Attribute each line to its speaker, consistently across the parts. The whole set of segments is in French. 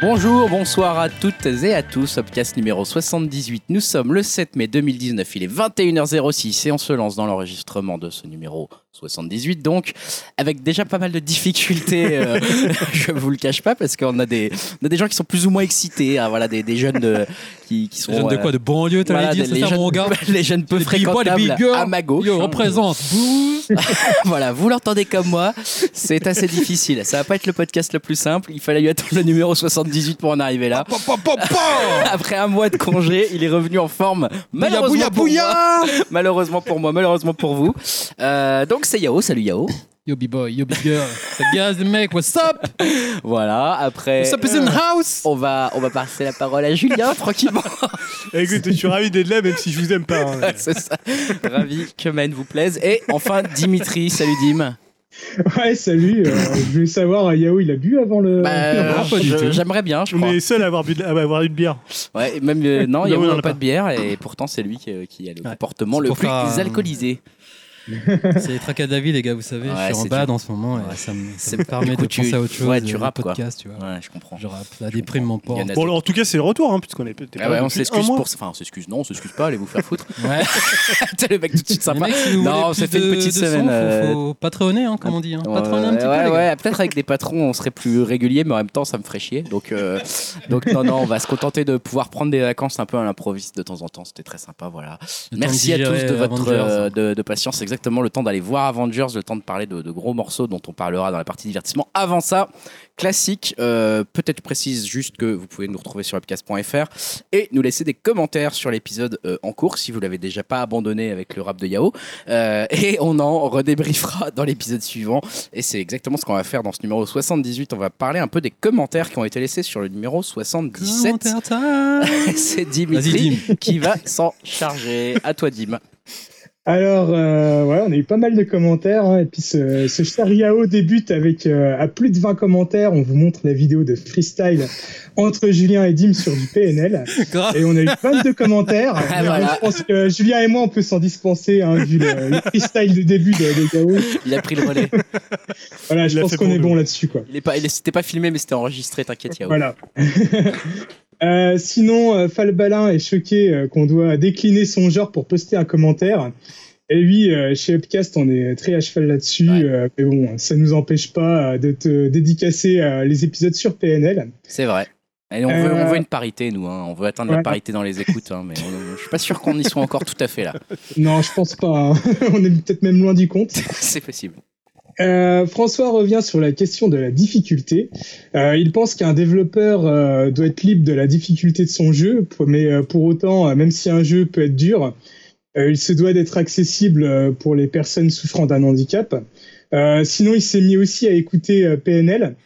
Speaker 1: Bonjour, bonsoir à toutes et à tous. Podcast numéro 78. Nous sommes le 7 mai 2019. Il est 21h06 et on se lance dans l'enregistrement de ce numéro 78. Donc, avec déjà pas mal de difficultés, euh, je vous le cache pas, parce qu'on a des, on a des gens qui sont plus ou moins excités. hein, voilà, des, des jeunes de- qui, qui sont.
Speaker 2: Les jeunes de
Speaker 1: euh,
Speaker 2: quoi De banlieue, t'allais
Speaker 1: voilà,
Speaker 2: dire,
Speaker 1: des-
Speaker 2: c'est
Speaker 1: les,
Speaker 2: ça,
Speaker 1: jeunes,
Speaker 2: mon gars
Speaker 1: les jeunes peu
Speaker 2: Les big boys, les
Speaker 1: fréquentables
Speaker 2: big girls.
Speaker 1: à ma gauche.
Speaker 2: Yo,
Speaker 1: hein.
Speaker 2: représente. Bouh.
Speaker 1: Voilà, vous l'entendez comme moi, c'est assez difficile. Ça va pas être le podcast le plus simple. Il fallait lui attendre le numéro 78 pour en arriver là.
Speaker 2: Pa, pa, pa, pa.
Speaker 1: Après un mois de congé, il est revenu en forme.
Speaker 2: Bouya,
Speaker 1: Malheureusement,
Speaker 2: bouya,
Speaker 1: pour moi,
Speaker 2: bouya
Speaker 1: malheureusement pour moi, malheureusement pour vous. Euh, donc c'est Yao, salut Yao.
Speaker 2: Yo, B-boy, yo, B-girl. Ça gaz, les mecs, what's up
Speaker 1: Voilà, après. euh,
Speaker 2: What's up is in the house
Speaker 1: On va, on va passer la parole à Julien tranquillement.
Speaker 3: Eh, Écoute, je suis ravi d'être là, même si je vous aime pas. hein.
Speaker 1: C'est ça. Ravi que Mène vous plaise. Et enfin Dimitri, salut
Speaker 2: Euh,
Speaker 1: Dim.
Speaker 4: Ouais, salut. euh, je voulais savoir, euh, Yao, il a bu avant le.
Speaker 1: Bah,
Speaker 2: non, pas du
Speaker 1: je-
Speaker 2: tout.
Speaker 1: J'aimerais bien, je
Speaker 3: On
Speaker 1: crois.
Speaker 3: est seul à avoir bu de, à avoir eu de bière.
Speaker 1: Ouais, et même euh, non,
Speaker 3: Non,
Speaker 1: il y a
Speaker 3: on en
Speaker 1: pas,
Speaker 3: a pas.
Speaker 1: de bière et pourtant c'est lui qui, euh, qui a le
Speaker 2: Ouais,
Speaker 1: comportement
Speaker 2: c'est
Speaker 1: le
Speaker 2: pour
Speaker 1: plus
Speaker 2: faire un-
Speaker 1: alcoolisé.
Speaker 2: C'est les tracas de la vie, les gars, vous savez.
Speaker 1: Ouais,
Speaker 2: je suis en
Speaker 1: c'est
Speaker 2: bad
Speaker 1: du-
Speaker 2: en ce moment
Speaker 1: Ouais.
Speaker 2: et ça me, ça
Speaker 1: C'est-
Speaker 2: me permet
Speaker 1: du coup,
Speaker 2: de
Speaker 1: tu-
Speaker 2: penser à autre chose.
Speaker 1: ouais, tu
Speaker 2: euh,
Speaker 1: rappes, quoi.
Speaker 2: podcast, tu vois.
Speaker 1: Ouais, je comprends.
Speaker 2: Je rappe, la déprime m'emporte.
Speaker 1: Il y en a-
Speaker 3: Bon, alors, en tout cas, c'est le retour, hein, puisqu'on est t'es
Speaker 1: Ah
Speaker 3: pas
Speaker 1: ouais,
Speaker 3: là
Speaker 1: on
Speaker 3: depuis un
Speaker 1: s'excuse
Speaker 3: mois.
Speaker 1: pour ça. Enfin, on s'excuse. Non, on s'excuse pas. Allez vous faire foutre.
Speaker 2: Ouais.
Speaker 1: T'es le mec tout de suite
Speaker 2: Les
Speaker 1: sympa.
Speaker 2: mecs, si vous
Speaker 1: Non,
Speaker 2: voulez
Speaker 1: on s'est
Speaker 2: plus
Speaker 1: fait une
Speaker 2: de-
Speaker 1: petite
Speaker 2: de
Speaker 1: semaine,
Speaker 2: son,
Speaker 1: euh,
Speaker 2: Faut, faut patronner, hein, comme on dit. Hein. Patronner un petit
Speaker 1: ouais,
Speaker 2: peu, les gars.
Speaker 1: ouais, peut-être avec des patrons, on serait plus régulier, mais en même temps, ça me ferait chier. Donc, euh, donc non, non, on va se contenter de pouvoir prendre des vacances un peu à l'improviste de temps en temps. C'était très sympa, voilà.
Speaker 2: Le temps
Speaker 1: Merci à
Speaker 2: digérer
Speaker 1: tous de votre
Speaker 2: Avengers.
Speaker 1: euh, de, de patience. Exactement, le temps d'aller voir Avengers, le temps de parler de, de gros morceaux dont on parlera dans la partie divertissement. Avant ça, classique, euh, peut-être précise juste que vous pouvez nous retrouver sur webcast.fr et nous laisser des commentaires sur l'épisode euh, en cours si vous l'avez déjà pas abandonné avec le rap de Yao. Euh, et on en redébriefera dans l'épisode suivant. Et c'est exactement ce qu'on va faire dans ce numéro 78. On va parler un peu des commentaires qui ont été laissés sur le numéro 77.
Speaker 2: Commentaire time.
Speaker 1: C'est
Speaker 2: Vas-y,
Speaker 1: Dimitri
Speaker 2: Dim.
Speaker 1: qui va s'en charger. À toi, Dim.
Speaker 4: Alors, euh, ouais, on a eu pas mal de commentaires. hein, et puis, ce, ce cher Yao débute avec euh, à plus de 20 commentaires. On vous montre la vidéo de freestyle entre Julien et Dim sur du PNL.
Speaker 2: Grave.
Speaker 4: Et on a eu 22 commentaires.
Speaker 1: Ah,
Speaker 4: Mais
Speaker 1: voilà.
Speaker 4: Je pense que Julien et moi, on peut s'en dispenser hein, vu le, le freestyle de début de, de Yao.
Speaker 1: Il a pris le relais.
Speaker 4: Voilà, je
Speaker 3: Il l'a
Speaker 4: pense
Speaker 3: fait
Speaker 4: qu'on
Speaker 3: pour
Speaker 4: est
Speaker 3: nous.
Speaker 4: bon là-dessus, quoi.
Speaker 1: Il est pas, il est- c'était pas filmé, mais c'était enregistré. T'inquiète, Yao.
Speaker 4: Voilà. Euh, sinon, euh, Falbalin est choqué euh, qu'on doit décliner son genre pour poster un commentaire. Et oui, euh, chez Upcast, on est très à cheval là-dessus.
Speaker 1: Ouais.
Speaker 4: euh, mais bon, ça nous empêche pas euh, de te dédicacer euh, les épisodes sur PNL.
Speaker 1: C'est vrai. Et on, veut,
Speaker 4: Euh,
Speaker 1: on veut une parité, nous. hein. On veut atteindre la
Speaker 4: ouais.
Speaker 1: parité dans les écoutes. hein, mais on- je suis pas sûr qu'on y soit encore tout à fait là.
Speaker 4: Non, je pense pas. hein. on est peut-être même loin du compte.
Speaker 1: C'est possible.
Speaker 4: Euh, François revient sur la question de la difficulté. Euh, il pense qu'un développeur euh, doit être libre de la difficulté de son jeu, p- mais euh, pour autant, euh, même si un jeu peut être dur, euh, il se doit d'être accessible euh, pour les personnes souffrant d'un handicap. Euh, sinon, il s'est mis aussi à écouter euh, PNL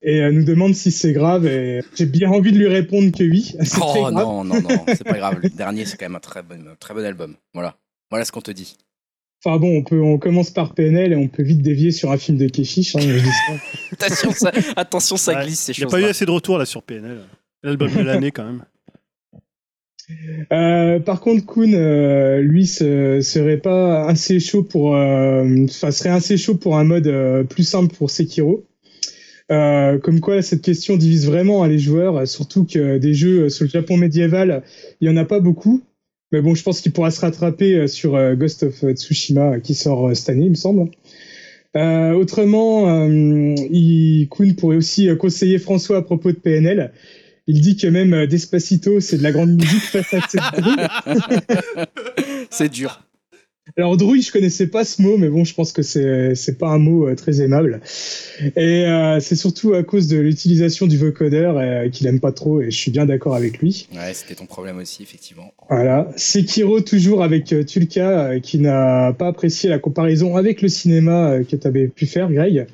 Speaker 4: et euh, nous demande si c'est grave. Et j'ai bien envie de lui répondre que oui. C'est très
Speaker 1: Oh
Speaker 4: grave.
Speaker 1: non, non, non. C'est pas grave. Le dernier, c'est quand même un très bon, un très bon album. Voilà. Voilà ce qu'on te dit.
Speaker 4: Enfin bon, on, peut, on commence par PNL et on peut vite dévier sur un film de Kefish. Hein, je dis ça.
Speaker 1: Attention, ça, attention, ça
Speaker 3: Ouais.
Speaker 1: glisse ces
Speaker 3: Il n'y a
Speaker 1: choses.
Speaker 3: pas eu assez de retours là sur PNL. L'album de l'année, quand même.
Speaker 4: Euh, par contre, Kuhn, euh, lui, se, serait pas assez chaud pour, euh, enfin, serait assez chaud pour un mode euh, plus simple pour Sekiro. Euh, comme quoi, cette question divise vraiment hein, les joueurs, euh, surtout que euh, des jeux euh, sur le Japon médiéval, il y en a pas beaucoup. Mais bon, je pense qu'il pourra se rattraper euh, sur euh, Ghost of Tsushima euh, qui sort euh, cette année, il me semble. Euh, autrement, euh, il- Kuhn pourrait aussi euh, conseiller François à propos de PNL. Il dit que même euh, Despacito, c'est de la grande musique face à cette bande.
Speaker 1: C'est dur.
Speaker 4: Alors drouille, je connaissais pas ce mot, mais bon, je pense que c'est c'est pas un mot euh, très aimable. Et euh, c'est surtout à cause de l'utilisation du vocodeur euh, qu'il aime pas trop, et je suis bien d'accord avec lui.
Speaker 1: Ouais, c'était ton problème aussi, effectivement.
Speaker 4: Voilà. Sekiro toujours avec euh, Tulka, euh, qui n'a pas apprécié la comparaison avec le cinéma euh, que tu avais pu faire, Greg.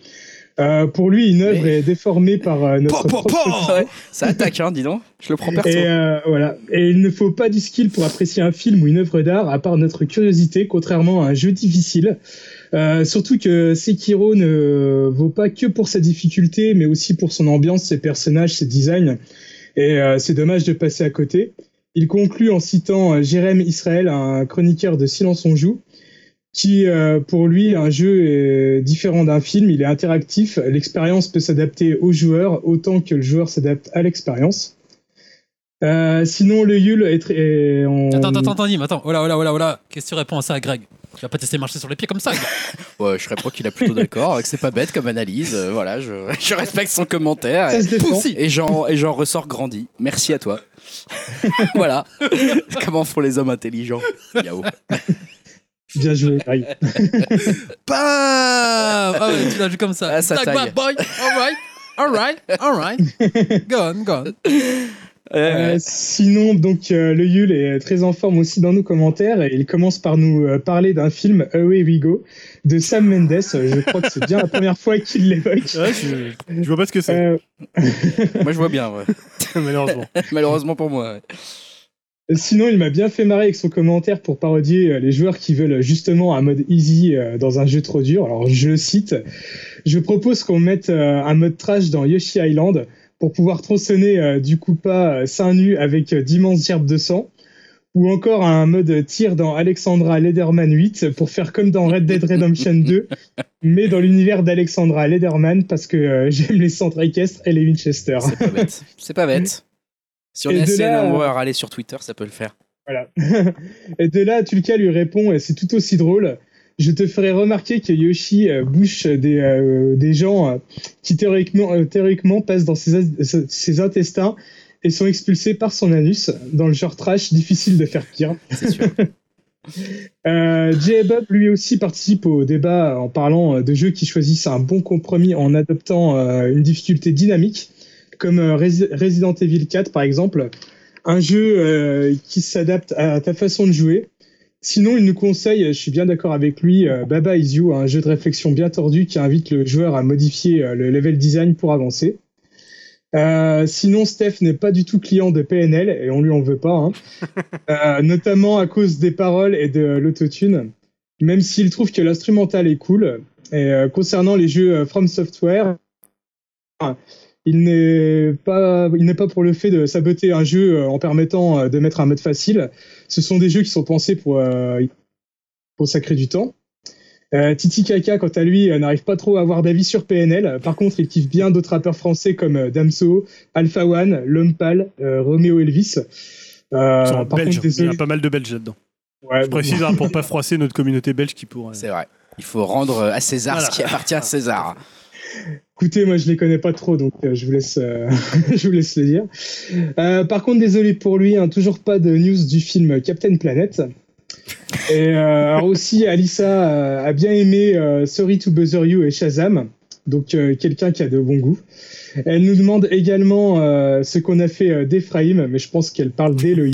Speaker 4: Euh, pour lui, une œuvre est déformée par euh, notre propre
Speaker 1: Ouais, ça attaque, hein, dis donc. Je le prends perso.
Speaker 4: Et euh, voilà. Et il ne faut pas du skill pour apprécier un film ou une œuvre d'art, à part notre curiosité, contrairement à un jeu difficile. Euh, surtout que Sekiro ne vaut pas que pour sa difficulté, mais aussi pour son ambiance, ses personnages, ses designs. Et euh, c'est dommage de passer à côté. Il conclut en citant euh, Jérém Israël, un chroniqueur de Silence on joue, qui euh, pour lui un jeu est différent d'un film, il est interactif, l'expérience peut s'adapter au joueur autant que le joueur s'adapte à l'expérience. Euh, sinon le Yule est, tr- est en...
Speaker 2: Attends, attends, attends, Nîmes, attends. Oh là, oh là, oh là, oh là. Qu'est-ce que tu réponds à ça, Greg Tu vas pas te laisser marcher sur les pieds comme ça. Greg.
Speaker 1: Ouais, je serais pas qu'il a plutôt d'accord, que c'est pas bête comme analyse. euh, voilà, je, je respecte son commentaire.
Speaker 4: Ça se défend.
Speaker 1: Poussi. Et j'en et j'en ressors grandi. Merci à toi. voilà. Comment font les hommes intelligents Yahoo.
Speaker 4: Bien joué. Greg.
Speaker 2: Bam Ah ouais, tu l'as vu comme ça.
Speaker 1: Ah, ça
Speaker 2: Tac,
Speaker 1: taille.
Speaker 2: bam, boy. All right. All right. All right. Go on, go on.
Speaker 4: Euh, sinon, donc, euh, le Yule est très en forme aussi dans nos commentaires et il commence par nous euh, parler d'un film Away We Go de Sam Mendes. Euh, Je crois que c'est bien la première fois qu'il l'évoque.
Speaker 3: Ouais, je, je vois pas ce que c'est,
Speaker 4: Euh,
Speaker 1: Moi, je vois bien. ouais.
Speaker 3: malheureusement.
Speaker 1: Malheureusement pour moi. ouais.
Speaker 4: Euh, sinon, il m'a bien fait marrer avec son commentaire pour parodier euh, les joueurs qui veulent justement un mode easy euh, dans un jeu trop dur. Alors, je cite Je propose qu'on mette euh, un mode trash dans Yoshi Island pour pouvoir tronçonner euh, du Koopa euh, seins nus avec euh, d'immenses gerbes de sang. Ou encore un mode tir dans Alexandra Lederman 8 pour faire comme dans Red Dead Redemption 2, mais dans l'univers d'Alexandra Lederman parce que euh, j'aime les centres équestres et les Winchester.
Speaker 1: C'est pas bête. C'est pas bête. Si on
Speaker 4: Et
Speaker 1: est
Speaker 4: de
Speaker 1: assez
Speaker 4: là-
Speaker 1: nombreux à râler sur Twitter, ça peut le faire.
Speaker 4: Voilà. et de là, Tulka lui répond, et c'est tout aussi drôle. Je te ferai remarquer que Yoshi euh, bouche des, euh, des gens euh, qui théoriquement, euh, théoriquement passent dans ses, as- ses intestins et sont expulsés par son anus. Dans le genre trash, difficile de faire pire.
Speaker 1: C'est sûr.
Speaker 4: Euh, Jay Bob lui aussi participe au débat en parlant euh, de jeux qui choisissent un bon compromis en adoptant euh, une difficulté dynamique, comme euh, Resi- Resident Evil 4 par exemple, un jeu euh, qui s'adapte à ta façon de jouer. Sinon, il nous conseille, je suis bien d'accord avec lui, euh, Baba Is You, un jeu de réflexion bien tordu qui invite le joueur à modifier euh, le level design pour avancer. Euh, sinon, Steph n'est pas du tout client de PNL et on lui en veut pas. Hein. Euh, notamment à cause des paroles et de l'autotune, même s'il trouve que l'instrumental est cool. Et euh, concernant les jeux euh, From Software, il n'est pas, il n'est pas pour le fait de saboter un jeu euh, en permettant euh, de mettre un mode facile. Ce sont des jeux qui sont pensés pour euh, pour sacrer du temps. Euh, Titi Kaka, quant à lui, euh, n'arrive pas trop à avoir d'avis sur PNL. Par contre, il kiffe bien d'autres rappeurs français comme euh, Damso, Alpha One, L'Homme Pâle, euh, Romeo Elvis. Euh,
Speaker 3: Ils sont
Speaker 4: par contre,
Speaker 3: belges. Il y a
Speaker 4: désolé-
Speaker 3: pas mal de Belges là-dedans.
Speaker 4: Ouais,
Speaker 3: Je précise hein, pour pas froisser notre communauté belge qui pourrait.
Speaker 1: C'est vrai. Il faut rendre euh, à César ce qui appartient à César.
Speaker 4: Écoutez, moi je les connais pas trop, donc euh, je vous laisse, euh, je vous laisse le dire. Euh, par contre, désolé pour lui, hein, toujours pas de news du film Captain Planet. Et euh, alors aussi, Alissa euh, a bien aimé euh, Sorry to Bother You et Shazam, donc euh, quelqu'un qui a de bon goût. Elle nous demande également euh, ce qu'on a fait euh, d'Ephraim, mais je pense qu'elle parle d'Elohim.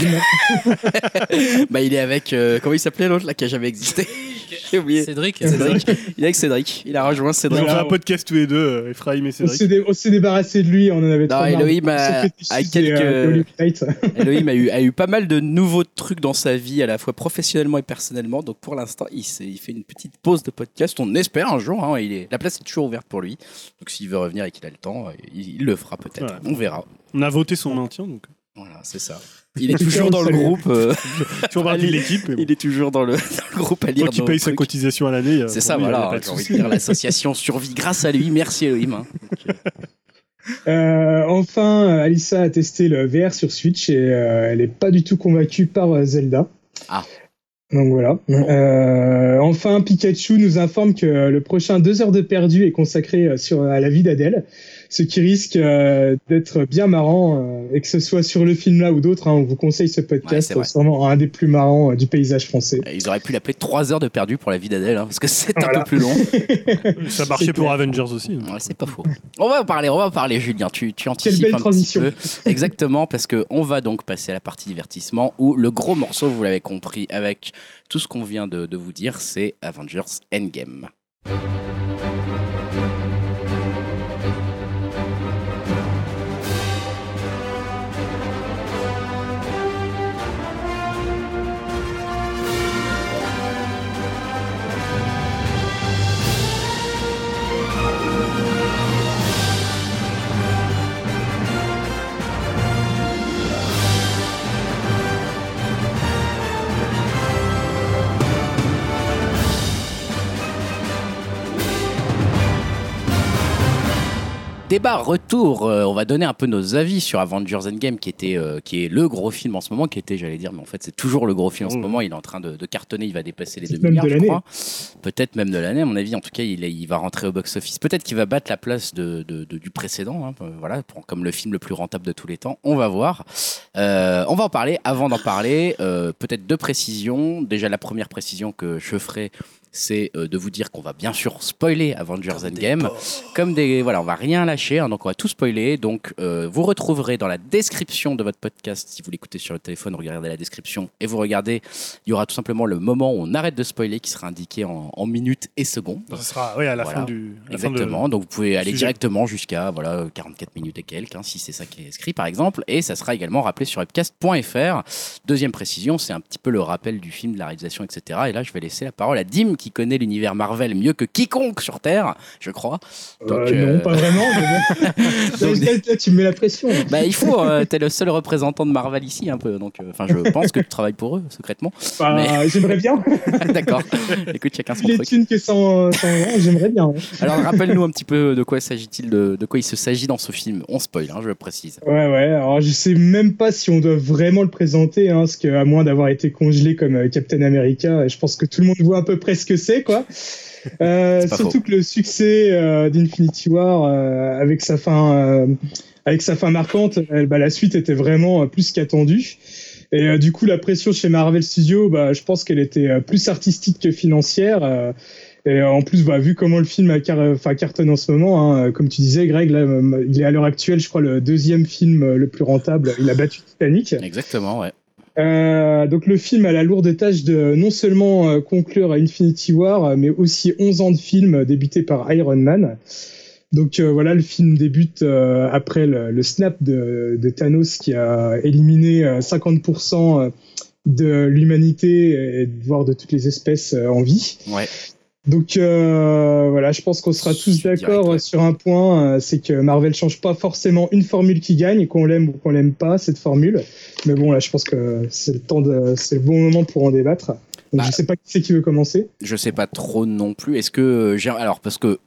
Speaker 1: Bah, il est avec. euh, comment il s'appelait l'autre là qui a jamais existé J'ai oublié.
Speaker 2: Cédric.
Speaker 1: Cédric. Il est avec Cédric. Il a rejoint
Speaker 3: Ils ont
Speaker 1: Cédric.
Speaker 3: fait un podcast tous les deux, euh, Ephraim et
Speaker 4: On s'est
Speaker 3: Cédric.
Speaker 4: dé- on s'est débarrassé de lui, on en avait
Speaker 1: Non,
Speaker 4: marre.
Speaker 1: Elohim
Speaker 4: On s'est
Speaker 1: a-
Speaker 4: fait des
Speaker 1: a
Speaker 4: chiffres des, euh,
Speaker 1: quelques-
Speaker 4: Holy Knights.
Speaker 1: Elohim a eu, a eu pas mal de nouveaux trucs dans sa vie, à la fois professionnellement et personnellement. Donc pour l'instant, il, s'est- il fait une petite pause de podcast. On espère un jour. hein, il est, la place est toujours ouverte pour lui. Donc s'il veut revenir et qu'il a le temps, euh, il, il le fera peut-être.
Speaker 3: Ouais.
Speaker 1: On verra.
Speaker 3: On a voté son maintien, donc. euh,
Speaker 1: Voilà, c'est ça. Il est
Speaker 4: tout cas,
Speaker 1: toujours
Speaker 4: on
Speaker 1: dans le
Speaker 4: salue.
Speaker 1: groupe. euh,
Speaker 3: Tu remarques
Speaker 1: Allez.
Speaker 3: l'équipe, mais bon.
Speaker 1: il est toujours dans le, dans le groupe à lire.
Speaker 3: Toi qui
Speaker 1: nos
Speaker 3: paye sa
Speaker 1: trucs.
Speaker 3: cotisation à l'année. euh,
Speaker 1: C'est
Speaker 3: pour
Speaker 1: ça,
Speaker 3: lui, il y a
Speaker 1: voilà.
Speaker 3: pas de
Speaker 1: J'ai envie de
Speaker 3: souci.
Speaker 1: dire, l'association survit grâce à lui. Merci Elohim. hein.
Speaker 4: Euh, enfin, euh, Alissa a testé le VR sur Switch et euh, elle n'est pas du tout convaincue par euh, Zelda.
Speaker 1: Ah.
Speaker 4: Donc voilà. Euh, enfin, Pikachu nous informe que euh, le prochain 2 heures de perdu est consacré euh, sur, à la vie d'Adèle, ce qui risque euh, d'être bien marrant, euh, et que ce soit sur le film là ou d'autres. hein, on vous conseille ce
Speaker 1: Ouais,
Speaker 4: podcast,
Speaker 1: c'est vrai.
Speaker 4: c'est vraiment un des plus marrants euh, du paysage français.
Speaker 1: Ils auraient pu l'appeler 3 heures de perdu pour la vie d'Adèle, hein, parce que c'est un
Speaker 4: Voilà.
Speaker 1: peu plus long.
Speaker 3: Ça marchait
Speaker 4: C'est
Speaker 3: pour
Speaker 4: clair.
Speaker 3: Avengers aussi. donc.
Speaker 1: Ouais, c'est pas faux. On va en parler, on va en parler, Julien. Tu, tu anticipes
Speaker 4: belle
Speaker 1: un petit
Speaker 4: transition.
Speaker 1: peu. Exactement, parce que on va donc passer à la partie divertissement où le gros morceau, vous l'avez compris, avec tout ce qu'on vient de, de vous dire, c'est Avengers Endgame. débat retour. Euh, on va donner un peu nos avis sur Avengers Endgame, qui, était, euh, qui est le gros film en ce moment, qui était, j'allais dire, mais en fait, c'est toujours le gros film en ce
Speaker 3: Mmh.
Speaker 1: moment. Il est en train de, de cartonner, il va dépasser les 2
Speaker 4: Peut-être même
Speaker 1: milliards,
Speaker 4: de
Speaker 1: je
Speaker 4: l'année.
Speaker 1: crois. Peut-être même de l'année, à mon avis. En tout cas, il, est- il va rentrer au box-office. Peut-être qu'il va battre la place de, de- de- du précédent, hein, euh, voilà, pour- comme le film le plus rentable de tous les temps. On va voir. Euh, on va en parler. Avant d'en parler, euh, peut-être deux précisions. Déjà, la première précision que je ferai, c'est euh, de vous dire qu'on va bien sûr spoiler Avengers Endgame comme des voilà, on va rien lâcher, hein, donc on va tout spoiler. Donc euh, vous retrouverez dans la description de votre podcast si vous l'écoutez sur le téléphone, regardez la description et vous regardez, il y aura tout simplement le moment où on arrête de spoiler qui sera indiqué en, en minutes et secondes.
Speaker 3: Ce sera oui, à la
Speaker 1: Voilà.
Speaker 3: fin du. à la fin de-
Speaker 1: Exactement, donc vous pouvez aller
Speaker 3: sujet.
Speaker 1: directement jusqu'à voilà 44 minutes et quelques, hein, si c'est ça qui est inscrit par exemple, et ça sera également rappelé sur webcast.fr. Deuxième précision, c'est un petit peu le rappel du film, de la réalisation, etc. Et là, je vais laisser la parole à Dim qui connaît l'univers Marvel mieux que quiconque sur Terre, je crois. Donc,
Speaker 4: Euh,
Speaker 1: euh,
Speaker 4: Non, pas vraiment. mais bon. Là,
Speaker 1: Donc,
Speaker 4: là, là, tu me mets la pression. là.
Speaker 1: Bah, il faut, euh, t'es le seul représentant de Marvel ici, un peu. Donc, euh, enfin, je pense que tu travailles pour eux, secrètement.
Speaker 4: Bah,
Speaker 1: Mais-
Speaker 4: J'aimerais bien.
Speaker 1: D'accord. Écoute, chacun son
Speaker 4: Les
Speaker 1: truc.
Speaker 4: thunes que ça en- ça en- j'aimerais bien. ouais.
Speaker 1: Alors, rappelle-nous un petit peu de quoi s'agit-il, de, de quoi il se s'agit dans ce film. On spoil, hein, je le précise.
Speaker 4: Ouais, ouais. Alors, je sais même pas si on doit vraiment le présenter, hein, parce que, à moins d'avoir été congelé comme euh, Captain America, je pense que tout le monde voit à peu près ce que c'est, quoi. Euh,
Speaker 1: C'est pas
Speaker 4: surtout que le succès euh, d'Infinity War, euh, avec sa fin, euh, avec sa fin marquante, euh, bah, la suite était vraiment euh, plus qu'attendue. Et euh, du coup, la pression chez Marvel Studios, bah, je pense qu'elle était euh, plus artistique que financière. euh, et euh, en plus, bah, vu comment le film a car- enfin, cartonne en ce moment, hein, euh, comme tu disais, Greg, là, euh, il est à l'heure actuelle, je crois, le deuxième film euh, le plus rentable. Il a battu Titanic.
Speaker 1: Exactement, ouais.
Speaker 4: Euh, donc le film a la lourde tâche de non seulement euh, conclure Infinity War, euh, mais aussi 11 ans de film euh, débuté par Iron Man. Donc euh, voilà, le film débute euh, après le, le snap de, de Thanos qui a éliminé euh, 50% euh, de l'humanité, et, voire de toutes les espèces euh, en vie.
Speaker 1: Ouais.
Speaker 4: Donc euh, voilà, je pense qu'on sera tous
Speaker 1: Direct,
Speaker 4: d'accord
Speaker 1: ouais.
Speaker 4: sur un point, euh, c'est que Marvel change pas forcément une formule qui gagne, qu'on l'aime ou qu'on l'aime pas cette formule. Mais bon là, je pense que c'est le temps de, c'est le bon moment pour en débattre. Donc
Speaker 1: Bah,
Speaker 4: je sais pas qui c'est qui veut commencer.
Speaker 2: Bah,
Speaker 1: Je sais pas trop non plus. Est-ce que euh, j'ai. Alors, parce que.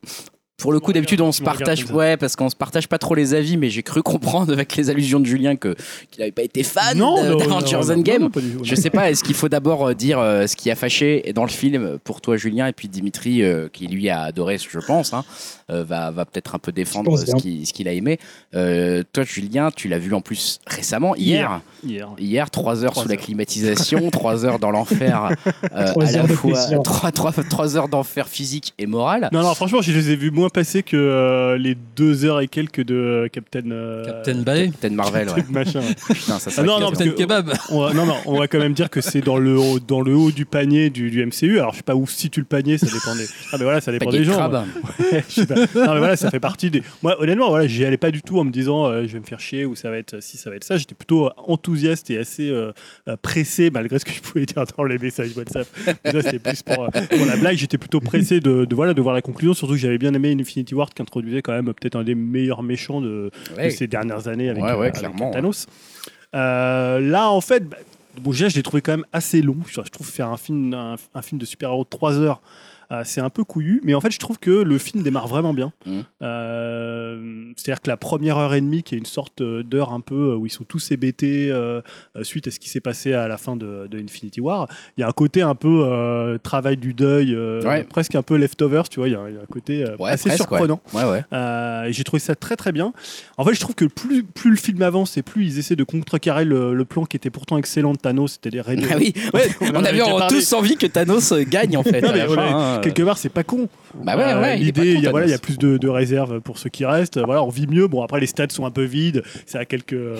Speaker 1: Pour le coup,
Speaker 3: Tu me
Speaker 1: d'habitude, on
Speaker 3: regardes,
Speaker 1: se
Speaker 3: tu me regardes
Speaker 1: partage,
Speaker 3: comme ça.
Speaker 1: ouais, parce qu'on se partage pas trop les avis, mais j'ai cru comprendre avec les allusions de Julien que qu'il avait pas été fan
Speaker 3: Non,
Speaker 1: de-
Speaker 3: non, non,
Speaker 1: d'Avengers
Speaker 3: non,
Speaker 1: Endgame.
Speaker 3: non, pas du tout,
Speaker 1: Je
Speaker 3: non.
Speaker 1: sais pas, est-ce qu'il faut d'abord euh, dire euh, ce qui a fâché dans le film pour toi, Julien, et puis Dimitri, euh, qui lui a adoré, je pense, hein, euh, va, va peut-être un peu défendre
Speaker 4: Je pense
Speaker 1: ce
Speaker 4: bien.
Speaker 1: qui- ce qu'il a aimé. Euh, toi, Julien, tu l'as vu en plus récemment, hier.
Speaker 3: Hier.
Speaker 1: Hier, trois heures
Speaker 3: Trois
Speaker 1: sous la
Speaker 3: heures.
Speaker 1: climatisation, trois heures dans l'enfer, euh,
Speaker 4: Trois
Speaker 1: à la
Speaker 4: heures de
Speaker 1: fois
Speaker 4: plaisir.
Speaker 1: trois- trois- trois heures d'enfer physique et moral.
Speaker 3: Non, non, franchement, je les ai vus moins passer que euh, les deux heures et quelques de euh, Captain. euh,
Speaker 2: Captain Ballet
Speaker 1: Captain Marvel, ouais.
Speaker 3: Machin.
Speaker 1: Putain, ça, c'est
Speaker 3: Ah non,
Speaker 1: vrai
Speaker 3: non,
Speaker 1: que-
Speaker 3: parce
Speaker 2: Captain
Speaker 3: que-
Speaker 2: Kebab
Speaker 3: On va- non, non, on va quand même dire que c'est dans le, haut- dans le haut du panier du, du MCU. Alors, je sais pas où situe le panier, ça dépend des. Ah, mais voilà, ça dépend
Speaker 1: Panier
Speaker 3: des
Speaker 1: de
Speaker 3: gens.
Speaker 1: crabe.
Speaker 3: Ouais, je sais pas. Non, mais voilà, ça fait partie des. Moi, honnêtement, voilà, j'y allais pas du tout en me disant euh, je vais me faire chier ou ça va être si ça va être ça. J'étais plutôt euh, enthousiaste et assez euh, euh, pressé malgré ce que je pouvais dire dans les messages WhatsApp. Mais ça, c'était plus pour, euh, pour la blague. J'étais plutôt pressé de, de, voilà de voir la conclusion. Surtout que j'avais bien aimé Infinity Ward qui introduisait quand même euh, peut-être un des meilleurs méchants de, de
Speaker 1: Ouais.
Speaker 3: ces dernières années avec,
Speaker 1: Ouais, ouais,
Speaker 3: euh, avec
Speaker 1: clairement,
Speaker 3: Thanos. Euh, là, en fait, bah, bon, déjà, je l'ai trouvé quand même assez long. Je je trouve faire un film, un, un film de super-héros de 3 heures, euh, c'est un peu couillu. Mais en fait, je trouve que le film démarre vraiment bien.
Speaker 1: Mhm.
Speaker 3: Euh, C'est-à-dire que la première heure et demie, qui est une sorte euh, d'heure un peu euh, où ils sont tous hébétés euh, euh, suite à ce qui s'est passé à la fin de, de Infinity War, il y a un côté un peu euh, travail du deuil, euh,
Speaker 1: Ouais.
Speaker 3: presque un peu leftovers, tu vois. Il y, a il y a un côté euh,
Speaker 1: Ouais,
Speaker 3: assez
Speaker 1: presque, ouais.
Speaker 3: surprenant.
Speaker 1: Ouais, ouais.
Speaker 3: Euh, et j'ai trouvé ça très très bien. En fait, je trouve que plus, plus le film avance et plus ils essaient de contrecarrer le, le plan qui était pourtant excellent de Thanos, c'est-à-dire réduire.
Speaker 1: Ah oui, ouais,
Speaker 3: On en
Speaker 1: on
Speaker 3: avait
Speaker 1: avait
Speaker 3: déjà
Speaker 1: en-
Speaker 3: parlé.
Speaker 1: tous envie que Thanos euh, gagne en fait.
Speaker 3: Non,
Speaker 1: à la
Speaker 3: mais voilà,
Speaker 1: fin, hein, euh.
Speaker 3: Quelque part, c'est pas con.
Speaker 1: Bah ouais,
Speaker 3: Euh,
Speaker 1: ouais. il est pas
Speaker 3: L'idée, il y
Speaker 1: content,
Speaker 3: a voilà, il y a
Speaker 1: Thanos.
Speaker 3: plus de, de réserves pour ceux qui restent. Voilà, on vit mieux. Bon, après les stades sont un peu vides. C'est à quelques. euh,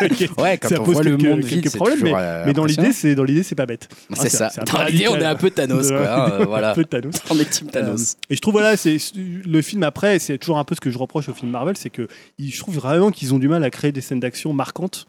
Speaker 1: Ouais, quand
Speaker 3: ça
Speaker 1: on
Speaker 3: pose
Speaker 1: voit le
Speaker 3: quelques-
Speaker 1: monde
Speaker 3: quelques
Speaker 1: vide, c'est
Speaker 3: problèmes,
Speaker 1: toujours, euh,
Speaker 3: Mais dans l'idée,
Speaker 1: impressionnant.
Speaker 3: c'est dans l'idée, c'est pas bête.
Speaker 1: c'est
Speaker 3: c'est-
Speaker 1: ça.
Speaker 3: c'est un
Speaker 1: Dans l'idée, on
Speaker 3: radical.
Speaker 1: est un peu Thanos,
Speaker 3: De-
Speaker 1: quoi. hein, euh, voilà.
Speaker 3: Un peu de Thanos.
Speaker 1: On est team Thanos.
Speaker 3: Et je trouve voilà, c'est le film après, c'est toujours un peu ce que je reproche au film Marvel, c'est que il- je trouve vraiment qu'ils ont du mal à créer des scènes d'action marquantes.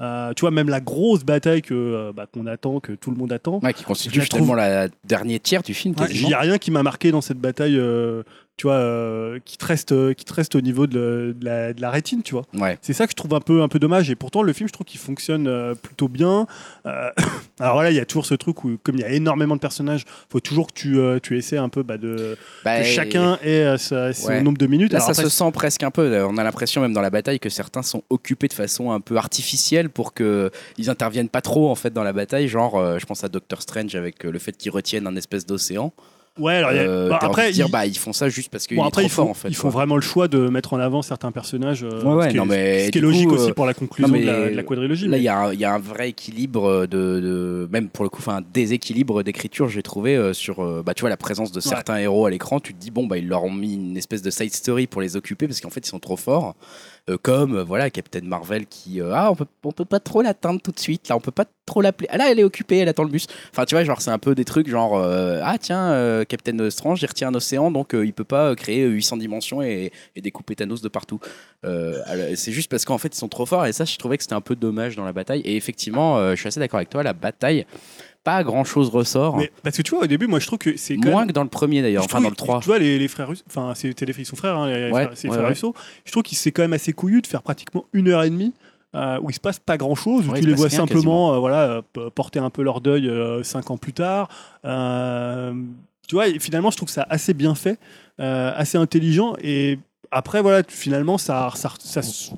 Speaker 3: Euh, tu vois, même la grosse bataille que euh, bah, qu'on attend, que tout le monde attend.
Speaker 1: Ouais, qui constitue
Speaker 3: je la
Speaker 1: justement la dernière tiers du film.
Speaker 3: Il
Speaker 1: quasiment.
Speaker 3: n'y a rien qui m'a marqué dans cette bataille euh, tu vois, euh, qui, te reste, euh, qui te reste au niveau de, le- de la, de la rétine, tu vois.
Speaker 1: Ouais.
Speaker 3: C'est ça que je trouve un peu, un peu dommage. Et pourtant, le film, je trouve qu'il fonctionne euh, plutôt bien. Euh, alors voilà, il y a toujours ce truc où, comme il y a énormément de personnages, faut toujours que tu, euh, tu essaies un peu bah, de,
Speaker 1: Bah,
Speaker 3: que chacun ait euh, sa- son
Speaker 1: Ouais.
Speaker 3: nombre de minutes.
Speaker 1: Là,
Speaker 3: Alors
Speaker 1: ça
Speaker 3: après,
Speaker 1: se sent presque un peu. On a l'impression, même dans la bataille, que certains sont occupés de façon un peu artificielle pour que ils interviennent pas trop en fait dans la bataille. Genre, euh, je pense à Doctor Strange avec euh, le fait qu'ils retiennent un espèce d'océan.
Speaker 3: ouais, alors, il y a-
Speaker 1: Euh,
Speaker 3: bah,
Speaker 1: t'as envie
Speaker 3: après,
Speaker 1: de dire,
Speaker 3: il-
Speaker 1: bah, ils font ça juste parce qu'ils
Speaker 3: bon, après,
Speaker 1: sont
Speaker 3: ils
Speaker 1: forts
Speaker 3: font,
Speaker 1: en fait.
Speaker 3: ils
Speaker 1: quoi.
Speaker 3: font vraiment le choix de mettre en avant certains personnages. euh,
Speaker 1: Ouais, ouais,
Speaker 3: ce qui
Speaker 1: non,
Speaker 3: est,
Speaker 1: mais
Speaker 3: ce qui est
Speaker 1: du
Speaker 3: logique
Speaker 1: coup,
Speaker 3: aussi
Speaker 1: euh,
Speaker 3: pour la conclusion
Speaker 1: non, mais
Speaker 3: de, la, de la quadrilogie.
Speaker 1: Là,
Speaker 3: mais-
Speaker 1: il y, a un- il y a un vrai équilibre euh, de, de- même pour le coup, enfin, un déséquilibre d'écriture, j'ai trouvé euh, sur, euh, bah, tu vois, la présence de certains héros à l'écran. Tu te dis bon, bah, ils leur ont mis une espèce de side story pour les occuper parce qu'en fait, ils sont trop forts. Euh, comme euh, voilà, Captain Marvel qui euh, ah, on peut on peut pas trop l'atteindre tout de suite. Là, on peut pas trop l'appeler. Ah là, elle est occupée, elle attend le bus. Enfin, tu vois, genre c'est un peu des trucs genre euh, ah tiens, euh, Captain Strange, il retient un océan, donc euh, il peut pas euh, créer 800 dimensions et, et découper Thanos de partout. Euh, alors, c'est juste parce qu'en fait ils sont trop forts et ça je trouvais que c'était un peu dommage dans la bataille et effectivement euh, je suis assez d'accord avec toi la bataille pas grand chose ressort
Speaker 3: Mais- parce que tu vois, au début, moi, je trouve que c'est quand
Speaker 1: moins
Speaker 3: même-
Speaker 1: que dans le premier d'ailleurs
Speaker 3: Je
Speaker 1: enfin
Speaker 3: trouve-
Speaker 1: dans le 3
Speaker 3: Tu vois, les, les frères russes, enfin, c'est les- ils sont frères, hein, les- les
Speaker 1: Ouais,
Speaker 3: frères- c'est les
Speaker 1: ouais,
Speaker 3: frères
Speaker 1: ouais.
Speaker 3: Russo. Je trouve qu'il c'est quand même assez couillu de faire pratiquement une heure et demie. euh, où il se passe pas grand chose, où
Speaker 1: Ouais, il
Speaker 3: tu
Speaker 1: se
Speaker 3: les
Speaker 1: passe
Speaker 3: vois
Speaker 1: rien,
Speaker 3: simplement euh, voilà, euh, p- porter un peu leur deuil euh, cinq ans plus tard. Euh, tu vois, et finalement, je trouve ça assez bien fait, euh, assez intelligent, et après, voilà, tu- finalement, ça, ça, ça se-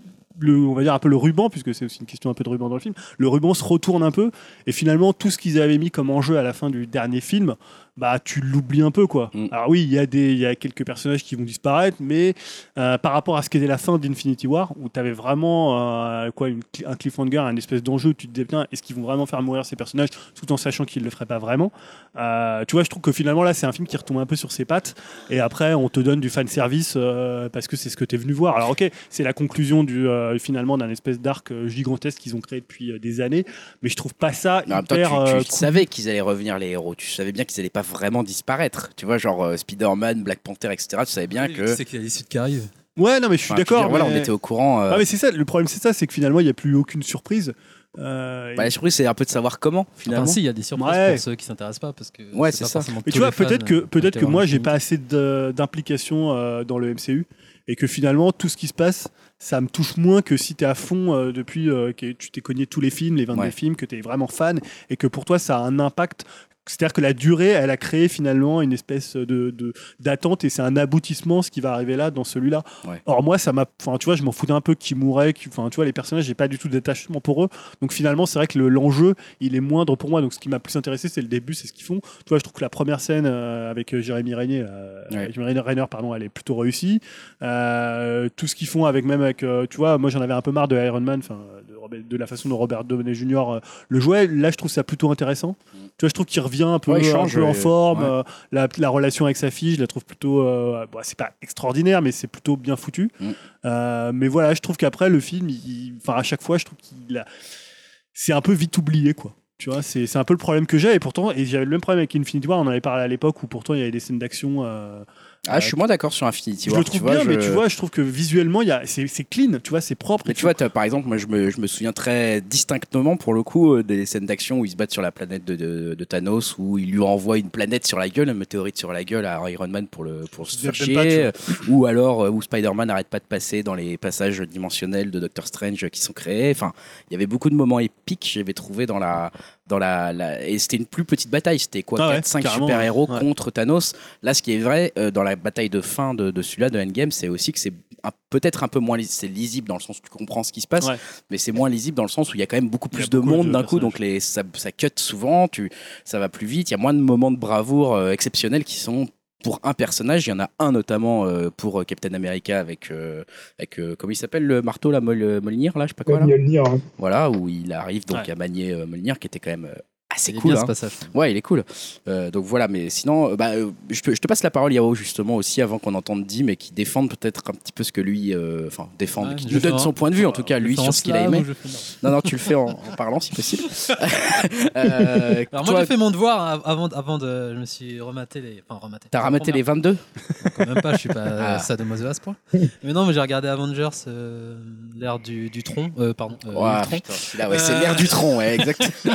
Speaker 3: le, on va dire un peu le ruban, puisque c'est aussi une question un peu de ruban dans le film, le ruban se retourne un peu, et finalement, tout ce qu'ils avaient mis comme enjeu à la fin du dernier film, bah, tu l'oublies un peu, quoi.
Speaker 1: Mm.
Speaker 3: Alors oui, il y, a des- il y a quelques personnages qui vont disparaître, mais euh, par rapport à ce qu'était la fin d'Infinity War, où tu avais vraiment euh, quoi, une cli- un cliffhanger, un espèce d'enjeu, où tu te dis, tiens, est-ce qu'ils vont vraiment faire mourir ces personnages, tout en sachant qu'ils ne le feraient pas vraiment Euh, Tu vois, je trouve que finalement, là, c'est un film qui retombe un peu sur ses pattes, et après, on te donne du fan service euh, parce que c'est ce que tu es venu voir. Alors, ok, c'est la conclusion du, euh, finalement d'un espèce d'arc euh, gigantesque qu'ils ont créé depuis euh, des années, mais je trouve pas ça
Speaker 1: Mais en même temps,
Speaker 3: hyper.
Speaker 1: tu,
Speaker 3: euh,
Speaker 1: tu savais qu'ils allaient revenir les héros, tu savais bien qu'ils allaient pas vraiment disparaître. Tu vois, genre euh, Spider-Man, Black Panther, etc. Tu savais bien que.
Speaker 2: Tu sais qu'il y a l'issue qui arrive.
Speaker 3: cool. Ouais, non, mais je suis
Speaker 1: Enfin, veux
Speaker 3: d'accord.
Speaker 1: dire, Voilà,
Speaker 3: mais-
Speaker 1: on était au courant. euh,
Speaker 3: Ah, mais c'est ça, le problème, c'est ça, c'est que finalement, il n'y a plus aucune surprise. Euh,
Speaker 1: bah, la surprise, c'est un peu de savoir comment
Speaker 2: Enfin,
Speaker 1: finalement.
Speaker 2: si, il y a des surprises
Speaker 3: Ouais.
Speaker 2: pour ceux qui s'intéressent pas parce que.
Speaker 1: Ouais, c'est
Speaker 2: pas
Speaker 1: ça.
Speaker 2: forcément
Speaker 3: Mais
Speaker 2: tous
Speaker 3: tu vois,
Speaker 2: les fans,
Speaker 3: peut-être que,
Speaker 2: euh,
Speaker 3: peut
Speaker 2: qui
Speaker 3: que
Speaker 2: ont
Speaker 3: moi,
Speaker 2: été
Speaker 3: j'ai
Speaker 2: vraiment
Speaker 3: pas assez de- d'implication euh, dans le MCU et que finalement, tout ce qui se passe, ça me touche moins que si tu es à fond euh, depuis euh, que tu t'es cogné tous les films, les 22
Speaker 1: Ouais.
Speaker 3: films, que tu es vraiment fan et que pour toi, ça a un impact. C'est-à-dire que la durée, elle a créé finalement une espèce de de- d'attente et c'est un aboutissement ce qui va arriver là dans celui-là.
Speaker 1: Ouais.
Speaker 3: Or moi, ça m'a, enfin tu vois, je m'en foutais un peu qui mourait, qui- enfin tu vois, les personnages, j'ai pas du tout de détachement pour eux. Donc finalement, c'est vrai que le- l'enjeu, il est moindre pour moi. Donc ce qui m'a plus intéressé, c'est le début, c'est ce qu'ils font. Tu vois, je trouve que la première scène euh, avec euh, Jérémy Reynier, euh,
Speaker 1: Ouais.
Speaker 3: Jérémy Reynier- Reynier, pardon, elle est plutôt réussie. Euh, tout ce qu'ils font avec même avec, euh, tu vois, moi j'en avais un peu marre de Iron Man, enfin de, Robert- de la façon dont Robert Downey Jr. euh, le jouait. Là, je trouve ça plutôt intéressant. Tu vois, je trouve qu'il revient un peu,
Speaker 1: Ouais, il
Speaker 3: un
Speaker 1: change,
Speaker 3: peu en
Speaker 1: ouais.
Speaker 3: forme.
Speaker 1: Ouais.
Speaker 3: euh, la, la relation avec sa fille, je la trouve plutôt. euh, bon, c'est pas extraordinaire, mais c'est plutôt bien foutu.
Speaker 1: Mm.
Speaker 3: Euh, mais voilà, je trouve qu'après, le film, il- enfin, à chaque fois, je trouve qu'il a. C'est un peu vite oublié, quoi. Tu vois, c'est c'est un peu le problème que j'ai. Et pourtant, et j'avais le même problème avec Infinity War, on en avait parlé à l'époque où pourtant il y avait des scènes d'action. euh,
Speaker 1: Ah, je suis moins d'accord sur Infinity
Speaker 3: je
Speaker 1: War.
Speaker 3: le
Speaker 1: tu
Speaker 3: trouve
Speaker 1: vois,
Speaker 3: bien, mais
Speaker 1: je-
Speaker 3: tu vois, je trouve que visuellement, il y a- c'est c'est clean, tu vois, c'est propre.
Speaker 1: Mais
Speaker 3: et
Speaker 1: tu vois, t'as- par exemple, moi je me, je me souviens très distinctement pour le coup euh, des scènes d'action où ils se battent sur la planète de, de- de Thanos, où il lui envoie une planète sur la gueule, une météorite sur la gueule à Iron Man pour, le, pour se
Speaker 3: Je
Speaker 1: faire
Speaker 3: dis même
Speaker 1: chier, ou alors euh, où Spider-Man n'arrête pas de passer dans les passages dimensionnels de Doctor Strange qui sont créés. Enfin, il y avait beaucoup de moments épiques, j'avais trouvé dans la. Dans la, la- Et c'était une plus petite bataille, c'était quoi
Speaker 3: Ah ouais,
Speaker 1: 4-5
Speaker 3: carrément,
Speaker 1: super-héros
Speaker 3: ouais.
Speaker 1: contre Thanos. Là, ce qui est vrai euh, dans la bataille de fin de, de celui-là, de Endgame, c'est aussi que c'est un- peut-être un peu moins lis- c'est lisible dans le sens où tu comprends ce qui se passe,
Speaker 3: Ouais.
Speaker 1: mais c'est moins lisible dans le sens où il y a quand même beaucoup
Speaker 3: Il y a
Speaker 1: plus de
Speaker 3: beaucoup de
Speaker 1: monde d'un coup,
Speaker 3: personnages.
Speaker 1: donc les, ça, ça cut souvent, tu, ça va plus vite, il y a moins de moments de bravoure euh, exceptionnels qui sont pour un personnage. Il y en a un notamment euh, pour euh, Captain America avec, euh, avec euh, comment il s'appelle, le marteau, la Mol Molnir, là, je sais pas quoi, là.
Speaker 4: Mjolnir, hein.
Speaker 1: Voilà, où il arrive donc
Speaker 3: Ouais.
Speaker 1: à manier euh, Mjolnir, qui était quand même euh, assez
Speaker 2: Il est
Speaker 1: cool.
Speaker 2: bien,
Speaker 1: hein.
Speaker 2: ce passage.
Speaker 1: Ouais, il est cool. Euh, donc voilà, mais sinon, euh, bah, euh, je, te, je te passe la parole, Yao, justement, aussi, avant qu'on entende Dim et qui défende peut-être un petit peu ce que lui. euh, Enfin, défende,
Speaker 2: Ouais,
Speaker 1: qui nous
Speaker 2: je vais
Speaker 1: donne
Speaker 2: faire
Speaker 1: son
Speaker 2: un-
Speaker 1: point de vue, en tout cas,
Speaker 2: Je
Speaker 1: lui,
Speaker 2: fais en
Speaker 1: sur ce qu'il a
Speaker 2: slam ou
Speaker 1: aimé.
Speaker 2: je fais- non.
Speaker 1: Non, non, tu le fais en, en parlant, si possible. Euh,
Speaker 2: Alors moi
Speaker 1: toi,
Speaker 2: j'ai fait mon devoir hein, avant, avant de... Je me suis rematé les... Enfin rematé.
Speaker 1: t'as ramaté les 22
Speaker 2: Quand même pas, je suis pas euh,
Speaker 1: Ah.
Speaker 2: sadomaso à ce point. Mais non mais j'ai regardé Avengers, euh, l'ère du, du tronc. euh, pardon, euh,
Speaker 1: Ouah,
Speaker 2: Ultron.
Speaker 1: putain, celui-là, ouais, c'est
Speaker 2: Euh.
Speaker 1: l'air du tronc, ouais, exact.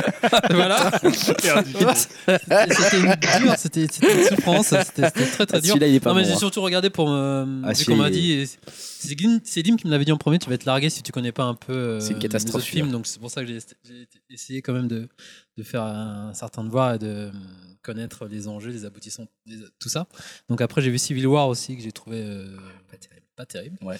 Speaker 2: voilà.
Speaker 3: Perdu.
Speaker 2: C'était une dure, c'était c'était une souffrance, c'était c'était très très
Speaker 1: Ah,
Speaker 2: dur.
Speaker 1: celui-là, il est pas
Speaker 2: non, mais
Speaker 1: bon,
Speaker 2: j'ai
Speaker 1: hein.
Speaker 2: surtout regardé pour me.
Speaker 1: Ah,
Speaker 2: vu
Speaker 1: si,
Speaker 2: qu'on m'a
Speaker 1: il-
Speaker 2: dit. et C'est Dim, c'est Dim qui me l'avait dit en premier, tu vas être largué si tu connais pas un peu euh,
Speaker 1: C'est une
Speaker 2: les
Speaker 1: catastrophe,
Speaker 2: autres films.
Speaker 1: celui-là.
Speaker 2: Donc c'est pour ça que j'ai j'ai essayé quand même de, de faire un certain devoir et de euh, connaître les enjeux, les aboutissants, les- tout ça. Donc après, j'ai vu Civil War aussi, que j'ai trouvé euh, pas terrible. Pas terrible.
Speaker 1: Ouais.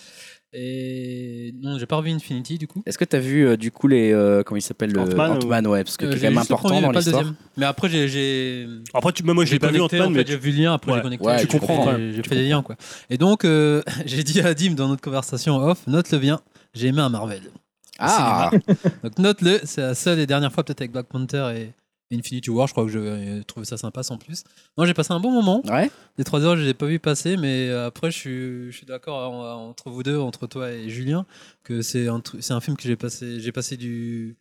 Speaker 2: Et non, j'ai pas revu Infinity du coup.
Speaker 1: Est-ce que t'as vu euh, du coup les euh, comment il s'appelle le
Speaker 3: Ant-Man ou-
Speaker 1: Ant-Man ouais parce que
Speaker 2: Euh,
Speaker 1: c'est
Speaker 2: j'ai
Speaker 1: quand même
Speaker 2: juste le
Speaker 1: important
Speaker 2: premier,
Speaker 1: dans
Speaker 2: mais pas le
Speaker 1: l'histoire.
Speaker 2: deuxième. Mais après, j'ai- j'ai.
Speaker 3: Après, tu, moi, je l'ai pas vu
Speaker 2: connecté,
Speaker 3: Ant-Man, mais
Speaker 2: fait, j'ai vu le lien, après
Speaker 3: Ouais.
Speaker 2: j'ai connecté.
Speaker 1: Ouais,
Speaker 2: j'ai
Speaker 1: tu
Speaker 2: fait
Speaker 1: comprends,
Speaker 2: des-
Speaker 3: ouais,
Speaker 2: J'ai
Speaker 3: tu
Speaker 2: fait des liens, quoi. Et donc, euh, j'ai dit à Dim dans notre conversation off, note-le bien, j'ai aimé un Marvel.
Speaker 1: Ah
Speaker 2: Donc note-le, c'est la seule et dernière fois, peut-être avec Black Panther et Infinity War, je crois que je euh, trouvais ça sympa sans plus. Moi, j'ai passé un bon moment.
Speaker 1: ouais.
Speaker 2: Les trois heures, je les ai pas vu passer, mais euh, après, je suis, je suis d'accord hein, entre vous deux, entre toi et Julien, que c'est un, tru- c'est un film que j'ai passé, j'ai passé du,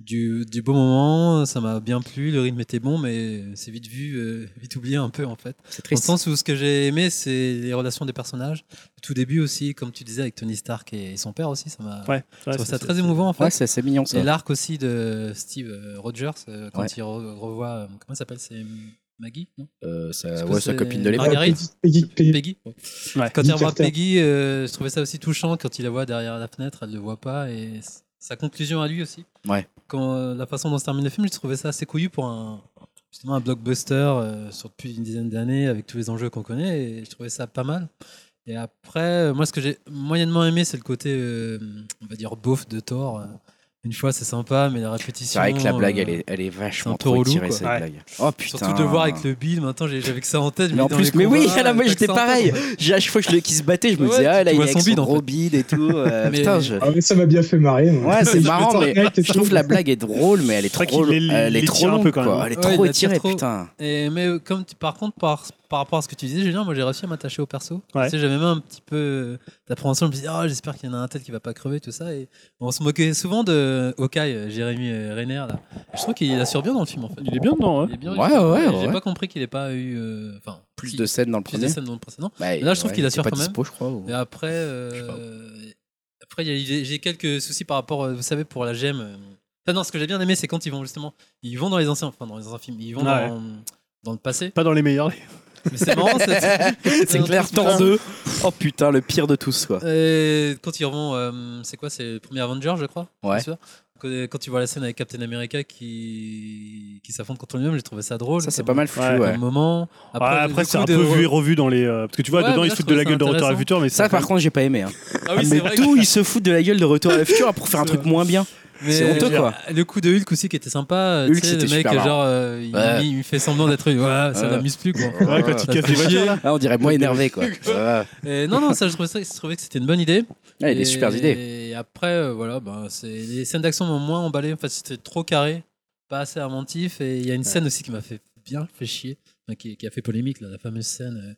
Speaker 2: du, du beau moment, ça m'a bien plu, le rythme était bon, mais c'est vite vu, euh, vite oublié un peu en fait.
Speaker 1: C'est
Speaker 2: Dans le
Speaker 1: triste.
Speaker 2: sens où ce que j'ai aimé, c'est les relations des personnages. Le tout début aussi, comme tu disais, avec Tony Stark et son père aussi, ça m'a.
Speaker 3: Ouais,
Speaker 2: je
Speaker 3: ouais,
Speaker 2: trouve
Speaker 3: c'est-
Speaker 2: ça
Speaker 3: c'est-
Speaker 2: très émouvant en fait.
Speaker 1: Ouais, c'est assez mignon ça.
Speaker 2: Et l'arc aussi de Steve euh, Rogers, euh, quand
Speaker 1: Ouais.
Speaker 2: il re- revoit. euh, comment elle s'appelle C'est Maggie non
Speaker 1: Euh,
Speaker 2: Parce
Speaker 1: ça,
Speaker 2: que
Speaker 1: ouais, sa
Speaker 2: c'est
Speaker 1: copine de l'époque.
Speaker 2: Marguerite
Speaker 4: Peggy- Peggy-
Speaker 2: Peggy ouais.
Speaker 3: Ouais.
Speaker 2: Quand
Speaker 4: Peggy
Speaker 2: il revoit
Speaker 4: Carter.
Speaker 2: Peggy, euh, je trouvais ça aussi touchant. Quand il la voit derrière la fenêtre, elle ne le voit pas. Et s- sa conclusion à lui aussi.
Speaker 1: Ouais.
Speaker 2: Quand, euh, la façon dont se termine le film, je trouvais ça assez couillu pour un, justement, un blockbuster euh, sur depuis une dizaine d'années avec tous les enjeux qu'on connaît. Et je trouvais ça pas mal. Et après, euh, moi, ce que j'ai moyennement aimé, c'est le côté, euh, on va dire, beauf de Thor. Euh, Une fois, c'est sympa, mais la
Speaker 1: C'est
Speaker 2: répétition.
Speaker 1: vrai que la blague,
Speaker 2: euh,
Speaker 1: elle est, elle est
Speaker 2: c'est
Speaker 1: vachement
Speaker 2: un peu
Speaker 1: trop
Speaker 2: relou,
Speaker 1: étirée,
Speaker 2: quoi.
Speaker 1: cette
Speaker 3: Ouais.
Speaker 1: blague. Oh putain.
Speaker 2: Surtout de voir avec le Bill, maintenant j'ai- j'avais que ça en tête.
Speaker 1: Mais en
Speaker 2: dans
Speaker 1: plus,
Speaker 2: les
Speaker 1: mais oui,
Speaker 2: combats,
Speaker 1: là, moi
Speaker 2: j'avais que
Speaker 1: j'étais
Speaker 2: ça en tête.
Speaker 1: pareil. J'ai- À chaque fois que je le qui se battait, je me
Speaker 2: Ouais,
Speaker 1: disais, ah
Speaker 2: tu
Speaker 1: là, il
Speaker 2: vois
Speaker 1: est avec
Speaker 2: son
Speaker 1: son
Speaker 2: bide, en
Speaker 1: gros
Speaker 2: fait.
Speaker 1: bide et tout. euh,
Speaker 2: Mais-
Speaker 1: Putain, je.
Speaker 4: Ah ouais, ça m'a bien fait marrer. moi.
Speaker 1: Ouais, c'est
Speaker 4: Je me
Speaker 1: marrant, mais
Speaker 4: tortais avec et
Speaker 1: je
Speaker 4: tout.
Speaker 1: trouve la blague est drôle, mais elle est
Speaker 3: C'est vrai
Speaker 1: trop,
Speaker 3: qu'il l'é-
Speaker 1: elle est
Speaker 3: l'étire
Speaker 1: trop
Speaker 3: un peu
Speaker 1: longue,
Speaker 3: quand même.
Speaker 1: quoi. Elle est
Speaker 2: Ouais,
Speaker 1: trop
Speaker 2: il la tire
Speaker 1: étirée,
Speaker 2: trop.
Speaker 1: putain.
Speaker 2: Et, mais euh, comme tu- par contre, par, par rapport à ce que tu disais, Julien, moi j'ai réussi à m'attacher au perso.
Speaker 3: Ouais.
Speaker 2: Tu sais, j'avais même un petit peu euh, d'appréhension. Je me disais, Ah, j'espère qu'il y en a un tel qui va pas crever, tout ça. Et on se moquait souvent de Hawkeye, euh, Jérémy euh, Renner. Là. Je trouve qu'il assure bien dans le film en fait.
Speaker 3: Il est bien dedans, hein.
Speaker 2: Il est bien
Speaker 1: Ouais,
Speaker 2: réussi.
Speaker 1: ouais,
Speaker 2: J'ai
Speaker 1: ouais.
Speaker 2: pas compris qu'il ait pas eu. euh, Enfin,
Speaker 1: Plus
Speaker 2: si,
Speaker 1: de scènes dans le
Speaker 2: plus de
Speaker 1: premier.
Speaker 2: scènes dans le précédent.
Speaker 1: Bah,
Speaker 2: Mais là, je trouve
Speaker 1: ouais,
Speaker 2: qu'il
Speaker 1: il
Speaker 2: assure
Speaker 1: était pas
Speaker 2: quand même.
Speaker 1: dispo, je crois. ou-
Speaker 2: Et après, euh,
Speaker 1: Je sais pas.
Speaker 2: après il y a- j'ai j'ai quelques soucis par rapport, euh, vous savez, pour la gemme. euh. Ah non, ce que j'ai bien aimé, c'est quand ils vont justement, ils vont dans les anciens, enfin dans les anciens films, ils vont
Speaker 3: Ah
Speaker 2: dans, dans le passé.
Speaker 3: Pas dans les meilleurs.
Speaker 2: Mais c'est marrant, c'est-
Speaker 1: C'est
Speaker 2: un
Speaker 1: clair,
Speaker 2: truc
Speaker 1: temps
Speaker 2: putain.
Speaker 1: 2. Oh putain, le pire de tous, quoi.
Speaker 2: Et quand ils vont, euh, c'est quoi, c'est le premier Avenger, je crois.
Speaker 1: Ouais.
Speaker 2: bien sûr. Quand, euh, quand tu vois la scène avec Captain America qui qui s'affronte contre lui-même, j'ai trouvé ça drôle.
Speaker 1: Ça, c'est
Speaker 2: comme-
Speaker 1: pas mal foutu,
Speaker 3: Ouais.
Speaker 1: ouais.
Speaker 2: comme moment.
Speaker 3: Après,
Speaker 2: le-
Speaker 3: après
Speaker 2: le
Speaker 3: c'est
Speaker 2: coup
Speaker 3: un
Speaker 2: de-
Speaker 3: peu vu et revu dans les. euh, parce que tu vois,
Speaker 2: Ouais,
Speaker 3: dedans,
Speaker 2: mais
Speaker 3: ils
Speaker 2: là, je
Speaker 3: se foutent de la
Speaker 2: trouve
Speaker 3: gueule de
Speaker 2: ça
Speaker 3: Retour à
Speaker 2: intéressant.
Speaker 3: le futur, mais
Speaker 1: Ça,
Speaker 3: c'est
Speaker 1: par
Speaker 3: pas-
Speaker 1: contre, j'ai pas aimé. hein.
Speaker 2: Ah oui, c'est
Speaker 1: mais
Speaker 2: vrai.
Speaker 1: tout, ils se foutent de la gueule de Retour à la Future pour faire un
Speaker 2: C'est
Speaker 1: truc
Speaker 2: vrai.
Speaker 1: moins bien.
Speaker 2: Mais
Speaker 1: C'est honteux,
Speaker 2: euh,
Speaker 1: quoi.
Speaker 2: Le coup de Hulk aussi qui était sympa. euh,
Speaker 1: Hulk,
Speaker 2: tu sais, le
Speaker 1: c'était
Speaker 2: mec,
Speaker 1: super marrant.
Speaker 2: genre, euh, il,
Speaker 1: Ouais.
Speaker 2: il fait semblant d'être. Ouais, ça
Speaker 1: Ouais.
Speaker 2: l'amuse plus, quoi.
Speaker 3: Ouais, quand
Speaker 1: Ouais.
Speaker 3: ils cassent les voitures, là.
Speaker 1: Ah, on dirait moins énervé, quoi. Ouais.
Speaker 2: Et non, non, ça, je trouvais, ça- je trouvais que c'était une bonne idée.
Speaker 1: Ouais, Ah, il y a des
Speaker 2: Et-
Speaker 1: super idées.
Speaker 2: Et après, euh, voilà, ben, c'est- les scènes d'action m'ont moins emballé. Enfin, c'était trop carré, pas assez inventif. Et il y a une scène aussi qui m'a fait bien fait chier, enfin, qui, qui a fait polémique, là, la fameuse scène euh,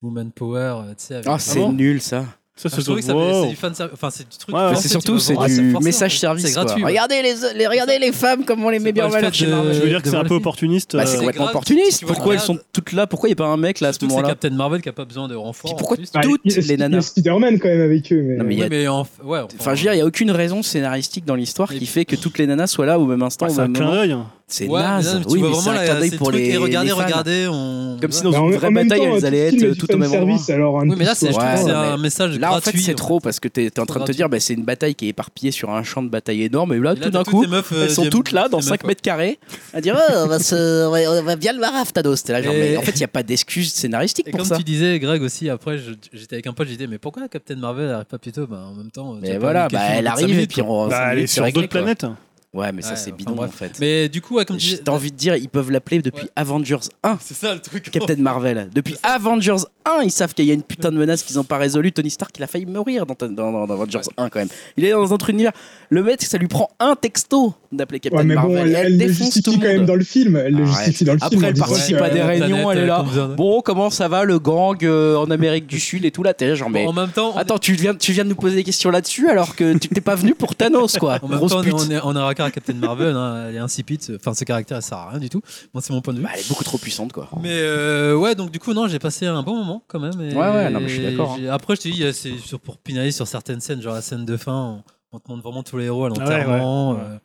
Speaker 2: Woman Power. euh, tu sais, avec-
Speaker 1: Ah, c'est
Speaker 3: bon
Speaker 1: nul, ça.
Speaker 3: Ça,
Speaker 2: Enfin,
Speaker 3: se
Speaker 2: je trouvais que ça-
Speaker 3: voit.
Speaker 2: c'est du fan service. Enfin, c'est du truc.
Speaker 3: Ouais, ouais.
Speaker 1: Mais
Speaker 2: forcé,
Speaker 1: c'est
Speaker 2: tu
Speaker 1: surtout
Speaker 2: vas
Speaker 1: c'est
Speaker 2: voir,
Speaker 1: du
Speaker 2: forcé, en
Speaker 1: message
Speaker 2: fait.
Speaker 1: service.
Speaker 2: C'est gratuit.
Speaker 1: quoi.
Speaker 2: ouais.
Speaker 1: Regardez les, les regardez les femmes comment on les met
Speaker 2: C'est
Speaker 1: bien en
Speaker 2: pas le
Speaker 1: valeur
Speaker 2: fait
Speaker 1: chez
Speaker 2: de-
Speaker 1: Marvel.
Speaker 3: Je veux dire que c'est
Speaker 2: devant
Speaker 3: un
Speaker 2: le
Speaker 3: peu
Speaker 2: film.
Speaker 3: opportuniste.
Speaker 1: Bah, c'est
Speaker 2: c'est
Speaker 3: euh,
Speaker 1: complètement
Speaker 2: grave, si
Speaker 1: opportuniste.
Speaker 2: tu vois
Speaker 1: Pourquoi
Speaker 2: le
Speaker 1: elles
Speaker 2: gars-
Speaker 1: sont toutes là Pourquoi il n'y a pas un mec là à ce
Speaker 2: Surtout que c'est
Speaker 1: moment-là
Speaker 2: Captain Marvel qui a pas besoin de renfort.
Speaker 1: Et
Speaker 2: en
Speaker 1: pourquoi
Speaker 2: plus.
Speaker 4: Ouais,
Speaker 1: toutes
Speaker 4: il y a-
Speaker 1: les
Speaker 4: Il y
Speaker 1: nanas
Speaker 4: a Spider-Man quand même avec eux. Mais...
Speaker 1: Non, mais il y a-
Speaker 2: Ouais, mais en- ouais, on-
Speaker 1: Enfin, je veux dire, il n'y a aucune raison scénaristique dans l'histoire
Speaker 2: Mais-
Speaker 1: qui fait que toutes les nanas soient là au même instant,
Speaker 3: ah,
Speaker 1: au
Speaker 3: C'est un
Speaker 1: même
Speaker 3: clin
Speaker 1: moment.
Speaker 3: d'œil. hein.
Speaker 1: C'est
Speaker 2: Ouais, mais
Speaker 1: naze.
Speaker 2: là, tu
Speaker 1: Oui,
Speaker 2: vois
Speaker 1: mais c'est
Speaker 2: vraiment
Speaker 1: un
Speaker 2: la,
Speaker 1: clin d'œil
Speaker 2: c'est
Speaker 1: pour
Speaker 2: le truc,
Speaker 1: les.
Speaker 2: et regardez,
Speaker 1: les fans.
Speaker 2: regardez, on.
Speaker 1: Comme si
Speaker 2: Ouais.
Speaker 1: dans
Speaker 4: Bah, en-
Speaker 1: une
Speaker 4: en
Speaker 1: vraie
Speaker 4: même
Speaker 1: bataille,
Speaker 4: temps,
Speaker 1: elles
Speaker 4: tout
Speaker 1: allaient
Speaker 4: le film est
Speaker 1: être
Speaker 4: du
Speaker 1: toutes au même endroit.
Speaker 4: fanservice, alors, un
Speaker 2: Oui, mais là,
Speaker 4: petit
Speaker 2: c'est
Speaker 4: peu.
Speaker 2: je trouve
Speaker 1: Ouais,
Speaker 2: que c'est
Speaker 1: non,
Speaker 2: un
Speaker 1: mais
Speaker 2: message
Speaker 1: Là, en
Speaker 2: gratuit.
Speaker 1: fait, c'est trop parce que t'es t'es en train de te
Speaker 2: gratuit.
Speaker 1: dire, bah, c'est une bataille qui est éparpillée sur un champ de bataille énorme, et là,
Speaker 2: Et là,
Speaker 1: Ah, tout d'un
Speaker 2: t'as
Speaker 1: coup,
Speaker 2: toutes les meufs, euh,
Speaker 1: elles sont
Speaker 2: des-
Speaker 1: toutes là dans
Speaker 2: des
Speaker 1: 5
Speaker 2: meufs,
Speaker 1: mètres carrés à dire, oh, on va se- on va- on va bien le voir, Thanos. T'es là, genre,
Speaker 2: Et-
Speaker 1: mais en fait, il n'y a pas d'excuse
Speaker 2: Et
Speaker 1: scénaristique
Speaker 2: comme
Speaker 1: pour ça.
Speaker 2: tu disais, Greg aussi, après, je- j'étais avec un pote, j'ai dit, mais pourquoi Captain Marvel arrive pas plus tôt Bah, en même temps. tu as
Speaker 1: Mais
Speaker 2: pas
Speaker 1: voilà,
Speaker 2: mis quel
Speaker 1: bah,
Speaker 2: film
Speaker 1: elle
Speaker 2: en cinq
Speaker 1: arrive et
Speaker 2: minutes,
Speaker 1: puis
Speaker 2: quoi.
Speaker 1: on
Speaker 3: Bah, elle est sur d'autres planètes.
Speaker 1: Ouais, mais ça
Speaker 2: Ouais,
Speaker 1: c'est
Speaker 2: enfin,
Speaker 1: bidon en
Speaker 2: bref.
Speaker 1: fait.
Speaker 2: Mais du coup, ouais, comme tu
Speaker 1: J'ai
Speaker 2: disais.
Speaker 1: envie de dire, ils peuvent l'appeler depuis
Speaker 2: Ouais.
Speaker 1: Avengers 1,
Speaker 2: C'est ça le truc.
Speaker 1: Captain Marvel. Depuis Avengers 1, ils savent qu'il y a une putain de menace qu'ils n'ont pas résolue. Tony Stark, il a failli mourir dans, dans- dans Avengers 1 quand même. Il est dans un autre univers. Le mec, ça lui prend un texto d'appeler Captain
Speaker 4: Ouais, mais bon,
Speaker 1: Marvel.
Speaker 4: elle,
Speaker 1: et elle
Speaker 4: elle le
Speaker 1: défonce
Speaker 4: justifie
Speaker 1: tout
Speaker 4: quand
Speaker 1: le
Speaker 4: même
Speaker 1: monde.
Speaker 4: dans le film. Elle le
Speaker 1: Arrête.
Speaker 4: justifie dans le
Speaker 1: Après,
Speaker 4: film. en
Speaker 1: elle
Speaker 4: disant
Speaker 1: participe
Speaker 4: que,
Speaker 1: à des
Speaker 4: euh,
Speaker 1: réunions, elle est là. Bon, comment ça va le gang euh, en Amérique du Sud et tout là T'es là, genre, mais.
Speaker 2: En même temps, on-
Speaker 1: Attends, tu viens, tu viens de nous poser des questions là-dessus alors que tu t'es pas venu pour Thanos quoi.
Speaker 2: en même
Speaker 1: Grosse
Speaker 2: temps,
Speaker 1: pute.
Speaker 2: on est on est en raccord à Captain Marvel, hein, elle est insipide, ce- enfin, ce caractère, elle sert à rien du tout. Moi, c'est mon point de vue.
Speaker 1: Bah, elle est beaucoup trop puissante quoi.
Speaker 2: Mais euh, ouais, donc du coup, non, j'ai passé un bon moment quand même. et-
Speaker 1: Ouais, ouais, non, mais je suis d'accord, hein.
Speaker 2: j'ai- Après, je te dis, il y a- c'est sur- pour pinailler sur certaines scènes, genre la scène de fin, on, on te montre vraiment tous les héros à
Speaker 3: ouais,
Speaker 2: l'enterrement.
Speaker 3: ouais.
Speaker 2: euh,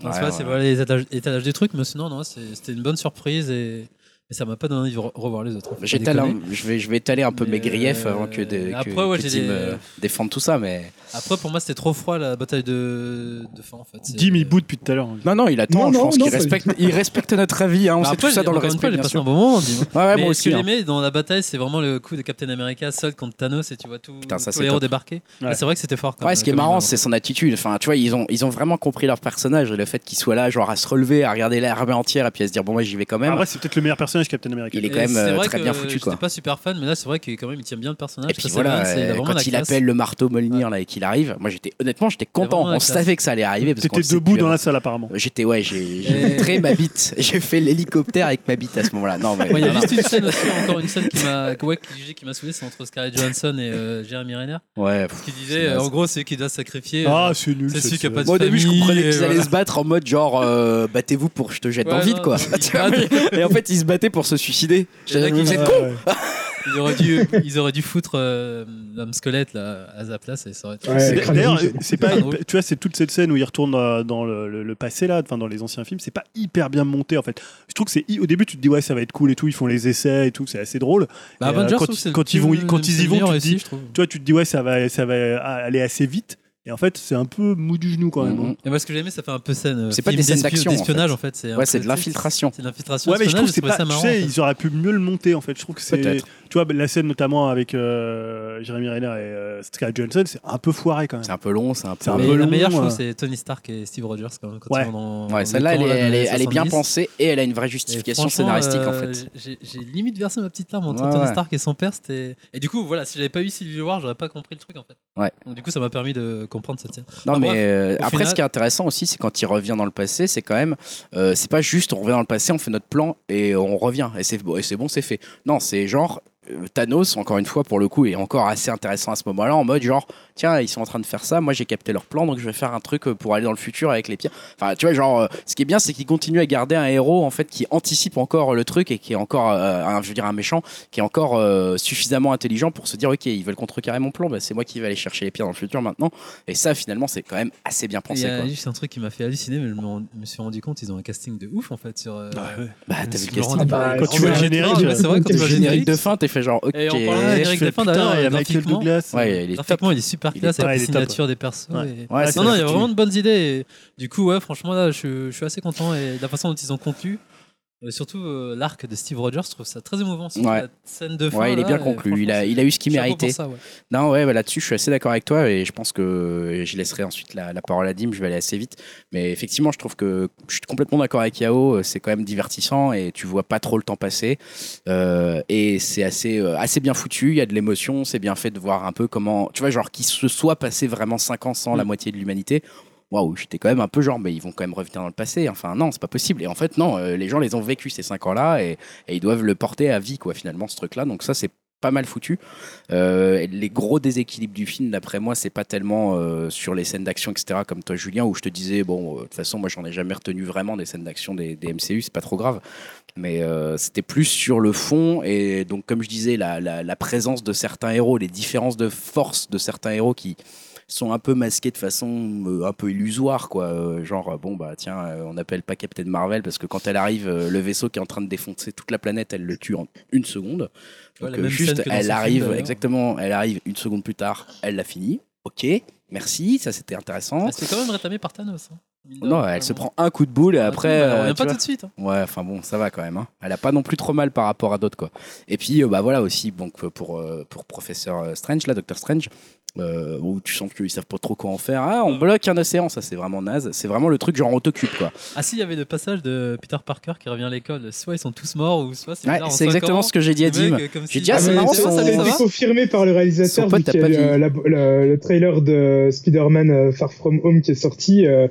Speaker 2: Enfin, c'est
Speaker 1: Ouais,
Speaker 2: pas, c'est
Speaker 1: ouais.
Speaker 2: voilà les étalages, étalages des trucs, mais sinon, non, c'est- c'était une bonne surprise et, et ça m'a pas donné envie de re- revoir les autres. faut pas
Speaker 1: J'étale
Speaker 2: déconner.
Speaker 1: un- je, vais, je vais étaler un peu
Speaker 2: Mais,
Speaker 1: mes griefs
Speaker 2: euh,
Speaker 1: avant que, des, que-
Speaker 2: après, ouais,
Speaker 1: que
Speaker 2: j'ai
Speaker 1: Tim
Speaker 2: des-
Speaker 1: euh, défende tout ça, mais.
Speaker 2: Après, pour moi, c'était trop froid la bataille de, de fin en fait. C'est-
Speaker 3: Dim, il bout depuis tout à l'heure.
Speaker 1: Non, non, il attend,
Speaker 4: Non,
Speaker 1: je
Speaker 4: non,
Speaker 1: pense
Speaker 4: non,
Speaker 1: qu'il
Speaker 4: pas du
Speaker 1: respecte, il respecte notre avis, hein, on
Speaker 2: Bah,
Speaker 1: sait
Speaker 2: après,
Speaker 1: tout ça dans le
Speaker 2: encore une
Speaker 1: respect,
Speaker 2: fois, j'ai
Speaker 1: bien
Speaker 2: passé un
Speaker 1: sûr.
Speaker 2: bon moment, Dim.
Speaker 1: Ouais, ouais,
Speaker 2: Mais
Speaker 1: moi
Speaker 2: ce que
Speaker 1: aussi. hein.
Speaker 2: j'aimais dans la bataille, c'est vraiment le coup de Captain America seul contre Thanos et tu vois tout,
Speaker 1: Putain, ça,
Speaker 2: tous
Speaker 1: c'est
Speaker 2: les héros
Speaker 1: top.
Speaker 2: débarquer.
Speaker 3: Ouais.
Speaker 2: Et C'est vrai que c'était fort. Quand
Speaker 1: Ouais, ce qui est marrant, c'est son attitude. Enfin, tu vois, ils ont, ils ont vraiment compris leur personnage et le fait qu'ils soient là, genre à se relever, à regarder l'armée entière et puis à se dire bon, moi j'y vais quand même.
Speaker 3: Après, c'est peut-être le meilleur personnage Captain America.
Speaker 1: Il est quand même euh, très bien foutu, quoi.
Speaker 2: J'étais pas super fan, mais là, c'est vrai qu'il quand même il tient bien le personnage.
Speaker 1: Et puis
Speaker 2: ça, c'est
Speaker 1: voilà,
Speaker 2: bien, c'est- il a
Speaker 1: euh,
Speaker 2: vraiment
Speaker 1: quand
Speaker 2: la
Speaker 1: il
Speaker 2: classe.
Speaker 1: appelle le marteau Molnir là et qu'il arrive, moi j'étais honnêtement, j'étais content.
Speaker 2: vraiment la
Speaker 1: On
Speaker 2: classe.
Speaker 1: savait que ça allait arriver. parce qu'on le
Speaker 3: T'étais
Speaker 1: sait
Speaker 3: debout
Speaker 1: depuis
Speaker 3: dans
Speaker 1: avant.
Speaker 3: la salle, apparemment.
Speaker 1: J'étais ouais, j'ai j'ai
Speaker 2: Et-
Speaker 1: montré ma bite. J'ai fait l'hélicoptère avec ma bite à ce moment-là. Non mais
Speaker 2: Ouais, Il y a
Speaker 1: non,
Speaker 2: juste une scène aussi, encore une scène qui m'a que- ouais, qui, qui m'a saoulé, c'est entre Scarlett Johansson et euh, Jeremy Renner,
Speaker 1: non. Ouais, pff.
Speaker 2: qui
Speaker 1: C'est
Speaker 2: disait euh,
Speaker 1: naze.
Speaker 2: en gros c'est lui qui doit se sacrifier.
Speaker 3: Ah,
Speaker 2: euh,
Speaker 3: c'est nul.
Speaker 2: c'est
Speaker 3: ce-
Speaker 2: celui qui a
Speaker 3: ce-
Speaker 2: pas de
Speaker 1: Moi, au début, je
Speaker 2: famille,
Speaker 1: comprenais
Speaker 2: et
Speaker 1: qu'ils allaient
Speaker 2: voilà.
Speaker 1: se battre en mode genre euh, battez-vous pour que je te jette dans
Speaker 2: Ouais,
Speaker 1: le vide
Speaker 2: non,
Speaker 1: quoi.
Speaker 2: ils-
Speaker 1: Tu vois, mais- et en fait, ils se battaient pour se suicider.
Speaker 2: Il y en a
Speaker 1: J'avais
Speaker 2: qui
Speaker 1: vous êtes
Speaker 2: disent,
Speaker 1: cons
Speaker 3: Ouais.
Speaker 2: Ils auraient dû, ils auraient dû foutre euh, l'homme squelette là, à sa place et ça aurait été.
Speaker 4: Ouais,
Speaker 2: C'est-
Speaker 4: crâne
Speaker 3: C'est- D'ailleurs,
Speaker 4: rouge.
Speaker 3: c'est pas
Speaker 2: Crâne
Speaker 3: hyper-
Speaker 2: rouge.
Speaker 3: tu vois, c'est toute cette scène où il retourne euh, dans le, le- le passé là, enfin dans les anciens films, c'est pas hyper bien monté en fait. Je trouve que c'est hi- au début tu te dis ouais ça va être cool et tout, ils font les essais et tout, c'est assez drôle.
Speaker 2: Bah,
Speaker 3: Et, euh,
Speaker 2: Avengers,
Speaker 3: quand
Speaker 2: je trouve que
Speaker 3: ils-
Speaker 2: c'est le
Speaker 3: quand ils vont-
Speaker 2: plus-
Speaker 3: quand ils y
Speaker 2: c'est le
Speaker 3: vont, tu
Speaker 2: meilleur
Speaker 3: te
Speaker 2: réussi,
Speaker 3: dis-
Speaker 2: je trouve.
Speaker 3: Tu vois, tu te dis ouais ça va ça va aller assez vite et en fait c'est un peu mou du genou quand même.
Speaker 1: Mhm.
Speaker 3: hein.
Speaker 2: Et moi, ce que j'ai aimé, ça fait un peu scène. euh,
Speaker 1: C'est pas
Speaker 2: film
Speaker 1: des scènes
Speaker 2: d'espion-
Speaker 1: d'action, en
Speaker 2: d'espionnage, en fait. un
Speaker 1: Ouais,
Speaker 2: peu,
Speaker 1: c'est de
Speaker 2: tu sais,
Speaker 1: l'infiltration.
Speaker 2: C'est de l'infiltration.
Speaker 3: Ouais mais je trouve que c'est
Speaker 2: espionnage,
Speaker 3: pas,
Speaker 2: trouvais ça
Speaker 3: tu
Speaker 2: marrant. en
Speaker 3: sais,
Speaker 2: fait.
Speaker 3: ils auraient pu mieux le monter en fait. Je trouve que c'est,
Speaker 1: Peut-être.
Speaker 3: tu vois la scène notamment avec euh, Jeremy Renner et euh, Scarlett Johansson, c'est un peu foiré quand même.
Speaker 1: C'est un peu long, c'est un
Speaker 3: C'est
Speaker 1: peu.
Speaker 3: un
Speaker 2: Mais
Speaker 3: peu
Speaker 2: la
Speaker 3: long,
Speaker 2: meilleure, je
Speaker 3: euh.
Speaker 2: trouve, c'est Tony Stark et Steve Rogers quand même. Quand
Speaker 3: Ouais.
Speaker 2: ils vont dans-
Speaker 1: Ouais,
Speaker 2: dans
Speaker 1: celle-là,
Speaker 2: le
Speaker 1: elle,
Speaker 2: camp,
Speaker 1: est-
Speaker 2: là, dans
Speaker 1: elle
Speaker 2: les
Speaker 1: est- elle est bien
Speaker 2: 70.
Speaker 1: pensée et elle a une vraie
Speaker 2: Et
Speaker 1: justification
Speaker 2: franchement,
Speaker 1: scénaristique en
Speaker 2: euh,
Speaker 1: fait.
Speaker 2: j'ai- J'ai limite versé ma petite larme entre
Speaker 1: Ouais,
Speaker 2: Tony
Speaker 1: ouais.
Speaker 2: Stark et son père. C'était. Et du coup, voilà, si j'avais pas eu Sylvie Loire, j'aurais pas compris le truc en fait.
Speaker 1: Ouais.
Speaker 2: Donc, du coup, ça m'a permis de comprendre cette scène.
Speaker 1: Non,
Speaker 2: Ah,
Speaker 1: mais
Speaker 2: bref,
Speaker 1: euh,
Speaker 2: au
Speaker 1: après,
Speaker 2: final-
Speaker 1: ce qui est intéressant aussi, c'est quand il revient dans le passé, c'est quand même, euh, c'est pas juste on revient dans le passé, on fait notre plan et on revient et c'est bon, et c'est bon, c'est fait. Non, c'est genre euh, Thanos, encore une fois, pour le coup, est encore assez intéressant à ce moment-là, en mode genre, tiens, ils sont en train de faire ça, moi j'ai capté leur plan, donc je vais faire un truc euh, pour aller dans le futur avec les pierres. Enfin, tu vois, genre, euh, ce qui est bien, c'est qu'il continue à garder un héros en fait qui anticipe encore euh, le truc et qui est encore, euh, un, je veux dire, un méchant qui est encore euh, suffisamment intelligent pour se dire, ok, ils veulent contrecarrer mon plan, bah, c'est moi qui vais aller chercher les pierres dans le futur maintenant. Et ça, finalement, c'est quand même assez bien
Speaker 2: Il
Speaker 1: pensé.
Speaker 2: y a
Speaker 1: Quoi.
Speaker 2: euh, juste un truc qui m'a fait halluciner, mais je m'en- me suis rendu compte, ils ont un casting de ouf en fait sur. euh,
Speaker 3: Ouais, ouais.
Speaker 1: Bah, t'as
Speaker 2: Je
Speaker 1: vu
Speaker 2: me
Speaker 1: le casting
Speaker 2: rendais
Speaker 1: bah,
Speaker 2: pas-
Speaker 3: Quand
Speaker 2: je
Speaker 3: tu
Speaker 2: me
Speaker 3: vois le
Speaker 2: rendais
Speaker 3: générique,
Speaker 2: pas- ouais, c'est vrai, quand tu
Speaker 1: Le
Speaker 2: vois le
Speaker 1: générique de
Speaker 2: générique.
Speaker 1: fin, t'es fait genre, ok.
Speaker 2: Et en parlant de
Speaker 3: Ouais,
Speaker 2: générique
Speaker 3: je fais,
Speaker 2: de fin,
Speaker 3: putain,
Speaker 2: d'ailleurs,
Speaker 3: il y a Michael
Speaker 2: graphiquement-
Speaker 3: Douglas.
Speaker 1: Ouais, il est top.
Speaker 2: Graphiquement, il est super
Speaker 1: Il est
Speaker 2: classe
Speaker 3: top,
Speaker 2: avec
Speaker 3: il
Speaker 2: les
Speaker 3: est top.
Speaker 2: signatures des persos.
Speaker 3: Ouais.
Speaker 2: et-
Speaker 1: Ouais, c'est
Speaker 2: non, non, il y a
Speaker 1: foutu.
Speaker 2: vraiment de bonnes idées. Et du coup, ouais, franchement, là, je, je suis assez content. Et la façon dont ils ont conclu, euh, surtout euh, l'arc de Steve Rogers, je trouve ça très émouvant. surtout
Speaker 1: Ouais.
Speaker 2: La scène de fin.
Speaker 1: Ouais, il est
Speaker 2: là,
Speaker 1: bien
Speaker 2: et
Speaker 1: conclu. Il
Speaker 2: franchement,
Speaker 1: a, il a eu ce qu'il
Speaker 2: chapeau
Speaker 1: méritait.
Speaker 2: pour ça, ouais.
Speaker 1: Non, ouais, bah, là-dessus, je suis assez d'accord avec toi et je pense que je laisserai ensuite la, la parole à Dim. Je vais aller assez vite. Mais effectivement, je trouve que je suis complètement d'accord avec Yao. euh, C'est quand même divertissant et tu vois pas trop le temps passer. Euh, et c'est assez, euh, assez bien foutu. Il y a de l'émotion. C'est bien fait de voir un peu comment, tu vois, genre, qu'il se soit passé vraiment 5 ans sans la moitié de l'humanité. Waouh, j'étais quand même un peu genre, mais ils vont quand même revenir dans le passé. Enfin, non, c'est pas possible. Et en fait, non, euh, les gens les ont vécu ces 5 ans-là et, et ils doivent le porter à vie, quoi, finalement, ce truc-là. Donc, ça, c'est pas mal foutu. Euh, les gros déséquilibres du film, d'après moi, c'est pas tellement euh, sur les scènes d'action, etc., comme toi, Julien, où je te disais, bon, euh, de toute façon, moi, j'en ai jamais retenu vraiment des scènes d'action des, des MCU, c'est pas trop grave. Mais euh, c'était plus sur le fond, et donc, comme je disais, la, la- la présence de certains héros, les différences de force de certains héros qui sont un peu masqués de façon euh, un peu illusoire quoi Euh, genre euh, bon bah tiens euh, on n'appelle pas Captain Marvel parce que quand elle arrive euh, le vaisseau qui est en train de défoncer toute la planète elle le tue en une seconde
Speaker 2: Ouais,
Speaker 1: donc
Speaker 2: la
Speaker 1: euh,
Speaker 2: même
Speaker 1: juste
Speaker 2: scène que dans
Speaker 1: elle
Speaker 2: ce film, euh,
Speaker 1: arrive
Speaker 2: d'ailleurs.
Speaker 1: exactement elle arrive une seconde plus tard elle l'a fini ok merci ça c'était intéressant
Speaker 2: Elle s'est quand même rétamée par Thanos. hein. Mine de
Speaker 1: non
Speaker 2: rien, Bah,
Speaker 1: elle se
Speaker 2: vraiment.
Speaker 1: prend un coup de boule et après
Speaker 2: Elle
Speaker 1: euh,
Speaker 2: revient
Speaker 1: tu
Speaker 2: pas
Speaker 1: vois.
Speaker 2: tout de suite. hein.
Speaker 1: Ouais, enfin bon, ça va quand même. hein. Elle a pas non plus trop mal par rapport à d'autres quoi. Et puis euh, bah voilà aussi donc euh, pour euh, pour professeur euh, Strange là, Docteur Strange. euh, où tu sens qu'ils savent pas trop quoi en faire. Ah, on bloque un océan, ça c'est vraiment naze. C'est vraiment le truc genre on t'occupe quoi.
Speaker 2: Ah, si, il y avait le passage de Peter Parker qui revient à l'école. Soit ils sont tous morts, ou soit c'est
Speaker 1: Ouais,
Speaker 2: bizarre, en
Speaker 1: c'est
Speaker 2: cinq
Speaker 1: exactement
Speaker 2: ans,
Speaker 1: ce que j'ai dit à
Speaker 2: le mec,
Speaker 1: Dim.
Speaker 2: euh, comme
Speaker 1: J'ai
Speaker 2: si-
Speaker 1: dit, ah,
Speaker 2: Ah,
Speaker 1: c'est
Speaker 2: mais
Speaker 1: marrant,
Speaker 2: ça va,
Speaker 1: son-
Speaker 2: ça
Speaker 4: a
Speaker 2: va,
Speaker 4: été
Speaker 2: ça va
Speaker 4: confirmé par le
Speaker 1: Son
Speaker 4: réalisateur
Speaker 1: pote
Speaker 4: vu
Speaker 1: a
Speaker 4: qu'il y a
Speaker 1: pas
Speaker 4: le, la- le- le trailer de Spider-Man euh, Far From Home qui est sorti. euh,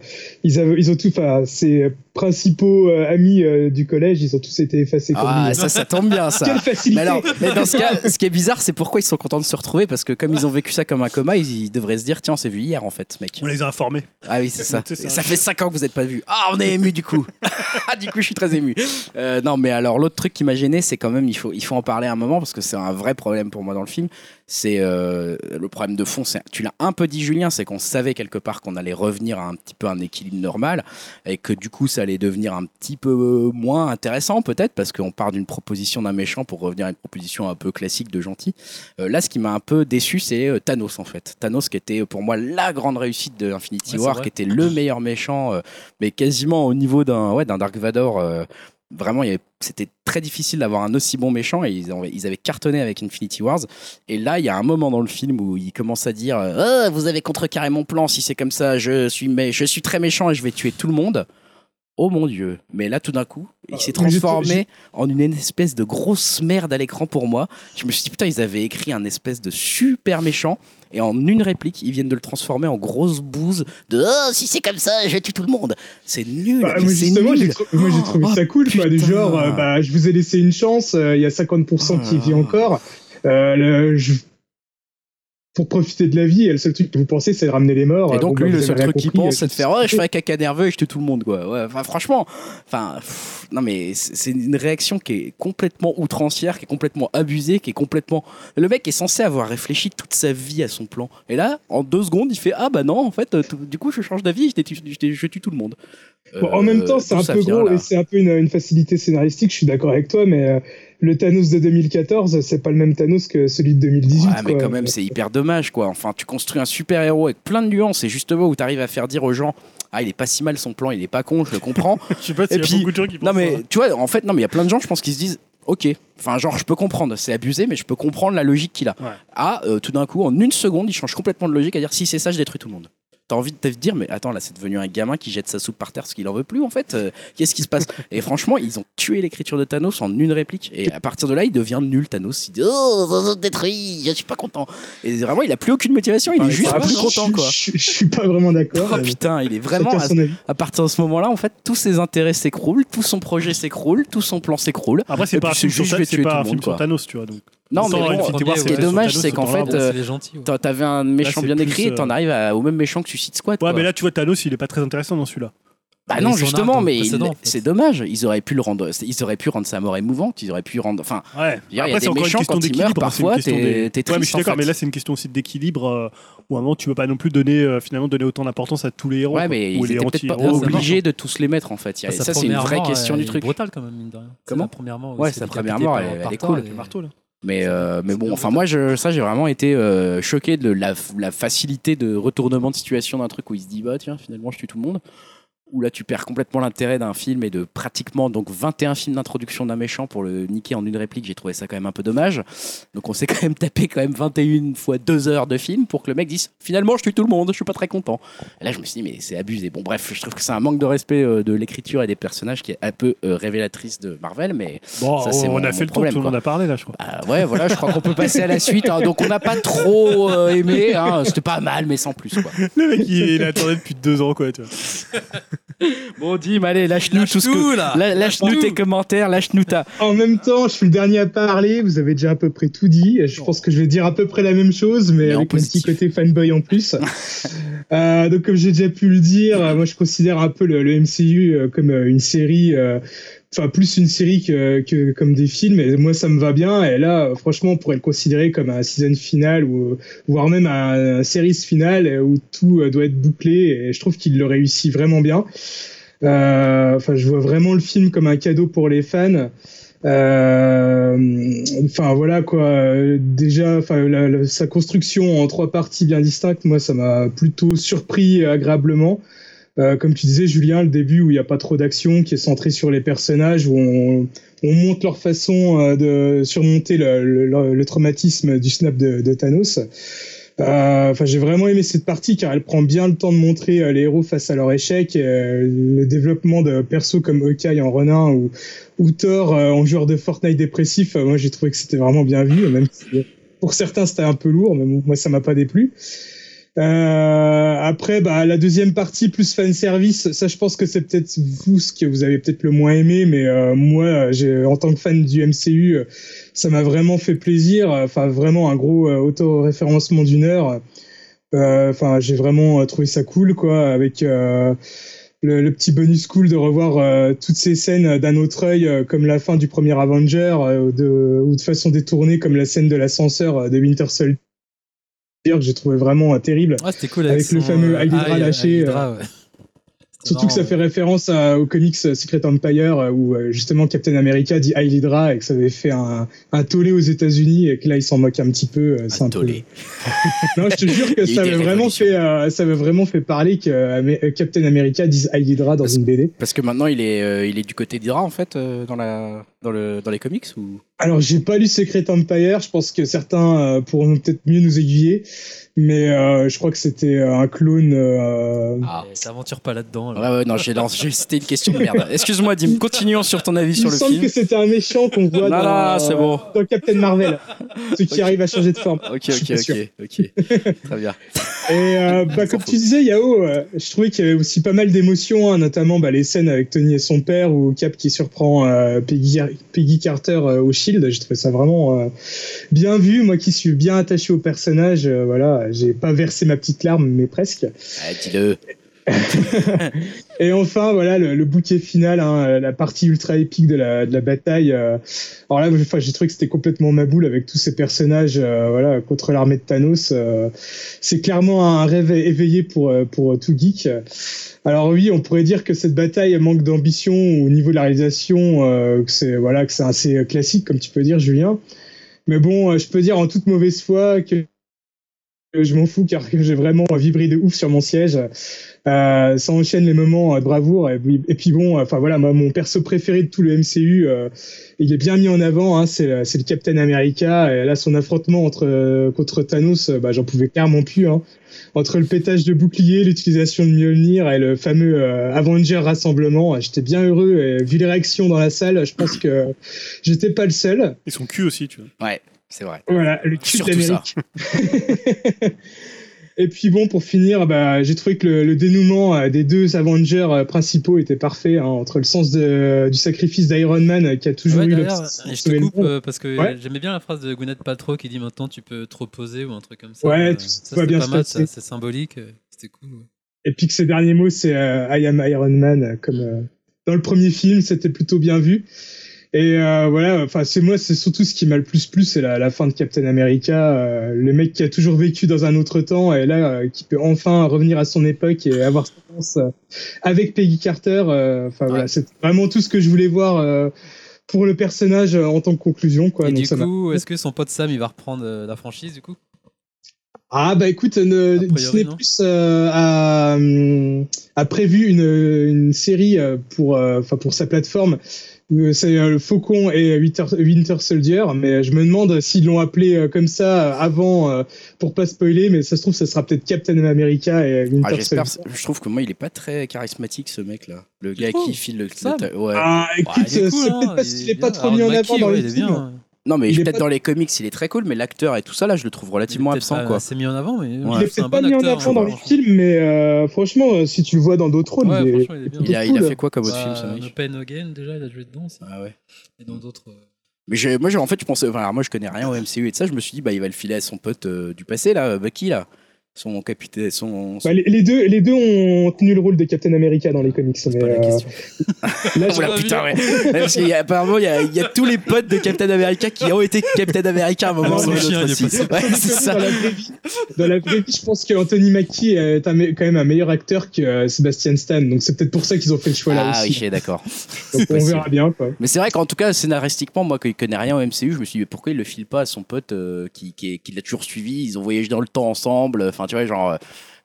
Speaker 4: ils, avaient, ils ont tous, enfin, ses principaux euh, amis euh, du collège, ils ont tous été effacés comme
Speaker 1: Ah,
Speaker 4: lui.
Speaker 1: ça, ça tombe bien ça.
Speaker 4: Quelle facilité
Speaker 1: Mais alors, mais dans ce cas, ce qui est bizarre, c'est pourquoi ils sont contents de se retrouver parce que comme ils ont vécu ça comme un coma, ils, ils devraient se dire tiens, on s'est vu hier en fait, mec.
Speaker 3: On les a informés.
Speaker 1: Ah oui, c'est ça.
Speaker 3: C'est ça.
Speaker 1: Et ça fait 5 ans que vous n'êtes pas vu. Ah, on est ému du coup. Ah, du coup, je suis très ému. Euh, non, mais alors, l'autre truc qui m'a gêné, c'est quand même, il faut, il faut en parler à un moment parce que c'est un vrai problème pour moi dans le film. c'est euh, le problème de fond. c'est- Tu l'as un peu dit, Julien, c'est qu'on savait quelque part qu'on allait revenir à un petit peu un équilibre normal et que du coup, ça allait devenir un petit peu euh, moins intéressant, peut-être, parce qu'on part d'une proposition d'un méchant pour revenir à une proposition un peu classique de gentil. Euh, là, ce qui m'a un peu déçu, c'est euh, Thanos en fait. Thanos qui était euh, pour moi la grande réussite de Infinity
Speaker 2: Ouais, c'est
Speaker 1: War,
Speaker 2: vrai.
Speaker 1: qui était le meilleur méchant, euh, mais quasiment au niveau d'un ouais, d'un Dark Vador. euh, Vraiment, il y avait- c'était très difficile d'avoir un aussi bon méchant et ils, ont- ils avaient cartonné avec Infinity Wars. Et là, il y a un moment dans le film où il commence à dire euh, Ah, Vous avez contrecarré mon plan, si c'est comme ça, je suis, mé- je suis très méchant et je vais tuer tout le monde. Oh mon dieu. Mais là, tout d'un coup, il s'est
Speaker 4: Ah, mais j'étais-
Speaker 1: transformé en une espèce de grosse merde à l'écran pour moi. Je me suis dit, putain, ils avaient écrit un espèce de super méchant. Et en une réplique, ils viennent de le transformer en grosse bouse de oh, si c'est comme ça, je tue tout le monde. C'est nul.
Speaker 4: Bah,
Speaker 1: mais
Speaker 4: moi,
Speaker 1: c'est
Speaker 4: justement,
Speaker 1: nul.
Speaker 4: j'ai tr- moi, j'ai trouvé
Speaker 1: Oh,
Speaker 4: ça cool, quoi, du
Speaker 1: putain.
Speaker 4: genre, euh, bah, je vous ai laissé une chance, euh, il y a 50% qui
Speaker 1: Ah.
Speaker 4: vit encore. Euh, le- je- Pour profiter de la vie, et le seul truc que vous pensez, c'est de ramener les morts.
Speaker 1: Et donc,
Speaker 4: Bon,
Speaker 1: lui,
Speaker 4: bah,
Speaker 1: le
Speaker 4: vous
Speaker 1: seul
Speaker 4: avez rien
Speaker 1: truc qu'il
Speaker 4: compris,
Speaker 1: pense,
Speaker 4: euh,
Speaker 1: c'est de faire Ouais, je fais un caca nerveux et je tue tout le monde, quoi. Ouais, enfin, franchement, enfin, pff, non, mais c'est c'est une réaction qui est complètement outrancière, qui est complètement abusée, qui est complètement. Le mec est censé avoir réfléchi toute sa vie à son plan. Et là, en deux secondes, il fait Ah, bah non, en fait, euh, tout- du coup, je change d'avis, je, t'ai- je t'ai- je tue tout le monde.
Speaker 4: Bon, en
Speaker 1: Euh,
Speaker 4: même temps,
Speaker 1: d'où
Speaker 4: c'est un
Speaker 1: ça
Speaker 4: peu
Speaker 1: vient,
Speaker 4: gros
Speaker 1: là
Speaker 4: et c'est un peu une, une facilité scénaristique, je suis d'accord avec toi, mais euh, le Thanos de 2014, c'est pas le même Thanos que celui de 2018.
Speaker 1: Ouais, mais
Speaker 4: quoi. Ah,
Speaker 1: quand même, c'est hyper dommage, quoi. Enfin, tu construis un super héros avec plein de nuances, et justement où t'arrives à faire dire aux gens, ah, il est pas si mal son plan, il est pas con, je le comprends.
Speaker 3: Je sais pas s'il y a
Speaker 1: puis-
Speaker 3: beaucoup de gens qui pensent
Speaker 1: non, mais
Speaker 3: ça.
Speaker 1: tu vois, en fait, non, mais il y a plein de gens, je pense, qui se disent, ok, enfin, genre, je peux comprendre, c'est abusé, mais je peux comprendre la logique qu'il a.
Speaker 3: Ouais.
Speaker 1: Ah, euh, tout d'un coup, en une seconde, il change complètement de logique à dire, si c'est ça, je détruis tout le monde. T'as envie de te dire, mais attends, là, c'est devenu un gamin qui jette sa soupe par terre parce qu'il en veut plus, en fait. Euh, Qu'est-ce qui se passe Et franchement, ils ont tué l'écriture de Thanos en une réplique. Et à partir de là, il devient nul, Thanos. Il dit, oh, ça se détruit, je suis pas content. Et vraiment, il a plus aucune motivation, il
Speaker 3: Ouais,
Speaker 1: est juste
Speaker 3: ça va,
Speaker 1: plus
Speaker 3: je-
Speaker 1: content, quoi.
Speaker 4: Je, je- je suis pas vraiment d'accord.
Speaker 1: Oh
Speaker 4: mais
Speaker 1: putain, il est vraiment
Speaker 4: chacun
Speaker 1: à
Speaker 4: son avis.
Speaker 1: à partir de ce moment-là, en fait, tous ses intérêts s'écroulent, tout son projet s'écroule, tout son plan s'écroule.
Speaker 3: Après,
Speaker 1: Et
Speaker 3: c'est pas un
Speaker 1: puis,
Speaker 3: film
Speaker 1: c'est
Speaker 3: sur
Speaker 1: juste, je vais
Speaker 3: Thanos, c'est
Speaker 1: tuer
Speaker 3: pas
Speaker 1: tout
Speaker 3: un
Speaker 1: le
Speaker 3: film
Speaker 1: monde,
Speaker 3: sur
Speaker 1: quoi.
Speaker 3: Thanos, tu vois. Donc,
Speaker 1: Non,
Speaker 3: Ça,
Speaker 1: mais
Speaker 3: ouais,
Speaker 1: bon,
Speaker 3: Infinity
Speaker 2: War,
Speaker 1: ce qui
Speaker 2: c'est
Speaker 1: est
Speaker 2: vrai,
Speaker 1: dommage,
Speaker 3: sur
Speaker 1: c'est qu'en
Speaker 3: Thanos,
Speaker 1: fait,
Speaker 3: dans
Speaker 1: euh,
Speaker 2: c'est les gentils. ouais.
Speaker 1: t'a- t'avais un méchant
Speaker 3: c'est
Speaker 1: bien
Speaker 3: plus,
Speaker 1: écrit et t'en
Speaker 3: euh,
Speaker 1: arrives à- au même méchant que Suicide Squad.
Speaker 3: Ouais,
Speaker 1: quoi.
Speaker 3: mais là, tu vois, Thanos, il est pas très intéressant dans celui-là.
Speaker 1: bah
Speaker 2: Mais
Speaker 1: non,
Speaker 2: son arc dans
Speaker 1: justement,
Speaker 2: le
Speaker 1: mais il-
Speaker 2: précédent, en fait.
Speaker 1: c'est dommage. Ils auraient pu le rendre, ils auraient pu rendre sa mort émouvante. Ils auraient pu rendre, enfin,
Speaker 3: Ouais.
Speaker 1: Il y a des méchants, quand ils meurent,
Speaker 3: hein, c'est une
Speaker 1: parfois,
Speaker 3: question
Speaker 1: t'es- t'es
Speaker 3: des- Ouais, mais je
Speaker 1: triste,
Speaker 3: suis
Speaker 1: en
Speaker 3: d'accord,
Speaker 1: fait.
Speaker 3: mais là, c'est une question aussi d'équilibre. euh, Où à un moment, tu peux pas non plus donner, euh, finalement, donner autant d'importance à tous les héros.
Speaker 1: ouais,
Speaker 3: quoi.
Speaker 1: mais
Speaker 3: Ou
Speaker 1: ils
Speaker 3: les
Speaker 1: étaient peut-être pas
Speaker 3: anti-héros, ou les
Speaker 1: obligés de tous les mettre en fait. Il y a-
Speaker 2: Sa
Speaker 1: ça, c'est une
Speaker 2: première
Speaker 1: vraie
Speaker 2: mort,
Speaker 1: question
Speaker 2: elle
Speaker 1: du
Speaker 2: est
Speaker 1: truc.
Speaker 2: brutale quand même, mine de rien. C'est
Speaker 1: Comment
Speaker 2: la première mort où
Speaker 1: Ouais,
Speaker 2: il s'est
Speaker 1: sa
Speaker 2: décapité
Speaker 1: première mort,
Speaker 2: par-
Speaker 1: elle- elle
Speaker 2: par
Speaker 1: est
Speaker 2: Thor,
Speaker 1: cool.
Speaker 2: et-
Speaker 3: Le marteau, là.
Speaker 1: Mais, euh, mais bon,
Speaker 2: bien
Speaker 1: enfin moi, je, ça, j'ai vraiment été euh, choqué de la, la facilité de retournement de situation d'un truc où il se dit, bah tiens, finalement, je tue tout le monde. Où là, tu perds complètement l'intérêt d'un film et de pratiquement donc 21 films d'introduction d'un méchant pour le niquer en une réplique. J'ai trouvé ça quand même un peu dommage. Donc on s'est quand même tapé quand même 21 fois 2 heures de film pour que le mec dise, finalement, je tue tout le monde, je suis pas très content. Et là, je me suis dit, mais c'est abusé. Bon, bref, je trouve que c'est un manque de respect euh, de l'écriture et des personnages qui est un peu euh, révélatrice de Marvel, mais
Speaker 3: Bon,
Speaker 1: Ça, c'est
Speaker 3: on
Speaker 1: mon-
Speaker 3: a
Speaker 1: mon
Speaker 3: fait le tour,
Speaker 1: problème,
Speaker 3: tout le
Speaker 1: quoi.
Speaker 3: monde a parlé, là, je crois.
Speaker 1: bah ouais, voilà, je crois qu'on peut passer à la suite. hein. Donc on n'a pas trop euh, aimé. hein. C'était pas mal, mais sans plus. Quoi.
Speaker 3: Le mec, il, il attendait depuis deux ans, quoi, tu vois.
Speaker 1: Bon, Dim, allez, lâche-nous
Speaker 2: Lâche
Speaker 1: tout ce que.
Speaker 2: tout, là.
Speaker 1: La- Ah, Lâche-nous
Speaker 2: Lâche
Speaker 1: tes
Speaker 2: tout.
Speaker 1: commentaires, lâche-nous ta.
Speaker 4: En même temps, je suis le dernier à parler, vous avez déjà à peu près tout dit. Je pense que je vais dire à peu près la même chose, mais,
Speaker 1: Mais en
Speaker 4: avec un petit
Speaker 1: positif.
Speaker 4: côté fanboy en plus. Euh, donc, comme j'ai déjà pu le dire, euh, moi je considère un peu le, le MCU euh, comme euh, une série, euh, enfin plus une série que, que comme des films, et moi ça me va bien. Et là, euh, franchement, on pourrait le considérer comme un season final, ou voire même un, un series final euh, où tout euh, doit être bouclé, et je trouve qu'il le réussit vraiment bien. Euh, Enfin, je vois vraiment le film comme un cadeau pour les fans. Euh, Enfin voilà quoi. euh, Déjà, enfin la- la- sa construction en trois parties bien distinctes, moi ça m'a plutôt surpris agréablement. Euh, comme tu disais Julien, le début où il n'y a pas trop d'action, qui est centré sur les personnages, où on, on montre leur façon euh, de surmonter le, le- le- le traumatisme du snap de, de Thanos. Euh, Enfin, j'ai vraiment aimé cette partie car elle prend bien le temps de montrer euh, les héros face à leur échec, euh, le développement de persos comme Hawkeye en Ronin ou ou Thor euh, en joueur de Fortnite dépressif, euh, moi j'ai trouvé que c'était vraiment bien vu, même si euh, pour certains c'était un peu lourd, mais bon, moi ça m'a pas déplu. Euh, après, bah, la deuxième partie plus fan service, ça je pense que c'est peut-être vous ce que vous avez peut-être le moins aimé, mais euh, moi, euh, j'ai- en tant que fan du MCU, euh, ça m'a vraiment fait plaisir. euh, Enfin, vraiment un gros euh, auto-référencement d'une heure. Euh, Enfin, j'ai vraiment euh, trouvé ça cool, quoi, avec. euh, le, le petit bonus cool de revoir euh, toutes ces scènes d'un autre œil, euh, comme la fin du premier Avenger, euh, de, ou de façon détournée, comme la scène de l'ascenseur euh, de Winter Soldier, que j'ai trouvé vraiment euh, terrible.
Speaker 2: Ouais, c'était cool
Speaker 4: Avec le
Speaker 2: son,
Speaker 4: fameux
Speaker 2: euh,
Speaker 4: Hydra
Speaker 2: eye-
Speaker 4: lâché,
Speaker 2: Hydra, ouais. C'était
Speaker 4: Surtout que ça
Speaker 2: marrant,
Speaker 4: fait référence à- au comics euh, Secret Empire euh, où euh, justement Captain America dit Heil Hydra et que ça avait fait un, un tollé aux États-Unis et que là ils s'en moquent un petit peu. euh, c'est
Speaker 1: Un
Speaker 4: un peu-
Speaker 1: tollé.
Speaker 4: Non, je te jure que
Speaker 1: Il y a eu
Speaker 4: ça
Speaker 1: des
Speaker 4: avait vraiment
Speaker 1: révolutions.
Speaker 4: fait euh, ça avait vraiment fait parler que euh, Amé- euh, Captain America dise Heil Hydra dans
Speaker 1: Parce-
Speaker 4: une BD.
Speaker 1: Parce que maintenant, il est, euh, il est du côté d'Hydra, en fait, euh, dans, la, dans, le, dans les comics ou...
Speaker 4: Alors j'ai pas lu Secret Empire, je pense que certains euh, pourront peut-être mieux nous aiguiller, mais euh, je crois que c'était euh, un clone. euh,
Speaker 1: Ah.
Speaker 2: ouais. T'aventures pas là-dedans.
Speaker 1: Ouais,
Speaker 2: là.
Speaker 1: ouais, non, j'ai non, j'ai- c'était une question de merde. Excuse-moi, Dim, continuons sur ton avis
Speaker 4: Il
Speaker 1: sur
Speaker 4: me
Speaker 1: le
Speaker 4: semble
Speaker 1: film.
Speaker 4: que c'était un méchant qu'on voit
Speaker 1: Là,
Speaker 4: dans,
Speaker 1: là, c'est bon.
Speaker 4: dans Captain Marvel, ce qui
Speaker 1: Ok.
Speaker 4: arrive à changer de forme.
Speaker 1: Ok,
Speaker 4: Je suis
Speaker 1: ok,
Speaker 4: pas sûr.
Speaker 1: ok, ok. Très bien.
Speaker 4: Et euh, bah, comme tu disais, Yao, euh, je trouvais qu'il y avait aussi pas mal d'émotions, hein, notamment bah, les scènes avec Tony et son père, ou Cap qui surprend euh, Peggy, Peggy Carter euh, au Shield. J'ai trouvé ça vraiment euh, bien vu. Moi qui suis bien attaché au personnage, euh, voilà, j'ai pas versé ma petite larme, mais presque.
Speaker 1: Ah, Dis-le.
Speaker 4: Et enfin, voilà, le, le bouquet final, hein, la partie ultra épique de la, de la bataille. euh. Alors là, enfin, j'ai trouvé que c'était complètement ma boule avec tous ces personnages euh, voilà, contre l'armée de Thanos. euh. C'est clairement un rêve éveillé pour, euh, pour tout geek. Alors oui, on pourrait dire que cette bataille manque d'ambition au niveau de la réalisation, euh, que c'est voilà, que c'est assez classique, comme tu peux dire, Julien. Mais bon, euh, je peux dire en toute mauvaise foi que que je m'en fous car que j'ai vraiment vibré de ouf sur mon siège. Euh, ça enchaîne les moments euh, de bravoure et, puis- et puis bon, enfin voilà, moi, mon perso préféré de tout le MCU, euh, il est bien mis en avant, hein, c'est le- c'est le Captain America. Et là, son affrontement entre euh, contre Thanos, euh, bah, j'en pouvais clairement plus. Hein. Entre le pétage de bouclier, l'utilisation de Mjolnir et le fameux euh, Avenger rassemblement, euh, j'étais bien heureux. Et vu les réactions dans la salle, je pense que j'étais pas le seul.
Speaker 3: Et son cul aussi, tu vois.
Speaker 1: C'est vrai.
Speaker 4: Voilà, le cul
Speaker 1: Surtout ça.
Speaker 4: d'Amérique. Et puis bon, pour finir, bah, j'ai trouvé que le, le dénouement euh, des deux Avengers euh, principaux était parfait, hein, entre le sens de- du sacrifice d'Iron Man euh, qui a toujours
Speaker 2: Ouais,
Speaker 4: eu
Speaker 2: d'ailleurs,
Speaker 4: l'obsession de
Speaker 2: je
Speaker 4: sauver
Speaker 2: te
Speaker 4: le
Speaker 2: coupe
Speaker 4: monde.
Speaker 2: euh, parce que
Speaker 4: Ouais.
Speaker 2: j'aimais bien la phrase de Gwyneth Paltrow qui dit maintenant tu peux trop poser ou un truc comme ça.
Speaker 4: Ouais,
Speaker 2: Euh,
Speaker 4: tout- tout
Speaker 2: ça
Speaker 4: va
Speaker 2: c'était
Speaker 4: bien
Speaker 2: pas
Speaker 4: se
Speaker 2: mal,
Speaker 4: passer.
Speaker 2: ça, c'est symbolique, euh, c'était cool. ouais.
Speaker 4: Et puis que ses derniers mots, c'est euh, I am Iron Man, euh, comme euh, dans le premier film, c'était plutôt bien vu. Et euh, voilà, enfin c'est moi, c'est surtout ce qui m'a le plus plu, c'est la, la fin de Captain America, euh, le mec qui a toujours vécu dans un autre temps et là euh, qui peut enfin revenir à son époque et avoir sa chance euh, avec Peggy Carter. euh, Enfin voilà, c'est vraiment tout ce que je voulais voir euh, pour le personnage euh, en tant que conclusion quoi.
Speaker 2: Et
Speaker 4: donc
Speaker 2: du
Speaker 4: ça m'a-
Speaker 2: coup, est-ce que son pote Sam il va reprendre euh, la franchise du coup
Speaker 4: Ah bah écoute, ne,
Speaker 2: A priori,
Speaker 4: Disney
Speaker 2: non.
Speaker 4: Plus euh, a, hum, a prévu une, une série euh, pour, euh, enfin pour sa plateforme. Euh, C'est euh, le Faucon et Winter, Winter Soldier, mais je me demande s'ils l'ont appelé euh, comme ça euh, avant euh, pour pas spoiler, mais ça se trouve ça sera peut-être Captain America et euh, Winter
Speaker 1: Ah, j'espère.
Speaker 4: Soldier.
Speaker 1: Je trouve que moi, il est pas très charismatique, ce mec-là. Le
Speaker 2: Tu
Speaker 1: gars
Speaker 2: trouves
Speaker 1: qui file le. le
Speaker 2: Sam
Speaker 1: ta- ouais.
Speaker 4: Ah écoute,
Speaker 2: il est
Speaker 4: euh,
Speaker 2: cool,
Speaker 4: c'est
Speaker 2: hein,
Speaker 4: peut-être parce qu'il est pas
Speaker 2: bien.
Speaker 4: trop
Speaker 2: Aaron
Speaker 4: mis en
Speaker 2: Mackie,
Speaker 4: avant dans
Speaker 2: ouais,
Speaker 4: les
Speaker 2: il est
Speaker 4: films.
Speaker 2: bien, hein.
Speaker 1: Non, mais
Speaker 4: il est
Speaker 1: peut-être
Speaker 4: pas-
Speaker 1: dans les comics, il est très cool, mais l'acteur et tout ça, là, je le trouve relativement
Speaker 2: Il est
Speaker 1: absent,
Speaker 2: peut-être
Speaker 1: quoi.
Speaker 2: pas assez mis en avant, mais euh,
Speaker 1: Ouais.
Speaker 4: Il est
Speaker 2: c'est un
Speaker 4: peut-être pas
Speaker 2: bon
Speaker 4: mis en
Speaker 2: acteur.
Speaker 4: avant
Speaker 2: hein,
Speaker 4: dans les
Speaker 2: franchement.
Speaker 4: films, mais euh, franchement, euh, si tu le vois dans d'autres rôles,
Speaker 2: Ouais,
Speaker 4: il est-
Speaker 2: franchement, il est bien.
Speaker 1: Il a, il a fait quoi comme autre
Speaker 2: Bah,
Speaker 1: film, ce
Speaker 2: No
Speaker 1: mec
Speaker 2: Pain No Gain, déjà, il a joué dedans, ça.
Speaker 1: Ah ouais.
Speaker 2: Et dans d'autres. euh,
Speaker 1: Mais j'ai- moi, j'ai- en fait, je pensais. Enfin, alors, moi, je connais rien au MCU et de ça. Je me suis dit, bah, il va le filer à son pote euh, du passé, là, euh, Bucky, là. Son capitaine. Son. son-
Speaker 4: Bah, les, les deux, les deux ont tenu le rôle de Captain America dans les comics,
Speaker 2: C'est
Speaker 4: mais
Speaker 2: pas la
Speaker 4: euh,
Speaker 2: question.
Speaker 4: là,
Speaker 1: Oh là, putain, ouais. Ouais, Parce qu'il y a, apparemment, il y a, il y a tous les potes de Captain America qui ont été Captain America à un moment
Speaker 2: Ah,
Speaker 1: ou à un
Speaker 2: le chien,
Speaker 1: autre
Speaker 2: il est
Speaker 1: aussi. Ouais, c'est ça.
Speaker 4: Dans la vraie vie, dans la vraie vie, je pense qu'Anthony Mackie est un me- quand même un meilleur acteur que euh, Sebastian Stan, donc c'est peut-être pour ça qu'ils ont fait le choix là
Speaker 1: ah,
Speaker 4: aussi.
Speaker 1: ok, d'accord.
Speaker 4: donc on
Speaker 1: possible.
Speaker 4: verra bien. Quoi.
Speaker 1: Mais c'est vrai qu'en tout cas, scénaristiquement, moi qui connais rien au MCU, je me suis dit mais pourquoi il le file pas à son pote euh, qui, qui, est- qui l'a toujours suivi Ils ont voyagé dans le temps ensemble. Enfin, tu vois, genre. euh,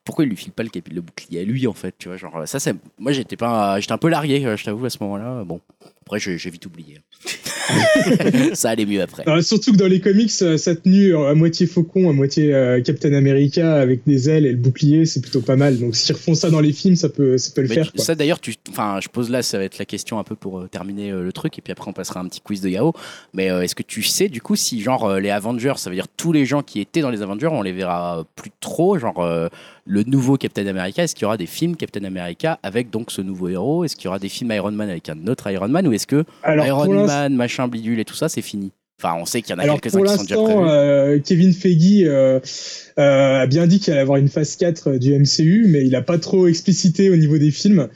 Speaker 1: Pourquoi il lui file pas le, capi- le bouclier à lui en fait Tu vois, genre euh, ça, c'est moi j'étais pas, j'étais un peu largué, euh, je t'avoue à ce moment-là. Bon, après j'ai j'ai vite oublié. ça allait mieux après.
Speaker 4: Euh, surtout que dans les comics, euh, sa tenue euh, à moitié faucon, à moitié euh, Captain America avec des ailes et le bouclier, c'est plutôt pas mal. Donc s'ils refont ça dans les films, ça peut, ça peut le
Speaker 1: Mais
Speaker 4: faire.
Speaker 1: tu-
Speaker 4: quoi.
Speaker 1: ça d'ailleurs, tu, enfin, je pose là, ça va être la question un peu pour euh, terminer euh, le truc, et puis après on passera à un petit quiz de Yao. Mais euh, est-ce que tu sais du coup si genre euh, les Avengers, ça veut dire tous les gens qui étaient dans les Avengers, on les verra euh, plus trop, genre euh, le nouveau Captain America, est-ce qu'il y aura des films Captain America avec donc ce nouveau héros Est-ce qu'il y aura des films Iron Man avec un autre Iron Man, ou est-ce que
Speaker 4: Alors, pour
Speaker 1: Iron
Speaker 4: l'instant-
Speaker 1: Man, machin bidule et tout ça, c'est fini Enfin, on sait qu'il y en a
Speaker 4: Alors
Speaker 1: quelques-uns
Speaker 4: pour
Speaker 1: qui sont déjà
Speaker 4: l'instant,
Speaker 1: prévus.
Speaker 4: euh, Kevin Feige euh, euh, a bien dit qu'il allait avoir une phase 4 du MCU, mais il n'a pas trop explicité au niveau des films.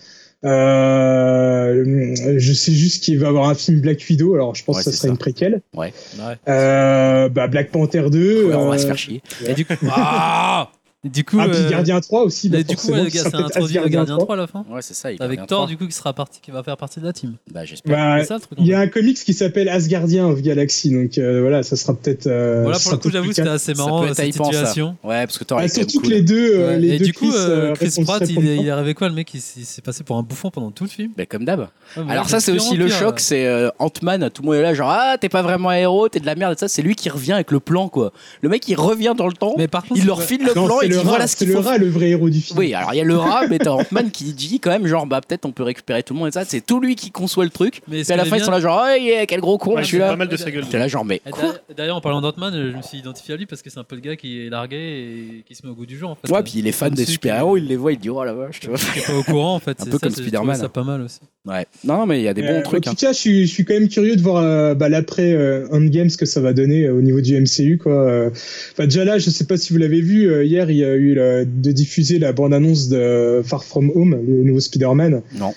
Speaker 4: Euh, je sais juste qu'il va avoir un film Black Widow, alors je pense
Speaker 1: Ouais,
Speaker 4: que ça
Speaker 1: c'est
Speaker 4: serait
Speaker 1: ça.
Speaker 4: une préquelle.
Speaker 1: Ouais.
Speaker 2: Ouais.
Speaker 4: Euh, bah, Black Panther 2.
Speaker 1: on va
Speaker 4: euh,
Speaker 1: se faire chier.
Speaker 2: Et du coup, Ah du coup,
Speaker 4: Ah, puis
Speaker 2: euh,
Speaker 4: Gardien 3 aussi. bah,
Speaker 2: mais du coup,
Speaker 4: forcément,
Speaker 2: le
Speaker 4: qui
Speaker 2: gars,
Speaker 4: sera
Speaker 2: c'est
Speaker 4: peut-être
Speaker 2: introduit le
Speaker 4: Asgardien
Speaker 2: gardien 3 à la fin.
Speaker 1: Ouais, c'est ça. il
Speaker 2: Avec
Speaker 1: revient
Speaker 2: Thor,
Speaker 1: trois.
Speaker 2: du coup, qui sera parti, qui va faire partie de la team.
Speaker 1: Bah, j'espère.
Speaker 4: Bah,
Speaker 2: c'est ça le truc. en
Speaker 4: il y
Speaker 2: fait.
Speaker 4: a un comics qui s'appelle Asgardien of Galaxy, donc euh, voilà, ça sera peut-être. euh,
Speaker 2: Voilà,
Speaker 4: ça
Speaker 2: pour le coup,
Speaker 4: sera peut-être
Speaker 2: j'avoue,
Speaker 4: plus calme.
Speaker 2: c'était assez
Speaker 1: Ça
Speaker 2: marrant
Speaker 1: peut être
Speaker 2: euh, cette
Speaker 1: hypant, ça.
Speaker 2: situation.
Speaker 1: Ouais, parce que Thor
Speaker 4: Bah,
Speaker 1: est quand même
Speaker 4: surtout
Speaker 1: cool.
Speaker 4: que les deux, euh,
Speaker 2: Ouais.
Speaker 4: les
Speaker 2: Et
Speaker 4: deux
Speaker 2: du coup,
Speaker 4: Chris,
Speaker 2: euh,
Speaker 4: euh,
Speaker 2: Chris Pratt,
Speaker 4: répondraient pour
Speaker 2: il
Speaker 4: le
Speaker 2: est,
Speaker 4: temps.
Speaker 2: il est arrivé quoi, le mec Il s- il s'est passé pour un bouffon pendant tout le film.
Speaker 1: Bah, comme d'hab.
Speaker 2: Ouais, voilà,
Speaker 1: Alors ça
Speaker 2: de
Speaker 1: c'est
Speaker 2: pire en
Speaker 1: aussi le
Speaker 2: pire,
Speaker 1: choc,
Speaker 2: là.
Speaker 1: c'est euh, Ant-Man, tout le monde est là genre ah t'es pas vraiment un héros, t'es de la merde et ça, c'est lui qui revient avec le plan quoi. Le mec il revient dans le temps,
Speaker 2: Mais par contre,
Speaker 1: il leur file le
Speaker 4: Non,
Speaker 1: plan
Speaker 4: c'est
Speaker 1: et
Speaker 4: le
Speaker 1: dit
Speaker 4: rat,
Speaker 1: voilà ce
Speaker 4: c'est
Speaker 1: qu'il
Speaker 4: le
Speaker 1: faut.
Speaker 4: rat le vrai héros du film.
Speaker 1: Oui hein, alors il y a le rat, mais t'as Ant-Man qui dit quand même genre bah peut-être on peut récupérer tout le monde et ça, c'est tout lui qui conçoit le truc.
Speaker 2: mais
Speaker 1: Et à la fin ils
Speaker 4: hein
Speaker 1: sont là genre oh yeah, quel gros con
Speaker 3: Ouais,
Speaker 1: je
Speaker 3: c'est
Speaker 1: suis là.
Speaker 3: pas mal de sa gueule.
Speaker 1: J'étais là genre mais
Speaker 4: Eh,
Speaker 2: Et
Speaker 1: quoi
Speaker 2: d'ailleurs- D'ailleurs, Eh, en parlant d'Ant-Man, euh, je me suis identifié à lui parce que c'est un peu le gars qui est largué et qui se met au goût du jour. En fait.
Speaker 1: Ouais puis il est fan des
Speaker 2: Celui qui-
Speaker 1: super-héros, il les voit, il dit oh la vache tu vois.
Speaker 2: qui est pas au courant en fait.
Speaker 1: Un
Speaker 2: c'est
Speaker 1: peu
Speaker 2: ça,
Speaker 1: comme
Speaker 2: c'est- je
Speaker 1: Spider-Man.
Speaker 2: trouvais Ça pas mal aussi.
Speaker 1: Ouais, non mais il y a des bons
Speaker 4: Euh,
Speaker 1: trucs.
Speaker 4: En
Speaker 1: hein.
Speaker 4: tout cas, je suis, je suis quand même curieux de voir euh, bah, l'après euh, Endgame, ce que ça va donner euh, au niveau du MCU. Quoi. Euh, bah, déjà là, je sais pas si vous l'avez vu, euh, hier, il y a eu la- de diffuser la bande-annonce de euh, Far From Home, le nouveau Spider-Man,
Speaker 1: Non.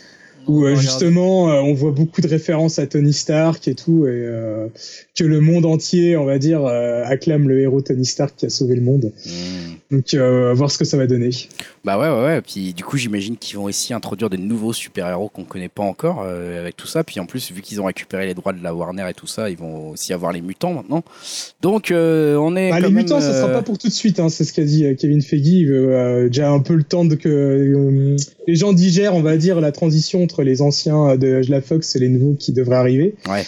Speaker 4: où euh,
Speaker 2: Regarde.
Speaker 4: justement, euh, on voit beaucoup de références à Tony Stark et tout, et euh, que le monde entier, on va dire, euh, acclame le héros Tony Stark qui a sauvé le monde.
Speaker 1: Hmm.
Speaker 4: Donc, euh, voir ce que ça va donner.
Speaker 1: Bah ouais, ouais, ouais. Puis du coup, j'imagine qu'ils vont aussi introduire des nouveaux super-héros qu'on connaît pas encore euh, avec tout ça. Puis en plus, vu qu'ils ont récupéré les droits de la Warner et tout ça, ils vont aussi avoir les mutants maintenant. Donc euh, on est.
Speaker 4: Bah,
Speaker 1: quand
Speaker 4: les
Speaker 1: même,
Speaker 4: mutants, ça sera
Speaker 1: euh,
Speaker 4: pas pour tout de suite, hein, c'est ce qu'a dit euh, Kevin Feige. Il veut euh, déjà un peu le temps de que euh, les gens digèrent, on va dire, la transition entre les anciens euh, de la Fox et les nouveaux qui devraient arriver.
Speaker 1: Ouais.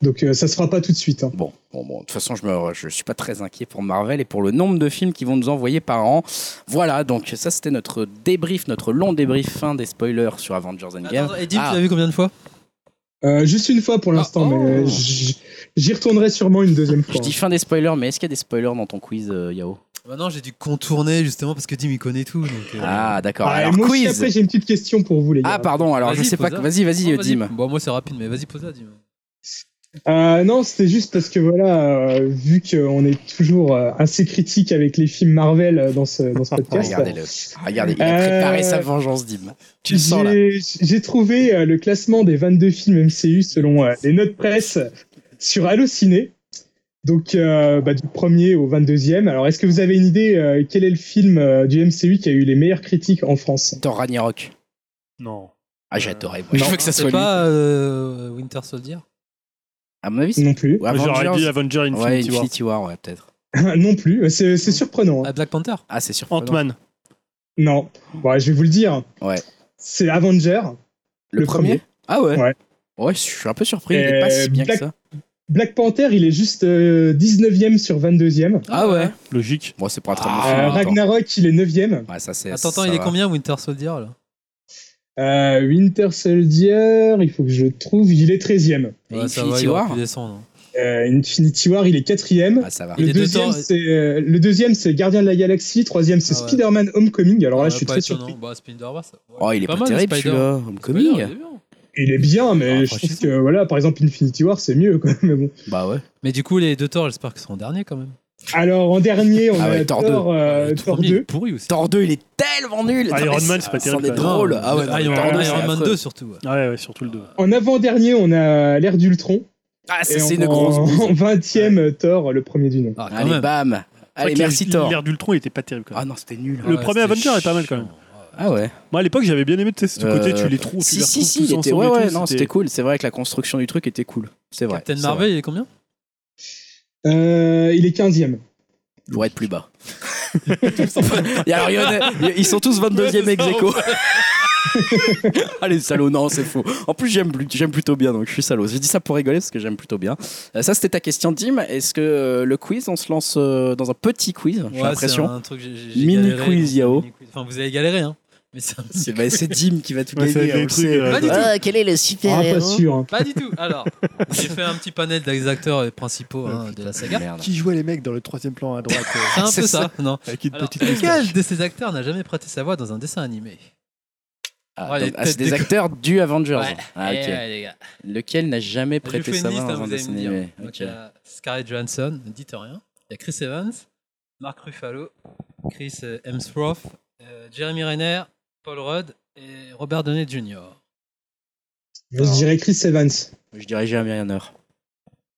Speaker 4: Donc euh, ça se fera pas tout de suite. hein.
Speaker 1: Bon, bon, bon. De toute façon, je me, je suis pas très inquiet pour Marvel et pour le nombre de films qu'ils vont nous envoyer par an. Voilà. Donc ça, c'était notre débrief, notre long débrief fin des spoilers sur Avengers Endgame.
Speaker 2: Attends, Eddie,
Speaker 1: Ah.
Speaker 2: tu l'as vu combien de fois
Speaker 4: Euh, juste une fois pour l'instant,
Speaker 2: Ah, oh.
Speaker 4: mais euh, j- j'y retournerai sûrement une deuxième fois. hein.
Speaker 1: Je dis fin des spoilers, mais est-ce qu'il y a des spoilers dans ton quiz, euh, Yao
Speaker 2: Bah non, j'ai dû contourner justement parce que Dim il connaît tout. donc, euh,
Speaker 1: Ah, d'accord.
Speaker 4: Ah, et
Speaker 1: alors
Speaker 4: moi aussi,
Speaker 1: quiz.
Speaker 4: après, j'ai une petite question pour vous, les gars.
Speaker 1: Ah pardon. Alors je
Speaker 2: Vas-y,
Speaker 1: sais pas.
Speaker 2: pose-la.
Speaker 1: Vas-y, vas-y,
Speaker 2: non,
Speaker 1: euh,
Speaker 2: Ah, vas-y.
Speaker 1: Dim.
Speaker 2: Bon, moi c'est rapide, mais vas-y, pose la Dim.
Speaker 4: Euh, non, c'était juste parce que voilà, euh, vu qu'on est toujours euh, assez critique avec les films Marvel euh, dans ce, dans ce podcast.
Speaker 1: Regardez-le. Ah, Regardez, il a préparé
Speaker 4: Euh,
Speaker 1: sa vengeance, Dim. Tu le sens là.
Speaker 4: J'ai j'ai trouvé euh, le classement des 22 films MCU selon euh, les notes presse sur Allociné. Donc, euh, bah, du premier au 22e. Alors, est-ce que vous avez une idée euh, quel est le film euh, du MCU qui a eu les meilleures critiques en France
Speaker 1: Thor Ragnarok.
Speaker 3: Non.
Speaker 1: Ah, j'ai
Speaker 3: Euh,
Speaker 1: adoré. Moi. Je
Speaker 4: non,
Speaker 1: veux que ça
Speaker 2: C'est
Speaker 1: soit lui.
Speaker 2: pas euh, Winter Soldier
Speaker 1: À mon avis, c'est
Speaker 4: Non plus.
Speaker 1: ou
Speaker 3: J'aurais dit
Speaker 1: Avengers.
Speaker 3: Avenger
Speaker 1: ouais,
Speaker 3: Infinity War.
Speaker 1: Infinity War, ouais, peut-être.
Speaker 4: non plus. C'est c'est surprenant. hein.
Speaker 2: Ah, Black Panther
Speaker 1: Ah, c'est surprenant.
Speaker 3: Ant-Man.
Speaker 4: Non. Bon, je vais vous le dire.
Speaker 1: Ouais.
Speaker 4: C'est Avenger,
Speaker 1: le,
Speaker 4: le
Speaker 1: premier.
Speaker 4: premier.
Speaker 1: Ah ouais.
Speaker 4: Ouais.
Speaker 1: Ouais, je suis un peu surpris. Il est
Speaker 4: Euh,
Speaker 1: pas si bien
Speaker 4: Black-
Speaker 1: que ça.
Speaker 4: Black Panther, il est juste euh, 19e sur 22e.
Speaker 1: Ah ouais.
Speaker 3: Logique.
Speaker 1: Bon, c'est pas un très bon
Speaker 2: Ah,
Speaker 4: Euh,
Speaker 1: film. en même temps.
Speaker 4: Ragnarok, il est 9e.
Speaker 1: Ouais, ça c'est.
Speaker 2: Attends, attends,
Speaker 1: ça
Speaker 2: il est
Speaker 1: va.
Speaker 2: combien Winter Soldier là
Speaker 4: Euh, Winter Soldier, il faut que je le trouve, il est 13e.
Speaker 1: Et
Speaker 2: Ouais, ça va,
Speaker 1: Infinity
Speaker 2: il aurait
Speaker 1: War.
Speaker 2: pu descendre.
Speaker 4: Euh, Infinity War, il est quatrième.
Speaker 1: Ah, ça va.
Speaker 2: Il
Speaker 4: Le
Speaker 2: est deux
Speaker 4: deuxième,
Speaker 2: temps-
Speaker 4: c'est euh, le deuxième, c'est Gardien de la Galaxie. Troisième, c'est
Speaker 2: Ah ouais.
Speaker 4: Spider-Man Homecoming. Alors là,
Speaker 2: Ouais,
Speaker 4: je suis
Speaker 2: pas
Speaker 4: très
Speaker 2: étonnant.
Speaker 4: surpris.
Speaker 2: Bah, Spider-Man, ça- ouais,
Speaker 1: Oh, il est pas,
Speaker 2: mal,
Speaker 1: terrible
Speaker 2: Spider.
Speaker 1: celui-là.
Speaker 2: Spider,
Speaker 1: Homecoming.
Speaker 2: il est bien.
Speaker 4: Il est bien, mais
Speaker 2: Ah,
Speaker 4: je trouve
Speaker 2: franchement.
Speaker 4: que voilà, par exemple, Infinity War, c'est mieux. Quoi. Mais bon.
Speaker 1: Bah ouais.
Speaker 2: Mais du coup, les deux Thor, j'espère qu'ils seront en dernier quand même.
Speaker 4: Alors en dernier, on
Speaker 1: Ah
Speaker 4: a
Speaker 1: ouais, Thor
Speaker 4: Thor, euh,
Speaker 2: le
Speaker 4: Thor
Speaker 2: premier, il est
Speaker 4: 2.
Speaker 2: pourri aussi.
Speaker 1: Thor 2, il est tellement nul.
Speaker 3: Iron
Speaker 1: Attends, mais
Speaker 3: Man, c'est pas
Speaker 1: c'en
Speaker 3: terrible,
Speaker 1: est
Speaker 3: quand même.
Speaker 1: drôle. Ah ouais. non,
Speaker 2: Iron,
Speaker 1: Thor deux, c'est
Speaker 2: Iron Man
Speaker 1: affreux.
Speaker 2: 2 surtout. ouais.
Speaker 3: Ah ouais, ouais, surtout le 2.
Speaker 4: En avant-dernier, on a l'ère d'Ultron.
Speaker 1: Ah, ça
Speaker 4: Et
Speaker 1: c'est
Speaker 4: en-
Speaker 1: une grosse.
Speaker 4: En
Speaker 1: bouse.
Speaker 4: 20e, Thor, le premier du nom.
Speaker 2: Ah, quand
Speaker 1: Allez, bah,
Speaker 2: même.
Speaker 1: bam. Allez, merci Thor.
Speaker 3: L'air d'Ultron, il était pas terrible quand
Speaker 1: Ah
Speaker 3: même.
Speaker 1: non, c'était nul.
Speaker 2: Ah ouais,
Speaker 3: premier
Speaker 2: c'était
Speaker 3: Avenger est pas mal, quand même.
Speaker 2: chiant.
Speaker 1: Ah ouais.
Speaker 3: Moi, à l'époque, j'avais bien aimé, tu sais, ce
Speaker 1: Euh,
Speaker 3: côté, tu les trouves, tu
Speaker 1: Si,
Speaker 3: les
Speaker 1: si, si,
Speaker 3: retrouves tous
Speaker 1: il était,
Speaker 3: ensemble
Speaker 1: ouais,
Speaker 3: et
Speaker 1: ouais,
Speaker 3: tout,
Speaker 1: non, c'était cool. C'est vrai que la construction du truc était cool. C'est vrai.
Speaker 2: Captain
Speaker 1: c'est
Speaker 2: Marvel, il est combien
Speaker 4: Euh, il est 15e.
Speaker 1: vrai. Pour être plus bas. Et alors, il y en a- ils sont tous 22e ex aequo. Allez, salaud, non, c'est faux. En plus, j'aime plus- j'aime plutôt bien, donc je suis salaud. J'ai dit ça pour rigoler parce que j'aime plutôt bien. Euh, ça, c'était ta question, Dim. Est-ce que euh, le quiz, on se lance euh, dans un petit quiz J'ai
Speaker 2: Ouais,
Speaker 1: l'impression.
Speaker 2: c'est un truc, j'ai- j'ai- j'ai
Speaker 1: Mini
Speaker 2: galéré,
Speaker 1: quiz,
Speaker 2: donc,
Speaker 1: Yao.
Speaker 2: mini quiz. Enfin, vous avez galéré, hein. Mais c'est un petit-
Speaker 1: C'est bah, c'est Dim qui va tout
Speaker 3: Ouais, ça va
Speaker 1: gagner.
Speaker 3: être
Speaker 1: on
Speaker 3: des
Speaker 1: le sait.
Speaker 3: trucs, euh,
Speaker 2: Pas du tout.
Speaker 1: Ah, Quel est le super
Speaker 4: Ah, pas sûr. hein.
Speaker 2: Pas du tout. Alors, j'ai fait un petit panel des acteurs euh, principaux hein, de la saga.
Speaker 1: Ah, Merde.
Speaker 3: Qui jouait les mecs dans le troisième plan à droite
Speaker 2: C'est un
Speaker 1: C'est
Speaker 2: peu
Speaker 1: ça.
Speaker 2: ça, non
Speaker 3: Avec une
Speaker 2: Alors,
Speaker 3: petite
Speaker 2: lequel de ces acteurs n'a jamais prêté sa voix dans un dessin animé
Speaker 1: Ah,
Speaker 2: Ouais,
Speaker 1: donc-
Speaker 2: les
Speaker 1: ah, c'est
Speaker 2: têtes
Speaker 1: des
Speaker 2: de-
Speaker 1: acteurs du Avengers.
Speaker 2: Ouais.
Speaker 1: Ah,
Speaker 2: Eh
Speaker 1: ok.
Speaker 2: ouais, les gars.
Speaker 1: Lequel n'a jamais
Speaker 2: Je vous
Speaker 1: prêté
Speaker 2: fais une
Speaker 1: sa
Speaker 2: liste,
Speaker 1: main dans
Speaker 2: hein,
Speaker 1: un
Speaker 2: vous allez
Speaker 1: dessin
Speaker 2: me dire.
Speaker 1: animé
Speaker 2: Donc,
Speaker 1: Ok.
Speaker 2: il y a Scarlett Johansson, ne dites rien. Il y a Chris Evans, Mark Ruffalo, Chris euh, Hemsworth, euh, Jeremy Renner, Paul Rudd et Robert Downey Jr.
Speaker 4: Je dirais Chris Evans.
Speaker 1: Je dirais Jeremy Renner.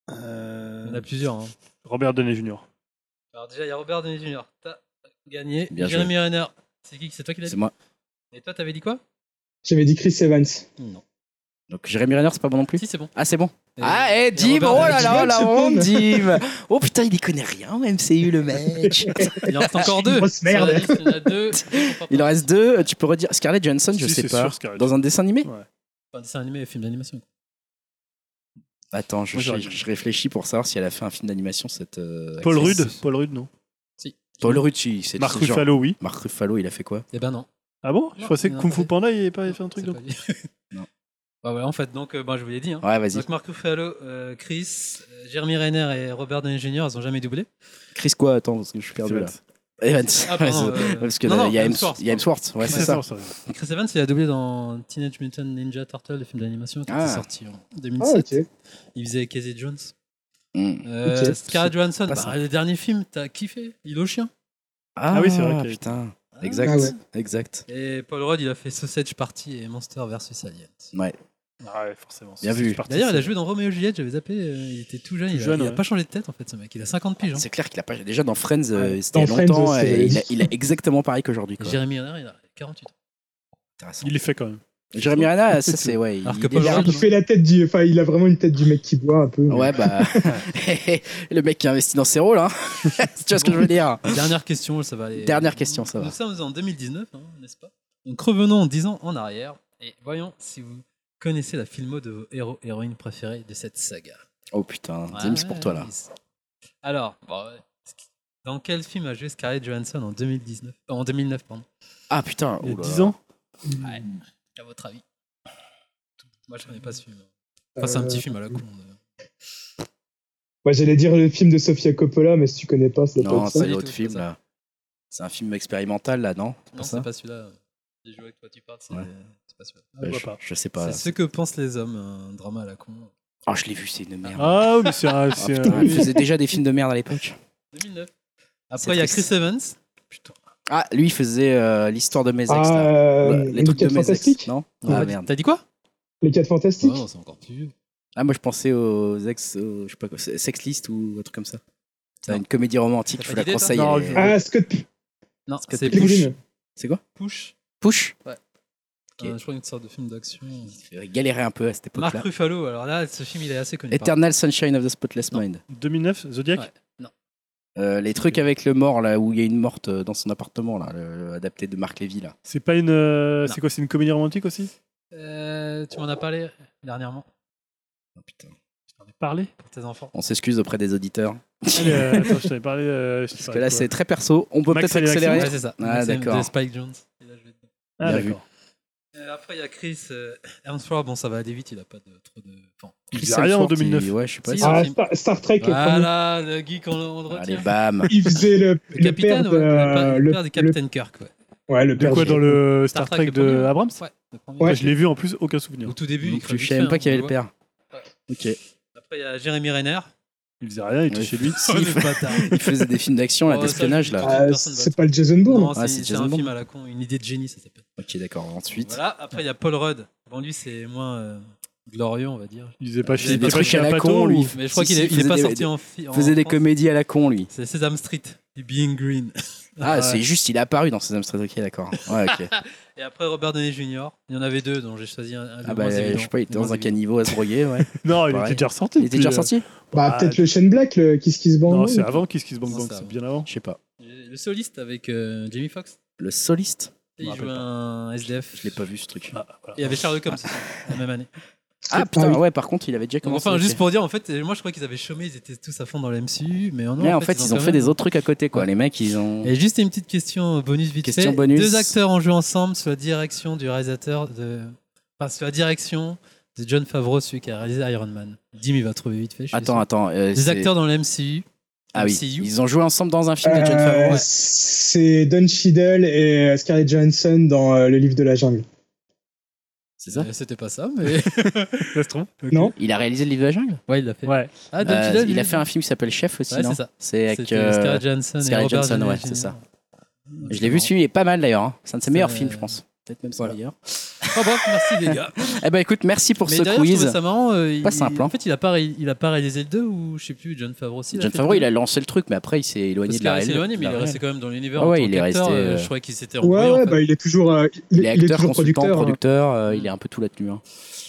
Speaker 2: Il y en a plusieurs. hein.
Speaker 3: Robert Downey Jr.
Speaker 2: Alors déjà, il y a Robert Downey Jr. T'as gagné.
Speaker 1: Bien joué.
Speaker 2: Jeremy Renner. C'est qui C'est toi qui l'as
Speaker 1: C'est
Speaker 2: dit
Speaker 1: moi.
Speaker 2: Et toi, t'avais dit quoi
Speaker 4: J'avais dit Chris Evans.
Speaker 2: Non.
Speaker 1: Donc Jeremy Renner, c'est pas bon non plus
Speaker 2: Si, c'est bon.
Speaker 1: Ah, c'est bon.
Speaker 2: Et-
Speaker 1: Ah, eh, Dim,
Speaker 2: Robert
Speaker 1: oh là là, oh
Speaker 4: Downey Jr.
Speaker 1: là,
Speaker 4: qui
Speaker 1: mon
Speaker 4: se
Speaker 1: Dim Oh putain, il y connaît rien, au MCU, le mec
Speaker 2: Il en reste encore deux.
Speaker 4: Grosse merde.
Speaker 2: Sur la liste, Il y en a deux. Enfin,
Speaker 1: Il en reste deux, tu peux redire Scarlett Johansson, je
Speaker 3: Si,
Speaker 1: sais
Speaker 3: c'est
Speaker 1: pas.
Speaker 3: sûr, Scarlett.
Speaker 1: Dans un dessin animé
Speaker 2: un dessin animé et film d'animation.
Speaker 1: Attends, je,
Speaker 3: Moi, j'aurais
Speaker 1: je-
Speaker 3: dit.
Speaker 1: je réfléchis pour savoir si elle a fait un film d'animation, cette. euh,
Speaker 3: Paul
Speaker 1: actrice.
Speaker 3: Rudd Paul Rudd, non.
Speaker 1: Paul Rudd, si, c'est
Speaker 3: Marc
Speaker 1: c'est genre-
Speaker 3: Ruffalo, oui.
Speaker 1: Marc Ruffalo, il a fait quoi
Speaker 2: Eh ben non.
Speaker 3: Ah bon Je
Speaker 2: Non,
Speaker 3: pensais que
Speaker 2: non,
Speaker 3: Kung Fu
Speaker 2: c'est-
Speaker 3: Panda, il avait pas fait un truc.
Speaker 2: C'est
Speaker 3: donc.
Speaker 2: pas lui.
Speaker 1: Non.
Speaker 2: Bah voilà, en fait, donc, euh, bah, je vous l'ai dit. Hein.
Speaker 1: Ouais, vas-y.
Speaker 2: Donc, Marc Ruffalo, euh, Chris, euh, Jeremy Renner et Robert Downey Jr., ils ont jamais doublé.
Speaker 1: Chris, quoi Attends, parce que je suis perdu là. Evans.
Speaker 2: Ah, pardon,
Speaker 1: Ouais, c'est-
Speaker 2: euh,
Speaker 1: Parce que
Speaker 2: non,
Speaker 1: là,
Speaker 2: non,
Speaker 1: il y a
Speaker 2: Adam
Speaker 1: Ems-
Speaker 2: Swartz,
Speaker 1: il y a Hemsworth, ouais, c'est ça.
Speaker 2: Chris Evans, il a doublé dans Teenage Mutant Ninja Turtle, le film d'animation qui
Speaker 1: Ah.
Speaker 2: était sorti en
Speaker 4: Ah,
Speaker 2: 2007.
Speaker 4: ok.
Speaker 2: Il faisait Casey Jones.
Speaker 1: Hmm.
Speaker 2: Euh,
Speaker 4: Ok.
Speaker 2: Scarlett Johansson,
Speaker 1: Pas
Speaker 2: bah,
Speaker 1: simple.
Speaker 2: le dernier film, t'as kiffé Il au chien.
Speaker 1: Ah,
Speaker 3: oui, c'est vrai qu'il y a-
Speaker 1: Putain,
Speaker 2: Ah.
Speaker 1: exact,
Speaker 4: Ah ouais.
Speaker 1: exact.
Speaker 2: Et Paul Rudd, il a fait Sausage Party et Monster vs Aliens.
Speaker 1: Ouais.
Speaker 3: Ah ouais, forcément.
Speaker 1: Bien
Speaker 3: c'est-
Speaker 1: vu.
Speaker 3: c'est parti,
Speaker 2: D'ailleurs, il a
Speaker 3: c'est-
Speaker 2: joué dans Roméo et Juliette, j'avais zappé, euh, il était tout jeune, il, a,
Speaker 3: jeune,
Speaker 2: il a
Speaker 3: ouais.
Speaker 2: pas changé de tête en fait ce mec, il a 50 piges. hein.
Speaker 1: C'est clair qu'il a pas déjà dans Friends, euh,
Speaker 4: Ouais.
Speaker 1: c'était il y
Speaker 4: Dans
Speaker 1: a
Speaker 4: Friends,
Speaker 1: longtemps,
Speaker 4: c'est-
Speaker 1: et il a, il a exactement pareil qu'aujourd'hui.
Speaker 2: Et
Speaker 1: quoi.
Speaker 2: Jeremy Renner, il a 48 ans.
Speaker 1: Intéressant.
Speaker 3: Il est fait quand même.
Speaker 1: Jérémy Rana, ça c'est ouais.
Speaker 2: Alors
Speaker 1: il
Speaker 2: que
Speaker 1: est
Speaker 2: Paul
Speaker 1: là.
Speaker 2: Rudd-
Speaker 4: Il fait la tête du. Enfin, il a vraiment une tête du mec qui boit un peu. Euh, mais-
Speaker 1: Ouais bah le mec qui investit dans ses rôles, hein. tu vois ce que je veux dire
Speaker 2: Dernière question, ça va aller.
Speaker 1: Dernière question, ça va.
Speaker 2: Nous sommes en 2019, hein, n'est-ce pas Donc revenons 10 ans en arrière et voyons si vous connaissez la filmo de vos héros héroïnes préférés de cette saga.
Speaker 1: Oh putain,
Speaker 2: Ouais,
Speaker 1: Dim, c'est pour toi là.
Speaker 2: Dim. Alors, bon, ouais. dans quel film a joué Scarlett Johansson en 2019 euh, En 2009, pardon.
Speaker 1: Ah putain,
Speaker 3: Il y a
Speaker 1: oh là
Speaker 3: 10
Speaker 1: là.
Speaker 3: ans
Speaker 2: Ouais. À votre avis Moi, je connais pas ce film. Enfin, c'est un
Speaker 4: Euh,
Speaker 2: petit film à la con. euh.
Speaker 4: Ouais, j'allais dire le film de Sofia Coppola, mais si tu connais pas, ça doit
Speaker 1: Non,
Speaker 4: pas être ça.
Speaker 1: c'est
Speaker 2: du
Speaker 1: l'autre
Speaker 2: tout,
Speaker 1: film
Speaker 2: c'est
Speaker 1: là. C'est un film expérimental là, non C'est
Speaker 2: Non,
Speaker 1: pas ça
Speaker 2: c'est pas celui-là. Les jeux avec toi, tu parles, c'est
Speaker 1: Ouais.
Speaker 2: c'est pas celui-là.
Speaker 3: Je
Speaker 1: Ouais,
Speaker 3: vois
Speaker 1: Euh, je,
Speaker 3: pas.
Speaker 1: je sais pas. là.
Speaker 2: C'est ce que pensent les hommes, un drama à la con.
Speaker 1: Ah, je l'ai vu, c'est une merde.
Speaker 3: Ah, mais c'est un.
Speaker 1: Ah,
Speaker 3: c'est un-
Speaker 1: putain, il faisait déjà des films de merde à l'époque.
Speaker 2: 2009.
Speaker 1: C'est
Speaker 2: Après, il y a
Speaker 1: triste.
Speaker 2: Chris Evans. Putain.
Speaker 1: Ah, lui, il faisait euh, l'histoire de mes ex.
Speaker 4: Ah,
Speaker 1: là. Le-
Speaker 4: euh,
Speaker 1: Bah, les
Speaker 4: les
Speaker 1: trucs de
Speaker 4: 4
Speaker 1: mes ex,
Speaker 4: fantastiques
Speaker 1: non
Speaker 2: Ah,
Speaker 1: Ah
Speaker 2: merde.
Speaker 1: merde.
Speaker 2: T'as dit quoi
Speaker 4: Les 4 fantastiques
Speaker 2: Oh, Non, c'est encore plus vieux.
Speaker 1: Ah, moi je pensais aux ex, aux- je sais pas quoi, Sex List ou un truc comme ça. C'est
Speaker 2: Non.
Speaker 1: une comédie romantique,
Speaker 2: T'as
Speaker 1: je
Speaker 2: pas
Speaker 1: vous la
Speaker 2: d'idée, toi
Speaker 1: conseille.
Speaker 3: Non,
Speaker 1: elle est-
Speaker 3: je-
Speaker 4: Ah, Scott
Speaker 2: Non,
Speaker 1: que
Speaker 2: c'est
Speaker 1: t'es
Speaker 2: Push.
Speaker 4: Pilgrim.
Speaker 1: C'est quoi
Speaker 2: Push.
Speaker 1: Push Ok.
Speaker 2: Euh, je crois une sorte de film d'action.
Speaker 1: Il galérait un peu à cette
Speaker 2: Marc
Speaker 1: époque-là.
Speaker 2: Ruffalo. Alors là, ce film, il est assez connu. par-
Speaker 1: Eternal Sunshine of the Spotless
Speaker 2: Non.
Speaker 1: Mind.
Speaker 3: 2009, Zodiac
Speaker 2: Ouais.
Speaker 1: Euh, les trucs avec le mort là où il y a une morte euh, dans son appartement là, le- adapté de Marc Lévy là.
Speaker 3: C'est pas une. euh,
Speaker 2: Non.
Speaker 3: C'est quoi C'est une comédie romantique aussi
Speaker 2: Euh, tu m'en as parlé dernièrement
Speaker 1: Oh, putain.
Speaker 3: J'en ai parlé.
Speaker 2: pour tes enfants.
Speaker 1: On s'excuse auprès des auditeurs.
Speaker 3: Allez, euh, attends, je t'avais parlé. euh, je sais
Speaker 1: Parce
Speaker 3: pas
Speaker 1: que là
Speaker 3: quoi.
Speaker 1: c'est très perso. On peut
Speaker 3: Max
Speaker 1: peut-être
Speaker 3: et les
Speaker 1: accélérer.
Speaker 3: Maxime.
Speaker 2: c'est ça.
Speaker 1: Ah,
Speaker 2: C'est
Speaker 1: d'accord.
Speaker 2: De Spike Jones. Et là, je vais te dire.
Speaker 3: Ah,
Speaker 1: Bien vu.
Speaker 3: d'accord.
Speaker 2: Euh, après, il y a Chris euh, Hemsworth. Bon, ça va aller vite. Il a pas de, trop de. Enfin,
Speaker 3: Il
Speaker 1: Chris
Speaker 3: faisait rien en
Speaker 1: Hemsworth,
Speaker 3: 2009.
Speaker 1: il- Ouais, je sais pas.
Speaker 2: Si,
Speaker 1: il-
Speaker 2: un
Speaker 4: Ah,
Speaker 2: film.
Speaker 4: Star, Star Trek, le premier.
Speaker 2: voilà, le geek, on, on le
Speaker 1: Allez, bah.
Speaker 2: retient.
Speaker 1: bam.
Speaker 4: Il faisait le,
Speaker 2: Le
Speaker 4: le
Speaker 2: capitaine,
Speaker 4: père de.
Speaker 2: ouais, le père- le
Speaker 4: le-
Speaker 2: père du
Speaker 4: le-
Speaker 2: Capitaine Kirk. Ouais. euh,
Speaker 4: Ouais, le
Speaker 3: De
Speaker 4: père
Speaker 3: quoi dans le Star Trek
Speaker 2: le
Speaker 3: de
Speaker 2: premier.
Speaker 3: Abrams
Speaker 2: Ouais, le premier.
Speaker 3: Moi,
Speaker 4: Ouais.
Speaker 3: Je l'ai vu en plus, aucun souvenir.
Speaker 2: Au tout début, il
Speaker 1: Je
Speaker 2: crevait
Speaker 1: savais
Speaker 2: vite
Speaker 1: même pas
Speaker 2: fait, hein,
Speaker 1: qu'il y
Speaker 2: on
Speaker 1: avait le
Speaker 2: voit.
Speaker 1: père. Ok.
Speaker 2: Après, il y a Jérémy Renner.
Speaker 3: Il faisait rien, il était
Speaker 1: Ouais.
Speaker 3: chez lui.
Speaker 1: Si, il
Speaker 2: Oh, le bâtard.
Speaker 1: Il faisait des films d'action là,
Speaker 2: Oh, ça,
Speaker 1: d'espionnage
Speaker 2: je l'ai
Speaker 1: là.
Speaker 2: pas.
Speaker 4: Ah,
Speaker 2: personne
Speaker 4: c'est
Speaker 2: va-
Speaker 4: pas le Jason Bourne.
Speaker 2: Non,
Speaker 1: Ah,
Speaker 2: c'est
Speaker 1: c'est
Speaker 2: c'est
Speaker 1: Jason
Speaker 2: un
Speaker 1: Bourne.
Speaker 2: film à la con, une idée de génie, ça s'appelle.
Speaker 1: Ok, d'accord. Ensuite.
Speaker 2: Voilà, après il y a Paul Rudd. Bon, lui c'est moins euh, glorieux, on va dire.
Speaker 3: Il faisait pas
Speaker 1: Il faisait des
Speaker 3: chez il faisait pas
Speaker 1: trucs
Speaker 3: chez
Speaker 1: à la
Speaker 3: Apatow,
Speaker 1: con.
Speaker 3: lui.
Speaker 1: lui.
Speaker 2: Mais je crois
Speaker 1: Si,
Speaker 2: qu'il
Speaker 1: si,
Speaker 2: est, il est
Speaker 1: faisait
Speaker 2: pas
Speaker 1: des-
Speaker 2: sorti en, fi- en
Speaker 1: faisait des
Speaker 2: France.
Speaker 1: comédies à la con lui.
Speaker 2: C'est Sesame Street, et Being Green.
Speaker 1: Ah,
Speaker 3: ouais.
Speaker 1: c'est juste, il est apparu dans Sesame Street. Ok, d'accord. Ouais, ok. Ah,
Speaker 2: Et après Robert Downey Jr. Il y en avait deux, dont j'ai choisi un, un des
Speaker 1: Ah bah,
Speaker 2: moins
Speaker 1: je
Speaker 2: évidents.
Speaker 1: sais pas, il était
Speaker 2: des
Speaker 1: dans
Speaker 2: moins
Speaker 1: un
Speaker 2: évidents.
Speaker 1: caniveau à se broyer, ouais.
Speaker 3: Non, il
Speaker 1: Ouais.
Speaker 3: était déjà ressorti.
Speaker 1: Il était déjà
Speaker 3: depuis, euh,
Speaker 1: sorti
Speaker 4: Bah,
Speaker 3: Ah,
Speaker 4: peut-être le Shane Black, le Kiss Kiss Bang
Speaker 3: Non,
Speaker 4: Bang.
Speaker 3: c'est avant Kiss Kiss Bang
Speaker 2: Non,
Speaker 3: Bang,
Speaker 2: c'est
Speaker 3: c'est
Speaker 2: avant.
Speaker 3: bien avant.
Speaker 1: Je sais pas.
Speaker 2: Le soliste avec euh, Jamie Foxx.
Speaker 1: Le soliste
Speaker 2: Et
Speaker 3: Je me
Speaker 2: Il
Speaker 3: rappelle
Speaker 2: joue un SDF.
Speaker 1: Je l'ai pas vu ce truc.
Speaker 3: Ah, voilà.
Speaker 2: Il y avait Sherlock Holmes aussi, la même année.
Speaker 1: Ah
Speaker 4: Ah
Speaker 1: putain,
Speaker 4: oui.
Speaker 1: ouais, par contre, il avait déjà
Speaker 2: Donc,
Speaker 1: commencé.
Speaker 2: enfin,
Speaker 1: ok.
Speaker 2: juste pour dire, en fait, moi je crois qu'ils avaient chômé, ils étaient tous à fond dans la MCU, mais non.
Speaker 1: Ouais, en fait, ils ont
Speaker 2: quand
Speaker 1: fait
Speaker 2: même-
Speaker 1: des autres trucs à côté, quoi. Les mecs, ils ont.
Speaker 2: Et juste une petite question bonus vite
Speaker 1: Question
Speaker 2: fait.
Speaker 1: bonus.
Speaker 2: Deux acteurs ont joué ensemble sous la direction du réalisateur de. Enfin, sous la direction de John Favreau, celui qui a réalisé Iron Man. Dim, il va trouver vite fait. je suis
Speaker 1: Attends,
Speaker 2: sûr.
Speaker 1: attends. euh,
Speaker 2: Des
Speaker 1: c'est-
Speaker 2: acteurs dans le MCU.
Speaker 1: Ah oui.
Speaker 2: MCU.
Speaker 1: Ils ont joué ensemble dans un film de John
Speaker 4: Euh,
Speaker 1: Favreau.
Speaker 4: C'est Don Cheadle et Scarlett Johansson dans euh, Le Livre de la Jungle.
Speaker 1: C'est ça
Speaker 2: Euh, C'était pas ça, mais.
Speaker 3: Ça se trouve
Speaker 4: Non
Speaker 1: Il a réalisé le livre de la jungle
Speaker 2: ouais, il l'a fait.
Speaker 3: Ouais.
Speaker 2: Ah, Don
Speaker 1: Euh,
Speaker 2: Cheadle,
Speaker 1: Il a
Speaker 2: lui.
Speaker 1: fait un film qui s'appelle Chef aussi,
Speaker 2: Ouais,
Speaker 1: non
Speaker 2: c'est ça.
Speaker 1: C'est avec.
Speaker 2: C'était
Speaker 1: euh,
Speaker 2: Scarlett Johansson et
Speaker 1: Scarlett
Speaker 2: Robert
Speaker 1: Johansson,
Speaker 2: Downey
Speaker 1: ouais, c'est
Speaker 2: Jr.
Speaker 1: ça. Je l'ai vu, celui-là, il est pas mal d'ailleurs. hein. C'est un de ses
Speaker 2: C'est,
Speaker 1: meilleurs
Speaker 2: euh,
Speaker 1: films, je pense. Peut-être même son
Speaker 2: voilà.
Speaker 1: meilleur.
Speaker 2: Oh, bref, merci les gars.
Speaker 1: Eh ben écoute, merci pour
Speaker 2: Mais
Speaker 1: ce
Speaker 2: derrière, je trouvais
Speaker 1: quiz.
Speaker 2: ça marrant. euh, il-
Speaker 1: Pas simple, hein.
Speaker 2: En fait, il a, pas, ré- il a pas réalisé le 2 ou je sais plus, John Favreau aussi.
Speaker 1: John Favreau, il a lancé le truc, mais après il s'est éloigné de
Speaker 2: Parce qu'il
Speaker 1: la
Speaker 2: a
Speaker 1: réalité.
Speaker 2: éloigné, mais il est
Speaker 3: la
Speaker 2: resté quand même dans l'univers.
Speaker 1: Ah
Speaker 2: en
Speaker 1: ouais,
Speaker 2: tant
Speaker 1: il est
Speaker 2: qu'acteur,
Speaker 1: resté,
Speaker 2: euh,
Speaker 1: euh,
Speaker 2: Je croyais qu'il s'était
Speaker 4: Ouais,
Speaker 2: embrouillé, en
Speaker 4: ouais,
Speaker 2: fait.
Speaker 4: bah, il est toujours, euh,
Speaker 1: Il
Speaker 4: il,
Speaker 1: est
Speaker 4: il est
Speaker 1: acteur,
Speaker 4: toujours
Speaker 1: consultant,
Speaker 4: producteur. hein.
Speaker 1: producteur, euh, il est un peu tout là-dessus. hein.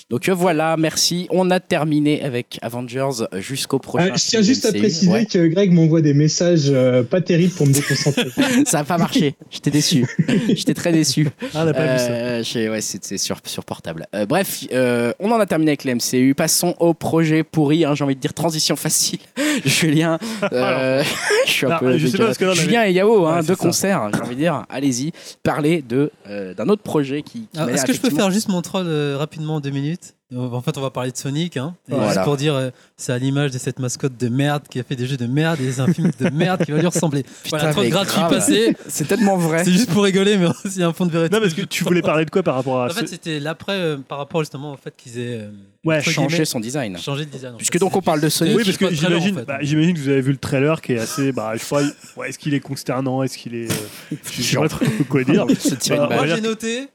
Speaker 1: Donc euh, voilà, merci. On a terminé avec Avengers jusqu'au prochain.
Speaker 4: Ah, je tiens juste à
Speaker 1: CMC.
Speaker 4: préciser
Speaker 1: Ouais.
Speaker 4: que Greg m'envoie des messages euh, pas terribles pour me déconcentrer.
Speaker 1: ça n'a pas marché. J'étais déçu. J'étais très déçu.
Speaker 3: Ah, on n'a pas vu ça.
Speaker 1: Euh, j'ai- ouais, c'est c'est sur, sur portable. Euh, bref, euh, on en a terminé avec les MCU. Passons au projet pourri. hein, J'ai envie de dire transition facile. Julien, euh, je suis un
Speaker 3: Alors,
Speaker 1: peu.
Speaker 3: je sais pas parce que là, on avait-
Speaker 1: Julien et Yao, hein,
Speaker 3: Ouais, c'est
Speaker 1: deux
Speaker 3: ça.
Speaker 1: concerts. J'ai envie de dire, allez-y, parlez de euh, d'un autre projet qui. qui
Speaker 2: Alors,
Speaker 1: m'a l'air
Speaker 2: Ah, Est-ce que je
Speaker 1: Ah,
Speaker 2: peux
Speaker 1: effectivement-
Speaker 2: faire juste mon troll euh, rapidement en deux minutes En fait, on va parler de Sonic. Hein, Et
Speaker 1: Voilà.
Speaker 2: Juste pour dire, euh, c'est à l'image de cette mascotte de merde qui a fait des jeux de merde et c'est un film de merde qui va lui ressembler.
Speaker 1: Putain,
Speaker 2: voilà, troll
Speaker 1: mais
Speaker 2: gratuit
Speaker 1: grave.
Speaker 2: passé.
Speaker 1: C'est tellement vrai.
Speaker 2: C'est juste pour rigoler, mais il y a un fond de vérité.
Speaker 3: Non, parce que tu voulais parler de quoi par rapport à
Speaker 2: En
Speaker 3: ce-
Speaker 2: fait, c'était l'après euh, par rapport justement au fait qu'ils aient euh,
Speaker 3: Ouais,
Speaker 2: entre
Speaker 1: Changer
Speaker 2: guillemets,
Speaker 1: son design.
Speaker 2: changé de design. en
Speaker 1: Puisque
Speaker 2: fait.
Speaker 1: donc on parle de Sonic.
Speaker 3: Oui, parce
Speaker 2: Pas
Speaker 3: que
Speaker 2: de trailer,
Speaker 3: j'imagine
Speaker 2: en fait.
Speaker 3: bah, j'imagine que vous avez vu le trailer qui est assez. Bah, je sais pas, ouais, est-ce qu'il est consternant Est-ce qu'il est. euh, je sais pas trop quoi dire.
Speaker 1: Se tirer une
Speaker 3: Bah,
Speaker 2: Alors,
Speaker 1: balle.
Speaker 2: Moi,
Speaker 3: ouais.
Speaker 2: j'ai noté.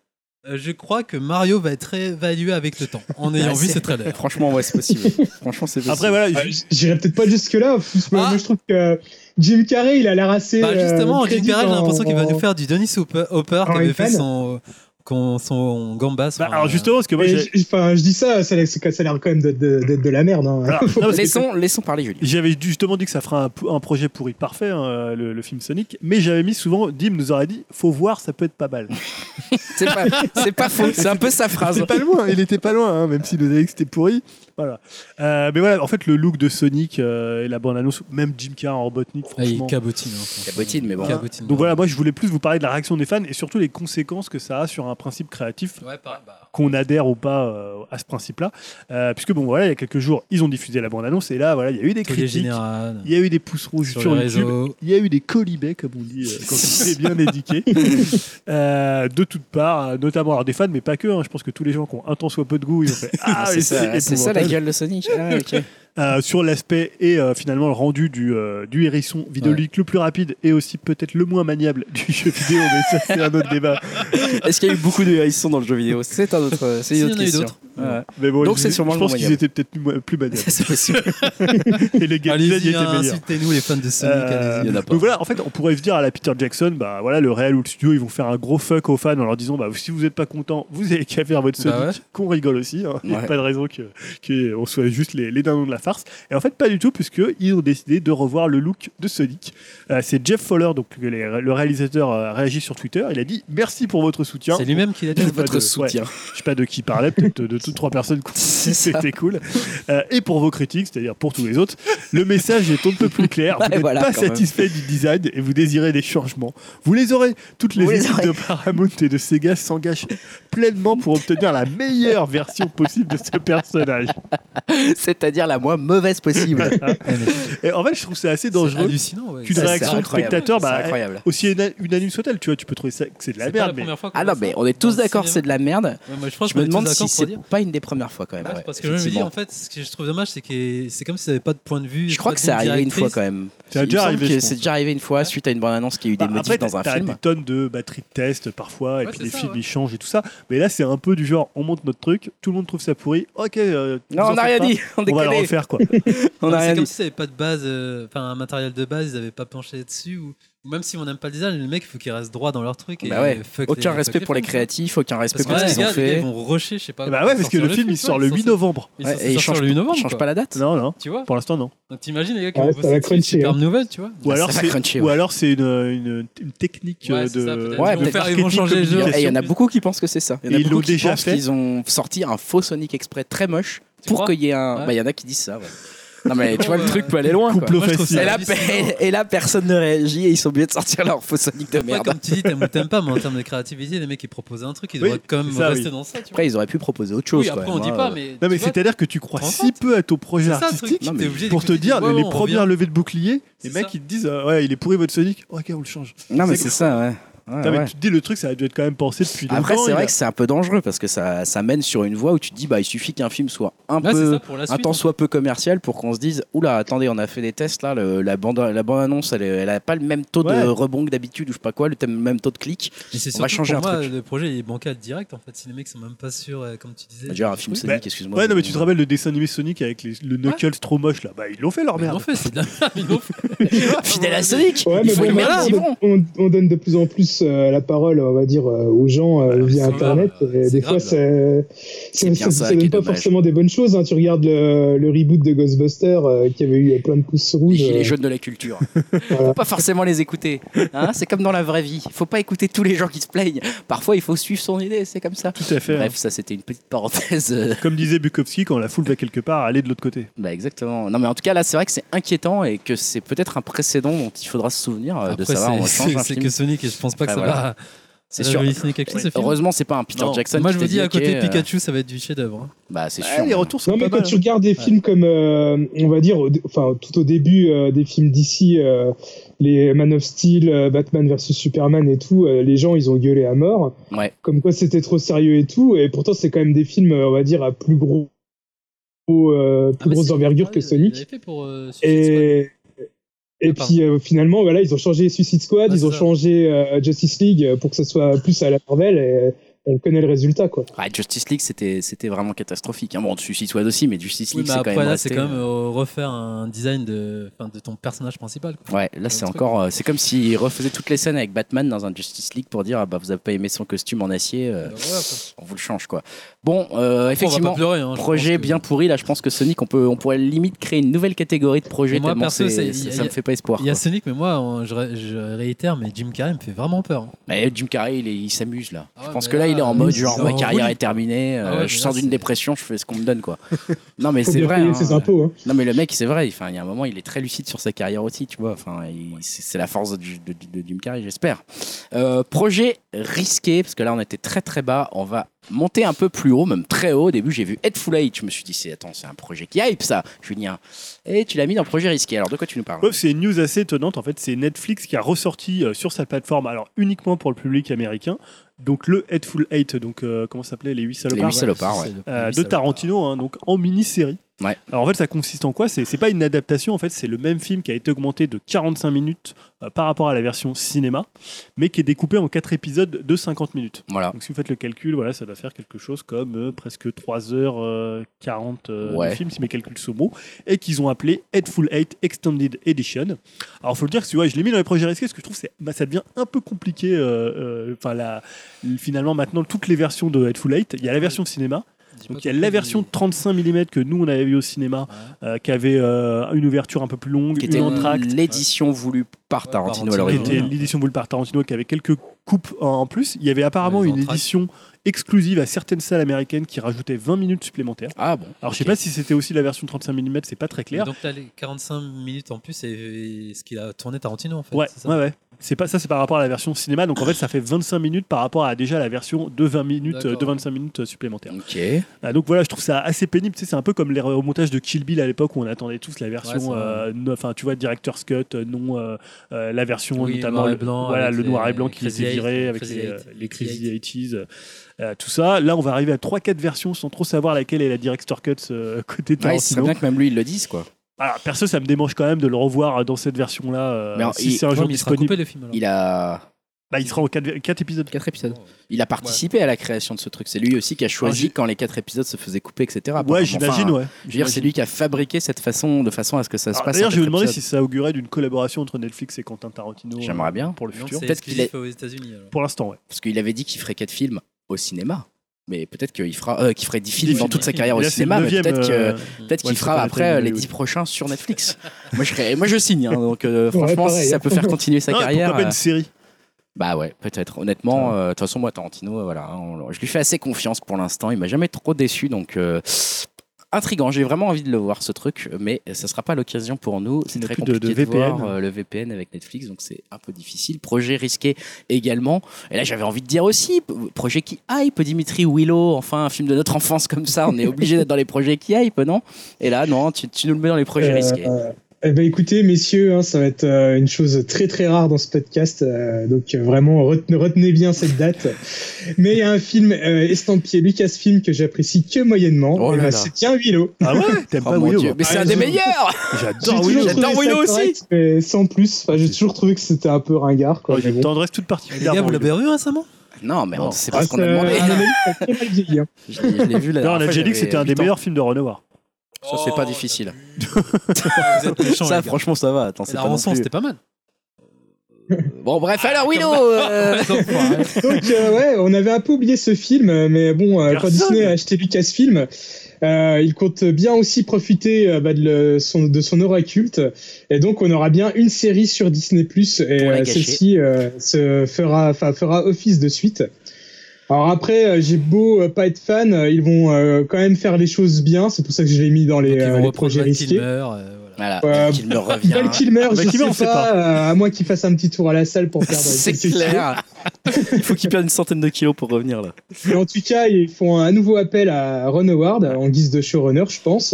Speaker 2: euh, Je crois que Mario va être évalué avec le temps en
Speaker 3: Bah,
Speaker 2: ayant
Speaker 1: Ah,
Speaker 2: vu
Speaker 1: c'est-
Speaker 2: ces trailers.
Speaker 1: Franchement, ouais, c'est possible. Franchement, c'est possible.
Speaker 3: Après, voilà,
Speaker 4: Ah,
Speaker 3: ju-
Speaker 4: J'irai peut-être pas jusque-là. parce que Moi,
Speaker 2: Ah.
Speaker 4: moi, je trouve que Jim Carrey, il a l'air assez.
Speaker 2: Bah
Speaker 4: euh,
Speaker 2: justement, Jim
Speaker 4: crédible
Speaker 2: Carrey, j'ai l'impression qu'il va
Speaker 4: en-
Speaker 2: nous faire du Dennis Hopper, Hopper
Speaker 4: en
Speaker 2: qui avait fait
Speaker 4: iPad.
Speaker 2: son, qu'on- son euh, gambas.
Speaker 3: bah,
Speaker 2: enfin,
Speaker 3: alors justement, parce que moi,
Speaker 4: Mais
Speaker 3: j'ai-
Speaker 4: j- Enfin, je dis ça, ça, ça- ça a l'air quand même d'être de, d'être de la merde. hein.
Speaker 3: alors, non, parce que
Speaker 1: Laissons, laissons parler Julien.
Speaker 3: J'avais justement dit que ça fera un, p- un projet pourri parfait, hein, le, le film Sonic, mais j'avais mis souvent, Dim nous aurait dit, faut voir, ça peut être pas mal.
Speaker 1: C'est pas, c'est pas faux. C'est un peu sa phrase.
Speaker 3: C'est pas loin, il était pas loin, hein, même si le Alex était pourri. Voilà. Euh, mais voilà, en fait, le look de Sonic euh, et la bande-annonce, même Jim Carrey en Robotnik,
Speaker 2: Ah, il
Speaker 3: franchement.
Speaker 2: cabotine. hein, franchement.
Speaker 1: Cabotine, mais bon.
Speaker 2: Cabotine,
Speaker 3: Donc
Speaker 2: ouais.
Speaker 3: voilà, moi je voulais plus vous parler de la réaction des fans et surtout les conséquences que ça a sur un principe créatif
Speaker 2: Ouais, pareil, bah,
Speaker 3: qu'on adhère ou pas euh, à ce principe-là, Euh, puisque bon voilà, il y a quelques jours ils ont diffusé la bande-annonce et là voilà, il y a eu des
Speaker 2: Télé
Speaker 3: critiques,
Speaker 2: Générale,
Speaker 3: il y a eu des pouces rouges
Speaker 2: sur
Speaker 3: sur,
Speaker 2: les
Speaker 3: YouTube,
Speaker 2: réseaux.
Speaker 3: il y a eu des colibets, comme on dit, euh, quand c'est bien édiqué, euh, de toutes parts, euh, notamment alors des fans, mais pas que. hein. je pense que tous les gens qui ont un tant soit peu de goût, ils ont fait
Speaker 1: Ah,
Speaker 3: Ah,
Speaker 1: c'est
Speaker 3: mais
Speaker 1: ça, c'est ça la
Speaker 3: épouvantable.
Speaker 1: gueule de Sonic. Ah, ok.
Speaker 3: Euh, Sur l'aspect et euh, finalement le rendu du, euh, du hérisson vidéoludique le plus rapide et aussi peut-être le moins maniable du jeu vidéo, mais ça, c'est un autre débat.
Speaker 1: Est-ce qu'il y a eu beaucoup de hérissons dans le jeu vidéo C'est un autre, c'est une
Speaker 2: Si, il y
Speaker 1: autre
Speaker 2: en a eu
Speaker 1: question.
Speaker 2: d'autres.
Speaker 1: Ouais.
Speaker 3: Mais bon,
Speaker 1: Donc,
Speaker 3: ils-
Speaker 1: c'est sûrement
Speaker 3: je
Speaker 1: le
Speaker 3: pense
Speaker 1: moins
Speaker 3: qu'ils étaient peut-être plus, plus maniables.
Speaker 1: C'est possible.
Speaker 3: et les gars,
Speaker 2: Allez-y,
Speaker 3: étaient
Speaker 2: hein,
Speaker 3: meilleurs.
Speaker 2: insultez-nous les fans de Sonic.
Speaker 3: Euh,
Speaker 2: allez-y.
Speaker 1: Il y en a pas.
Speaker 3: donc voilà, en fait, on pourrait se dire à la Peter Jackson, bah voilà, le réel ou le studio, ils vont faire un gros fuck aux fans en leur disant, bah si vous n'êtes pas content, vous avez qu'à faire votre Sonic,
Speaker 2: Bah
Speaker 3: qu'on rigole aussi. hein. Il n'y
Speaker 1: Ouais.
Speaker 3: a pas de raison que qu'on soit juste les, les dindons de la farce. Et en fait, pas du tout, puisque ils ont décidé de revoir le look de Sonic. Euh, C'est Jeff Fowler, donc le- le réalisateur, euh, réagit sur Twitter. Il a dit, merci pour votre soutien.
Speaker 2: C'est lui-même qui l'a dit.
Speaker 3: Je sais pas
Speaker 1: Votre
Speaker 3: de-
Speaker 1: soutien.
Speaker 3: Je sais pas de qui parlait, peut-être de toutes trois personnes qui ont dit
Speaker 1: C'est
Speaker 3: que
Speaker 1: ça.
Speaker 3: c'était cool. Euh, et pour vos critiques, c'est-à-dire pour tous les autres, le message est un peu plus clair. Vous
Speaker 1: Ouais,
Speaker 3: n'êtes
Speaker 1: Bah, voilà,
Speaker 3: pas
Speaker 1: quand même.
Speaker 3: satisfait du design et vous désirez des changements. Vous les aurez. Toutes les
Speaker 1: Vous les
Speaker 3: équipes
Speaker 1: aurez.
Speaker 3: de Paramount et de Sega s'engagent pleinement pour obtenir la meilleure version possible de ce personnage.
Speaker 1: C'est-à-dire la moins mauvaise possible.
Speaker 3: Et en fait, je trouve ça assez
Speaker 2: C'est
Speaker 3: dangereux.
Speaker 2: hallucinant. ouais.
Speaker 3: Qu'une
Speaker 1: Ça, c'est
Speaker 3: réaction de
Speaker 1: incroyable.
Speaker 3: spectateur,
Speaker 1: C'est
Speaker 3: bah,
Speaker 1: incroyable.
Speaker 3: aussi una- unanime soit-elle, tu vois, tu peux trouver ça que c'est de la
Speaker 2: C'est pas
Speaker 3: merde, mais
Speaker 2: première fois qu'on
Speaker 1: Ah non,
Speaker 2: voit
Speaker 1: mais
Speaker 2: ça
Speaker 1: on est
Speaker 2: dans
Speaker 1: tous
Speaker 2: le
Speaker 1: d'accord, c'est
Speaker 2: cinéma.
Speaker 1: de la merde.
Speaker 2: Ouais, moi, je pense
Speaker 1: Je
Speaker 2: qu'on
Speaker 1: me
Speaker 2: est tous
Speaker 1: demande si
Speaker 2: d'accord
Speaker 1: c'est
Speaker 2: pour dire.
Speaker 1: pas une des premières fois quand même.
Speaker 2: Ouais,
Speaker 1: ouais,
Speaker 2: parce que je me dis,
Speaker 1: effectivement.
Speaker 2: en fait, ce que je trouve dommage, c'est que c'est comme si ça n'avait pas de point de vue.
Speaker 1: Je crois
Speaker 2: pas
Speaker 1: que
Speaker 2: de
Speaker 1: c'est
Speaker 2: ligne
Speaker 1: arrivé une fois
Speaker 2: directrice.
Speaker 1: quand même.
Speaker 3: Ça a
Speaker 1: Il
Speaker 3: déjà
Speaker 1: me semble
Speaker 3: arrivé,
Speaker 1: que
Speaker 3: je
Speaker 1: C'est
Speaker 3: pense.
Speaker 1: déjà arrivé une fois suite à une bande-annonce qui a eu des
Speaker 3: Bah,
Speaker 1: modifs
Speaker 3: après,
Speaker 1: dans un
Speaker 3: t'as
Speaker 1: film.
Speaker 3: des tonnes de batteries de test parfois, et
Speaker 2: Ouais,
Speaker 3: puis
Speaker 2: c'est
Speaker 3: les
Speaker 2: ça,
Speaker 3: films
Speaker 2: ouais.
Speaker 3: ils changent et tout ça. Mais là, c'est un peu du genre, on monte notre truc, tout le monde trouve ça pourri. Ok, euh,
Speaker 1: Non,
Speaker 3: vous en
Speaker 1: on n'a
Speaker 3: faites
Speaker 1: rien
Speaker 3: pas,
Speaker 1: dit. On
Speaker 3: On va le
Speaker 1: déconne.
Speaker 3: refaire quoi.
Speaker 1: On n'a
Speaker 2: Ouais,
Speaker 1: rien
Speaker 2: C'est comme
Speaker 1: dit.
Speaker 2: si ça n'avait pas de base, euh, enfin un matériel de base, ils n'avaient pas penché dessus. Ou, ou même si on n'aime pas le design, le mec, il faut qu'il reste droit dans leur truc. Et
Speaker 1: Bah ouais.
Speaker 2: fuck
Speaker 1: Aucun
Speaker 2: les-
Speaker 1: respect
Speaker 2: fuck
Speaker 1: pour les
Speaker 2: fans.
Speaker 1: créatifs, aucun respect
Speaker 2: Parce que
Speaker 1: pour ce
Speaker 2: là, les
Speaker 1: qu'ils
Speaker 2: gars,
Speaker 1: ont
Speaker 2: les gars,
Speaker 1: fait.
Speaker 2: ils vont rusher, je sais pas.
Speaker 3: bah ouais, parce que
Speaker 2: sortir
Speaker 3: le film il
Speaker 2: tu
Speaker 3: sort
Speaker 2: vois,
Speaker 3: le
Speaker 2: ils
Speaker 3: 8
Speaker 2: sortent-
Speaker 3: novembre.
Speaker 2: Ils
Speaker 1: Ouais,
Speaker 2: sortent
Speaker 1: Et ils
Speaker 2: ça
Speaker 1: changent
Speaker 2: le 8 novembre.
Speaker 1: changent
Speaker 2: quoi.
Speaker 1: pas la date
Speaker 3: Non, non.
Speaker 2: Tu vois
Speaker 3: Pour l'instant, non.
Speaker 2: Donc t'imagines les gars qui
Speaker 4: Ouais,
Speaker 2: vont
Speaker 4: ça va
Speaker 2: bosser dessus,
Speaker 4: cruncher,
Speaker 2: superbe
Speaker 4: hein.
Speaker 2: nouvelle, tu vois.
Speaker 3: Ou
Speaker 1: Ça
Speaker 3: alors,
Speaker 1: va
Speaker 3: c'est,
Speaker 1: cruncher,
Speaker 3: ou
Speaker 1: ouais.
Speaker 3: alors c'est une, une- une technique
Speaker 2: Ouais,
Speaker 3: euh,
Speaker 2: c'est
Speaker 3: de.
Speaker 2: ça, peut-être.
Speaker 1: Ouais,
Speaker 2: ils, vont
Speaker 1: peut-être
Speaker 2: faire, ils vont
Speaker 3: marketing
Speaker 2: changer le jeu.
Speaker 3: communication.
Speaker 1: Et il y en a beaucoup qui pensent que c'est ça. Il y en a
Speaker 3: Et ils
Speaker 1: beaucoup
Speaker 3: l'ont
Speaker 1: qui
Speaker 3: déjà
Speaker 1: pensent
Speaker 3: fait.
Speaker 1: qu'ils ont sorti un faux Sonic exprès très moche
Speaker 2: Tu
Speaker 1: pour
Speaker 2: crois
Speaker 1: qu'il y ait un.
Speaker 2: Ouais.
Speaker 1: Bah, il y en a qui disent ça. ouais. Non, mais tu vois, le
Speaker 2: Ouais.
Speaker 1: truc peut aller loin. quoi.
Speaker 3: Couple
Speaker 2: Moi, je trouve
Speaker 3: facile.
Speaker 1: Et
Speaker 2: ça-
Speaker 1: là, et là, personne ne réagit et ils sont obligés de sortir leur faux Sonic de
Speaker 2: Après,
Speaker 1: merde.
Speaker 2: comme tu dis, t'aimes ou t'aimes pas, mais en termes de créativité, les mecs ils proposent un truc, ils
Speaker 3: Oui,
Speaker 2: devraient quand même
Speaker 3: c'est ça,
Speaker 2: rester
Speaker 3: oui.
Speaker 2: dans ça. Tu vois.
Speaker 1: Après, ils auraient pu proposer autre chose.
Speaker 2: oui, après
Speaker 1: quand
Speaker 2: on
Speaker 1: même,
Speaker 2: dit
Speaker 1: hein.
Speaker 2: pas, mais.
Speaker 3: Non, mais
Speaker 2: tu vois,
Speaker 3: c'est-à-dire que tu crois
Speaker 2: te rends
Speaker 3: si peu à ton projet
Speaker 2: c'est ça le truc.
Speaker 3: artistique
Speaker 1: Non,
Speaker 2: t'es
Speaker 1: mais
Speaker 2: obligé
Speaker 3: pour te
Speaker 2: d'écouter,
Speaker 3: dire,
Speaker 2: ouais,
Speaker 3: les
Speaker 2: ouais, on
Speaker 3: premières
Speaker 2: revient.
Speaker 3: levées de bouclier, les
Speaker 2: C'est
Speaker 3: mecs
Speaker 2: ça.
Speaker 3: ils te disent, euh, ouais, il est pourri votre Sonic, ok, on le change.
Speaker 1: Non, mais
Speaker 3: C'est
Speaker 1: c'est ça, ouais. Ouais,
Speaker 3: Putain, mais
Speaker 1: Ah ouais.
Speaker 3: tu te dis, le truc, ça a dû être quand même pensé depuis longtemps.
Speaker 1: Après, c'est
Speaker 3: il
Speaker 1: vrai
Speaker 3: a-
Speaker 1: que c'est un peu dangereux parce que ça, ça mène sur une voie où tu te dis, bah, il suffit qu'un film soit un
Speaker 2: Là, c'est
Speaker 1: peu.
Speaker 2: ça pour la
Speaker 1: Un
Speaker 2: suite.
Speaker 1: temps soit peu commercial pour qu'on se dise oula attendez on a fait des tests là le- la bande la bande annonce elle, est- elle a pas le même taux
Speaker 3: Ouais.
Speaker 1: de rebond que d'habitude ou je sais pas quoi le même taux de clic
Speaker 2: Mais c'est
Speaker 1: on va
Speaker 2: surtout,
Speaker 1: changer
Speaker 2: pour
Speaker 1: un
Speaker 2: moi,
Speaker 1: truc.
Speaker 2: Le projet est bancal direct en fait. Si les mecs sont même pas sûrs, euh, comme tu disais.
Speaker 1: déjà un film
Speaker 2: Oui.
Speaker 1: Sonic excuse-moi
Speaker 3: Ouais,
Speaker 1: mais-
Speaker 3: non, mais tu te rappelles le dessin animé Sonic avec les- le Knuckles trop moche là Bah, ils l'ont fait leur
Speaker 2: Mais Ils l'ont
Speaker 3: merde.
Speaker 2: fait, c'est de la merde. Ils l'ont fait.
Speaker 1: fidèle à Sonic
Speaker 4: Ouais,
Speaker 1: il
Speaker 4: mais
Speaker 1: faut
Speaker 4: bon,
Speaker 1: les mettre
Speaker 4: voilà,
Speaker 1: ils y vont.
Speaker 4: on, on donne de plus en plus euh, la parole, on va dire, euh, aux gens euh,
Speaker 2: Bah,
Speaker 4: via
Speaker 2: c'est
Speaker 4: Internet.
Speaker 2: grave,
Speaker 4: et
Speaker 2: c'est
Speaker 4: des
Speaker 2: grave,
Speaker 4: fois,
Speaker 2: là.
Speaker 4: c'est-
Speaker 1: C'est
Speaker 4: c'est
Speaker 1: bien
Speaker 4: ça,
Speaker 1: ça
Speaker 4: ça
Speaker 1: qui est
Speaker 4: donne pas
Speaker 1: dommage.
Speaker 4: forcément des bonnes choses. hein. Tu regardes le, le reboot de Ghostbusters euh, qui avait eu plein de pouces
Speaker 1: les
Speaker 4: rouges.
Speaker 1: gilets
Speaker 4: euh,
Speaker 1: jaunes de la culture.
Speaker 4: Voilà.
Speaker 1: faut pas forcément les écouter. hein, c'est comme dans la vraie vie. Faut pas écouter tous les gens qui se plaignent. Parfois, il faut suivre son idée. C'est comme ça.
Speaker 3: Tout à fait. hein.
Speaker 1: Bref, ça c'était une petite parenthèse. euh,
Speaker 3: Comme disait Bukowski, quand la foule va quelque part, allez de l'autre côté.
Speaker 1: Bah exactement. Non mais en tout cas là, c'est vrai que c'est inquiétant et que c'est peut-être un précédent dont il faudra se souvenir euh, de
Speaker 2: Après,
Speaker 1: savoir. On
Speaker 2: c'est-
Speaker 1: change
Speaker 2: c'est
Speaker 1: un
Speaker 2: c'est
Speaker 1: film.
Speaker 2: que Sonic et je pense pas que
Speaker 1: Enfin,
Speaker 2: ça
Speaker 1: voilà.
Speaker 2: va.
Speaker 1: C'est
Speaker 2: ça va
Speaker 1: sûr.
Speaker 2: révolutionner quelque chose ce film.
Speaker 1: Heureusement, c'est pas un Peter
Speaker 2: Non.
Speaker 1: Jackson.
Speaker 2: Moi
Speaker 1: qui
Speaker 2: je vous
Speaker 1: t'a
Speaker 2: dis, à
Speaker 1: ok,
Speaker 2: côté de
Speaker 1: euh,
Speaker 2: Pikachu, ça va être du chef-d'œuvre. hein.
Speaker 1: Bah c'est
Speaker 3: Ouais,
Speaker 1: sûr.
Speaker 3: les
Speaker 1: mais-
Speaker 3: retours sont
Speaker 4: Non, mais
Speaker 3: pas
Speaker 4: quand
Speaker 3: mal.
Speaker 4: tu regardes des films comme, euh, on va dire, au dé- enfin, tout au début euh, des films d'ici, euh, les Man of Steel, euh, Batman vs Superman et tout, euh, les gens, ils ont gueulé à mort.
Speaker 1: Ouais.
Speaker 4: Comme quoi c'était trop sérieux et tout. Et pourtant, c'est quand même des films, euh, on va dire, à plus gros, gros, euh, plus
Speaker 2: Ah, bah,
Speaker 4: grosse
Speaker 2: si,
Speaker 4: envergure
Speaker 2: ouais,
Speaker 4: que
Speaker 2: il
Speaker 4: Sonic.
Speaker 2: l'avait fait pour, euh, Suicide Squad.
Speaker 4: Et, et
Speaker 2: Ah,
Speaker 4: puis euh, finalement, voilà, ils ont changé Suicide Squad,
Speaker 2: Ah,
Speaker 4: ils ont
Speaker 2: ça.
Speaker 4: changé euh, Justice League euh, pour que ça soit plus à la Marvel. Et, on connaît le résultat, quoi.
Speaker 1: Ouais, Bah, Justice League, c'était c'était vraiment catastrophique. Hein. Bon, Suicide Squad aussi, mais Justice
Speaker 2: Oui,
Speaker 1: League,
Speaker 2: mais
Speaker 1: c'est
Speaker 2: après,
Speaker 1: quand même.
Speaker 2: là,
Speaker 1: resté,
Speaker 2: c'est quand même
Speaker 1: euh,
Speaker 2: euh, refaire un design de, enfin, de ton personnage principal. quoi.
Speaker 1: Ouais, là c'est
Speaker 2: truc.
Speaker 1: encore, euh, c'est comme s'ils refaisaient toutes les scènes avec Batman dans un Justice League pour dire ah bah vous avez pas aimé son costume en acier, euh,
Speaker 2: Bah, voilà, quoi.
Speaker 1: on vous le change quoi. Bon, euh,
Speaker 2: On va pas
Speaker 1: effectivement,
Speaker 2: pleurer, hein, je
Speaker 1: projet
Speaker 2: pense que-
Speaker 1: bien pourri. Là, je pense que Sonic, on peut, on pourrait limite créer une nouvelle catégorie de projet.
Speaker 2: Et moi,
Speaker 1: tellement
Speaker 2: perso,
Speaker 1: c'est-
Speaker 2: c'est-
Speaker 1: ça,
Speaker 2: y a-
Speaker 1: ça me
Speaker 2: y a-
Speaker 1: fait pas espoir.
Speaker 2: Il y a
Speaker 1: quoi.
Speaker 2: Sonic, mais moi, on- je, ré- je réitère, mais Jim Carrey me fait vraiment peur. hein.
Speaker 1: Mais Bah, Jim Carrey, il, est- il s'amuse là.
Speaker 2: Ah
Speaker 1: je
Speaker 2: ouais,
Speaker 1: pense
Speaker 2: mais
Speaker 1: que là,
Speaker 2: là,
Speaker 1: il est en
Speaker 2: lui,
Speaker 1: mode
Speaker 2: il
Speaker 1: genre
Speaker 2: est en
Speaker 1: ma carrière
Speaker 2: roulis.
Speaker 1: est terminée, euh,
Speaker 2: Ah ouais,
Speaker 1: je
Speaker 2: mais
Speaker 1: sors
Speaker 2: là,
Speaker 1: d'une
Speaker 2: c'est-
Speaker 1: dépression, je fais ce qu'on me donne quoi. non mais
Speaker 4: Faut
Speaker 1: c'est
Speaker 4: bien
Speaker 1: vrai.
Speaker 4: payer
Speaker 1: hein.
Speaker 4: ses impôts, hein.
Speaker 1: Non mais le mec, c'est vrai. Enfin, il y a un moment, il est très lucide sur sa carrière aussi, tu vois. Enfin, il- c'est c'est la force du- de, de- de Jim Carrey, j'espère. Euh, projet risqué parce que là, on était très très bas. On va monter un peu plus haut, même très haut. Au début, j'ai vu Ed Eight. Je me suis dit, c'est attends, c'est un projet qui hype ça, Julien. Et tu l'as mis dans projet risqué. Alors de quoi tu nous parles
Speaker 3: Ouais, c'est une news assez étonnante. En fait, c'est Netflix qui a ressorti euh, sur sa plateforme, alors uniquement pour le public américain, donc le Headful Eight, donc euh, comment ça s'appelait les huit
Speaker 1: Les
Speaker 3: salopards
Speaker 1: huit salopards, ouais.
Speaker 2: C'est le
Speaker 3: euh,
Speaker 2: premier
Speaker 3: de
Speaker 2: salopard.
Speaker 3: Tarantino, hein, donc en mini-série.
Speaker 1: Ouais.
Speaker 3: Alors en fait, ça consiste en quoi C'est c'est pas une adaptation, en fait, c'est le même film qui a été augmenté de 45 minutes euh, par rapport à la version cinéma, mais qui est découpé en quatre épisodes de 50 minutes.
Speaker 1: Voilà.
Speaker 3: Donc si vous faites le calcul, voilà, ça doit faire quelque chose comme euh, presque 3h40 euh,
Speaker 1: Ouais.
Speaker 3: de film, si mes calculs sont bons, et qu'ils ont appelé Headful 8 Extended Edition. Alors faut le dire, que, ouais, je l'ai mis dans les projets risqués, parce que je trouve que c'est- bah, ça devient un peu compliqué. euh, euh, Enfin, la- finalement, maintenant, toutes les versions de Headful 8, il y a la version cinéma,
Speaker 2: J'ai
Speaker 3: donc
Speaker 2: pas
Speaker 3: il y a la
Speaker 2: compris.
Speaker 3: version 35 mm que nous, on avait vu au cinéma, euh, qui avait euh, une ouverture un peu plus longue,
Speaker 1: Qui
Speaker 3: une
Speaker 1: était
Speaker 3: entracte,
Speaker 1: l'édition voulue par
Speaker 2: Ouais,
Speaker 1: Tarantino à
Speaker 2: Tarantino,
Speaker 3: qui
Speaker 1: l'origine.
Speaker 3: était l'édition voulue par Tarantino, qui avait quelques coupes en en plus. Il y avait apparemment
Speaker 2: Les
Speaker 3: une
Speaker 2: entractes.
Speaker 3: édition exclusive à certaines salles américaines qui rajoutait 20 minutes supplémentaires.
Speaker 1: Ah bon.
Speaker 3: Alors je sais
Speaker 1: Ok.
Speaker 3: pas si c'était aussi la version 35 mm, c'est pas très
Speaker 2: Mais
Speaker 3: clair.
Speaker 2: Donc là, les 45 minutes en plus, et ce qu'il a tourné Tarantino en fait.
Speaker 3: Ouais,
Speaker 2: c'est ça
Speaker 3: ouais, ouais. C'est pas ça, c'est par rapport à la version cinéma. Donc en fait, ça fait 25 minutes par rapport à déjà la version de 20 minutes, euh, de
Speaker 2: D'accord.
Speaker 3: 25 minutes euh, supplémentaires.
Speaker 1: Ok.
Speaker 3: Ah, donc voilà, je trouve ça assez pénible. Tu sais, c'est un peu comme les remontages de Kill Bill à l'époque où on attendait tous la
Speaker 2: Ouais, c'est
Speaker 3: version,
Speaker 2: vrai.
Speaker 3: euh, no- enfin tu vois, director's cut, euh, non euh, euh, la version
Speaker 2: Oui,
Speaker 3: notamment
Speaker 2: noir et
Speaker 3: le-
Speaker 2: blanc
Speaker 3: voilà,
Speaker 2: avec
Speaker 3: le noir
Speaker 2: les-
Speaker 3: et blanc
Speaker 2: les
Speaker 3: qui était
Speaker 2: Crazy
Speaker 3: viré
Speaker 2: Eight,
Speaker 3: avec
Speaker 2: Crazy
Speaker 3: les, euh,
Speaker 2: Eight,
Speaker 3: les Crazy
Speaker 2: Crazy
Speaker 3: 80s, euh, euh, tout ça. Là, on va arriver à 3-4 versions sans trop savoir laquelle est la director's cut euh, côté
Speaker 1: Ouais, c'est
Speaker 3: Tarantino.
Speaker 1: bien que même lui, il le dise quoi.
Speaker 3: Alors, perso, ça me démange quand même de le revoir euh, dans cette version-là. euh,
Speaker 1: Mais alors,
Speaker 3: si
Speaker 1: il-
Speaker 3: c'est un
Speaker 2: Ouais,
Speaker 3: jour
Speaker 2: mais il sera
Speaker 3: disponible,
Speaker 2: coupé le film alors.
Speaker 1: Il a
Speaker 3: bah, il sera en 4, épisodes.
Speaker 1: Quatre épisodes. Il a participé à la création de ce truc. C'est lui aussi qui a choisi
Speaker 3: Ouais, j'ai-
Speaker 1: quand les quatre épisodes se faisaient couper, etc. Apparemment,
Speaker 3: Ouais, j'imagine,
Speaker 1: enfin,
Speaker 3: ouais.
Speaker 1: Je veux dire, c'est lui qui a fabriqué cette façon, de façon à ce que ça se
Speaker 3: Alors,
Speaker 1: passe. en
Speaker 3: D'ailleurs, je
Speaker 1: quatre
Speaker 3: vais me demander si
Speaker 1: épisodes.
Speaker 3: ça augurait d'une collaboration entre Netflix et Quentin Tarantino. euh,
Speaker 1: J'aimerais bien.
Speaker 3: Pour le
Speaker 2: Donc
Speaker 3: futur.
Speaker 2: c'est
Speaker 1: Peut-être qu'il
Speaker 2: exclusif aux États-Unis alors.
Speaker 3: Pour l'instant, ouais.
Speaker 1: Parce qu'il avait dit qu'il ferait quatre films au cinéma. Mais peut-être qu'il fera, euh, qu'il ferait dix films
Speaker 3: Dix
Speaker 1: dans
Speaker 3: films.
Speaker 1: toute sa
Speaker 2: Et
Speaker 1: carrière
Speaker 3: Et
Speaker 1: au
Speaker 3: là, c'est le
Speaker 1: cinéma. mais
Speaker 3: neuvième,
Speaker 1: peut-être que-
Speaker 3: euh,
Speaker 1: peut-être qu'il
Speaker 3: Once Upon
Speaker 1: fera
Speaker 3: a
Speaker 1: après
Speaker 3: Time in
Speaker 1: euh, les
Speaker 3: Hollywood.
Speaker 1: dix prochains sur Netflix. moi, je serais- moi, je signe. hein. donc, euh,
Speaker 4: Ouais,
Speaker 1: franchement, si
Speaker 4: pareil.
Speaker 1: ça peut faire continuer sa
Speaker 3: Non,
Speaker 1: carrière.
Speaker 3: pourquoi pas
Speaker 1: euh,
Speaker 3: une série
Speaker 1: Bah ouais, peut-être. Honnêtement, euh, de toute façon, moi, Tarantino, euh, voilà, hein, on- je lui fais assez confiance pour l'instant. Il m'a jamais trop déçu, donc euh, intriguant. J'ai vraiment envie de le voir ce truc, mais ça sera pas l'occasion pour nous. C'est
Speaker 3: Il n'y a
Speaker 1: très
Speaker 3: plus de-
Speaker 1: compliqué
Speaker 3: de
Speaker 1: de,
Speaker 3: VPN.
Speaker 1: voir euh, le VPN avec Netflix, donc c'est un peu difficile. Projet risqué également. Et là, j'avais envie de dire aussi, p- projet qui hype, Dimitri Willow, enfin un film de notre enfance comme ça. On est obligé d'être dans les projets qui hype, non Et là, non, tu, tu nous le mets dans les projets
Speaker 4: Euh,
Speaker 3: bah
Speaker 1: risqués.
Speaker 4: euh, Eh ben écoutez, messieurs, hein, ça va être euh, une chose très très rare dans ce podcast, euh, donc euh, vraiment retenez, retenez bien cette date. Mais il y a un film euh, estampillé Lucasfilm que j'apprécie que moyennement.
Speaker 1: Oh
Speaker 4: Eh
Speaker 1: là là.
Speaker 4: ben, c'est bien Willow.
Speaker 3: Ah ouais T'aimes
Speaker 1: Oh
Speaker 3: pas
Speaker 1: mon
Speaker 3: Willow
Speaker 1: Dieu,
Speaker 3: moi.
Speaker 1: Mais c'est
Speaker 4: Ah,
Speaker 1: un des
Speaker 4: je-
Speaker 1: meilleurs
Speaker 3: J'adore
Speaker 4: J'ai
Speaker 3: Willow.
Speaker 4: toujours
Speaker 1: j'adore
Speaker 4: trouvé
Speaker 1: Willow
Speaker 4: ça
Speaker 1: aussi.
Speaker 4: correct, mais sans plus. Enfin, j'ai toujours trouvé que c'était un peu ringard. Quoi,
Speaker 3: Oh, J'ai
Speaker 4: mais
Speaker 3: une
Speaker 4: bon.
Speaker 3: tendresse
Speaker 2: Les
Speaker 3: toute
Speaker 2: gars,
Speaker 3: particulière.
Speaker 2: vous
Speaker 3: pour
Speaker 2: l'avez
Speaker 3: Willow.
Speaker 2: revu récemment
Speaker 1: Non, mais on-
Speaker 3: Non.
Speaker 1: c'est
Speaker 4: Ah,
Speaker 1: pas ce qu'on a demandé.
Speaker 4: c'est- à mon avis, ça a très mal vieilli, hein.
Speaker 1: Je l'ai je l'ai vu la dernière
Speaker 3: Non, on a
Speaker 1: fois,
Speaker 3: déjà dit que
Speaker 1: j'avais
Speaker 3: c'était un des
Speaker 1: 8 ans.
Speaker 3: meilleurs films de Renoir.
Speaker 1: Ça, c'est pas difficile.
Speaker 2: vous êtes méchants,
Speaker 1: Ça,
Speaker 2: les gars.
Speaker 1: franchement, ça va. Attends,
Speaker 2: Et
Speaker 1: c'est
Speaker 2: la
Speaker 1: pas non
Speaker 2: rançon,
Speaker 1: plus- Ah,
Speaker 2: c'était pas mal.
Speaker 1: Bon, bref, alors Willow euh,
Speaker 4: Donc euh, ouais, on avait un peu oublié ce film, euh, mais bon, euh, quand
Speaker 3: Personne.
Speaker 4: Disney a acheté Lucasfilm, euh, il compte bien aussi profiter euh, bah, de, le- son, de son aura culte, et donc on aura bien une série sur Disney Plus, et
Speaker 1: Pour la
Speaker 4: euh,
Speaker 1: gâcher.
Speaker 4: celle-ci euh, se fera, enfin fera office de suite. Alors après, euh, j'ai beau euh, pas être fan, euh, ils vont euh, quand même faire les choses bien. C'est pour ça que je l'ai mis dans les,
Speaker 2: Ils
Speaker 4: euh,
Speaker 2: vont
Speaker 4: les
Speaker 2: reprendre
Speaker 4: projets
Speaker 2: Val
Speaker 4: risqués.
Speaker 2: Kilmer. euh,
Speaker 1: Voilà,
Speaker 2: voilà.
Speaker 4: Euh,
Speaker 1: qu'il me
Speaker 4: Val
Speaker 1: revient.
Speaker 4: Kilmer,
Speaker 3: Val
Speaker 4: je
Speaker 3: Kilmer, on
Speaker 4: sais
Speaker 3: sait
Speaker 4: pas, euh, à moins qu'il fasse un petit tour à la salle pour perdre.
Speaker 1: C'est
Speaker 4: quelques kilos.
Speaker 1: clair. Il faut qu'il perde une centaine de kilos pour revenir là.
Speaker 4: Mais en tout cas, ils font un nouveau appel à Ron Howard en guise de showrunner, je pense.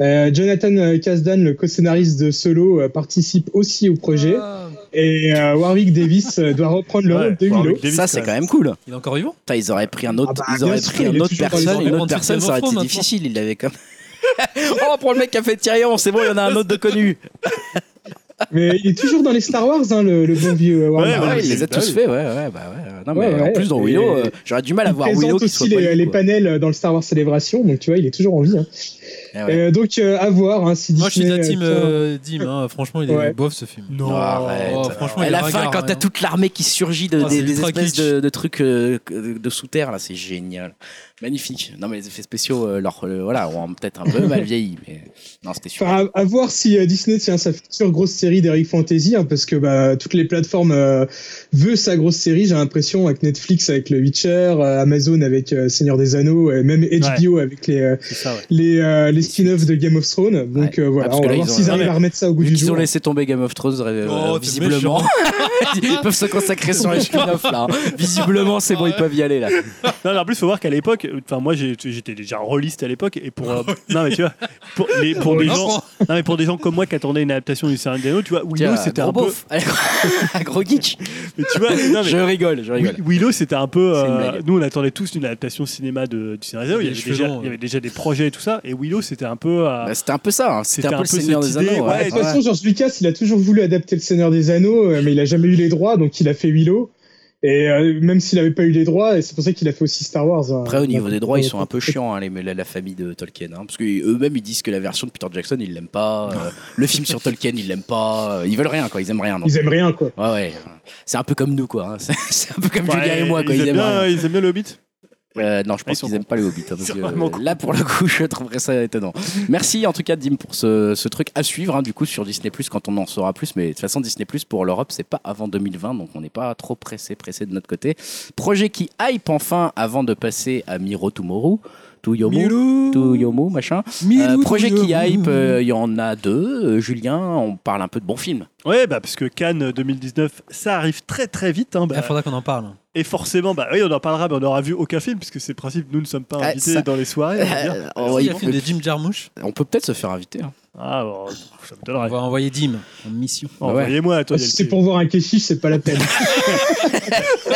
Speaker 4: Euh, Jonathan Kasdan, le co-scénariste de Solo, euh, participe aussi au projet.
Speaker 2: Ah,
Speaker 4: Et euh, Warwick Davis euh, doit reprendre le
Speaker 3: Ouais,
Speaker 4: rôle de
Speaker 3: Warwick
Speaker 4: Willow.
Speaker 3: Davis,
Speaker 1: ça, c'est quand même cool.
Speaker 2: Il est encore vivant
Speaker 1: Putain, ils auraient pris un autre,
Speaker 4: Ah bah,
Speaker 1: ils auraient
Speaker 4: bien sûr,
Speaker 1: pris
Speaker 4: il
Speaker 1: un
Speaker 4: est
Speaker 1: autre
Speaker 4: toujours dans les
Speaker 1: personne, une
Speaker 2: environs
Speaker 1: autre
Speaker 2: de
Speaker 1: personne, ça aurait été
Speaker 2: 38e
Speaker 1: difficile. Il l'avait comme. oh, on prend le mec qui a fait Tyrion, c'est bon, il y en a un autre de connu.
Speaker 4: Mais il est toujours dans les Star Wars, hein, le, le bon vieux Howard.
Speaker 3: Ouais,
Speaker 1: Ah ouais, il les a
Speaker 3: bah
Speaker 1: tous
Speaker 3: oui.
Speaker 1: fait, ouais, ouais, bah ouais. Non, mais
Speaker 4: Ouais, ouais.
Speaker 1: en plus, dans
Speaker 4: Et-
Speaker 1: Willow, euh, j'aurais du mal à
Speaker 4: Il
Speaker 1: voir
Speaker 4: présente
Speaker 1: Willow qui soit
Speaker 4: aussi
Speaker 1: pas
Speaker 4: les,
Speaker 1: lui,
Speaker 4: les
Speaker 1: quoi.
Speaker 4: panels euh, dans le Star Wars Célébration, donc tu vois, il est toujours en vie. hein.
Speaker 1: Eh ouais.
Speaker 4: Euh, donc euh, à voir hein, si
Speaker 2: Moi, je suis de
Speaker 4: Disney,
Speaker 2: la team
Speaker 4: euh,
Speaker 2: euh, Dim. hein. Franchement, il est
Speaker 4: Ouais.
Speaker 2: bof ce film.
Speaker 1: Non, arrête.
Speaker 2: Oh, franchement,
Speaker 1: Et
Speaker 2: il
Speaker 1: la
Speaker 2: est
Speaker 1: fin,
Speaker 2: ringard,
Speaker 1: quand t'as
Speaker 2: hein.
Speaker 1: toute l'armée qui surgit de,
Speaker 2: Ah,
Speaker 1: des,
Speaker 2: c'est
Speaker 1: des
Speaker 2: ultra
Speaker 1: espèces
Speaker 2: kitsch.
Speaker 1: de, de trucs euh, de sous terre, là, c'est génial. Magnifique. Non, mais les effets spéciaux, euh, leur, euh, voilà, ont peut-être un peu mal vieilli, mais non, c'était
Speaker 3: Ah,
Speaker 1: super.
Speaker 4: Enfin, à, à voir si euh, Disney tient sa future grosse série d'Eric Fantasy, hein, parce que bah, toutes les plateformes euh, veulent sa grosse série, j'ai l'impression, avec Netflix, avec Le Witcher, euh, Amazon avec euh, Seigneur des Anneaux, et même HBO avec les, euh,
Speaker 3: C'est ça, ouais.
Speaker 4: les, euh, les spin-offs de Game of Thrones. Donc
Speaker 1: Ouais.
Speaker 4: euh,
Speaker 1: Ah,
Speaker 4: voilà,
Speaker 1: parce
Speaker 4: on
Speaker 1: que
Speaker 4: va
Speaker 1: là,
Speaker 4: voir
Speaker 1: ils ont-
Speaker 4: s'ils
Speaker 1: Ah,
Speaker 4: arrivent
Speaker 3: mais-
Speaker 4: à remettre ça au goût
Speaker 1: Vu
Speaker 4: du
Speaker 1: qu'ils ont
Speaker 4: jour.
Speaker 1: laissé tomber Game of Thrones, euh,
Speaker 2: Oh, t'es
Speaker 1: visiblement, ils peuvent se consacrer sur les spin-offs là. hein. Visiblement, c'est bon, ils peuvent y aller là.
Speaker 3: Non, mais en plus, faut voir qu'à l'époque, enfin, moi, j'ai- j'étais déjà rôliste à l'époque, et pour, euh, non, mais tu vois, pour, les- pour des gens,
Speaker 2: Franchement,
Speaker 3: non, mais pour des gens comme moi qui attendaient une adaptation du Seigneur des Anneaux, tu vois, Willow,
Speaker 1: Tiens,
Speaker 3: c'était
Speaker 1: gros
Speaker 3: un peu,
Speaker 1: beauf. Un gros geek.
Speaker 3: mais tu vois, non, mais
Speaker 1: Je rigole, je rigole.
Speaker 3: Wi- Willow, c'était un peu,
Speaker 1: C'est une
Speaker 3: euh,
Speaker 1: blague.
Speaker 3: nous, on attendait tous une adaptation cinéma de, du Seigneur des Anneaux, il
Speaker 2: Les
Speaker 3: y avait
Speaker 2: cheveux
Speaker 3: déjà,
Speaker 2: longs,
Speaker 3: il y
Speaker 2: ouais.
Speaker 3: avait déjà des projets et tout ça, et Willow, c'était un peu, euh,
Speaker 1: Bah, c'était un peu ça, hein. c'était un peu le Seigneur des
Speaker 3: cette idée,
Speaker 1: Anneaux.
Speaker 4: Ouais,
Speaker 3: ouais.
Speaker 4: de toute façon, George Lucas, il a toujours voulu adapter Le Seigneur des Anneaux, euh, mais il a jamais eu les droits, donc il a fait Willow. Et euh, même s'il n'avait pas eu les droits, et c'est pour ça qu'il a fait aussi Star Wars. hein.
Speaker 1: Après, au niveau
Speaker 4: Donc,
Speaker 1: des droits, ils sont
Speaker 4: euh,
Speaker 1: un peu chiants, hein, les, la, la famille de Tolkien. hein, parce qu'eux-mêmes, ils disent que la version de Peter Jackson, ils l'aiment pas. euh, le film sur Tolkien, ils l'aiment pas. euh, ils veulent rien, quoi. Ils aiment rien. donc.
Speaker 4: Ils aiment rien, quoi.
Speaker 1: Ouais, ouais. C'est un peu comme nous, quoi. hein, C'est c'est un peu comme
Speaker 3: ouais,
Speaker 1: Julien et moi, quoi. Ils, aiment
Speaker 3: bien,
Speaker 1: rien.
Speaker 3: ils aiment bien le Hobbit.
Speaker 1: Euh, non, je
Speaker 3: Ils
Speaker 1: pense
Speaker 3: sont
Speaker 1: qu'ils aiment pas le Hobbit. hein, parce
Speaker 3: sont
Speaker 1: que,
Speaker 3: vraiment
Speaker 1: euh, là, pour le coup, je trouverais ça étonnant. Merci en tout cas, Dim, pour ce, ce truc à suivre, hein, du coup, sur Disney Plus quand on en saura plus. Mais de toute façon, Disney Plus pour l'Europe, c'est pas avant 2020, donc on n'est pas trop pressé, pressé de notre côté. Projet qui hype enfin avant de passer à Miro Tomorrow. To Yomu,
Speaker 2: Milou,
Speaker 1: To Yomu, machin. Euh,
Speaker 2: Milou,
Speaker 1: projet qui
Speaker 2: Milou.
Speaker 1: hype, euh, il y en a deux. Euh, Julien, on parle un peu de bons films.
Speaker 3: Ouais, bah, parce que Cannes 2019, ça arrive très très vite. Hein, bah,
Speaker 2: Il faudra qu'on en parle.
Speaker 3: Et forcément, bah oui, on en parlera, mais on n'aura vu aucun film, puisque c'est le principe, nous ne sommes pas
Speaker 1: Ah,
Speaker 3: invités
Speaker 1: ça-
Speaker 3: dans les soirées. on va dire.
Speaker 1: Euh, on, va-
Speaker 2: Il y a le film de Jim Jarmusch.
Speaker 1: on peut peut-être se faire inviter. hein.
Speaker 3: Ah, bon, ça me
Speaker 2: On
Speaker 3: donnerait.
Speaker 2: va envoyer Dim en mission.
Speaker 3: Envoyez-moi, toi,
Speaker 4: Ah, Si c'est pour voir un kéfiche, c'est pas la peine.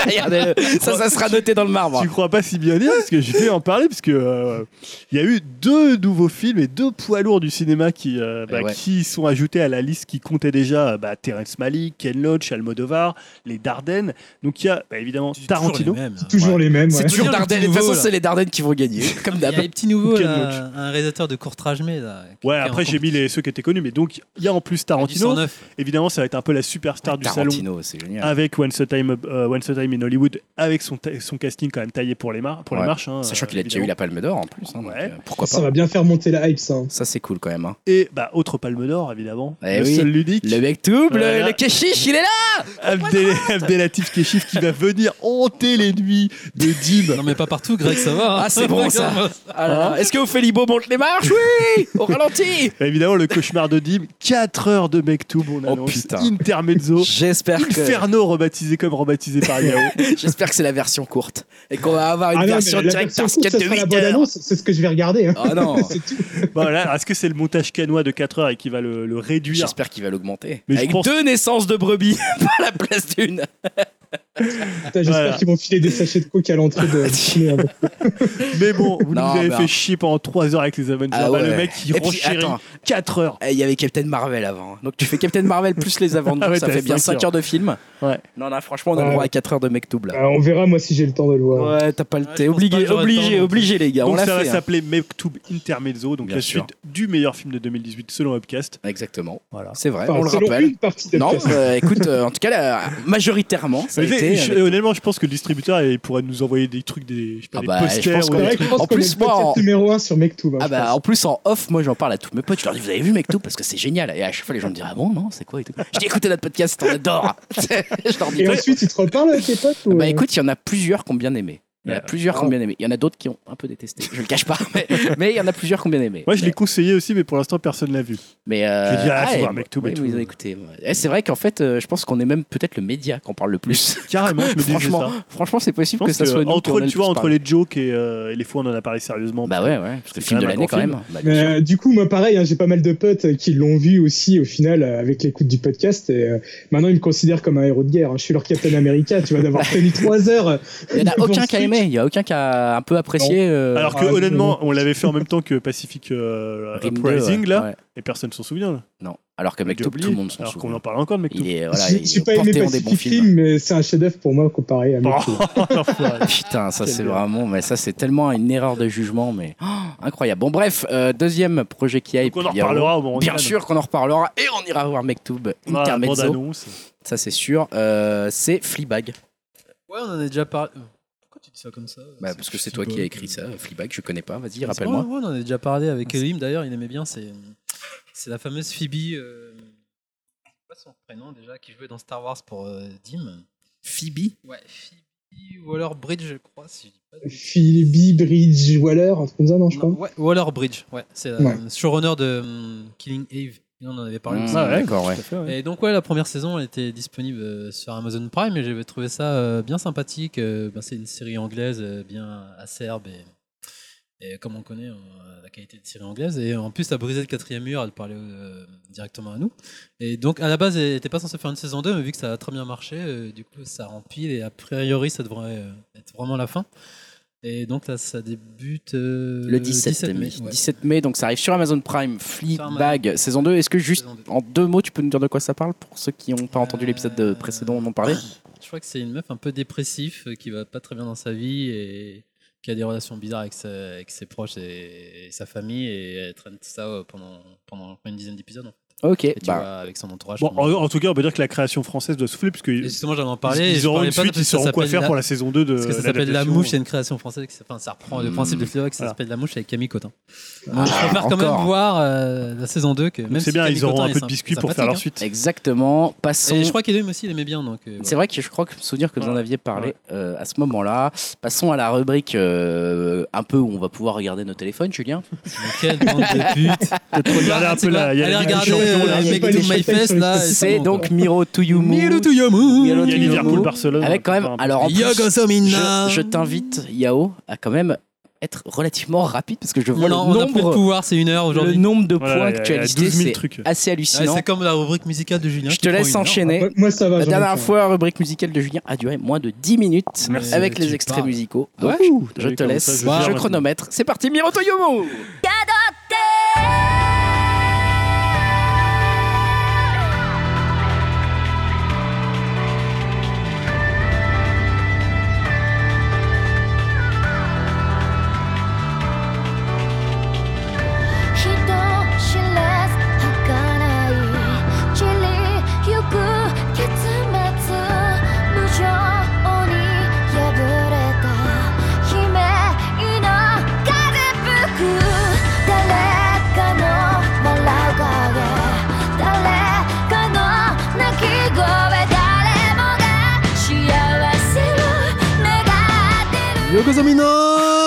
Speaker 1: Regardez, ça, ça sera noté dans le marbre.
Speaker 3: Tu crois pas si bien dire, parce que je vais en parler, parce que euh, il y a eu deux nouveaux films et deux poids lourds du cinéma qui, euh, bah,
Speaker 1: Eh ouais.
Speaker 3: qui sont ajoutés à la liste qui comptait déjà euh, bah, Terrence Malick, Ken Loach, Almodovar, les Dardennes. Donc il y a bah, évidemment
Speaker 2: C'est
Speaker 3: Tarantino.
Speaker 2: toujours les mêmes, hein.
Speaker 4: Toujours les mêmes.
Speaker 1: C'est
Speaker 4: ouais.
Speaker 1: toujours
Speaker 2: Bien le
Speaker 1: Dardenne.
Speaker 2: petit
Speaker 1: De toute façon,
Speaker 2: nouveau, là.
Speaker 1: c'est les Dardennes qui vont gagner, comme
Speaker 2: Il y
Speaker 1: d'hab.
Speaker 2: a les petits nouveaux,
Speaker 3: Ken
Speaker 2: là,
Speaker 3: Loach.
Speaker 2: un réalisateur de court trage mais là.
Speaker 3: Ouais, après j'ai mis les, ceux qui étaient connus, mais donc il y a en plus Tarantino.
Speaker 2: 109.
Speaker 3: Évidemment, ça va être un peu la superstar du salon
Speaker 1: Tarantino, c'est génial.
Speaker 3: avec Once a Time, euh, Once a Time in Hollywood, avec son, ta- son casting quand même taillé pour les, mar- pour
Speaker 1: Ouais.
Speaker 3: les marches. hein,
Speaker 1: Sachant
Speaker 3: euh,
Speaker 1: qu'il a déjà eu
Speaker 3: évidemment.
Speaker 1: la Palme d'Or en plus. hein, donc,
Speaker 3: Ouais.
Speaker 1: euh, pourquoi
Speaker 4: Ça
Speaker 1: pas
Speaker 4: va bien faire monter la hype, ça.
Speaker 1: Ça, c'est cool quand même. hein.
Speaker 3: Et bah, autre palme d'or, évidemment.
Speaker 1: Eh
Speaker 3: le
Speaker 1: oui.
Speaker 3: seul ludique.
Speaker 1: Le mec double,
Speaker 3: Voilà.
Speaker 1: le Keshish, il est là
Speaker 3: Abdel- Abdelatif Keshif qui va venir
Speaker 5: hanter les nuits de Dim.
Speaker 2: Non, mais pas partout, Greg, ça va. hein.
Speaker 1: Ah, c'est bon, ça. Ah là là. Est-ce que vous faites Libo monte les marches Oui Au ralenti
Speaker 3: Bah, Évidemment, le cauchemar de Dim, 4 heures de Mektoub, on annonce.
Speaker 1: Oh, putain.
Speaker 3: Intermezzo.
Speaker 1: J'espère que,
Speaker 3: Inferno rebaptisé comme rebaptisé par Yao.
Speaker 1: j'espère que c'est la version courte et qu'on va avoir une
Speaker 4: Ah non, mais
Speaker 1: version
Speaker 4: la
Speaker 1: director's
Speaker 4: version courte,
Speaker 1: cut
Speaker 4: ça
Speaker 1: de
Speaker 4: sera la
Speaker 1: 8
Speaker 4: bonne
Speaker 1: heures.
Speaker 4: annonce, c'est ce que je vais regarder. hein.
Speaker 1: Ah non
Speaker 3: voilà, est-ce que c'est le montage canois de 4 heures et qui va le, le réduire
Speaker 1: J'espère qu'il va l'augmenter.
Speaker 3: Mais je
Speaker 1: Avec
Speaker 3: pense-
Speaker 1: deux naissances de brebis par la place d'une.
Speaker 4: Putain, J'espère
Speaker 3: Voilà.
Speaker 4: qu'ils vont filer des sachets de coke à l'entrée de. hein. Merde.
Speaker 3: Mais bon, vous
Speaker 1: Non,
Speaker 3: nous avez
Speaker 1: mais un-
Speaker 3: fait chier pendant 3 heures avec les Avengers.
Speaker 1: Ah
Speaker 3: Bah,
Speaker 1: ouais.
Speaker 3: Le mec, il
Speaker 1: Et puis,
Speaker 3: renchérit
Speaker 1: attends.
Speaker 3: 4 heures.
Speaker 1: Eh, Il y avait Captain Marvel avant. Donc tu fais Captain Marvel plus les Avengers,
Speaker 3: Ah ouais,
Speaker 1: ça
Speaker 3: t'as
Speaker 1: fait bien
Speaker 3: cinq
Speaker 1: 5 heures de film.
Speaker 3: Ouais.
Speaker 1: Non, là, franchement, on a le
Speaker 4: Ouais.
Speaker 1: droit à 4 heures de mec double.
Speaker 4: Euh, on verra moi si j'ai le temps de le voir.
Speaker 1: Ouais, t'as pas le.
Speaker 2: Ouais, je
Speaker 1: T'es
Speaker 2: pense pas
Speaker 1: obligé,
Speaker 2: que j'aurai le
Speaker 1: obligé,
Speaker 2: temps, donc.
Speaker 1: obligé, les gars. on
Speaker 3: Donc
Speaker 1: l'a
Speaker 3: ça va
Speaker 1: fait. hein.
Speaker 3: s'appeler Mektoub Intermezzo, donc
Speaker 1: Bien
Speaker 3: la
Speaker 1: sûr.
Speaker 3: suite du meilleur film de 2018 selon Upcast.
Speaker 1: Exactement.
Speaker 3: Voilà.
Speaker 1: C'est vrai,
Speaker 4: Enfin,
Speaker 1: on le
Speaker 4: selon
Speaker 1: rappelle.
Speaker 4: une partie de la
Speaker 1: Non,
Speaker 4: pièce.
Speaker 1: euh, écoute, euh, en tout cas, là, majoritairement, ça a
Speaker 3: Mais tu sais,
Speaker 1: été. euh,
Speaker 3: je-
Speaker 1: avec-
Speaker 3: honnêtement, je pense que le distributeur il pourrait nous envoyer des trucs, des, je sais pas,
Speaker 1: Ah
Speaker 3: des
Speaker 1: bah, je
Speaker 3: posters.
Speaker 1: pense qu'on
Speaker 3: ou
Speaker 4: C'est
Speaker 3: des
Speaker 4: vrai
Speaker 1: est-
Speaker 4: que je pense
Speaker 1: En
Speaker 4: qu'on
Speaker 1: plus,
Speaker 4: est le
Speaker 1: moi, en-
Speaker 4: podcast numéro 1 sur Mektoub. hein,
Speaker 1: Ah
Speaker 4: je
Speaker 1: bah
Speaker 4: pense.
Speaker 1: en plus en off, moi j'en parle à tous mes potes, je leur dis vous avez vu mec tout parce que c'est génial et à chaque fois les gens me disent ah bon non c'est quoi et tout. Je dis écoutez notre podcast, on adore. je leur dis
Speaker 4: Et ensuite, ils te reparlent avec tes potes ou,
Speaker 1: bah
Speaker 4: euh,
Speaker 1: écoute il y en a plusieurs qui ont bien aimé. Il y en a
Speaker 3: Ouais.
Speaker 1: plusieurs qui ont bien aimé. Il y en a d'autres qui ont un peu détesté. Je le cache pas, mais, mais il y en a plusieurs qui ont bien aimé.
Speaker 3: Moi, je
Speaker 1: mais,
Speaker 3: l'ai conseillé aussi, mais pour l'instant, personne l'a vu.
Speaker 1: mais, euh,
Speaker 3: je l'ai dit, ah, faut
Speaker 1: et
Speaker 3: voir
Speaker 1: moi-
Speaker 3: mec tout,
Speaker 1: oui,
Speaker 3: mec
Speaker 1: oui,
Speaker 3: tout.
Speaker 1: écoutez, moi. Eh, c'est vrai qu'en fait, euh, je pense qu'on est même peut-être le média qu'on parle le plus.
Speaker 3: Carrément, je me disais
Speaker 1: franchement,
Speaker 3: ça.
Speaker 1: franchement, c'est
Speaker 3: Je
Speaker 1: possible
Speaker 3: pense
Speaker 1: que ça soit
Speaker 3: que
Speaker 1: nous qui en
Speaker 3: entre,
Speaker 1: a le
Speaker 3: tu vois,
Speaker 1: plus
Speaker 3: entre
Speaker 1: parlé.
Speaker 3: les jokes et, euh, et les fois, on en a parlé sérieusement.
Speaker 1: Bah ouais, ouais, parce que
Speaker 3: C'est
Speaker 1: film de
Speaker 3: quand même un
Speaker 1: l'année quand
Speaker 3: grand
Speaker 1: même. Bah, bien
Speaker 4: Mais,
Speaker 1: sûr.
Speaker 4: euh, du coup, moi, pareil, hein, j'ai pas mal de potes euh, qui l'ont vu aussi au final euh, avec l'écoute du podcast. Et euh, maintenant, ils me considèrent comme un héros de guerre. hein. Je suis leur Captain America, tu vois, d'avoir tenu 3 heures. euh,
Speaker 1: Il y en a
Speaker 4: devant
Speaker 1: aucun
Speaker 4: ce
Speaker 1: qui a
Speaker 4: truc.
Speaker 1: aimé, il y a aucun qui a un peu apprécié. euh,
Speaker 3: Alors que
Speaker 4: Ah,
Speaker 3: honnêtement, on l'avait fait en même temps que Pacific euh,
Speaker 1: Rim 2,
Speaker 3: Uprising
Speaker 1: ouais.
Speaker 3: là,
Speaker 1: Ouais.
Speaker 3: et personne s'en souvient. Là.
Speaker 1: Non, alors que
Speaker 3: J'ai
Speaker 1: mec tout,
Speaker 3: oublié,
Speaker 1: tout le monde s'en
Speaker 3: Alors qu'on
Speaker 1: souvient.
Speaker 3: en parle encore de mec
Speaker 1: Il est voilà,
Speaker 4: J'ai-
Speaker 1: il
Speaker 4: j'ai
Speaker 1: est
Speaker 4: pas aimé
Speaker 1: porté en des bons
Speaker 4: Pacific
Speaker 1: films.
Speaker 4: Rim, mais c'est un chef-d'œuvre pour moi comparé à Mektoub.
Speaker 1: Putain, ça
Speaker 3: Quel
Speaker 1: c'est
Speaker 3: bien.
Speaker 1: vraiment, mais ça c'est tellement une erreur de jugement, mais oh, incroyable. Bon bref, euh, deuxième projet qui a et
Speaker 3: Donc on en
Speaker 1: puis, euh,
Speaker 3: reparlera au moment
Speaker 1: Bien
Speaker 3: de la-
Speaker 1: sûr qu'on en reparlera et on ira voir Mektoub
Speaker 3: on a la
Speaker 1: Intermezzo, Mmh,
Speaker 3: bande-annonce.
Speaker 1: ça c'est sûr. Euh, c'est Fleabag,
Speaker 2: Ouais, on en a déjà parlé. Pourquoi tu dis ça comme ça
Speaker 1: Bah, parce que c'est toi qui as écrit ça. Fleabag, je connais pas. Vas-y,
Speaker 2: Ouais,
Speaker 1: rappelle-moi.
Speaker 2: ouais, on en a déjà parlé avec
Speaker 1: Ah, c'est-
Speaker 2: Elim d'ailleurs, il aimait bien. C'est c'est la fameuse Phoebe. euh, c'est quoi son prénom déjà Qui jouait dans Star Wars pour euh, Dim.
Speaker 1: Phoebe.
Speaker 2: Ouais, Phoebe Waller Bridge, je crois, si je dis pas de
Speaker 4: Phoebe Bridge Waller, un truc comme ça, non, je crois.
Speaker 2: Non, ouais, Waller Bridge, ouais, c'est la
Speaker 4: Ouais.
Speaker 2: showrunner de hum, Killing Eve. Et on en avait parlé.
Speaker 1: Mmh,
Speaker 2: aussi.
Speaker 3: Ah ouais.
Speaker 1: D'accord, ouais.
Speaker 3: Tout à fait, ouais.
Speaker 2: Et donc ouais, la première saison elle était disponible euh, sur Amazon Prime et j'avais trouvé ça euh, bien sympathique. Euh, ben, c'est une série anglaise euh, bien acerbe et, et comme on connaît euh, la qualité de série anglaise et en plus ça brisait le quatrième mur, elle parlait euh, directement à nous. Et donc à la base elle n'était pas censée faire une saison 2 mais vu que ça a très bien marché, euh, du coup ça rempile et a priori ça devrait euh, être vraiment la fin. Et donc là ça débute euh,
Speaker 1: Le 17, mai.
Speaker 2: ouais.
Speaker 1: 17 mai, donc ça arrive sur Amazon Prime, Fleabag, saison 2. Est-ce que juste
Speaker 2: Saison deux.
Speaker 1: en deux mots, tu peux nous dire de quoi ça parle pour ceux qui n'ont pas entendu
Speaker 2: Euh,
Speaker 1: l'épisode de- précédent, on en parlait
Speaker 2: Je crois que c'est une meuf un peu dépressif euh, qui va pas très bien dans sa vie et qui a des relations bizarres avec, sa- avec ses proches et, et sa famille et elle traîne tout ça euh, pendant, pendant une dizaine d'épisodes en fait.
Speaker 1: Ok,
Speaker 2: Et tu
Speaker 1: bah,
Speaker 2: vois, avec son entourage.
Speaker 3: Bon,
Speaker 2: pendant-
Speaker 3: en, en tout cas, on peut dire que la création française doit souffler, puisque
Speaker 2: Et
Speaker 3: ils,
Speaker 2: justement, j'en parlais. et
Speaker 3: ils
Speaker 2: je
Speaker 3: auront
Speaker 2: parlais
Speaker 3: une
Speaker 2: pas
Speaker 3: suite,
Speaker 2: parce
Speaker 3: ils
Speaker 2: que
Speaker 3: sauront
Speaker 2: ça
Speaker 3: quoi
Speaker 2: s'appelle
Speaker 3: faire
Speaker 2: la-
Speaker 3: pour la saison 2 de
Speaker 2: Parce que ça s'appelle La
Speaker 3: l'adaptation. Hmm.
Speaker 2: Mouche, c'est une création française. qui s- Enfin, ça reprend le principe de Fleabag, ça
Speaker 3: Voilà.
Speaker 2: s'appelle La Mouche avec Camille Cotin.
Speaker 1: Ah,
Speaker 2: Bon, je préfère quand
Speaker 1: encore.
Speaker 2: même voir euh, la saison 2 que
Speaker 3: Donc
Speaker 2: même
Speaker 3: C'est
Speaker 2: si
Speaker 3: bien,
Speaker 2: Camille
Speaker 3: ils auront
Speaker 2: Cotin
Speaker 3: un peu
Speaker 2: est
Speaker 3: de
Speaker 2: sym-
Speaker 3: biscuit pour faire
Speaker 2: sympathique,
Speaker 3: leur
Speaker 2: hein.
Speaker 3: suite.
Speaker 1: exactement. Passons.
Speaker 2: Et je crois qu'Elim aussi, il aimait bien. Donc, euh,
Speaker 1: C'est vrai que je crois que je me souviens que vous en
Speaker 3: Ouais.
Speaker 1: aviez parlé euh, à ce moment-là. Passons à la rubrique euh, un peu où on va pouvoir regarder nos téléphones, Julien.
Speaker 2: voilà. Quelle bande de putes
Speaker 3: Peut-être regarder un peu la- il y a
Speaker 2: Allez
Speaker 3: la Ligue des
Speaker 2: regarder
Speaker 3: Champions, là.
Speaker 2: euh,
Speaker 4: il y a
Speaker 2: Make
Speaker 4: pas
Speaker 2: to
Speaker 4: les
Speaker 2: My
Speaker 4: Champions
Speaker 2: Fest,
Speaker 4: sur
Speaker 2: là.
Speaker 4: les-
Speaker 2: et
Speaker 1: Ah, C'est
Speaker 2: bon,
Speaker 1: donc
Speaker 2: quoi.
Speaker 1: Miro to you
Speaker 2: Milo
Speaker 1: move. Milo
Speaker 2: to
Speaker 3: Il y a
Speaker 1: Mouche.
Speaker 3: Liverpool, Barcelone.
Speaker 1: Avec quand même.
Speaker 3: Enfin,
Speaker 1: Alors en plus,
Speaker 2: Yoga Somina.
Speaker 1: je, je t'invite Yao à quand même être relativement rapide parce que je vois
Speaker 2: Non,
Speaker 1: le
Speaker 2: on a plus de
Speaker 1: nombre.
Speaker 2: pouvoir, c'est une heure
Speaker 1: le
Speaker 2: aujourd'hui.
Speaker 1: nombre de
Speaker 3: Voilà,
Speaker 1: points
Speaker 3: il y
Speaker 1: que
Speaker 3: a-
Speaker 1: tu as
Speaker 3: il y a
Speaker 1: listés,
Speaker 3: 12 000
Speaker 1: c'est
Speaker 3: trucs.
Speaker 1: assez
Speaker 2: Ouais, hein.
Speaker 1: hallucinant.
Speaker 2: c'est comme la rubrique musicale de Julien.
Speaker 1: je
Speaker 2: qui
Speaker 1: te
Speaker 2: prend une
Speaker 1: laisse
Speaker 2: heure.
Speaker 1: enchaîner.
Speaker 4: Ouais, Moi, ça va.
Speaker 1: La
Speaker 4: j'en ai hein.
Speaker 1: dernière
Speaker 4: fait un.
Speaker 1: fois, la rubrique musicale de Julien a duré moins de 10 minutes
Speaker 2: Merci.
Speaker 1: avec les
Speaker 2: Tu
Speaker 1: extraits
Speaker 2: parles.
Speaker 1: musicaux.
Speaker 2: Ah ouais
Speaker 1: Donc, je
Speaker 3: T'as vu
Speaker 1: te
Speaker 3: comment
Speaker 1: laisse, Bah,
Speaker 3: ça, je
Speaker 1: je,
Speaker 3: gère maintenant.
Speaker 1: chronomètre. C'est parti, Miro Toyomo
Speaker 6: 「人知らず儚い」「散りゆく結末」「無情に破れた」「悲鳴の風吹く」
Speaker 2: Yokozomino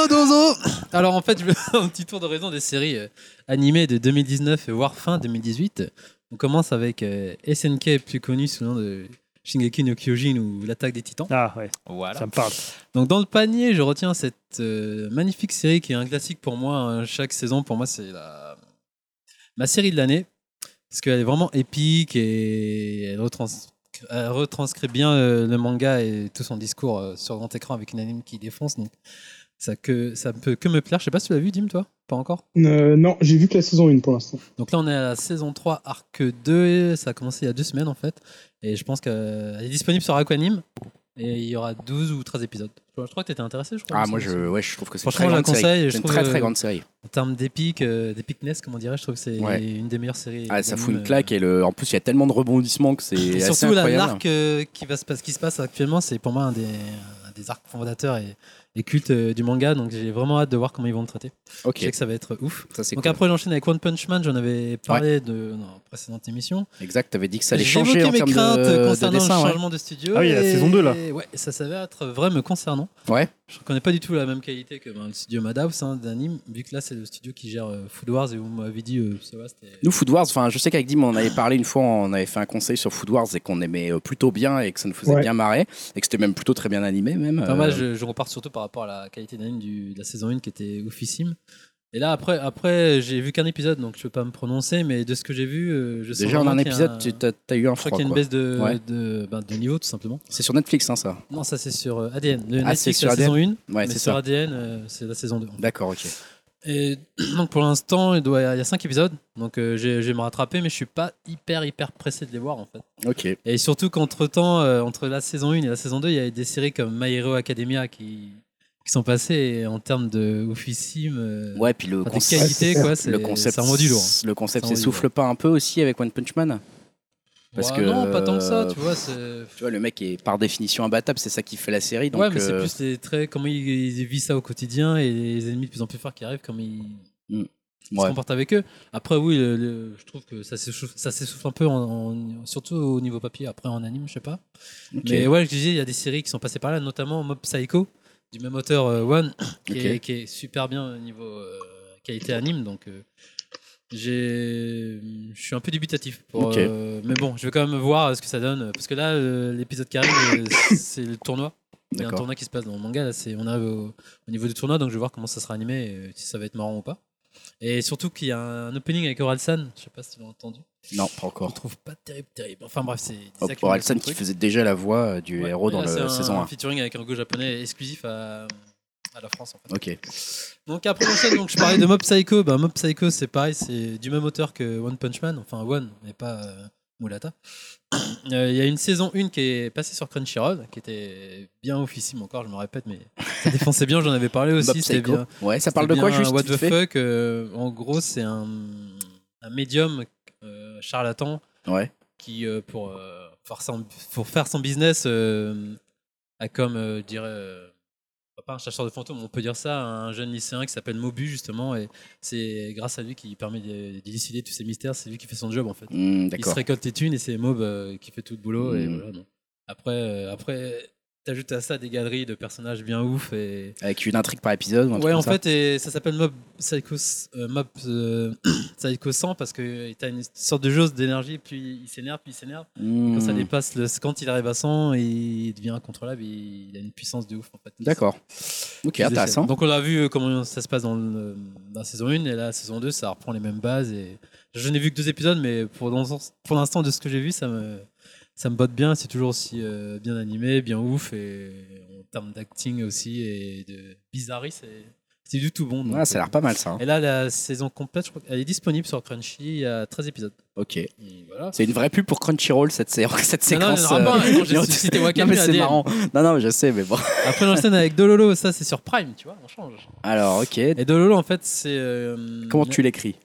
Speaker 2: Dozo Alors en fait, je vais faire un petit tour d'horizon des séries euh, animées de 2019 et euh, voire fin 2018. On commence avec euh, SNK, plus connu sous le nom de Shingeki no Kyojin ou l'attaque des titans.
Speaker 3: Ah ouais,
Speaker 1: Voilà.
Speaker 3: ça me parle.
Speaker 2: Donc dans le panier, je retiens cette euh, magnifique série qui est un classique pour moi. hein. Chaque saison, pour moi, c'est la... ma série de l'année. Parce qu'elle est vraiment épique et elle, retrans- elle retranscrit bien euh, le manga et tout son discours euh, sur grand écran avec une anime qui défonce. Donc ça, que, ça peut que me plaire. Je sais pas si tu l'as vu, Dim, toi Pas encore
Speaker 4: Euh, non, j'ai vu que la saison 1 pour l'instant.
Speaker 2: donc là, on est à la saison 3, arc 2. Ça a commencé il y a deux semaines, en fait. Et je pense qu'elle est disponible sur Aquanim. Et il y aura 12 ou 13 épisodes. Je crois que tu étais intéressé, je crois.
Speaker 1: Ah,
Speaker 2: aussi,
Speaker 1: moi,
Speaker 2: aussi.
Speaker 1: je, ouais, je trouve que c'est une
Speaker 2: Franchement,
Speaker 1: très
Speaker 2: je la
Speaker 1: grande
Speaker 2: conseille,
Speaker 1: série.
Speaker 2: je
Speaker 1: C'est une
Speaker 2: trouve,
Speaker 1: très,
Speaker 2: euh,
Speaker 1: très grande série.
Speaker 2: En termes d'épique, euh, d'épicness, comment dirais-je, je trouve que c'est
Speaker 1: Ouais.
Speaker 2: une des meilleures séries.
Speaker 1: Ah, ça
Speaker 2: d'anime,
Speaker 1: fout une
Speaker 2: euh.
Speaker 1: claque. Et le... en plus, il y a tellement de rebondissements que c'est
Speaker 2: Et
Speaker 1: assez
Speaker 2: surtout, la-
Speaker 1: incroyable.
Speaker 2: l'arc euh, qui, va se passe- qui se passe actuellement, c'est pour moi un des, un des arcs fondateurs et, et cultes euh, du manga. Donc j'ai vraiment hâte de voir comment ils vont le traiter. Je
Speaker 1: Ok,
Speaker 2: sais que ça va être ouf.
Speaker 1: ça c'est
Speaker 2: Donc
Speaker 1: cool.
Speaker 2: après, j'enchaîne avec One Punch Man. J'en avais parlé de, dans la précédente émission.
Speaker 1: Exact, t'avais dit que ça allait
Speaker 2: J'ai
Speaker 1: changer
Speaker 2: évoqué
Speaker 1: en termes
Speaker 2: mes craintes euh,
Speaker 1: de, de
Speaker 2: concernant
Speaker 1: dessin.
Speaker 2: le
Speaker 1: ouais.
Speaker 2: changement de studio.
Speaker 3: Ah oui, il y a la
Speaker 2: et-
Speaker 3: saison deux, là.
Speaker 2: Ouais, ça s'avère être vrai me concernant.
Speaker 1: Ouais.
Speaker 2: Je reconnais pas du tout la même qualité que ben, le studio Madhouse hein, d'anime, vu que là c'est le studio qui gère euh, Food Wars et vous m'avez dit euh, ça va, c'était.
Speaker 1: Nous, Food Wars, enfin, je sais qu'avec Dim, on avait parlé une fois, on avait fait un conseil sur Food Wars et qu'on aimait euh, plutôt bien et que ça nous faisait
Speaker 4: Ouais.
Speaker 1: bien marrer et que c'était même plutôt très bien animé, même.
Speaker 2: Enfin, moi,
Speaker 1: euh,
Speaker 2: je, je repars surtout par rapport à la qualité d'anime du- de la saison 1 qui était oufissime. Et là après, après j'ai vu qu'un épisode donc je peux pas me prononcer, mais de ce que j'ai vu, euh, je sens
Speaker 1: Déjà, en
Speaker 2: vraiment
Speaker 1: un
Speaker 2: qu'il y a
Speaker 1: épisode,
Speaker 2: un-
Speaker 1: tu t'as- t'as eu un
Speaker 2: Je crois
Speaker 1: froid.
Speaker 2: qu'il y a une
Speaker 1: quoi.
Speaker 2: baisse de,
Speaker 1: Ouais.
Speaker 2: de, ben, de niveau tout simplement.
Speaker 1: C'est sur Netflix, hein, ça
Speaker 2: Non, ça c'est sur euh, ADN. Le
Speaker 1: Ah, c'est
Speaker 2: Netflix,
Speaker 1: sur
Speaker 2: la
Speaker 1: ADN.
Speaker 2: saison 1,
Speaker 1: Ouais,
Speaker 2: mais
Speaker 1: c'est
Speaker 2: sur
Speaker 1: ça.
Speaker 2: ADN, euh, c'est la saison 2.
Speaker 1: D'accord, ok.
Speaker 2: Et donc pour l'instant, il, doit, il y a 5 épisodes, donc euh, j'ai- je vais me rattraper, mais je suis pas hyper hyper pressé de les voir en fait.
Speaker 1: Ok.
Speaker 2: Et surtout qu'entre temps, entre la saison 1 et la saison 2, il y a des séries comme My Hero Academia qui, qui sont passées et en termes de oufissime, euh,
Speaker 1: Ouais, puis le
Speaker 2: enfin, de
Speaker 1: concept.
Speaker 2: qualité,
Speaker 4: c'est-
Speaker 2: quoi, c'est
Speaker 1: le concept,
Speaker 2: c'est un mot du lourd.
Speaker 1: Le concept
Speaker 2: C'est un mot du
Speaker 1: s'essouffle pas un peu aussi avec One Punch Man parce
Speaker 2: Ouais,
Speaker 1: que-
Speaker 2: non, pas tant que ça, tu vois. c'est-
Speaker 1: Tu vois, le mec est par définition imbattable, c'est ça qui fait la série. Donc,
Speaker 2: ouais, mais c'est
Speaker 1: euh,
Speaker 2: plus les traits, comment il, il vit ça au quotidien et les ennemis de plus en plus forts qui arrivent, comment il, se
Speaker 1: ouais.
Speaker 2: comporte avec eux. Après, oui, le- le- je trouve que ça s'essouffle ça s'essouffle un peu, en- en- surtout au niveau papier. Après, en anime, je sais pas.
Speaker 1: Ok.
Speaker 2: Mais ouais, je disais, il y a des séries qui sont passées par là, notamment Mob Psycho, du même auteur euh, One, qui,
Speaker 1: Ok.
Speaker 2: est, qui est super bien au niveau euh, qualité anime. Donc, euh, j'ai, je suis un peu dubitatif. pour,
Speaker 1: Ok.
Speaker 2: euh, mais bon, je vais quand même voir euh, ce que ça donne. Parce que là, euh, l'épisode qui arrive, euh, c'est le tournoi. Il y a un
Speaker 1: D'accord.
Speaker 2: tournoi qui se passe dans le manga. Là, c'est, on arrive au, au niveau du tournoi, donc je vais voir comment ça sera animé, et, euh, si ça va être marrant ou pas. Et surtout qu'il y a un opening avec Oralsan, je sais pas si tu l'as entendu.
Speaker 1: Non, pas
Speaker 2: Je le
Speaker 1: encore.
Speaker 2: trouve pas terrible, terrible. Enfin bref, c'est c'est
Speaker 1: Oh,
Speaker 2: ça qui
Speaker 1: pour
Speaker 2: me-
Speaker 1: Alsan
Speaker 2: le
Speaker 1: qui
Speaker 2: truc.
Speaker 1: faisait déjà la voix euh, du
Speaker 2: Ouais.
Speaker 1: héros dans
Speaker 2: Et là,
Speaker 1: la
Speaker 2: c'est un-
Speaker 1: saison
Speaker 2: Un
Speaker 1: 1.
Speaker 2: featuring avec un go japonais exclusif à, à la France en fait.
Speaker 1: Ok.
Speaker 2: Donc après la scène, donc je parlais de Mob Psycho. Ben, Mob Psycho, c'est pareil, c'est du même auteur que One Punch Man, enfin One, mais pas euh, Mulata. Euh, Il y a une saison 1 qui est passée sur Crunchyroll, qui était bien officime encore, je me répète, mais ça défonçait bien, j'en avais parlé
Speaker 1: Bob
Speaker 2: aussi, c'était
Speaker 1: Psycho.
Speaker 2: bien.
Speaker 1: Ouais, ça parle de
Speaker 2: C'était
Speaker 1: quoi
Speaker 2: bien
Speaker 1: juste
Speaker 2: What
Speaker 1: vite
Speaker 2: the
Speaker 1: fait
Speaker 2: fuck euh, En gros, c'est un, un médium euh, charlatan
Speaker 1: Ouais.
Speaker 2: qui, euh, pour, euh, faire son, pour faire son business, euh, a comme, euh, je dirais, euh, pas un chasseur de fantômes, on peut dire ça, un jeune lycéen qui s'appelle Mobu, justement, et c'est grâce à lui qui permet d'élucider tous ces mystères, c'est lui qui fait son job, en fait.
Speaker 1: Hmm,
Speaker 2: Il se
Speaker 1: D'accord.
Speaker 2: récolte les thunes et c'est Mob euh, qui fait tout le boulot. Et
Speaker 1: Mm.
Speaker 2: voilà, donc. Après, euh, après t'ajoutes à ça des galeries de personnages bien ouf et,
Speaker 1: Avec une intrigue par épisode ou un
Speaker 2: Ouais,
Speaker 1: truc
Speaker 2: en
Speaker 1: comme ça
Speaker 2: fait, et ça s'appelle Mob Psycho, euh, Mob, euh, Psycho 100 parce que euh, t'as une sorte de jauge d'énergie, puis il s'énerve, puis il s'énerve. Quand ça
Speaker 1: Hmm,
Speaker 2: dépasse le, quand il arrive à 100, il devient incontrôlable, il, il a une puissance de ouf en fait.
Speaker 1: D'accord. Ok,
Speaker 2: Ils essaient.
Speaker 1: intéressant.
Speaker 2: Donc on a vu euh, comment ça se passe dans, le- dans la saison 1 et la saison 2 ça reprend les mêmes bases et je n'ai vu que deux épisodes mais pour, l'en- pour l'instant de ce que j'ai vu ça me ça me botte bien, c'est toujours aussi euh, bien animé, bien ouf et en termes d'acting aussi et de bizarrerie c'est c'est du tout bon. donc, euh.
Speaker 1: Ah, ça a l'air pas mal ça. hein.
Speaker 2: Et là la saison complète je crois qu'elle est disponible sur Crunchy, il y a 13 épisodes.
Speaker 1: Ok.
Speaker 2: Et voilà.
Speaker 1: C'est une vraie pub pour Crunchyroll cette, sé- cette
Speaker 2: Non, non,
Speaker 1: séquence.
Speaker 2: non,
Speaker 1: euh,
Speaker 2: non, non, j'ai
Speaker 1: non,
Speaker 2: suscité
Speaker 1: non,
Speaker 2: Wakami
Speaker 1: mais c'est
Speaker 2: ADN.
Speaker 1: marrant. Non, non, mais je sais, mais bon.
Speaker 2: Après j'enchaîne avec Dololo, ça c'est sur Prime, tu vois, on change.
Speaker 1: Alors, ok.
Speaker 2: Et Dololo en fait c'est euh,
Speaker 1: Comment tu l'écris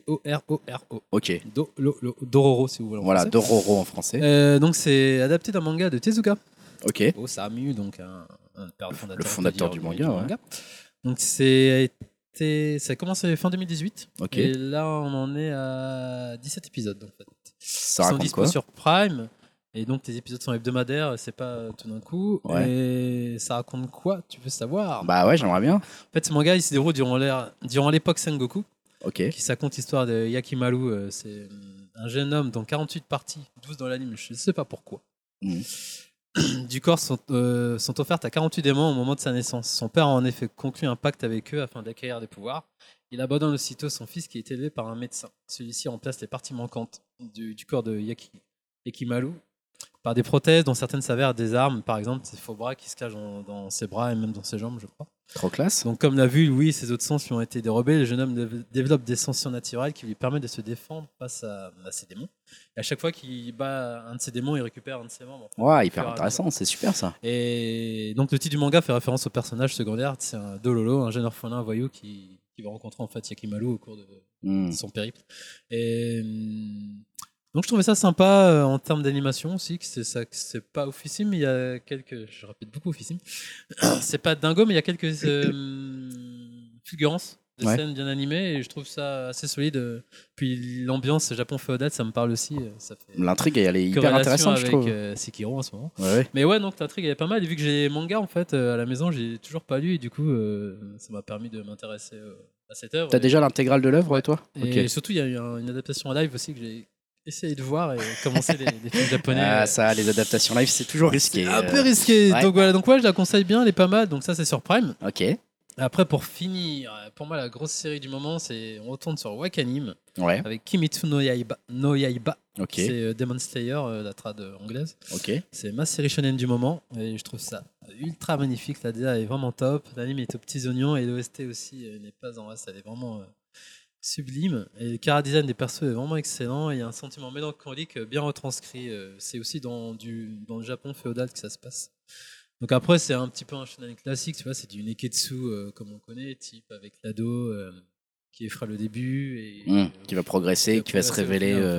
Speaker 2: D-O-R-O-R-O.
Speaker 1: Ok.
Speaker 2: Do- lo- lo- Dororo, si vous voulez. en
Speaker 1: Voilà,
Speaker 2: français.
Speaker 1: Dororo Oh, en français.
Speaker 2: Euh, donc, c'est adapté d'un manga de Tezuka
Speaker 1: ok.
Speaker 2: Osamu, donc un, un père fondateur,
Speaker 1: Le fondateur du
Speaker 2: on peut
Speaker 1: manga, ouais.
Speaker 2: Donc, c'est a été- ça a commencé fin 2018.
Speaker 1: Ok.
Speaker 2: Et là, on en est à 17 épisodes, en fait.
Speaker 1: Ça
Speaker 2: Ils sont
Speaker 1: raconte
Speaker 2: dispo
Speaker 1: quoi
Speaker 2: sur Prime. Et donc tes épisodes sont hebdomadaires, c'est pas tout d'un coup.
Speaker 1: Ouais.
Speaker 2: Et ça raconte quoi Tu veux savoir
Speaker 1: Bah ouais, j'aimerais bien.
Speaker 2: En fait, ce manga, il se déroule durant l'ère, durant l'époque Sengoku,
Speaker 1: Ok.
Speaker 2: qui ça compte l'histoire de Yakimaru. euh, C'est euh, un jeune homme dans 48 parties, 12 dans l'anime, je sais pas pourquoi.
Speaker 1: Mhm.
Speaker 2: Du corps sont, euh, sont offertes à 48 aimants au moment de sa naissance. Son père a en effet conclu un pacte avec eux afin d'acquérir des pouvoirs. Il abandonne aussitôt son fils qui est élevé par un médecin. Celui-ci remplace les parties manquantes du, du corps de Yaki, Yakimaru par des prothèses dont certaines s'avèrent des armes, par exemple ses faux bras qui se cachent dans- dans ses bras et même dans ses jambes, je crois.
Speaker 1: Trop classe.
Speaker 2: Donc, comme l'a vu Louis, ses autres sens lui ont été dérobés. Le jeune homme dév- développe des sensations naturelles qui lui permettent de se défendre face à, à ses démons. Et à chaque fois qu'il bat un de ses démons, il récupère un de ses membres.
Speaker 1: Ouais, hyper intéressant, c'est super ça.
Speaker 2: Et donc, le titre du manga fait référence au personnage secondaire. C'est un Dololo, un jeune orphelin voyou qui, qui va rencontrer en fait Yakimaru au cours de
Speaker 1: Hmm.
Speaker 2: son périple. Et hum, donc, je trouvais ça sympa euh, en termes d'animation aussi. que C'est ça, que c'est pas officine, mais il y a quelques. Je répète beaucoup officine. C'est pas dingo, mais il y a quelques euh, fulgurances de
Speaker 1: Ouais.
Speaker 2: scènes bien animées et je trouve ça assez solide. euh. Puis l'ambiance Japon féodal, ça me parle aussi. euh, Ça fait
Speaker 1: L'intrigue, elle est hyper
Speaker 2: corrélation
Speaker 1: intéressante, je
Speaker 2: avec,
Speaker 1: trouve.
Speaker 2: euh, Sekiro en ce moment.
Speaker 1: Ouais, ouais.
Speaker 2: Mais ouais, donc l'intrigue elle est pas mal. Et vu que j'ai les mangas en fait euh, à la maison, j'ai toujours pas lu et du coup, euh, ça m'a permis de m'intéresser euh, à cette œuvre.
Speaker 1: T'as
Speaker 2: Et-
Speaker 1: déjà l'intégrale de l'œuvre, toi
Speaker 2: et surtout, il y a eu un- une adaptation en live aussi que j'ai essayé de voir et commencer les, les films japonais.
Speaker 1: Ah,
Speaker 2: euh,
Speaker 1: ça, les adaptations live, c'est toujours risqué.
Speaker 2: c'est un
Speaker 1: euh.
Speaker 2: peu risqué.
Speaker 1: ouais.
Speaker 2: Donc voilà, donc ouais, je la conseille bien, elle est pas mal. Donc ça, c'est sur Prime.
Speaker 1: Ok.
Speaker 2: Après, pour finir, pour moi, la grosse série du moment, c'est on retourne sur Wakanim
Speaker 1: Ouais.
Speaker 2: avec Kimitsu no Yaiba. No Yaiba.
Speaker 1: Ok.
Speaker 2: C'est euh, Demon Slayer, euh, la trad euh, anglaise.
Speaker 1: Ok.
Speaker 2: C'est ma série shonen du moment et je trouve ça ultra magnifique. La DA est vraiment top. L'anime est aux petits oignons et l'OST aussi euh, n'est pas en reste. Elle est vraiment euh, sublime. Et le chara design des persos est vraiment excellent. et Il y a un sentiment mélancolique euh, bien retranscrit. euh, C'est aussi dans, du, dans le Japon féodal que ça se passe. Donc après, c'est un petit peu un shonen classique. Tu vois, c'est du Neketsu euh, comme on connaît, type avec l'ado euh, qui effraie le début et euh,
Speaker 1: Hmm, qui va progresser, qui va se
Speaker 2: progresser
Speaker 1: révéler.
Speaker 2: au final, en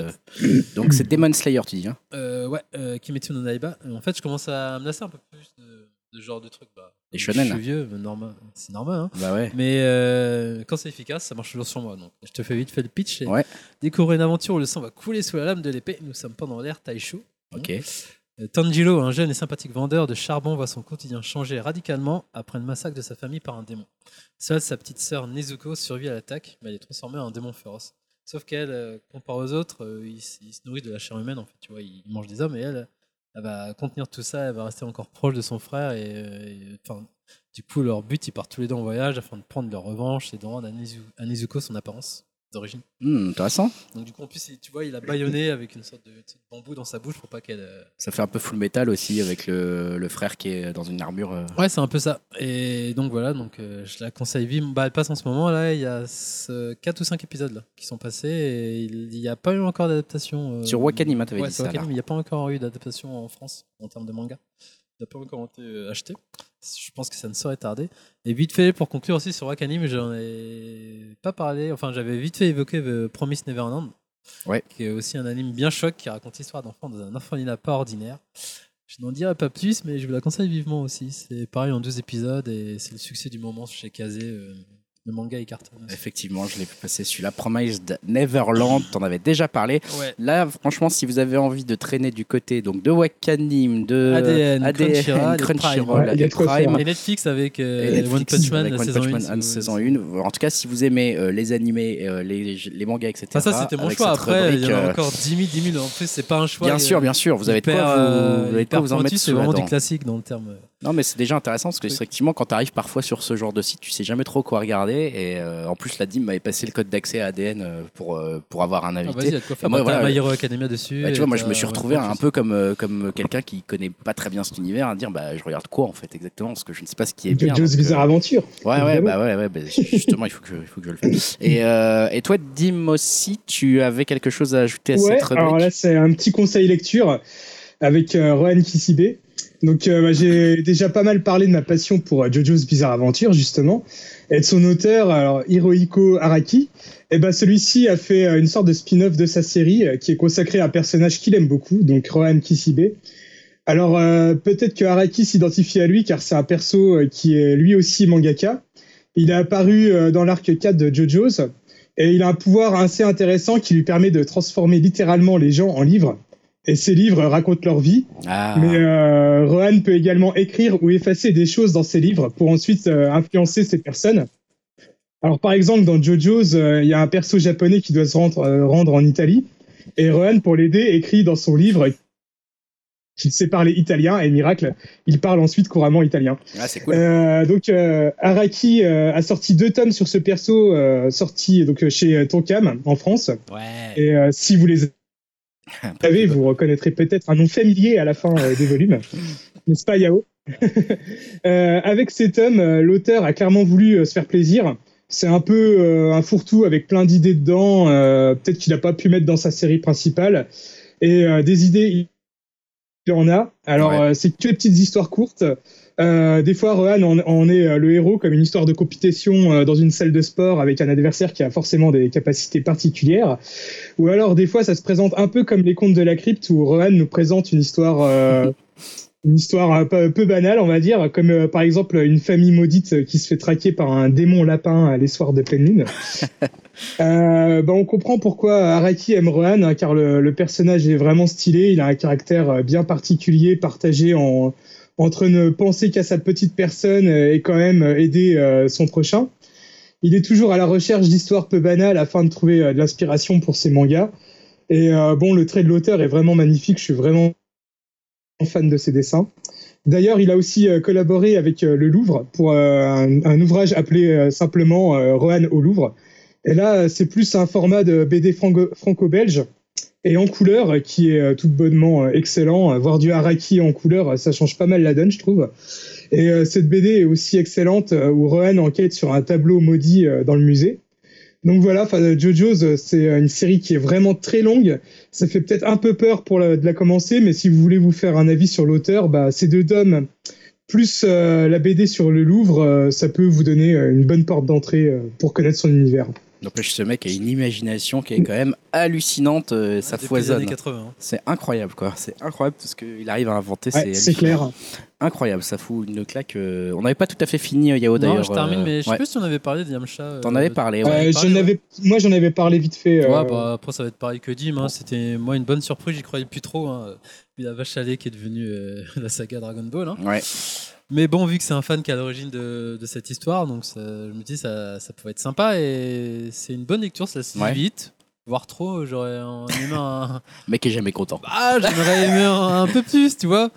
Speaker 1: euh,
Speaker 2: fait.
Speaker 1: Donc c'est Demon Slayer, tu dis. Hein
Speaker 2: Euh, ouais, euh, Kimetsu no Yaiba. En fait, je commence à me lasser un peu plus de, de ce genre de trucs. Bah,
Speaker 1: Les shonen,
Speaker 2: Je
Speaker 1: là.
Speaker 2: suis vieux, mais normal. C'est normal. Hein.
Speaker 1: bah ouais.
Speaker 2: Mais euh, quand c'est efficace, ça marche toujours sur moi. Donc, je te fais vite fait le pitch. Et
Speaker 1: Ouais.
Speaker 2: Découvrir une aventure où le sang va couler sous la lame de l'épée. Nous sommes pendant l'ère Taisho.
Speaker 1: Ok.
Speaker 2: Euh, Tanjiro, un jeune et sympathique vendeur de charbon, voit son quotidien changer radicalement après le massacre de sa famille par un démon. Seule sa petite sœur Nezuko survit à l'attaque, mais elle est transformée en un démon féroce. Sauf qu'elle, euh, comparée aux autres, euh, il, s- il se nourrit de la chair humaine, en fait, tu vois, il mange des hommes, et elle, elle va contenir tout ça, elle va rester encore proche de son frère, et, euh, et, enfin, du coup, leur but, ils partent tous les deux en voyage afin de prendre leur revanche et de rendre à Nezu- à Nezuko son apparence d'origine.
Speaker 1: Hmm, intéressant.
Speaker 2: Donc du coup, en plus, il- tu vois, il a baïonné avec une sorte de, de bambou dans sa bouche pour pas qu'elle... euh,
Speaker 1: Ça fait un peu full metal aussi avec le, le frère qui est dans une armure. euh.
Speaker 2: Ouais, c'est un peu ça. Et donc voilà, donc euh, je la conseille vivement. Bah, elle passe en ce moment là. Il y a 4 ou 5 épisodes là, qui sont passés. Et il n'y a pas eu encore d'adaptation. euh,
Speaker 1: Sur Wakanim, hein, t'avais
Speaker 2: ouais,
Speaker 1: dit
Speaker 2: sur
Speaker 1: ça. là.
Speaker 2: Wakanim, il n'y a pas encore eu d'adaptation en France en termes de manga. Il n'a pas encore été euh, acheté. Je pense que ça ne saurait tarder. Et vite fait, pour conclure aussi sur Wakanim, j'en ai pas parlé. Enfin, j'avais vite fait évoqué euh, Promise Neverland.
Speaker 1: Ouais.
Speaker 2: Qui est aussi un anime bien choc qui raconte l'histoire d'enfants dans un orphelinat pas ordinaire. Je n'en dirai pas plus, mais je vous la conseille vivement aussi. C'est pareil en 12 épisodes et c'est le succès du moment chez Kazé. euh, le manga et carton.
Speaker 1: Effectivement, je l'ai vu passer celui-là. Promised Neverland, t'en avais déjà parlé.
Speaker 2: Ouais.
Speaker 1: Là, franchement, si vous avez envie de traîner du côté donc de Wakanim, de
Speaker 2: ADN, Crunchyroll,
Speaker 1: Crunchyroll
Speaker 4: Prime. Ouais, il y a
Speaker 1: et
Speaker 4: de quoi faire,
Speaker 1: Prime,
Speaker 4: hein.
Speaker 2: Et Netflix avec euh,
Speaker 1: et Netflix
Speaker 2: One Punch Man,
Speaker 1: avec
Speaker 2: la
Speaker 1: One
Speaker 2: saison
Speaker 1: Punch
Speaker 2: 1.
Speaker 1: Man, un de saison 1. En tout cas, si vous aimez euh, les animés, euh, les, les mangas, etc.
Speaker 2: Enfin, Ah, ça, c'était mon
Speaker 1: avec
Speaker 2: choix.
Speaker 1: cette
Speaker 2: Après, il y en a
Speaker 1: rubrique, euh,
Speaker 2: encore 10 000, 10 000. En plus, c'est pas un choix.
Speaker 1: Bien
Speaker 2: euh,
Speaker 1: sûr, bien sûr, vous avez de
Speaker 2: hyper,
Speaker 1: quoi
Speaker 2: euh,
Speaker 1: vous, vous avez de quoi
Speaker 2: hyper
Speaker 1: vous en
Speaker 2: pointu,
Speaker 1: mettre
Speaker 2: C'est
Speaker 1: sous la
Speaker 2: vraiment
Speaker 1: dent.
Speaker 2: du classique dans le terme. euh,
Speaker 1: Non, mais c'est déjà intéressant parce que,
Speaker 2: Truc.
Speaker 1: effectivement, quand tu arrives parfois sur ce genre de site, tu sais jamais trop quoi regarder. Et euh, en plus, la DIM m'avait passé le code d'accès à ADN euh, pour, euh, pour avoir un
Speaker 2: Ah,
Speaker 1: invité.
Speaker 2: vas-y, il y a de quoi faire.
Speaker 1: moi,
Speaker 2: Bah, T'as
Speaker 1: voilà,
Speaker 2: My Hero Academia dessus.
Speaker 1: Bah, tu
Speaker 2: et
Speaker 1: vois, moi, je
Speaker 2: t'as
Speaker 1: me suis
Speaker 2: One
Speaker 1: retrouvé
Speaker 2: Punch
Speaker 1: un
Speaker 2: aussi.
Speaker 1: peu comme, euh, comme quelqu'un qui connaît pas très bien cet univers, à dire bah, je regarde quoi en fait exactement Parce que je ne sais pas ce qui est bien.
Speaker 4: Jojo's
Speaker 1: donc, euh,
Speaker 4: Bizarre Aventure.
Speaker 1: Ouais, ouais,
Speaker 4: Évidemment.
Speaker 1: bah ouais, ouais bah, justement, il faut, que, il faut que je le fasse. Et, euh, et toi, Dim aussi, tu avais quelque chose à ajouter à
Speaker 4: Ouais,
Speaker 1: cette rubrique
Speaker 4: alors là, c'est un petit conseil lecture avec euh, Rohan Kisibé. Donc, euh, bah, j'ai déjà pas mal parlé de ma passion pour euh, JoJo's Bizarre Aventure, justement, et de son auteur, alors, Hirohiko Araki. Et ben celui-ci a fait euh, une sorte de spin-off de sa série euh, qui est consacrée à un personnage qu'il aime beaucoup, donc Rohan Kisibé. Alors, euh, peut-être que Araki s'identifie à lui car c'est un perso euh, qui est lui aussi mangaka. Il est apparu euh, dans l'arc 4 de JoJo's. Et il a un pouvoir assez intéressant qui lui permet de transformer littéralement les gens en livres. et ses livres racontent leur vie.
Speaker 1: Ah.
Speaker 4: Mais euh, Rohan peut également écrire ou effacer des choses dans ses livres pour ensuite euh, influencer ces personnes. Alors par exemple dans JoJo's, euh, il y a un perso japonais qui doit se rendre, euh, rendre en Italie et Rohan pour l'aider écrit dans son livre qu'il sait parler italien et miracle, il parle ensuite couramment italien.
Speaker 1: Ah, c'est cool.
Speaker 4: Euh, donc euh, Araki euh, a sorti deux tomes sur ce perso euh, sorti donc euh, chez euh, Tonkam en France
Speaker 1: ouais.
Speaker 4: et euh, si vous les
Speaker 1: Un peu
Speaker 4: savez,
Speaker 1: plus
Speaker 4: vous reconnaîtrez peut-être un nom familier à la fin euh, des volumes, n'est-ce pas Yao Euh, Avec ces tomes, euh, l'auteur a clairement voulu euh, se faire plaisir. C'est un peu euh, un fourre-tout avec plein d'idées dedans, euh, peut-être qu'il n'a pas pu mettre dans sa série principale. Et euh, des idées, il en a. Alors,
Speaker 1: Ouais.
Speaker 4: euh, c'est que des petites histoires courtes. Euh, des fois, Rohan en, en est euh, le héros, comme une histoire de compétition euh, dans une salle de sport avec un adversaire qui a forcément des capacités particulières. Ou alors, des fois, ça se présente un peu comme les contes de la crypte où Rohan nous présente une histoire, euh, une histoire un peu, peu banale, on va dire, comme euh, par exemple une famille maudite qui se fait traquer par un démon lapin euh, les soirs de pleine lune. euh, bah, on comprend pourquoi Araki aime Rohan, hein, car le, le personnage est vraiment stylé, il a un caractère euh, bien particulier, partagé en, entre ne penser qu'à sa petite personne euh, et quand même euh, aider euh, son prochain. Il est toujours à la recherche d'histoires peu banales afin de trouver euh, de l'inspiration pour ses mangas. Et euh, bon, le trait de l'auteur est vraiment magnifique. Je suis vraiment fan de ses dessins. D'ailleurs, il a aussi euh, collaboré avec euh, le Louvre pour euh, un, un ouvrage appelé euh, simplement euh, Rohan au Louvre. Et là, euh, c'est plus un format de BD frango- franco-belge et en couleur euh, qui est euh, tout bonnement euh, excellent. Euh, Voir du Haraki en couleur, euh, ça change pas mal la donne, je trouve. Et euh, cette BD est aussi excellente euh, où Rohan enquête sur un tableau maudit euh, dans le musée. Donc voilà, enfin, euh, JoJo's, euh, c'est euh, une série qui est vraiment très longue. Ça fait peut-être un peu peur pour la- de la commencer, mais si vous voulez vous faire un avis sur l'auteur, bah, ces deux tomes, plus euh, la BD sur le Louvre, euh, ça peut vous donner euh, une bonne porte d'entrée euh, pour connaître son univers.
Speaker 1: N'empêche, ce mec a une imagination qui est quand même hallucinante. euh, ça
Speaker 2: Depuis les
Speaker 1: foisonne.
Speaker 2: années 80. hein.
Speaker 1: C'est incroyable, quoi. C'est incroyable tout ce qu'il arrive à inventer.
Speaker 4: Ouais, c'est
Speaker 1: hallucinant.
Speaker 4: clair.
Speaker 1: Incroyable, ça fout une claque. euh, On n'avait pas tout à fait fini, euh, Yao,
Speaker 2: Non,
Speaker 1: d'ailleurs.
Speaker 2: je termine,
Speaker 1: euh,
Speaker 2: mais je sais
Speaker 1: ouais.
Speaker 2: plus si on avait parlé de Yamcha. euh,
Speaker 1: T'en avais parlé, ouais.
Speaker 2: Ouais,
Speaker 4: Euh,
Speaker 2: pareil,
Speaker 4: j'en
Speaker 2: ouais.
Speaker 4: avais, moi, j'en avais parlé vite fait. euh,
Speaker 2: Ouais, bah, après, ça va être pareil que Dim. hein. C'était, moi, une bonne surprise. J'y croyais plus trop. Hein. Puis la vache à lait qui est devenue euh, la saga Dragon Ball. hein.
Speaker 1: Ouais.
Speaker 2: Mais bon, vu que c'est un fan qui est à l'origine de, de cette histoire, donc ça- je me dis ça, ça pouvait être sympa. Et c'est une bonne lecture. Ça se lit
Speaker 1: Ouais.
Speaker 2: vite. Voire trop. J'aurais en aimé un.
Speaker 1: Mec est jamais content.
Speaker 2: Ah, j'aimerais aimer un, un peu plus, tu vois.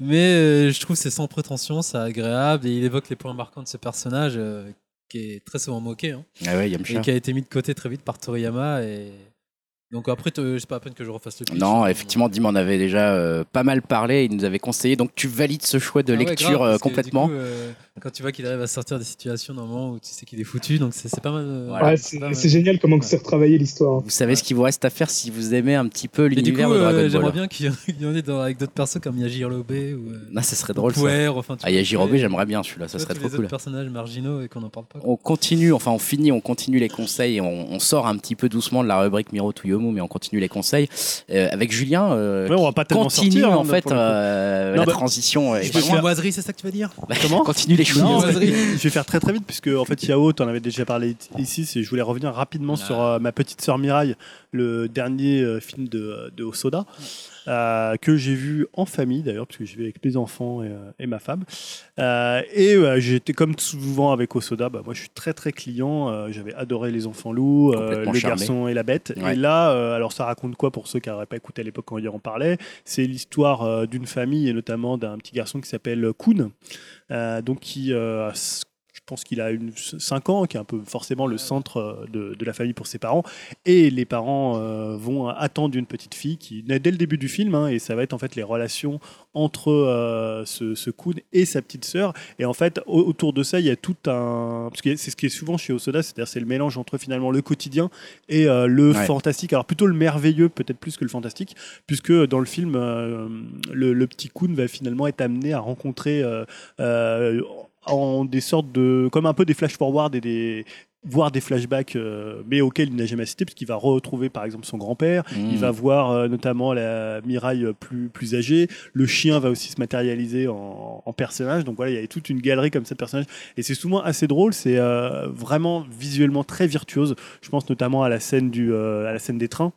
Speaker 2: Mais euh, je trouve que c'est sans prétention, c'est agréable et il évoque les points marquants de ce personnage euh, qui est très souvent moqué. hein.
Speaker 1: Ah ouais, Yamcha.
Speaker 2: et qui a été mis de côté très vite par Toriyama. Et... Donc après, te- c'est pas à peine que je refasse le pitch.
Speaker 1: Non, effectivement, Dim en avait déjà euh, pas mal parlé. Il nous avait conseillé. Donc, tu valides ce choix de
Speaker 2: Ah ouais,
Speaker 1: lecture
Speaker 2: grave,
Speaker 1: euh,
Speaker 2: parce que, du
Speaker 1: complètement.
Speaker 2: coup, euh, quand tu vois qu'il arrive à sortir des situations d'un moment où tu sais qu'il est foutu, donc c'est c'est pas mal. euh,
Speaker 1: Ouais,
Speaker 4: ouais,
Speaker 2: c'est
Speaker 4: c'est,
Speaker 2: pas mal.
Speaker 4: c'est génial comment que c'est retravaillé l'histoire.
Speaker 1: vous savez ce qu'il vous reste à faire si vous aimez un petit peu
Speaker 2: Et euh, du coup,
Speaker 1: l'univers de
Speaker 2: euh,
Speaker 1: Dragon
Speaker 2: j'aimerais
Speaker 1: Ball. hein.
Speaker 2: bien qu'il y en- il y en ait dans- avec d'autres persos comme Yajirobe ou euh,
Speaker 1: Non, ça serait drôle. Ça.
Speaker 2: Puer, enfin, tu
Speaker 1: Ah,
Speaker 2: vois,
Speaker 1: Yajirobe,
Speaker 2: tous les-
Speaker 1: j'aimerais bien celui-là. Ça
Speaker 2: tu vois,
Speaker 1: serait
Speaker 2: tous
Speaker 1: trop
Speaker 2: les
Speaker 1: cool.
Speaker 2: autres personnages marginaux et qu'on en parle pas. quoi.
Speaker 1: On continue, enfin on finit, on continue les conseils, et on, on sort un petit peu doucement de la rubrique Miro to Yomu, mais on continue les conseils euh, avec Julien. euh,
Speaker 3: Ouais, on va pas
Speaker 1: qui
Speaker 3: tellement
Speaker 1: continue
Speaker 3: sortir.
Speaker 1: en
Speaker 3: hein,
Speaker 1: fait
Speaker 3: pour le coup.
Speaker 1: euh,
Speaker 3: Non,
Speaker 1: la
Speaker 3: bah,
Speaker 1: transition. euh, est
Speaker 3: je
Speaker 1: pas
Speaker 3: vais
Speaker 1: loin.
Speaker 3: faire-
Speaker 2: Moiserie, c'est ça que tu vas dire
Speaker 3: Comment
Speaker 1: Continue les choses.
Speaker 3: Non,
Speaker 2: Vas-y.
Speaker 3: je vais faire très très vite puisque en fait Yao, t'en avais déjà parlé ici, c'est je voulais revenir rapidement sur euh, ma petite sœur Miraille, le dernier euh, film de, de Osoda euh, que j'ai vu en famille d'ailleurs puisque j'ai vu avec mes enfants et, euh, et ma femme. Euh, et euh, j'étais comme souvent avec Osoda, bah, moi je suis très très client, euh, j'avais adoré les enfants loups, euh,
Speaker 1: Complètement
Speaker 3: le
Speaker 1: charmé.
Speaker 3: garçon et la bête.
Speaker 1: Ouais.
Speaker 3: Et là, euh, alors ça raconte quoi pour ceux qui n'auraient pas écouté à l'époque quand Yao en parlait C'est l'histoire euh, d'une famille et notamment d'un petit garçon qui s'appelle Kuhn. Euh, donc qui euh, a s- je pense qu'il a une 5 ans, qui est un peu forcément le centre euh, de, de la famille pour ses parents. Et les parents euh, vont attendre une petite fille qui naît dès le début du film. hein, et ça va être en fait les relations entre euh, ce, ce Kun et sa petite sœur. Et en fait, au- autour de ça, il y a tout un. Parce que c'est ce qui est souvent chez Osoda, c'est-à-dire c'est le mélange entre finalement le quotidien et euh, le
Speaker 1: Ouais.
Speaker 3: fantastique. Alors plutôt le merveilleux, peut-être plus que le fantastique, puisque dans le film, euh, le, le petit Kun va finalement être amené à rencontrer. euh, euh, en des sortes de comme un peu des flash forward et des voire des flashbacks euh, mais auxquels il n'a jamais assisté puisqu'il va retrouver par exemple son grand-père
Speaker 1: Mmh.
Speaker 2: Mm.
Speaker 3: il va voir euh, notamment la Miraille euh, plus, plus âgée. Le chien va aussi se matérialiser en, en personnage. Donc voilà, il y a toute une galerie comme ça de personnages. Et c'est souvent assez drôle. C'est euh, vraiment visuellement très virtuose. Je pense notamment à la scène, du, euh, à la scène des trains.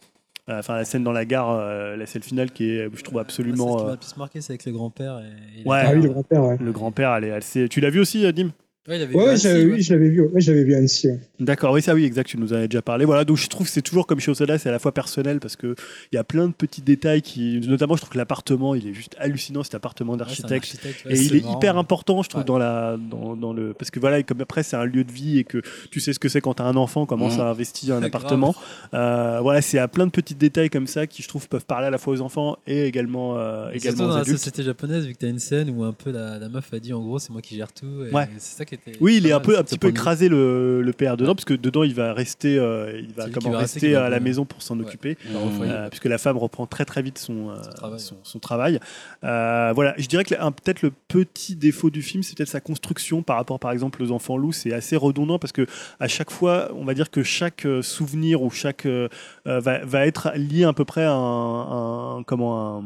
Speaker 3: euh, enfin la scène dans la gare, euh, la scène finale qui est, je trouve absolument.
Speaker 2: Ce qui m'a
Speaker 3: euh,
Speaker 2: le plus marqué, c'est avec le grand-père. et- et
Speaker 3: Ouais.
Speaker 2: la hein.
Speaker 4: Ah oui,
Speaker 2: mère.
Speaker 4: le grand-père, ouais.
Speaker 3: le grand-père, elle est assez. Tu l'as vu aussi, euh, Dim
Speaker 2: Ouais, il avait
Speaker 4: Ouais,
Speaker 2: eu
Speaker 4: ouais,
Speaker 2: Annecy,
Speaker 4: j'avais-
Speaker 2: ouais.
Speaker 4: oui, je l'avais vu, ouais, je l'avais vu à Annecy. ouais.
Speaker 3: D'accord, oui, ça oui, exact, tu nous en as déjà parlé. Voilà, donc je trouve que c'est toujours comme chez Osoda, c'est à la fois personnel parce que il y a plein de petits détails qui. Notamment, je trouve que l'appartement, il est juste hallucinant, cet appartement
Speaker 2: Ouais, c'est un
Speaker 3: d'architecte.
Speaker 2: architecte, ouais,
Speaker 3: Et il
Speaker 2: c'est
Speaker 3: est
Speaker 2: marrant,
Speaker 3: hyper
Speaker 2: ouais.
Speaker 3: important, je trouve,
Speaker 2: Ouais.
Speaker 3: dans la, dans, dans le, parce que voilà, comme après c'est un lieu de vie et que tu sais ce que c'est quand t'as un enfant, comment
Speaker 1: Mhm.
Speaker 3: ça investit un
Speaker 2: Mmh. Grave.
Speaker 3: appartement. Euh, voilà, c'est à plein de petits détails comme ça qui, je trouve, peuvent parler à la fois aux enfants et également, euh,
Speaker 2: Et
Speaker 3: également
Speaker 2: surtout
Speaker 3: aux
Speaker 2: dans la
Speaker 3: adultes.
Speaker 2: société japonaise, vu que t'as une scène où un peu la, la meuf a dit en gros c'est moi qui gère tout. et
Speaker 3: Ouais.
Speaker 2: C'est ça qui était.
Speaker 3: Oui, il est
Speaker 2: pas
Speaker 3: un
Speaker 2: mal,
Speaker 3: peu, un
Speaker 2: ce
Speaker 3: petit peu
Speaker 2: point de vue.
Speaker 3: écrasé le, le père dedans, parce que dedans il va rester, euh, il va
Speaker 2: C'est lui
Speaker 3: comment
Speaker 2: qui va rester,
Speaker 3: rester
Speaker 2: qui va
Speaker 3: à la
Speaker 2: le-
Speaker 3: maison pour s'en
Speaker 2: Ouais.
Speaker 3: occuper.
Speaker 2: Alors, au
Speaker 1: Mmh.
Speaker 2: foyer.
Speaker 3: Euh, puisque la femme reprend très très vite son, euh,
Speaker 2: Son travail.
Speaker 3: son- son travail. Euh, voilà, je dirais que la- un- peut-être le petit défaut du film, c'est peut-être sa construction par rapport par exemple aux enfants loups. C'est assez redondant parce que à chaque fois, on va dire que chaque euh, souvenir ou chaque euh, euh, va, va être lié à peu près à un, un- comment un-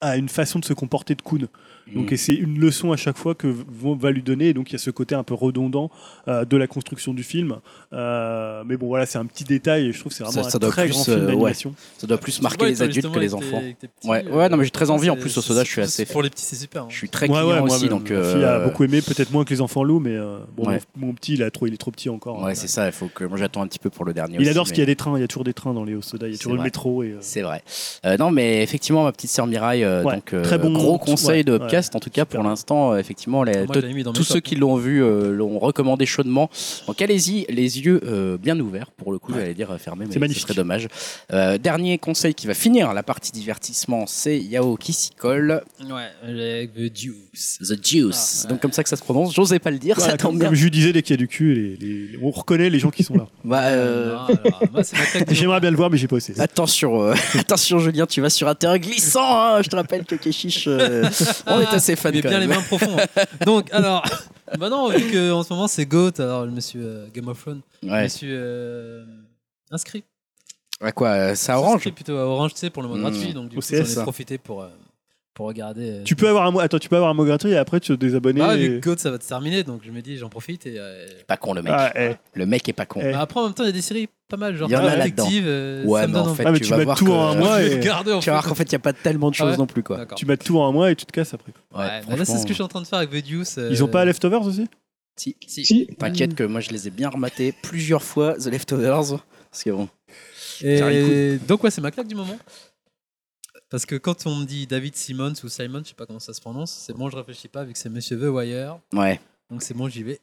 Speaker 3: à une façon de se comporter de Kuhn.
Speaker 2: Mm.
Speaker 1: Mm.
Speaker 3: Donc et c'est une leçon à chaque fois que vont- va lui donner. Et donc il y a ce côté un peu redondant euh, de la construction du film. Euh, mais bon voilà, c'est un petit détail et je trouve que c'est vraiment
Speaker 1: Ça- ça
Speaker 3: un
Speaker 1: doit
Speaker 3: très
Speaker 1: plus,
Speaker 3: grand film
Speaker 1: euh, ouais.
Speaker 3: d'animation.
Speaker 1: Ça doit plus
Speaker 2: Tu
Speaker 1: marquer
Speaker 2: vois,
Speaker 1: les
Speaker 2: toi,
Speaker 1: adultes que
Speaker 2: justement,
Speaker 1: les
Speaker 2: avec
Speaker 1: enfants.
Speaker 2: tes- avec tes petits,
Speaker 1: Ouais,
Speaker 2: euh,
Speaker 1: ouais, non, mais j'ai très envie en
Speaker 2: c'est-
Speaker 1: plus au soda, je suis
Speaker 2: c'est-
Speaker 1: assez.
Speaker 2: Pour les petits, c'est super. hein.
Speaker 1: Je suis très
Speaker 3: Ouais,
Speaker 1: client
Speaker 3: ouais, moi,
Speaker 1: aussi,
Speaker 3: ma-
Speaker 1: donc.
Speaker 3: ma fille a
Speaker 1: euh,
Speaker 3: beaucoup aimé, peut-être moins que les enfants loups, mais euh, bon,
Speaker 1: Ouais.
Speaker 3: mon, mon petit, il, a trop, il est trop petit encore. hein.
Speaker 1: Ouais, c'est ça, il faut que. Moi, j'attends un petit peu pour le dernier.
Speaker 3: il adore
Speaker 1: aussi,
Speaker 3: ce qu'il y a des trains, il y a toujours des trains dans les hauts soda, il y a
Speaker 1: C'est
Speaker 3: toujours le
Speaker 1: vrai.
Speaker 3: métro. Et, euh,
Speaker 1: C'est vrai. Euh, non, mais effectivement, ma petite sœur Miraille, euh,
Speaker 3: Ouais,
Speaker 1: donc, euh,
Speaker 3: très bon-
Speaker 1: gros conseil
Speaker 3: ouais,
Speaker 1: de podcast. en tout cas,
Speaker 3: super.
Speaker 1: pour l'instant, euh, effectivement, les-
Speaker 2: Moi, je
Speaker 1: tous-
Speaker 2: l'avais mis dans mes
Speaker 1: tous ceux
Speaker 2: tops,
Speaker 1: qui
Speaker 2: hein.
Speaker 1: l'ont vu euh, l'ont recommandé chaudement. Donc, allez-y, les yeux euh, bien ouverts. Pour le coup, j'allais dire euh, fermés, mais
Speaker 3: C'est
Speaker 1: ce
Speaker 3: magnifique.
Speaker 1: serait dommage. Euh, dernier conseil qui va finir la partie divertissement, c'est Yao qui s'y colle.
Speaker 2: Ouais, avec The Juice.
Speaker 1: The Juice.
Speaker 2: Ah, ouais.
Speaker 1: Donc, comme ça que ça se prononce. J'osais pas le dire,
Speaker 3: voilà,
Speaker 1: ça tombe
Speaker 3: comme,
Speaker 1: bien.
Speaker 3: comme je disais, dès qu'il y a du cul, les- les- on reconnaît les gens qui sont là.
Speaker 1: Bah, euh,
Speaker 2: Ah, Non, alors, moi, c'est ma claque du
Speaker 3: J'aimerais bien le voir, mais j'ai pas osé.
Speaker 1: Attention, euh, attention Julien, tu vas sur un terrain glissant. hein. je te rappelle que Keshish, euh, on est assez fan
Speaker 2: Mais
Speaker 1: quand
Speaker 2: bien
Speaker 1: même.
Speaker 2: les mains profondes. Donc, alors, bah non, vu qu'en ce moment c'est GOAT, alors le monsieur euh, Game of Thrones, je
Speaker 1: Ouais.
Speaker 2: me suis euh, inscrit.
Speaker 1: À quoi euh, Ça
Speaker 2: Inscrit
Speaker 1: orange
Speaker 2: plutôt à Orange, tu sais, pour le mois
Speaker 1: Mmh.
Speaker 2: gratuit. Donc, du
Speaker 3: Au
Speaker 2: coup, j'en ai
Speaker 3: CS.
Speaker 2: profité pour, euh, pour regarder. euh,
Speaker 3: Tu peux avoir un mot, attends, tu peux avoir un mot gratuit et après tu te désabonner.
Speaker 2: bah, ouais,
Speaker 3: et-
Speaker 2: vu que GOAT ça va te terminer, donc je me dis, j'en profite. Et, euh,
Speaker 1: Pas con le mec.
Speaker 3: Ah, eh.
Speaker 1: Le mec est pas con.
Speaker 3: Eh.
Speaker 2: bah, après, en même temps, il y a des séries pas mal, genre
Speaker 1: Il y en a là-dedans.
Speaker 2: Détective. euh,
Speaker 1: ouais,
Speaker 2: ça me
Speaker 1: mais en
Speaker 2: donne envie
Speaker 1: fait,
Speaker 3: Ah, mais
Speaker 1: tu,
Speaker 3: tu
Speaker 1: vas
Speaker 3: mets
Speaker 1: voir
Speaker 3: tout
Speaker 1: que,
Speaker 3: en un
Speaker 1: euh,
Speaker 2: de
Speaker 3: mois. Ouais,
Speaker 2: le
Speaker 3: et-
Speaker 2: regarder, en
Speaker 1: Tu vas voir
Speaker 2: fait.
Speaker 1: qu'en fait, il n'y a pas tellement de choses
Speaker 2: ouais
Speaker 1: non plus. quoi.
Speaker 2: D'accord.
Speaker 3: tu mets tout en un mois et tu te casses après.
Speaker 1: Ouais,
Speaker 2: Ouais, bah là, c'est ce que
Speaker 1: franchement,
Speaker 2: je suis en train de faire avec euh, The Deuce.
Speaker 3: Ils ont pas
Speaker 1: Euh,
Speaker 3: Leftovers aussi
Speaker 1: si, si.
Speaker 4: Si,
Speaker 1: T'inquiète que moi, je les ai bien rematés plusieurs fois, The Leftovers. Parce que bon,
Speaker 2: Et donc ouais, c'est ma claque du moment. Parce que quand on me dit David Simmons ou Simon, je sais pas comment ça se prononce, c'est bon, je réfléchis pas, vu que c'est Monsieur The Wire,
Speaker 1: ouais.
Speaker 2: donc c'est bon, j'y vais.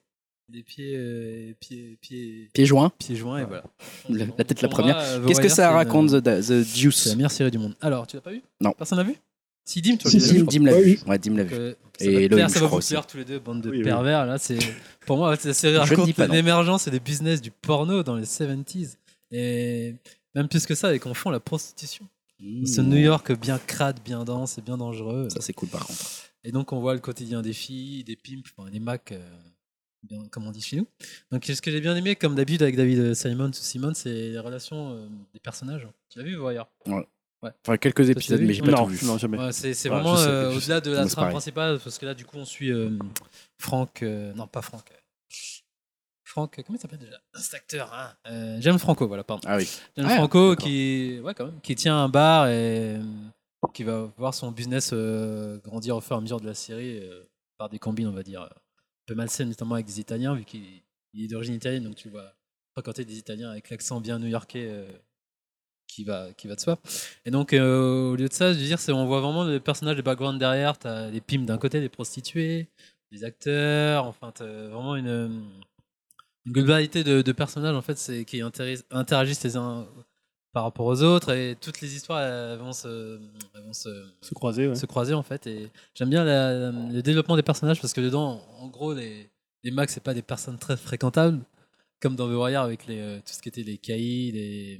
Speaker 2: Les pieds, euh, pieds, pieds,
Speaker 1: Pieds joints.
Speaker 2: pieds joints et voilà.
Speaker 1: La- la tête
Speaker 2: Pour
Speaker 1: la première.
Speaker 2: moi, euh, The
Speaker 1: Qu'est-ce que
Speaker 2: Wire, c'est
Speaker 1: ça
Speaker 2: une-
Speaker 1: raconte, The, the
Speaker 2: C'est
Speaker 1: Juice
Speaker 2: la meilleure série du monde. Alors, tu l'as pas vu
Speaker 1: Non.
Speaker 2: Personne l'a vu Si Dim, tu
Speaker 4: Si,
Speaker 2: l'as vu.
Speaker 1: Dim,
Speaker 2: je
Speaker 1: Dim l'a
Speaker 4: Ouais,
Speaker 1: vu.
Speaker 4: oui.
Speaker 1: Ouais, Dim l'a
Speaker 2: crois
Speaker 1: vu.
Speaker 2: que Ça
Speaker 1: Et
Speaker 2: va te
Speaker 1: Elohim,
Speaker 2: plaire, ça
Speaker 1: je
Speaker 2: va
Speaker 1: crois
Speaker 2: vous
Speaker 1: aussi.
Speaker 2: plaire tous les deux, bande de
Speaker 3: Oui, oui.
Speaker 2: pervers. Là, c'est pour moi, cette
Speaker 1: Je
Speaker 2: série
Speaker 1: ne dis
Speaker 2: raconte
Speaker 1: pas non.
Speaker 2: l'émergence et le business du porno dans les 70s. Et même plus que ça, avec en fond la prostitution. Ce New York bien crade, bien dense et bien dangereux.
Speaker 1: Hmm. Ça, c'est cool par contre.
Speaker 2: Et donc, on voit le quotidien des filles, des pimps, enfin, des macs, euh, bien- comme on dit chez nous. Donc, ce que j'ai bien aimé, comme d'habitude avec David Simon ou Simon, c'est les relations euh, des personnages. Tu l'as vu, Voyeur
Speaker 1: Enfin, quelques épisodes,
Speaker 2: vu
Speaker 1: mais j'ai pas
Speaker 3: Non,
Speaker 1: tout vu.
Speaker 3: non, jamais.
Speaker 2: Ouais, C'est c'est
Speaker 3: Ouais,
Speaker 2: vraiment
Speaker 3: je sais,
Speaker 2: euh,
Speaker 3: je sais.
Speaker 2: au-delà de
Speaker 1: Non,
Speaker 2: la
Speaker 1: c'est
Speaker 2: trame
Speaker 1: pareil.
Speaker 2: principale, parce que là, du coup, on suit euh, Franck. euh, non, pas Franck. euh, Franck, euh, comment il s'appelle déjà Cet acteur, hein Euh, James Franco, voilà, pardon.
Speaker 1: Ah oui.
Speaker 2: James
Speaker 1: Ouais,
Speaker 2: Franco
Speaker 1: d'accord.
Speaker 2: qui, ouais, quand même, qui tient un bar et euh, qui va voir son business euh, grandir au fur et à mesure de la série euh, par des combines, on va dire, euh, un peu malsaines, notamment avec des Italiens, vu qu'il il est d'origine italienne, donc tu le vois fréquenter des Italiens avec l'accent bien new-yorkais euh, qui, va, qui va de soi. Et donc, euh, au lieu de ça, je veux dire, c'est- on voit vraiment le personnage de background derrière, tu as les pimes d'un côté, les prostituées, les acteurs, enfin, t'as vraiment une. euh, une globalité de, de personnages en fait c'est qui intéresse- interagissent les uns par rapport aux autres et toutes les histoires elles vont se, elles vont se,
Speaker 3: Se croiser, ouais.
Speaker 2: se croiser en fait et j'aime bien la- le développement des personnages parce que dedans en gros les, les mags c'est pas des personnes très fréquentables comme dans The Warrior avec les, euh, tout ce qui était les caïds les,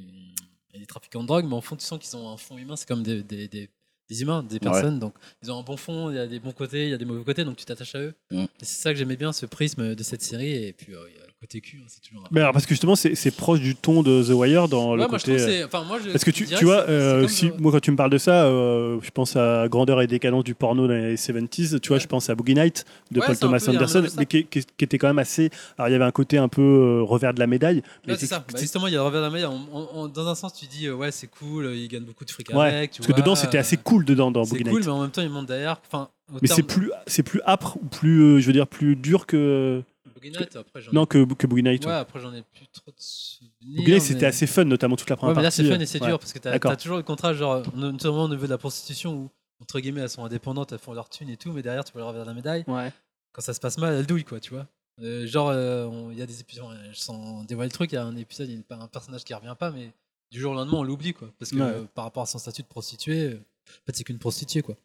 Speaker 2: et les trafiquants de drogue mais en fond tu sens qu'ils ont un fond humain c'est comme des, des- des- des humains des personnes donc ils ont un bon fond il y a des bons côtés il y a des mauvais côtés donc tu t'attaches à eux
Speaker 1: Mm.
Speaker 2: et c'est ça que j'aimais bien ce prisme de cette série et puis euh, il y a le côté cul, hein, c'est toujours. un-
Speaker 3: Mais alors, parce que justement, c'est c'est proche du ton de The Wire dans Oh, le
Speaker 2: Ouais, moi, je
Speaker 3: côté. euh,
Speaker 2: trouve que c'est- enfin, moi, je-
Speaker 3: Parce que tu,
Speaker 2: je dirais
Speaker 3: tu vois,
Speaker 2: c'est-
Speaker 3: euh,
Speaker 2: c'est comme
Speaker 3: si,
Speaker 2: le-
Speaker 3: moi quand tu me parles de ça, euh, je pense à Grandeur et Décadence du porno dans les années 70, tu vois, je pense à Boogie Night de
Speaker 2: Ouais,
Speaker 3: Paul
Speaker 2: c'est un
Speaker 3: Thomas
Speaker 2: peu- il y a un
Speaker 3: Anderson,
Speaker 2: mélange de ça.
Speaker 3: mais qui, qui- qui était quand même assez. Alors il y avait un côté un peu euh, revers de la médaille.
Speaker 2: Ouais,
Speaker 3: mais
Speaker 2: c'est ça. Bah, justement, il y a le revers de la médaille. On- on- on- dans un sens, tu dis, euh, ouais, c'est cool, euh, il gagne beaucoup de fric
Speaker 3: Ouais,
Speaker 2: avec. tu
Speaker 3: Parce que
Speaker 2: vois,
Speaker 3: dedans c'était assez
Speaker 2: euh,
Speaker 3: cool dedans dans
Speaker 2: C'est
Speaker 3: Boogie
Speaker 2: cool,
Speaker 3: Night.
Speaker 2: mais en même temps, il monte derrière. Enfin, au
Speaker 3: Mais
Speaker 2: terme
Speaker 3: c'est
Speaker 2: de
Speaker 3: plus c'est plus âpre ou plus euh, je veux dire plus dur que
Speaker 2: Boogie Night, après, j'en ai-
Speaker 3: non que, que Boogie Night.
Speaker 2: Ouais,
Speaker 3: ouais.
Speaker 2: après, j'en ai plus trop de souvenirs.
Speaker 3: Boogie Night
Speaker 2: mais-
Speaker 3: c'était assez fun notamment toute la
Speaker 2: Ouais,
Speaker 3: première
Speaker 2: mais là,
Speaker 3: partie.
Speaker 2: c'est fun et c'est
Speaker 3: euh, ouais.
Speaker 2: dur parce que t'as
Speaker 3: D'accord.
Speaker 2: t'as toujours le contrat, genre, no- notamment au niveau de la prostitution où, entre guillemets, elles sont indépendantes, elles font leur thune et tout, mais derrière, tu peux le revers de la médaille.
Speaker 7: Ouais.
Speaker 2: Quand ça se passe mal, elles douillent, quoi, tu vois. Euh, genre, euh, on- il y a des épisodes, euh, sans dévoiler le truc, il y a un épisode, il y a une- un personnage qui revient pas, mais du jour au lendemain, on l'oublie, quoi. Parce que
Speaker 3: Ouais.
Speaker 2: euh, par rapport à son statut de prostituée, euh, en fait, c'est qu'une prostituée, quoi.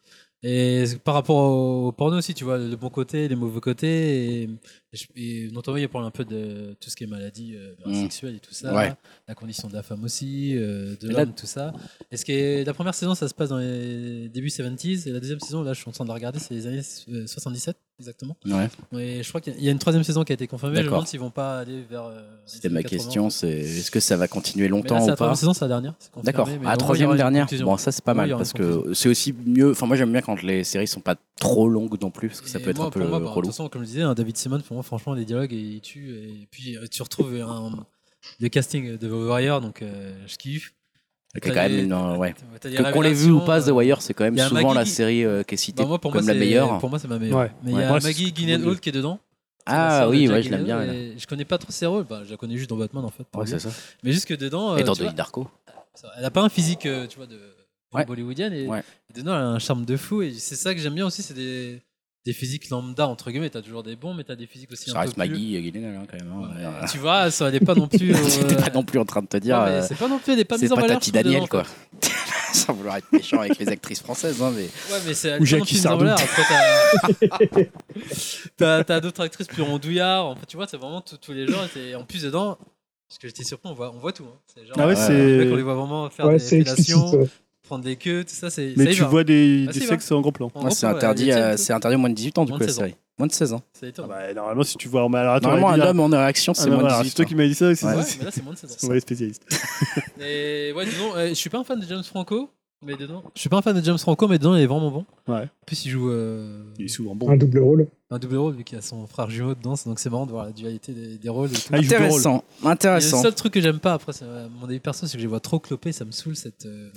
Speaker 2: Et par rapport au, au porno aussi, tu vois, le bon côté, les mauvais côtés, et, et, je- et notamment, il parle un peu de tout ce qui est maladie euh,
Speaker 1: Mm.
Speaker 2: sexuelle et tout ça
Speaker 1: Ouais.
Speaker 2: la condition de la femme aussi, euh, de
Speaker 1: Et là-
Speaker 2: l'homme, tout ça. Et ce qui est, la première saison, ça se passe dans les débuts 70s, et la deuxième saison, là, je suis en train de la regarder, c'est les années euh, 77, exactement.
Speaker 1: Ouais.
Speaker 2: Et je crois qu'il y a- il y a une troisième saison qui a été confirmée, je me
Speaker 1: D'accord.
Speaker 2: demande s'ils vont pas aller vers. euh, les
Speaker 1: C'était
Speaker 2: années
Speaker 1: ma
Speaker 2: 80.
Speaker 1: question, c'est est-ce que ça va continuer
Speaker 2: Mais là,
Speaker 1: longtemps
Speaker 2: c'est
Speaker 1: ou
Speaker 2: la
Speaker 1: pas
Speaker 2: première saison, c'est la dernière. c'est confirmé,
Speaker 1: D'accord.
Speaker 2: mais au moins,
Speaker 1: À
Speaker 2: il y
Speaker 1: troisième
Speaker 2: aura une
Speaker 1: dernière.
Speaker 2: conclusion.
Speaker 1: Bon, ça c'est pas
Speaker 2: Oui, il y
Speaker 1: mal
Speaker 2: aura
Speaker 1: parce
Speaker 2: une conclusion.
Speaker 1: que c'est aussi mieux. Enfin, moi j'aime bien quand les séries sont pas trop longues non plus parce que ça
Speaker 2: Et
Speaker 1: peut être
Speaker 2: moi,
Speaker 1: un peu
Speaker 2: pour moi, bah, De
Speaker 1: relou.
Speaker 2: toute façon, comme je disais, hein, David Simon, pour moi, franchement, les dialogues, il tue. Et puis, euh, tu retrouves un, le casting de The Wire, donc euh, je kiffe.
Speaker 1: Qui est
Speaker 2: T'as
Speaker 1: quand même
Speaker 2: les-
Speaker 1: une, euh, ouais.
Speaker 2: t'as les
Speaker 1: Que qu'on l'ait vu ou pas, The
Speaker 2: révélations, euh,
Speaker 1: Wire, c'est quand même
Speaker 2: y a
Speaker 1: souvent la
Speaker 2: Maggie-
Speaker 1: série euh, qui est citée
Speaker 2: Bah, moi, pour
Speaker 1: comme
Speaker 2: moi,
Speaker 1: la
Speaker 2: c'est-
Speaker 1: meilleure.
Speaker 2: Pour moi, c'est ma meilleure.
Speaker 3: Ouais.
Speaker 2: Mais il y
Speaker 3: Ouais.
Speaker 2: a
Speaker 3: Moi, c'est
Speaker 2: Maggie
Speaker 3: ce que
Speaker 2: Guinness
Speaker 3: je me
Speaker 2: Hall qui est dedans. C'est la
Speaker 1: Ah
Speaker 2: sœur de
Speaker 1: oui,
Speaker 2: Jack
Speaker 1: ouais, je l'aime bien.
Speaker 2: Gyllenhaal,
Speaker 1: elle.
Speaker 2: et Je connais pas trop ses rôles. Bah, je la connais juste dans Batman en fait. pour
Speaker 1: Ouais,
Speaker 2: le dire.
Speaker 1: c'est ça.
Speaker 2: Mais jusque dedans, euh,
Speaker 1: Et dans
Speaker 2: tu vois,
Speaker 1: Donnie Darko.
Speaker 2: ça- elle a pas un physique, euh, tu vois, de de
Speaker 1: Ouais.
Speaker 2: bollywoodienne et
Speaker 1: Ouais.
Speaker 2: et dedans elle a un charme de fou. Et c'est ça que j'aime bien aussi, c'est des des physiques lambda entre guillemets. T'as toujours des bons, mais t'as des physiques aussi
Speaker 1: Ça
Speaker 2: un peu
Speaker 1: reste
Speaker 2: plus.
Speaker 1: Maggie et Gyllenhaal hein, quand même. hein.
Speaker 2: Ouais,
Speaker 1: Ouais.
Speaker 2: Tu vois, ça allait pas non plus. euh,
Speaker 1: J'étais pas non plus en train de te dire.
Speaker 2: Ouais, mais
Speaker 1: euh,
Speaker 2: C'est pas non plus, elle est pas
Speaker 1: C'est
Speaker 2: mise en
Speaker 1: pas
Speaker 2: valeur.
Speaker 1: Tati
Speaker 2: je trouve,
Speaker 1: Daniel
Speaker 2: dedans,
Speaker 1: quoi. Sans vouloir être méchant avec les actrices françaises, hein, mais
Speaker 2: Ouais, mais c'est
Speaker 3: Ou
Speaker 2: tellement
Speaker 3: Jackie
Speaker 2: mise en
Speaker 3: Sardou.
Speaker 2: valeur. Après, t'as- t'as t'as d'autres actrices plus rondouillards. Enfin, tu vois, c'est vraiment tous tous les genres. Et en plus, dedans, parce que j'étais surpris, on voit, on voit tout. hein. C'est genre,
Speaker 3: Ah ouais,
Speaker 1: Ouais.
Speaker 2: les mecs, on les
Speaker 3: c'est.
Speaker 2: voit vraiment faire
Speaker 4: Ouais,
Speaker 2: des
Speaker 4: c'est euh, explicite.
Speaker 2: fellations,
Speaker 4: ouais.
Speaker 2: prendre des queues, tout ça. c'est- ça
Speaker 3: Mais
Speaker 2: y
Speaker 3: tu
Speaker 2: va.
Speaker 3: vois des
Speaker 2: Ah,
Speaker 3: des
Speaker 2: c'est
Speaker 3: sexes en gros plan.
Speaker 2: En
Speaker 1: moi
Speaker 2: gros,
Speaker 1: c'est
Speaker 2: ouais, il
Speaker 1: interdit,
Speaker 2: y a
Speaker 1: euh,
Speaker 2: tout.
Speaker 1: c'est interdit au moins de 18 ans du
Speaker 2: Moins
Speaker 1: coup
Speaker 2: de
Speaker 1: la
Speaker 2: 16 ans.
Speaker 1: série. Moins de 16 ans.
Speaker 2: C'est étonnant.
Speaker 3: Bah, normalement si tu vois alors, attends,
Speaker 1: Ah Normalement
Speaker 3: elle
Speaker 1: un
Speaker 3: dit là-
Speaker 1: homme en réaction
Speaker 3: Ah,
Speaker 1: c'est
Speaker 3: non,
Speaker 1: moins hein. de
Speaker 3: alors,
Speaker 1: 18
Speaker 3: C'est toi
Speaker 1: ans.
Speaker 3: qui m'as dit ça. C'est
Speaker 2: Ouais,
Speaker 3: c'est-
Speaker 2: mais là, c'est moins de 16 ans.
Speaker 3: c'est un mauvais spécialiste.
Speaker 2: Et ouais, dedans, euh, je suis pas un fan de James Franco. Mais dedans, je suis pas un fan de James Franco, mais dedans, il est vraiment bon.
Speaker 3: Ouais.
Speaker 2: En plus, il joue. euh,
Speaker 3: Il est souvent bon.
Speaker 4: Un double rôle.
Speaker 2: un double rôle vu qu'il y a son frère jumeau dedans, donc c'est marrant de voir la dualité des, des rôles. Et tout.
Speaker 3: Ah, il joue deux rôles.
Speaker 1: Intéressant,
Speaker 3: Ah,
Speaker 2: Et
Speaker 1: intéressant.
Speaker 2: Le seul truc que j'aime pas après, c'est euh, mon avis perso, c'est que je les vois trop cloper, ça me saoule cette. euh,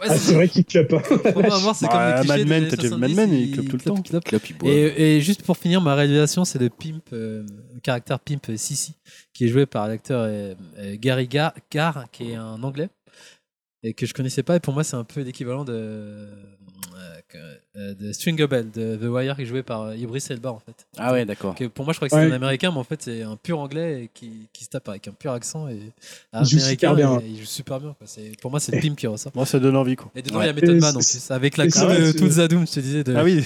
Speaker 2: Ouais,
Speaker 4: Ah, c'est vrai qu'il clappe pas.
Speaker 2: pour moi, à voir, c'est
Speaker 3: Bah,
Speaker 2: comme les clichés des
Speaker 3: Mad Men,
Speaker 2: années
Speaker 3: t'as déjà vu
Speaker 2: 70,
Speaker 3: Mad Men,
Speaker 2: ils
Speaker 3: il clope tout le
Speaker 2: clopent,
Speaker 3: temps.
Speaker 2: clopent.
Speaker 1: Clope, il boit.
Speaker 2: Et, et juste pour finir, ma réalisation, c'est le pimp, euh, le caractère pimp euh, Sissi, qui est joué par l'acteur euh, euh, Gary Gar, Gar, qui est un anglais, et que je connaissais pas, et pour moi, c'est un peu l'équivalent de, euh, que- euh, de Stringer Bell, de The Wire, qui est joué par euh, Idris Elba, en fait.
Speaker 1: Ah ouais d'accord.
Speaker 2: Que pour moi, je crois que c'est
Speaker 4: Ouais.
Speaker 2: un américain, mais en fait, c'est un pur anglais qui, qui se tape avec un pur accent. Et un
Speaker 4: Il joue
Speaker 2: américain,
Speaker 4: super bien. hein.
Speaker 2: et il joue super bien. quoi. C'est- Pour moi, c'est le film qui ressort.
Speaker 3: Moi ça donne envie quoi.
Speaker 2: Et dedans, il
Speaker 1: Ouais.
Speaker 2: y a Method
Speaker 4: Et
Speaker 2: Man en
Speaker 4: c'est-
Speaker 2: plus, avec la
Speaker 4: et
Speaker 2: coupe
Speaker 4: ça,
Speaker 2: de
Speaker 4: c'est-
Speaker 2: Toonzadoom, je te disais. De...
Speaker 3: Ah oui.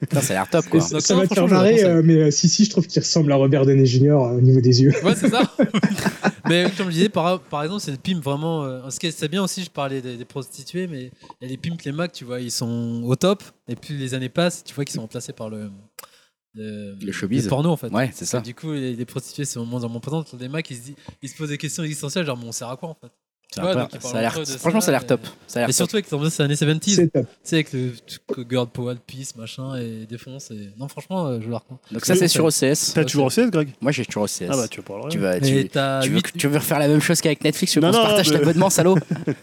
Speaker 1: Putain, ça a l'air top quoi.
Speaker 4: Ça,
Speaker 2: Donc,
Speaker 4: ça
Speaker 2: non,
Speaker 4: va te faire
Speaker 2: franchement, je
Speaker 4: marrer,
Speaker 2: le conseille.
Speaker 4: euh, mais euh, si, si, je trouve qu'il ressemble à Robert Downey Jr. au niveau des yeux.
Speaker 2: Ouais, c'est ça. mais comme je disais, par, par exemple, c'est le pimp vraiment. euh, ce qui est- c'est bien aussi, je parlais des, des prostituées, mais il y a les pimps, les macs, tu vois, ils sont au top. Et puis les années passent, tu vois qu'ils sont remplacés par le. Le,
Speaker 1: Le showbiz.
Speaker 2: porno en fait.
Speaker 1: Ouais c'est ça.
Speaker 2: Et Du coup, les, les prostituées sont de moins en moins présentes. Les mecs, ils se, disent- ils se posent des questions existentielles, genre, mais on sert à quoi en fait Tu
Speaker 1: Ça
Speaker 2: vois,
Speaker 1: a
Speaker 2: donc
Speaker 1: pas-
Speaker 2: ils
Speaker 1: ça
Speaker 2: parlent
Speaker 1: a l'air.
Speaker 2: entre eux de
Speaker 1: Franchement ça a l'air
Speaker 2: et-
Speaker 1: top. Ça a
Speaker 2: Et
Speaker 1: l'air top.
Speaker 2: surtout avec l'ambiance des années 70, tu
Speaker 4: C'est top.
Speaker 2: sais, avec le truc euh, girl power, peace, machin, et défonce. Et... Non, franchement, euh, je le raconte.
Speaker 1: Donc ça c'est sur OCS.
Speaker 3: T'as toujours CS Greg
Speaker 1: Moi j'ai sur OCS.
Speaker 3: Ah bah tu vas pas le
Speaker 1: Tu
Speaker 3: regarder.
Speaker 1: vas
Speaker 2: Et
Speaker 1: tu
Speaker 2: t'as
Speaker 1: tu veux,
Speaker 2: huit-
Speaker 1: que- tu veux refaire la même chose qu'avec Netflix, tu veux
Speaker 3: Non,
Speaker 1: qu'on se
Speaker 3: non,
Speaker 1: partage
Speaker 3: mais-
Speaker 1: l'abonnement, salaud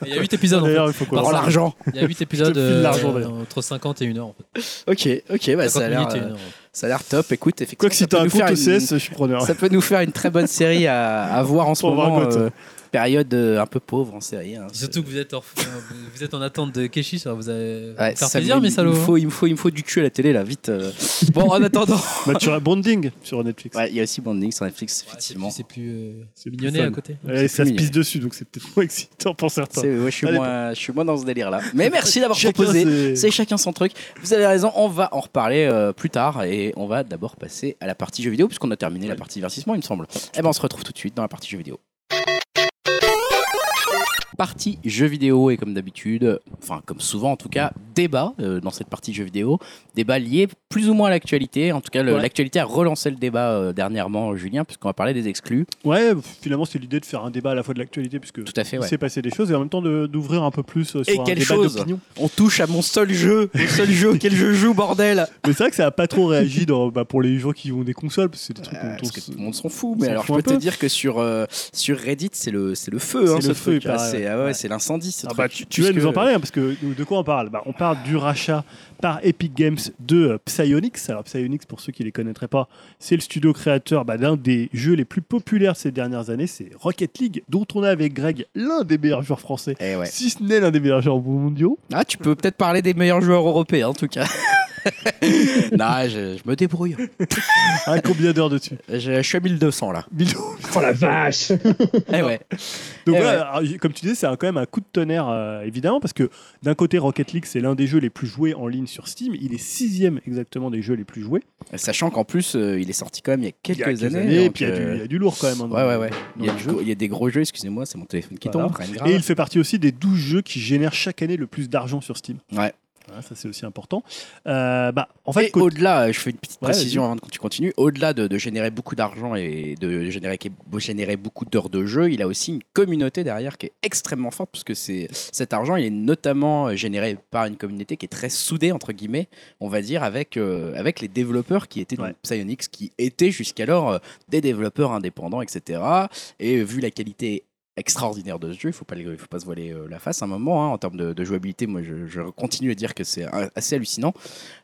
Speaker 2: il y a 8 épisodes en fait.
Speaker 3: D'ailleurs il faut qu'on
Speaker 2: Par
Speaker 1: Prends
Speaker 2: ça.
Speaker 1: l'argent
Speaker 2: Il y a 8 épisodes
Speaker 3: file
Speaker 2: euh,
Speaker 3: l'argent, d'ailleurs.
Speaker 2: entre 50 et 1 heure en fait.
Speaker 1: Ok, ok, bah, ça a
Speaker 2: 50
Speaker 1: l'air
Speaker 2: minutes et 1
Speaker 1: euh,
Speaker 2: heure.
Speaker 1: ça a l'air top. Écoute, effectivement,
Speaker 3: Quoi que si
Speaker 1: ça peut
Speaker 3: t'as un
Speaker 1: nous faire
Speaker 3: compte
Speaker 1: une-
Speaker 3: CS, je suis preneur.
Speaker 1: Ça peut nous faire une très bonne série à, à voir en ce
Speaker 3: Pour
Speaker 1: moment.
Speaker 3: Margot.
Speaker 1: euh, période euh, un peu pauvre en série. hein.
Speaker 2: Surtout que vous êtes, en, vous êtes en attente de Keshi, ça va vous avez
Speaker 1: Ouais,
Speaker 2: faire
Speaker 1: ça
Speaker 2: plaisir,
Speaker 1: me-
Speaker 2: mais salaud.
Speaker 1: Il me,
Speaker 2: hein.
Speaker 1: faut, il, me faut, il me faut du cul à la télé, là, vite. euh. Bon, en attendant.
Speaker 3: Bah tu as Bonding sur Netflix.
Speaker 1: Ouais, il y a aussi Bonding sur Netflix,
Speaker 2: Ouais, c'est
Speaker 1: effectivement.
Speaker 2: plus- C'est plus, euh,
Speaker 3: C'est plus
Speaker 2: mignonné à
Speaker 3: fun.
Speaker 2: côté.
Speaker 3: Ouais, ça se
Speaker 1: mignon.
Speaker 3: pisse dessus donc c'est peut-être moins excitant pour certains.
Speaker 1: C'est- ouais, je, suis
Speaker 3: Allez,
Speaker 1: moins, je suis moins dans ce délire-là. Mais merci d'avoir
Speaker 3: Chacun
Speaker 1: proposé.
Speaker 3: ses-
Speaker 1: C'est chacun son truc. Vous avez raison, on va en reparler euh, plus tard et on va d'abord passer à la partie jeux vidéo puisqu'on a terminé la Eh partie divertissement, il me semble. Et ben on se retrouve tout de suite dans la partie jeux vidéo. partie jeux vidéo et comme d'habitude, enfin comme souvent en tout cas, débat euh, dans cette partie jeux vidéo, débat lié plus ou moins à l'actualité. En tout cas, le-
Speaker 3: Ouais.
Speaker 1: l'actualité a relancé le débat euh, dernièrement, Julien, puisqu'on va parler des exclus.
Speaker 3: Ouais, finalement, c'est l'idée de faire un débat à la fois de l'actualité, puisque
Speaker 1: Tout à fait,
Speaker 3: il
Speaker 1: ouais.
Speaker 3: s'est passé des choses, et en même temps de- d'ouvrir un peu plus euh, sur
Speaker 1: Et
Speaker 3: un
Speaker 1: quelle
Speaker 3: débat
Speaker 1: chose
Speaker 3: d'opinion.
Speaker 1: On touche à mon seul jeu, mon seul jeu auquel je joue, bordel.
Speaker 3: Mais c'est vrai que ça a pas trop réagi dans, bah, pour les gens qui ont des consoles, parce que c'est des trucs dont on
Speaker 1: Euh, Bah, Parce que
Speaker 3: se-
Speaker 1: tout le monde s'en fout, mais
Speaker 3: s'en
Speaker 1: alors je
Speaker 3: fout
Speaker 1: peux
Speaker 3: un
Speaker 1: te
Speaker 3: peu.
Speaker 1: dire que sur, euh, sur Reddit, c'est le, c'est le feu,
Speaker 3: C'est
Speaker 1: hein,
Speaker 3: le
Speaker 1: ce
Speaker 3: feu,
Speaker 1: truc.
Speaker 3: il paraît,
Speaker 1: Ah, c'est ah ouais,
Speaker 3: ouais.
Speaker 1: c'est l'incendie, ce
Speaker 3: Ah
Speaker 1: truc.
Speaker 3: bah, tu, tu vas nous en
Speaker 1: Puisque-
Speaker 3: parler, hein, parce que nous, de quoi on parle Bah, On parle du rachat par Epic Games de euh, Psyonix. Alors Psyonix, pour ceux qui ne les connaîtraient pas, c'est le studio créateur bah, d'un des jeux les plus populaires ces dernières années, c'est Rocket League, dont on a avec Greg l'un des meilleurs joueurs français,
Speaker 1: Eh ouais.
Speaker 3: si ce n'est l'un des meilleurs joueurs mondiaux.
Speaker 1: Ah, tu peux peut-être parler des meilleurs joueurs européens, en tout cas. non, je, je me débrouille.
Speaker 3: Ah, combien d'heures dessus
Speaker 1: Je, je suis à 1200 là.
Speaker 3: Mille-
Speaker 4: Oh la vache
Speaker 1: Eh ouais.
Speaker 3: Donc
Speaker 1: Eh
Speaker 3: voilà, alors, comme tu disais, c'est un- quand même un coup de tonnerre, euh, évidemment, parce que d'un côté, Rocket League, c'est l'un des jeux les plus joués en ligne sur Steam. Il est sixième exactement des jeux les plus joués.
Speaker 1: Sachant qu'en plus, euh, il est sorti quand même il y a quelques,
Speaker 3: Il y a
Speaker 1: années.
Speaker 3: et
Speaker 1: donc,
Speaker 3: puis il y a du-
Speaker 1: euh,
Speaker 3: il y, a du lourd quand même. hein, dans-
Speaker 1: Ouais, ouais, ouais. Il y, a
Speaker 3: dans le
Speaker 1: du
Speaker 3: jeu.
Speaker 1: gros- il y a des gros jeux, excusez-moi, c'est mon téléphone qui
Speaker 3: Voilà.
Speaker 1: tombe. rien de grave.
Speaker 3: Et il fait partie aussi des 12 jeux qui génèrent chaque année le plus d'argent sur Steam.
Speaker 1: Ouais.
Speaker 3: Voilà, ça, c'est aussi important. Euh, bah, en
Speaker 1: Et
Speaker 3: fait, côté-
Speaker 1: au-delà, euh, je fais une petite
Speaker 3: Ouais,
Speaker 1: précision avant que tu continues, au-delà de, de générer beaucoup d'argent et de générer, qui- générer beaucoup d'heures de jeu, il a aussi une communauté derrière qui est extrêmement forte, parce que c'est, cet argent, il est notamment euh, généré par une communauté qui est très soudée, entre guillemets, on va dire, avec, euh, avec les développeurs qui étaient donc
Speaker 3: Ouais.
Speaker 1: Psyonix, qui étaient jusqu'alors euh, des développeurs indépendants, etc. Et vu la qualité extraordinaire de ce jeu, il faut pas le- faut pas se voiler euh, la face à un moment, hein, en termes de, de jouabilité, moi je, je continue à dire que c'est euh, assez hallucinant.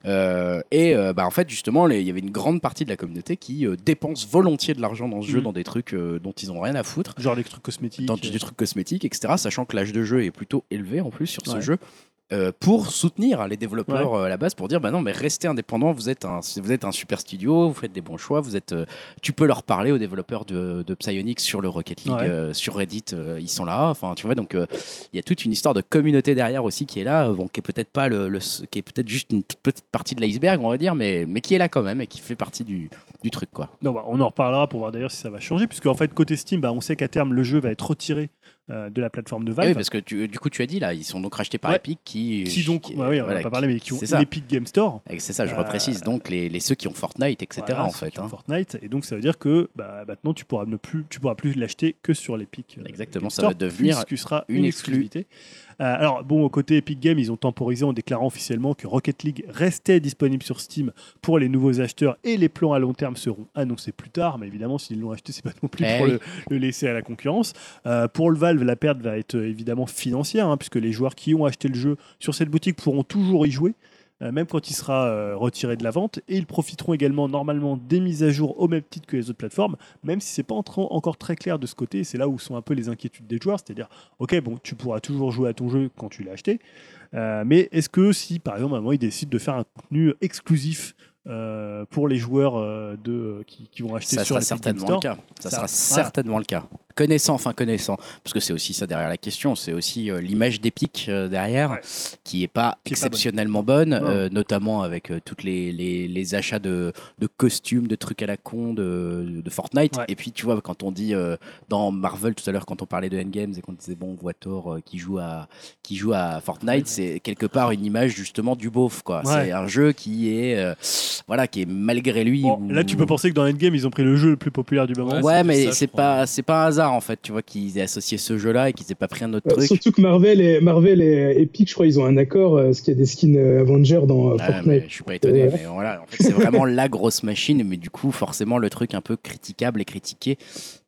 Speaker 1: Euh, et euh, bah, en fait, justement, les- il y avait une grande partie de la communauté qui euh, dépense volontiers de l'argent dans ce jeu,
Speaker 3: Mhm.
Speaker 1: dans des trucs euh, dont ils n'ont rien à foutre,
Speaker 3: genre les trucs cosmétiques. euh,
Speaker 1: dans du, du truc cosmétique, etc. Sachant que l'âge de jeu est plutôt élevé en plus sur ce
Speaker 3: Ouais.
Speaker 1: jeu. euh, pour soutenir les développeurs euh, à la base, pour dire bah non mais restez indépendants, vous êtes un vous êtes un super studio, vous faites des bons choix, vous êtes euh, tu peux leur parler aux développeurs de, de Psyonix sur le Rocket League,
Speaker 3: Ouais.
Speaker 1: euh, sur Reddit, euh, ils sont là, enfin tu vois donc euh, il y a toute une histoire de communauté derrière aussi qui est là, euh, bon, qui est peut-être pas le, le- qui est peut-être juste une toute petite partie de l'iceberg, on va dire, mais, mais qui est là quand même et qui fait partie du, du truc, quoi.
Speaker 3: Non, bah, on en reparlera pour voir d'ailleurs si ça va changer, puisque en fait, côté Steam, bah, on sait qu'à terme, le jeu va être retiré euh, de la plateforme de
Speaker 1: Ah
Speaker 3: Valve.
Speaker 1: oui, parce que tu- du coup, tu as dit là, ils sont donc rachetés par
Speaker 3: Ouais.
Speaker 1: Epic qui.
Speaker 3: qui donc, ouais, oui, on en a
Speaker 1: voilà,
Speaker 3: pas parlé, mais qui ont
Speaker 1: c'est ça.
Speaker 3: l'Epic Game Store.
Speaker 1: Et C'est ça, je
Speaker 3: Euh,
Speaker 1: reprécise. Donc, les, les- ceux qui ont Fortnite, etc.,
Speaker 3: Voilà,
Speaker 1: en
Speaker 3: ceux
Speaker 1: fait.
Speaker 3: qui ont
Speaker 1: hein.
Speaker 3: Fortnite. Et donc, ça veut dire que bah, maintenant, tu pourras ne plus, tu pourras plus l'acheter que sur l'Epic. euh,
Speaker 1: Exactement,
Speaker 3: Game
Speaker 1: ça va
Speaker 3: Store,
Speaker 1: devenir
Speaker 3: puisque ce sera
Speaker 1: une
Speaker 3: une,
Speaker 1: exclu.
Speaker 3: exclusivité. Euh, alors, bon, au côté Epic Games, ils ont temporisé en déclarant officiellement que Rocket League restait disponible sur Steam pour les nouveaux acheteurs et les plans à long terme seront annoncés plus tard. Mais évidemment, s'ils l'ont acheté, c'est pas non plus
Speaker 1: Eh
Speaker 3: pour
Speaker 1: oui.
Speaker 3: le, le laisser à la concurrence. Euh, pour le Valve, la perte va être euh, évidemment financière, hein, puisque les joueurs qui ont acheté le jeu sur cette boutique pourront toujours y jouer. euh, même quand il sera euh, retiré de la vente, et ils profiteront également normalement des mises à jour au même titre que les autres plateformes, même si c'est pas en train- encore très clair de ce côté, et c'est là où sont un peu les inquiétudes des joueurs, c'est-à-dire, ok, bon, tu pourras toujours jouer à ton jeu quand tu l'as acheté, euh, mais est-ce que si par exemple, à un moment, ils décident de faire un contenu exclusif euh, pour les joueurs euh, de, qui, qui vont acheter
Speaker 1: Ça
Speaker 3: sur
Speaker 1: sera
Speaker 3: Epic Games
Speaker 1: certainement
Speaker 3: Store,
Speaker 1: le cas. Ça,
Speaker 3: Ça-
Speaker 1: sera
Speaker 3: voilà.
Speaker 1: certainement le cas. Connaissant, enfin connaissant, parce que c'est aussi ça derrière la question, c'est aussi euh, l'image d'Epic euh, derrière,
Speaker 3: Ouais.
Speaker 1: qui est pas
Speaker 3: Qui est pas bonne.
Speaker 1: exceptionnellement bonne,
Speaker 3: Non.
Speaker 1: euh, notamment avec euh, toutes les, les, les achats de, de costumes, de trucs à la con de, de Fortnite.
Speaker 3: Ouais.
Speaker 1: Et puis tu vois, quand on dit euh, dans Marvel tout à l'heure, quand on parlait de Endgames et qu'on disait bon, on voit Thor euh, qui joue à qui joue à Fortnite, c'est quelque part une image justement du beauf quoi.
Speaker 3: Ouais.
Speaker 1: C'est un jeu qui est euh, voilà qui est malgré lui.
Speaker 3: Bon, là, tu peux
Speaker 1: ou-
Speaker 3: penser que dans Endgame, ils ont pris le jeu le plus populaire du moment.
Speaker 2: Ouais,
Speaker 1: Ouais,
Speaker 2: c'est
Speaker 1: mais
Speaker 2: ça, je
Speaker 1: c'est
Speaker 2: crois.
Speaker 1: pas c'est pas un hasard en fait, tu vois qu'ils aient associé ce jeu-là et qu'ils aient pas pris un autre
Speaker 4: Euh,
Speaker 1: truc.
Speaker 4: Surtout que Marvel et, Marvel et Epic, je crois, ils ont un accord, euh, parce qu'il y a des skins euh, Avengers dans euh,
Speaker 1: Ouais, Ah, mais
Speaker 4: Fortnite.
Speaker 1: je suis pas étonné,
Speaker 4: Ouais.
Speaker 1: mais voilà, en fait, c'est vraiment la grosse machine, mais du coup forcément le truc un peu critiquable et critiqué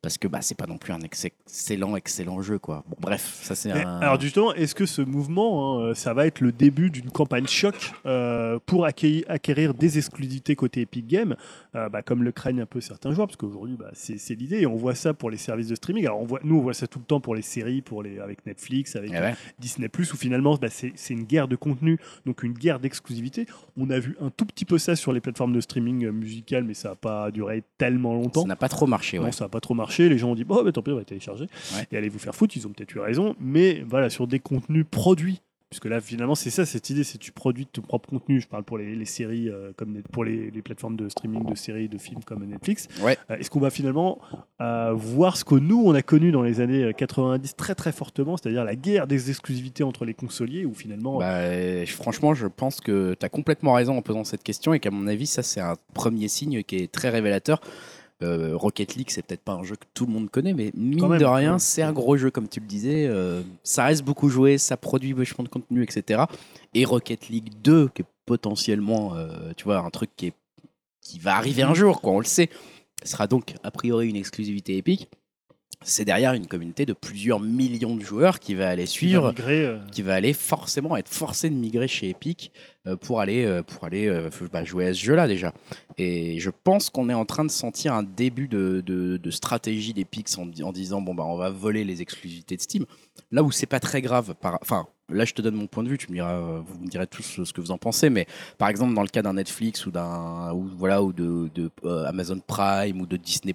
Speaker 1: parce que bah c'est pas non plus un ex- excellent excellent jeu quoi. Bon bref, ça c'est
Speaker 3: Mais
Speaker 1: un
Speaker 3: Alors justement, est-ce que ce mouvement, hein, ça va être le début d'une campagne choc euh, pour acquérir, acquérir des exclusivités côté Epic Games, euh, bah, comme le craignent un peu certains joueurs, parce qu'aujourd'hui, bah, c'est c'est l'idée, et on voit ça pour les services de streaming. Alors on voit, nous, on voit ça tout le temps pour les séries, pour les, avec Netflix, avec
Speaker 1: Eh ouais.
Speaker 3: Disney Plus où finalement bah, c'est c'est une guerre de contenu, donc une guerre d'exclusivité. On a vu un tout petit peu ça sur les plateformes de streaming euh, musical, mais ça n'a pas duré tellement
Speaker 1: ça
Speaker 3: longtemps.
Speaker 1: n'a pas trop marché ouais.
Speaker 3: Non, ça n'a pas trop marché. Les gens ont dit, bon, bah, tant pis, on va télécharger
Speaker 1: Ouais.
Speaker 3: et allez vous faire foutre. Ils ont peut-être eu raison, mais voilà, sur des contenus produits Puisque là, finalement, c'est ça cette idée, c'est tu produis ton propre contenu. Je parle pour les, les séries, euh, comme Net- pour les, les plateformes de streaming de séries, de films comme Netflix.
Speaker 1: Ouais.
Speaker 3: Euh, Est-ce qu'on va finalement euh, voir ce que nous, on a connu dans les années euh, 90 très très fortement, c'est-à-dire la guerre des exclusivités entre les consoliers, où finalement,
Speaker 1: Bah, euh, franchement, je pense que tu as complètement raison en posant cette question et qu'à mon avis, ça, c'est un premier signe qui est très révélateur. Euh, Rocket League, c'est peut-être pas un jeu que tout le monde connaît, mais mine
Speaker 3: Quand même,
Speaker 1: de rien,
Speaker 3: ouais.
Speaker 1: c'est un gros jeu, comme tu le disais. euh, ça reste beaucoup joué, ça produit vachement de contenu, etc. Et Rocket League 2, qui est potentiellement, euh, tu vois, un truc qui, est, qui va arriver un jour, quoi, on le sait, sera donc a priori une exclusivité épique. C'est derrière une communauté de plusieurs millions de joueurs qui va aller
Speaker 3: tu vas
Speaker 1: suivre
Speaker 3: migrer, euh,
Speaker 1: qui va aller forcément être forcé de migrer chez Epic euh, pour aller, euh, pour aller euh, f- bah, jouer à ce jeu-là déjà. Et je pense qu'on est en train de sentir un début de, de- de stratégie d'Epic en, di- en disant bon bah on va voler les exclusivités de Steam. Là où c'est pas très grave, par, enfin là je te donne mon point de vue, tu me diras, euh, vous me direz tous ce ce que vous en pensez, mais par exemple dans le cas d'un Netflix ou d'un ou voilà ou de, de, euh, Amazon Prime ou de Disney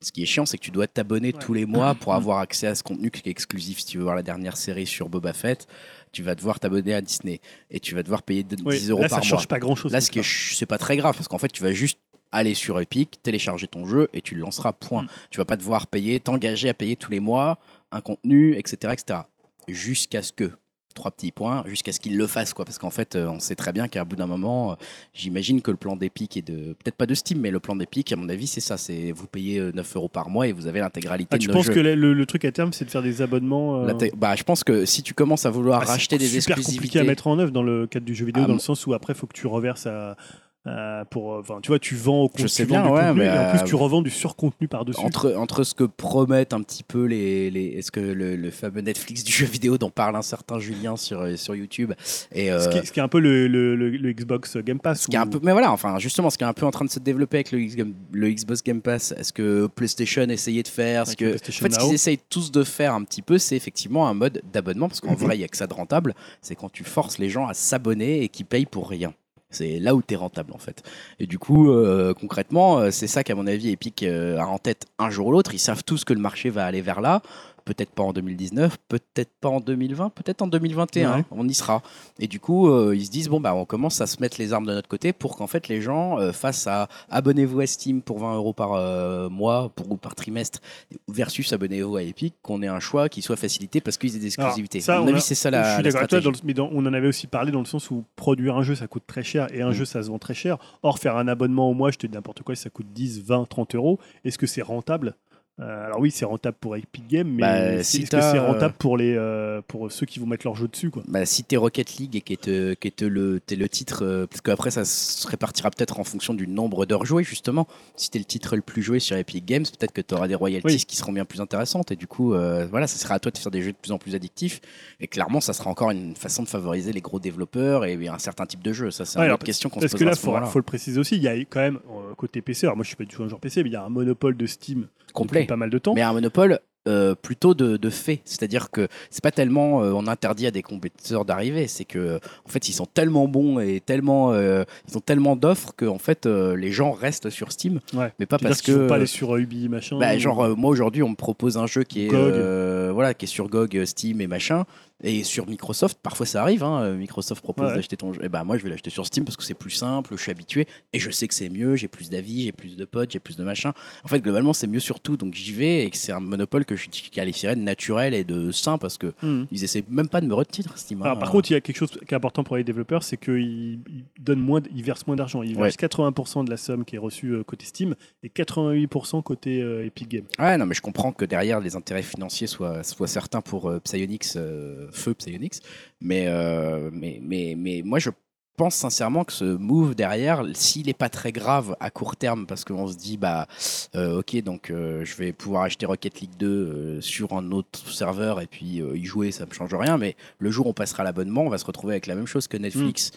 Speaker 1: ce qui est chiant, c'est que tu dois t'abonner
Speaker 3: Ouais.
Speaker 1: tous les mois pour avoir accès à ce contenu qui est exclusif. Si tu veux voir la dernière série sur Boba Fett, tu vas devoir t'abonner à Disney et tu vas devoir payer d- 10
Speaker 3: oui,
Speaker 1: euros
Speaker 3: là, ça
Speaker 1: par mois.
Speaker 3: change pas grand-chose.
Speaker 1: Là,
Speaker 3: tout
Speaker 1: ce qui est
Speaker 3: ça.
Speaker 1: ch- c'est pas très grave parce qu'en fait, tu vas juste aller sur Epic, télécharger ton jeu et tu le lanceras. Point.
Speaker 3: Mm.
Speaker 1: Tu vas pas devoir payer, t'engager à payer tous les mois un contenu, etc., etc. Jusqu'à ce que trois petits points, jusqu'à ce qu'ils le fassent quoi. Parce qu'en fait, euh, on sait très bien qu'à bout d'un moment, euh, j'imagine que le plan d'Epic et de peut-être pas de Steam, mais le plan d'Epic, à mon avis, c'est ça. C'est vous payez euh, 9 euros par mois et vous avez l'intégralité
Speaker 3: Ah,
Speaker 1: de
Speaker 3: tu
Speaker 1: nos
Speaker 3: penses
Speaker 1: jeux.
Speaker 3: que le, le- le truc à terme, c'est de faire des abonnements euh,
Speaker 1: La te- bah, je pense que si tu commences à vouloir
Speaker 3: Ah, c'est
Speaker 1: racheter des
Speaker 3: super compliqué
Speaker 1: exclusivités,
Speaker 3: à mettre en œuvre dans le cadre du jeu vidéo
Speaker 1: Ah,
Speaker 3: dans
Speaker 1: mon-
Speaker 3: le sens où après faut que tu reverses à, à- pour euh, enfin tu vois tu vends au
Speaker 1: Je
Speaker 3: contenu,
Speaker 1: sais
Speaker 3: tu vends
Speaker 1: bien,
Speaker 3: du
Speaker 1: ouais,
Speaker 3: contenu,
Speaker 1: mais,
Speaker 3: et en plus
Speaker 1: euh,
Speaker 3: tu revends du surcontenu par dessus
Speaker 1: entre, entre ce que promettent un petit peu les, les est-ce que le, le fameux Netflix du jeu vidéo dont parle un certain Julien sur euh, sur YouTube et euh,
Speaker 3: ce, qui est, ce qui est un peu le, le- le- le Xbox Game Pass
Speaker 1: ce qui est un
Speaker 3: où-
Speaker 1: peu mais voilà enfin justement ce qui est un peu en train de se développer avec le, X- le Xbox Game Pass est-ce que PlayStation essayait de faire ce
Speaker 3: Avec le
Speaker 1: que en
Speaker 3: PlayStation
Speaker 1: fait ce qu'ils
Speaker 3: Now.
Speaker 1: essayent tous de faire un petit peu c'est effectivement un mode d'abonnement parce
Speaker 3: Mhm.
Speaker 1: qu'en vrai il y a que ça de rentable c'est quand tu forces les gens à s'abonner et qu'ils payent pour rien c'est là où tu es rentable en fait. Et du coup, euh, concrètement, euh, c'est ça qu'à mon avis Epic euh, a en tête un jour ou l'autre. Ils savent tous que le marché va aller vers là. Peut-être pas en 2019, peut-être pas en 2020, peut-être en 2021.
Speaker 3: Ouais.
Speaker 1: On y sera. Et du coup, euh, ils se disent bon bah on commence à se mettre les armes de notre côté pour qu'en fait les gens euh, fassent à abonnez-vous à Steam pour 20 euros par euh, mois pour ou par trimestre versus abonnez-vous à Epic, qu'on ait un choix qui soit facilité parce qu'ils aient des
Speaker 3: Alors,
Speaker 1: exclusivités.
Speaker 3: ça,
Speaker 1: à mon
Speaker 3: on a-
Speaker 1: avis, c'est ça
Speaker 3: je
Speaker 1: la,
Speaker 3: suis
Speaker 1: la
Speaker 3: d'accord avec toi,
Speaker 1: stratégie.
Speaker 3: dans le- mais dans- on en avait aussi parlé dans le sens où produire un jeu ça coûte très cher et un
Speaker 1: Mm.
Speaker 3: jeu ça se vend très cher. Or, faire un abonnement au mois, je te dis n'importe quoi, ça coûte 10, 20, 30 euros. Est-ce que c'est rentable Euh, Alors, oui, c'est rentable pour Epic Games, mais
Speaker 1: Bah,
Speaker 3: c'est-
Speaker 1: si
Speaker 3: est-ce que
Speaker 1: t'as,
Speaker 3: c'est
Speaker 1: euh,
Speaker 3: rentable pour, les, euh, pour ceux qui vont mettre leur jeu dessus quoi
Speaker 1: Bah, si t'es Rocket League et euh, que t'es que t'es le, t'es le titre, euh, parce qu'après ça se répartira peut-être en fonction du nombre d'heures jouées justement. Si t'es le titre le plus joué sur Epic Games, peut-être que t'auras des royalties
Speaker 3: Oui.
Speaker 1: qui seront bien plus intéressantes et du coup, euh, voilà, ça sera à toi de faire des jeux de plus en plus addictifs. Et clairement, ça sera encore une façon de favoriser les gros développeurs et un certain type de jeu. Ça, c'est une
Speaker 3: Ouais, alors,
Speaker 1: autre question qu'on se
Speaker 3: Parce
Speaker 1: posera
Speaker 3: que là,
Speaker 1: à
Speaker 3: il
Speaker 1: ce
Speaker 3: faut,
Speaker 1: moment-là.
Speaker 3: faut le préciser aussi, il y a quand même, euh, côté PC, alors moi je suis pas du tout un joueur PC, mais il y a un monopole de Steam depuis
Speaker 1: complet.
Speaker 3: pas mal de temps.
Speaker 1: Mais un monopole euh, plutôt de, de fait. C'est-à-dire que c'est pas tellement euh, on interdit à des compétiteurs d'arriver, c'est que en fait ils sont tellement bons et tellement euh, ils ont tellement d'offres que en fait euh, les gens restent sur Steam,
Speaker 3: Ouais.
Speaker 1: mais pas
Speaker 3: C'est-à-dire
Speaker 1: parce
Speaker 3: qu'ils sont
Speaker 1: que
Speaker 3: pas allés sur euh, Ubi, machin.
Speaker 1: bah, genre euh, moi aujourd'hui on me propose un jeu qui est
Speaker 3: GOG.
Speaker 1: euh, voilà qui est sur GOG, euh, Steam et machin et sur Microsoft parfois ça arrive hein, euh, Microsoft propose
Speaker 3: Ouais.
Speaker 1: d'acheter ton jeu et bah moi je vais l'acheter sur Steam parce que c'est plus simple, je suis habitué et je sais que c'est mieux, j'ai plus d'avis, j'ai plus de potes, j'ai plus de machin. En fait globalement c'est mieux sur tout donc j'y vais et que c'est un monopole que je qualifierais de naturel et de sain parce que
Speaker 3: Hmm.
Speaker 1: ils essaient même pas de me retenir Steam. hein.
Speaker 3: Alors, Ah, par contre, il y a quelque chose qui est important pour les développeurs, c'est qu'ils ils donnent moins, de- ils versent moins d'argent. Ils
Speaker 1: Ouais.
Speaker 3: versent 80% de la somme qui est reçue euh, côté Steam et 88% côté euh, Epic Games.
Speaker 1: Ouais, non, mais je comprends que derrière les intérêts financiers soient, soient certains pour euh, Psyonix, euh, feu Psyonix, mais, euh, mais, mais, mais moi je pense sincèrement que ce move derrière, s'il n'est pas très grave à court terme, parce qu'on se dit, bah, euh, ok, donc euh, je vais pouvoir acheter Rocket League 2 euh, sur un autre serveur et puis euh, y jouer, ça ne me change rien, mais le jour où on passera à l'abonnement, on va se retrouver avec la même chose que Netflix.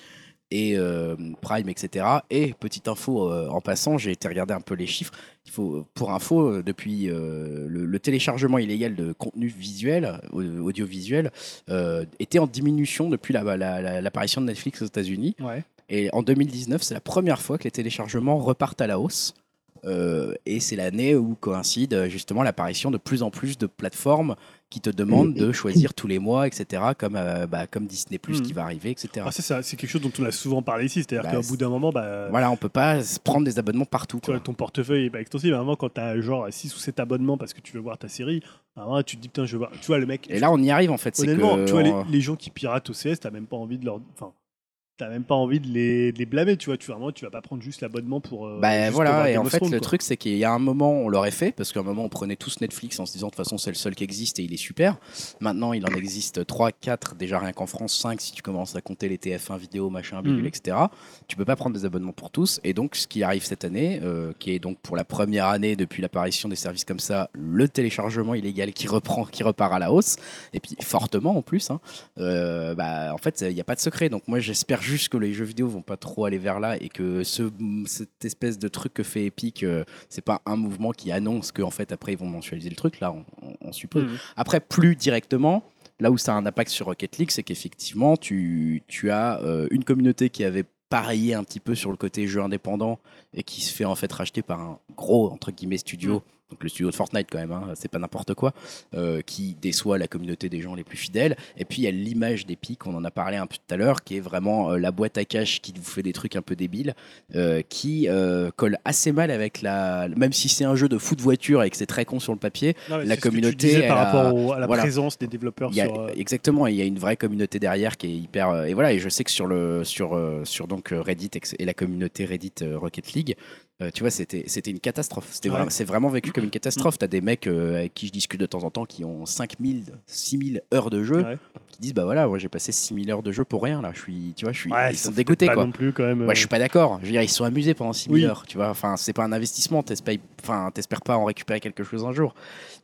Speaker 1: Et euh, Prime, etc. Et petite info euh, en passant, j'ai été regarder un peu les chiffres. Il faut, pour info, euh, depuis euh, le, le téléchargement illégal de contenu visuel, au- audiovisuel, euh, était en diminution depuis la- la- la- l'apparition de Netflix aux États-Unis.
Speaker 3: Ouais.
Speaker 1: Et en 2019, c'est la première fois que les téléchargements repartent à la hausse. Euh, et c'est l'année où coïncide euh, justement l'apparition de plus en plus de plateformes qui te demandent de choisir tous les mois, etc. Comme, euh, bah, comme Disney Plus
Speaker 3: Mhm.
Speaker 1: qui va arriver, etc.
Speaker 3: Ah, ça, ça, c'est quelque chose dont on a souvent parlé ici, c'est-à-dire
Speaker 1: Bah,
Speaker 3: qu'au
Speaker 1: c'est-
Speaker 3: bout d'un moment, bah,
Speaker 1: Voilà, on peut pas se prendre des abonnements partout.
Speaker 3: tu vois,
Speaker 1: Quoi.
Speaker 3: ton portefeuille est pas extensif. Avant, quand tu as genre 6 ou 7 abonnements parce que tu veux voir ta série, à un moment, tu te dis putain, je veux voir. Tu vois, le mec,
Speaker 1: Et là, on y arrive en fait. c'est
Speaker 3: honnêtement,
Speaker 1: que
Speaker 3: tu vois, les,
Speaker 1: on-
Speaker 3: les gens qui piratent OCS, t'as même pas envie de leur. Enfin, t'as même pas envie de les, de les blâmer, tu vois. Tu, vraiment, tu vas pas prendre juste l'abonnement pour. euh,
Speaker 1: Bah
Speaker 3: juste pour voir
Speaker 1: voilà, et
Speaker 3: Game
Speaker 1: en
Speaker 3: of
Speaker 1: fait,
Speaker 3: Thrones,
Speaker 1: le
Speaker 3: quoi.
Speaker 1: truc, c'est qu'il y a un moment, on l'aurait fait, parce qu'à un moment, on prenait tous Netflix en se disant, de toute façon, c'est le seul qui existe et il est super. Maintenant, il en existe 3, 4, déjà rien qu'en France, 5, si tu commences à compter les TF1 vidéo, machin, bidule,
Speaker 3: Mhm.
Speaker 1: etc. Tu peux pas prendre des abonnements pour tous. Et donc, ce qui arrive cette année, euh, qui est donc pour la première année depuis l'apparition des services comme ça, le téléchargement illégal qui reprend, qui repart à la hausse, et puis fortement en plus, hein, euh, bah, en fait, il n'y a pas de secret. Donc, moi, j'espère juste que les jeux vidéo vont pas trop aller vers là et que ce, cette espèce de truc que fait Epic, euh, c'est pas un mouvement qui annonce qu'en fait, après, ils vont mensualiser le truc. Là, on, on- on suppose.
Speaker 3: Mhm.
Speaker 1: Après, plus directement, là où ça a un impact sur Rocket League, c'est qu'effectivement, tu, tu as euh, une communauté qui avait parié un petit peu sur le côté jeu indépendant et qui se fait en fait racheter par un gros, entre guillemets, studio. Donc le studio de Fortnite quand même, hein, c'est pas n'importe quoi, euh, qui déçoit la communauté des gens les plus fidèles. Et puis il y a l'image d'Epic, on en a parlé un peu tout à l'heure, qui est vraiment euh, la boîte à cash qui vous fait des trucs un peu débiles, euh, qui euh, colle assez mal avec la... Même si c'est un jeu de foot voiture et que c'est très con sur le papier,
Speaker 3: Non, mais
Speaker 1: la
Speaker 3: c'est ce que tu
Speaker 1: communauté,
Speaker 3: disais par
Speaker 1: elle a-
Speaker 3: rapport au- à la
Speaker 1: voilà.
Speaker 3: présence des développeurs
Speaker 1: il y a-
Speaker 3: sur. euh,
Speaker 1: Exactement, il y a une vraie communauté derrière qui est hyper. euh, et voilà, et je sais que sur, le, sur, euh, sur donc euh, Reddit ex- et la communauté Reddit euh, Rocket League, euh, tu vois, c'était c'était une catastrophe. C'était
Speaker 3: Ouais.
Speaker 1: vraiment- C'est vraiment vécu comme une catastrophe. T'as des mecs euh, avec qui je discute de temps en temps qui ont 5000, 6000 heures de jeu,
Speaker 3: Ouais.
Speaker 1: qui disent Bah voilà, moi j'ai passé 6000 heures de jeu pour rien là. Je suis, tu vois, je suis,
Speaker 3: ouais,
Speaker 1: ils
Speaker 3: ça,
Speaker 1: sont
Speaker 3: c'est
Speaker 1: dégoûtés
Speaker 3: pas
Speaker 1: quoi.
Speaker 3: non plus quand même. euh,
Speaker 1: Moi, je suis pas d'accord. Je veux dire, ils se sont amusés pendant 6 000
Speaker 3: Oui.
Speaker 1: heures, tu vois. Enfin, c'est pas un investissement. T'espères, enfin, t'espères pas en récupérer quelque chose un jour.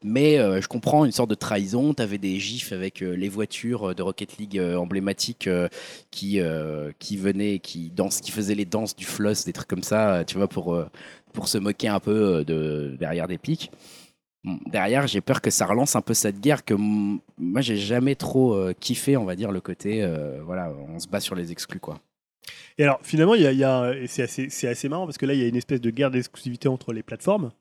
Speaker 1: Mais euh, je comprends une sorte de trahison. T'avais des gifs avec euh, les voitures euh, de Rocket League euh, emblématiques euh, qui euh, qui venaient, qui dansent, qui faisaient les danses du floss, des trucs comme ça, euh, tu vois, pour euh, pour se moquer un peu euh, de derrière des pics. Bon, Derrière, j'ai peur que ça relance un peu cette guerre que mm, moi j'ai jamais trop euh, kiffé, on va dire le côté euh, voilà, on se bat sur les exclus quoi.
Speaker 3: Et alors, finalement, il y a, il y a- et c'est assez, c'est assez marrant parce que là, il y a une espèce de guerre d'exclusivité entre les plateformes.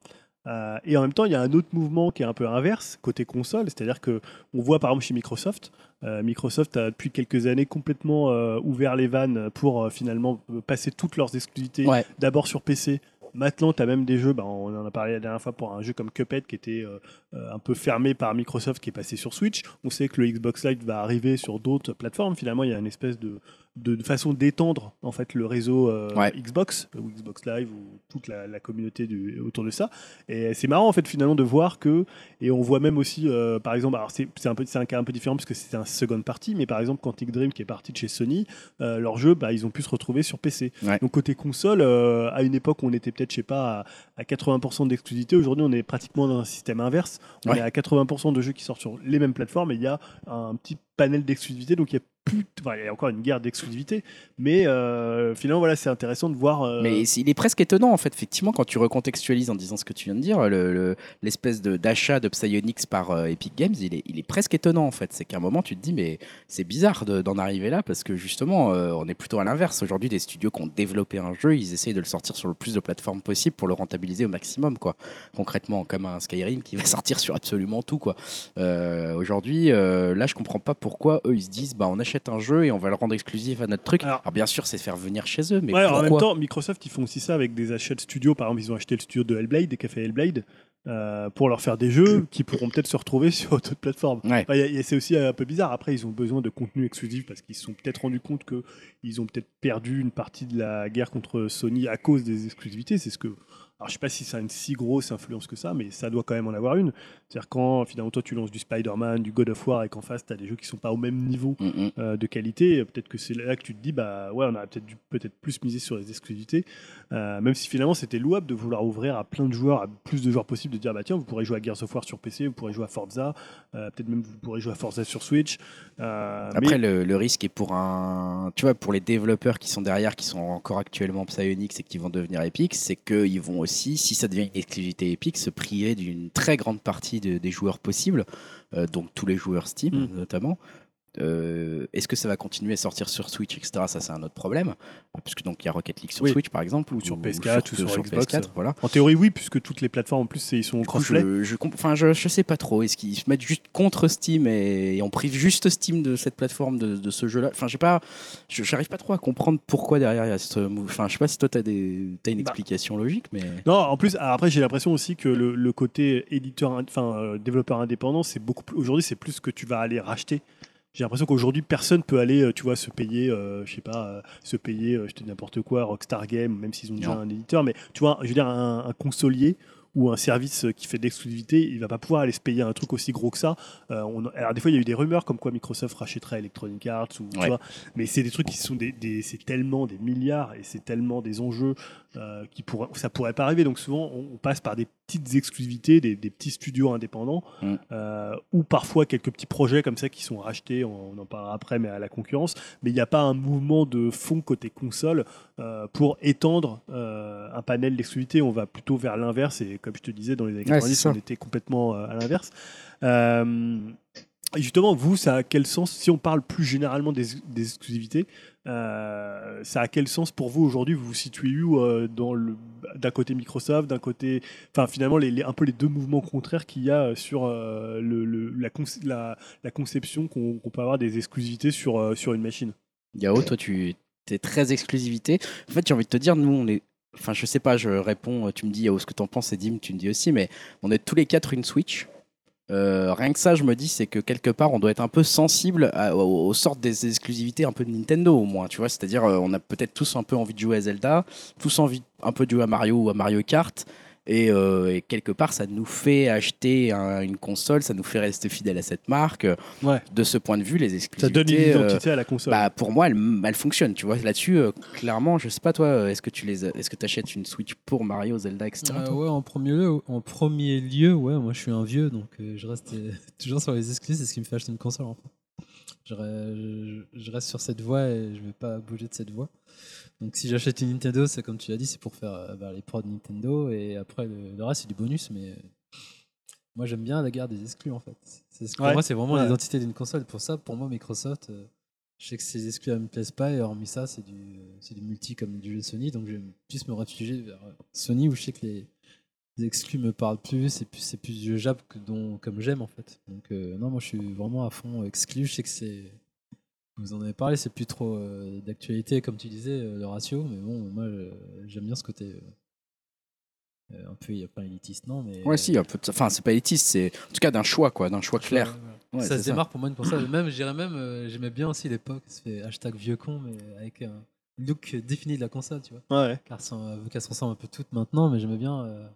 Speaker 3: Euh, et en même temps, il y a un autre mouvement qui est un peu inverse côté console, c'est-à-dire que on voit par exemple chez Microsoft, euh, Microsoft a depuis quelques années complètement euh, ouvert les vannes pour euh, finalement euh, passer toutes leurs exclusivités
Speaker 1: Ouais.
Speaker 3: d'abord sur PC. Maintenant, tu as même des jeux, bah, on en a parlé la dernière fois pour un jeu comme Cuphead qui était euh, euh, un peu fermé par Microsoft qui est passé sur Switch. On sait que le Xbox Live va arriver sur d'autres plateformes. Finalement, il y a une espèce de, de, de façon d'étendre en fait le réseau euh,
Speaker 1: Ouais.
Speaker 3: Xbox ou Xbox Live ou toute la, la communauté du- autour de ça. Et c'est marrant en fait finalement de voir que et on voit même aussi euh, par exemple alors c'est c'est un peu c'est un cas un peu différent parce que c'est un second party mais par exemple Quantic Dream qui est parti de chez Sony euh, leur jeu bah, ils ont pu se retrouver sur PC.
Speaker 1: Ouais.
Speaker 3: Donc côté console euh, à une époque on était peut-être je sais pas à, à 80% d'exclusivité aujourd'hui on est pratiquement dans un système inverse on
Speaker 1: Ouais.
Speaker 3: est à 80% de jeux qui sortent sur les mêmes plateformes et il y a un petit panel d'exclusivité donc il y a plus enfin, il y a encore une guerre d'exclusivité mais euh, finalement voilà c'est intéressant de voir euh,
Speaker 1: Mais c'est- il est presque étonnant, en fait, effectivement, quand tu recontextualises en disant ce que tu viens de dire, le- le- l'espèce de- d'achat de, Psyonix par euh, Epic Games, il est, il est presque étonnant, en fait. C'est qu'à un moment, tu te dis, mais c'est bizarre de- d'en arriver là, parce que justement, euh, on est plutôt à l'inverse. Aujourd'hui, des studios qui ont développé un jeu, ils essayent de le sortir sur le plus de plateformes possible pour le rentabiliser au maximum, quoi. Concrètement, comme un Skyrim qui va sortir sur absolument tout, quoi. Euh, Aujourd'hui, euh, là, je comprends pas pourquoi eux, ils se disent, bah, on achète un jeu et on va le rendre exclusif à notre truc. Alors,
Speaker 3: Alors-
Speaker 1: bien sûr, c'est faire venir chez eux, mais
Speaker 3: Ouais, alors,
Speaker 1: pourquoi
Speaker 3: en même temps, Microsoft, ils font aussi ça avec des achats de studios. Par exemple, ils ont acheté le studio de Hellblade, et Café Hellblade, euh, pour leur faire des jeux qui pourront peut-être se retrouver sur d'autres plateformes.
Speaker 1: Ouais.
Speaker 3: Enfin, y a- y a- c'est aussi un peu bizarre. Après, ils ont besoin de contenu exclusif parce qu'ils se sont peut-être rendus compte que ils ont peut-être perdu une partie de la guerre contre Sony à cause des exclusivités. C'est ce que. Alors, je sais pas si ça a une si grosse influence que ça, mais ça doit quand même en avoir une. C'est-à-dire quand finalement toi tu lances du Spider-Man, du God of War et qu'en face tu as des jeux qui sont pas au même niveau
Speaker 1: Mm, mm.
Speaker 3: euh, de qualité, euh, peut-être que c'est là que tu te dis, bah ouais, on aurait peut-être dû peut-être plus miser sur les exclusivités, Euh, même si finalement c'était louable de vouloir ouvrir à plein de joueurs, à plus de joueurs possible, de dire, bah tiens, vous pourrez jouer à Gears of War sur PC, vous pourrez jouer à Forza, euh, peut-être même vous pourrez jouer à Forza sur Switch. Euh,
Speaker 1: Après,
Speaker 3: mais-
Speaker 1: le, le risque est pour un, tu vois, pour les développeurs qui sont derrière, qui sont encore actuellement Psyonix et qui vont devenir Epic, c'est qu'ils vont aussi, si ça devient une exclusivité Epic, se priver d'une très grande partie de- des joueurs possibles, euh, donc tous les joueurs Steam
Speaker 3: Mm.
Speaker 1: notamment. euh, est-ce que ça va continuer à sortir sur Switch, etc. Ça, c'est un autre problème. Parce que donc il y a Rocket League sur
Speaker 3: Oui.
Speaker 1: Switch, par exemple, ou
Speaker 3: sur PS4, ou sur Xbox.
Speaker 1: voilà.
Speaker 3: En théorie, oui, puisque toutes les plateformes en plus, c'est- ils sont en
Speaker 1: Du coup,
Speaker 3: crossplay.
Speaker 1: je, je, comp- enfin, je, je sais pas trop. Est-ce qu'ils se mettent juste contre Steam et, et on prive juste Steam de cette plateforme, de, de ce jeu-là Enfin, j'ai pas, je- j'arrive pas trop à comprendre pourquoi derrière il y a ce move. Enfin, je sais pas si toi t'as des, t'as une
Speaker 3: Bah.
Speaker 1: explication logique, mais
Speaker 3: Non, en plus, alors après, j'ai l'impression aussi que le, le côté éditeur, ind- enfin euh, développeur indépendant, c'est beaucoup. plus- Aujourd'hui, c'est plus ce que tu vas aller racheter. J'ai l'impression qu'aujourd'hui, personne peut aller, euh, tu vois, se payer, euh, je sais pas, euh, se payer, euh, je te dis n'importe quoi, Rockstar Game, même s'ils ont déjà
Speaker 1: Non.
Speaker 3: un éditeur, mais tu vois, je veux dire, un, un consolier ou un service euh, qui fait de l'exclusivité, il va pas pouvoir aller se payer un truc aussi gros que ça. Euh, on- alors des fois, il y a eu des rumeurs comme quoi Microsoft rachèterait Electronic Arts, ou, tu
Speaker 1: Ouais.
Speaker 3: vois, mais c'est des trucs qui sont des, des- c'est tellement des milliards et c'est tellement des enjeux euh, qui pourra- ça pourrait pas arriver. Donc souvent, on, on passe par des petites exclusivités, des, des petits studios indépendants,
Speaker 1: Mm.
Speaker 3: euh, ou parfois quelques petits projets comme ça qui sont rachetés, on, on en parlera après, mais à la concurrence. Mais il n'y a pas un mouvement de fond côté console euh, pour étendre euh, un panel d'exclusivités. On va plutôt vers l'inverse, et comme je te disais, dans les années
Speaker 1: Ouais, c'est
Speaker 3: 90,
Speaker 1: ça.
Speaker 3: on était complètement euh, à l'inverse. Euh, et Justement, vous, ça a quel sens, si on parle plus généralement des, des exclusivités, euh, ça a quel sens pour vous aujourd'hui Vous vous situez où euh, dans le d'un côté Microsoft, d'un côté, enfin finalement les, les- un peu les deux mouvements contraires qu'il y a euh, sur euh, le, le- la, con- la, la conception qu'on qu'on peut avoir des exclusivités sur euh, sur une machine.
Speaker 1: Yao, toi, tu es très exclusivité. En fait, j'ai envie de te dire, nous, on est. Enfin, je sais pas, je réponds, euh, tu me dis Yao ce que t'en penses et Dim, tu me dis aussi, mais on est tous les quatre une Switch. Euh, rien que ça, je me dis, c'est que quelque part, on doit être un peu sensible à- aux, aux sortes des exclusivités un peu de Nintendo, au moins, tu vois. C'est-à-dire, euh, on a peut-être tous un peu envie de jouer à Zelda, tous envie un peu de jouer à Mario ou à Mario Kart. Et, euh, et quelque part, ça nous fait acheter un- une console, ça nous fait rester fidèle à cette marque.
Speaker 3: Ouais.
Speaker 1: De ce point de vue, les
Speaker 3: Ça
Speaker 1: exclusivités.
Speaker 3: donne une
Speaker 1: euh,
Speaker 3: identité à la console.
Speaker 1: bah, pour moi, elle, elle fonctionne. Tu vois, là-dessus, euh, clairement, je sais pas, toi, euh, est-ce que tu les, as- est-ce que t'achètes une Switch pour Mario, Zelda, etc.
Speaker 2: Euh,
Speaker 1: toi
Speaker 2: ouais, en premier lieu, en premier lieu, ouais, moi je suis un vieux, donc euh, je reste euh, toujours sur les exclus, c'est ce qui me fait acheter une console. en fait. Je, re- je- je reste sur cette voie et je vais pas bouger de cette voie. Donc si j'achète une Nintendo, c'est comme tu l'as dit, c'est pour faire euh, bah, les prods Nintendo et après le, le reste c'est du bonus, mais euh, moi j'aime bien la guerre des exclus en fait. C'est ce que
Speaker 3: Ouais.
Speaker 2: Pour moi c'est vraiment
Speaker 3: Ouais.
Speaker 2: l'identité d'une console. Pour ça, pour moi Microsoft, euh, je sais que ces exclus ne me plaisent pas et hormis ça c'est du, c'est du multi comme du jeu Sony, donc je vais plus me réfugier vers euh, Sony où je sais que les, les exclus me parlent plus, c'est plus, c'est plus du jab que dont, comme j'aime en fait. Donc euh, non, moi je suis vraiment à fond exclu, je sais que c'est... Vous en avez parlé, c'est plus trop euh, d'actualité comme tu disais, euh, le ratio, mais bon, moi euh, j'aime bien ce côté... euh, euh, un peu, il n'y a pas élitiste, non mais... euh,
Speaker 1: Ouais, si, un peu. de ça. Enfin, c'est pas élitiste, c'est en tout cas d'un choix, quoi, d'un choix clair. Ouais,
Speaker 2: ça
Speaker 1: c'est
Speaker 2: se démarre pour moi une pour ça. Et Même, je dirais même, euh, j'aimais bien aussi l'époque, c'était hashtag vieux con, mais avec un look défini de la console, tu vois.
Speaker 3: Ouais.
Speaker 2: Car ça- euh, vu qu'elles se ressemblent un peu toutes maintenant, mais j'aimais bien euh,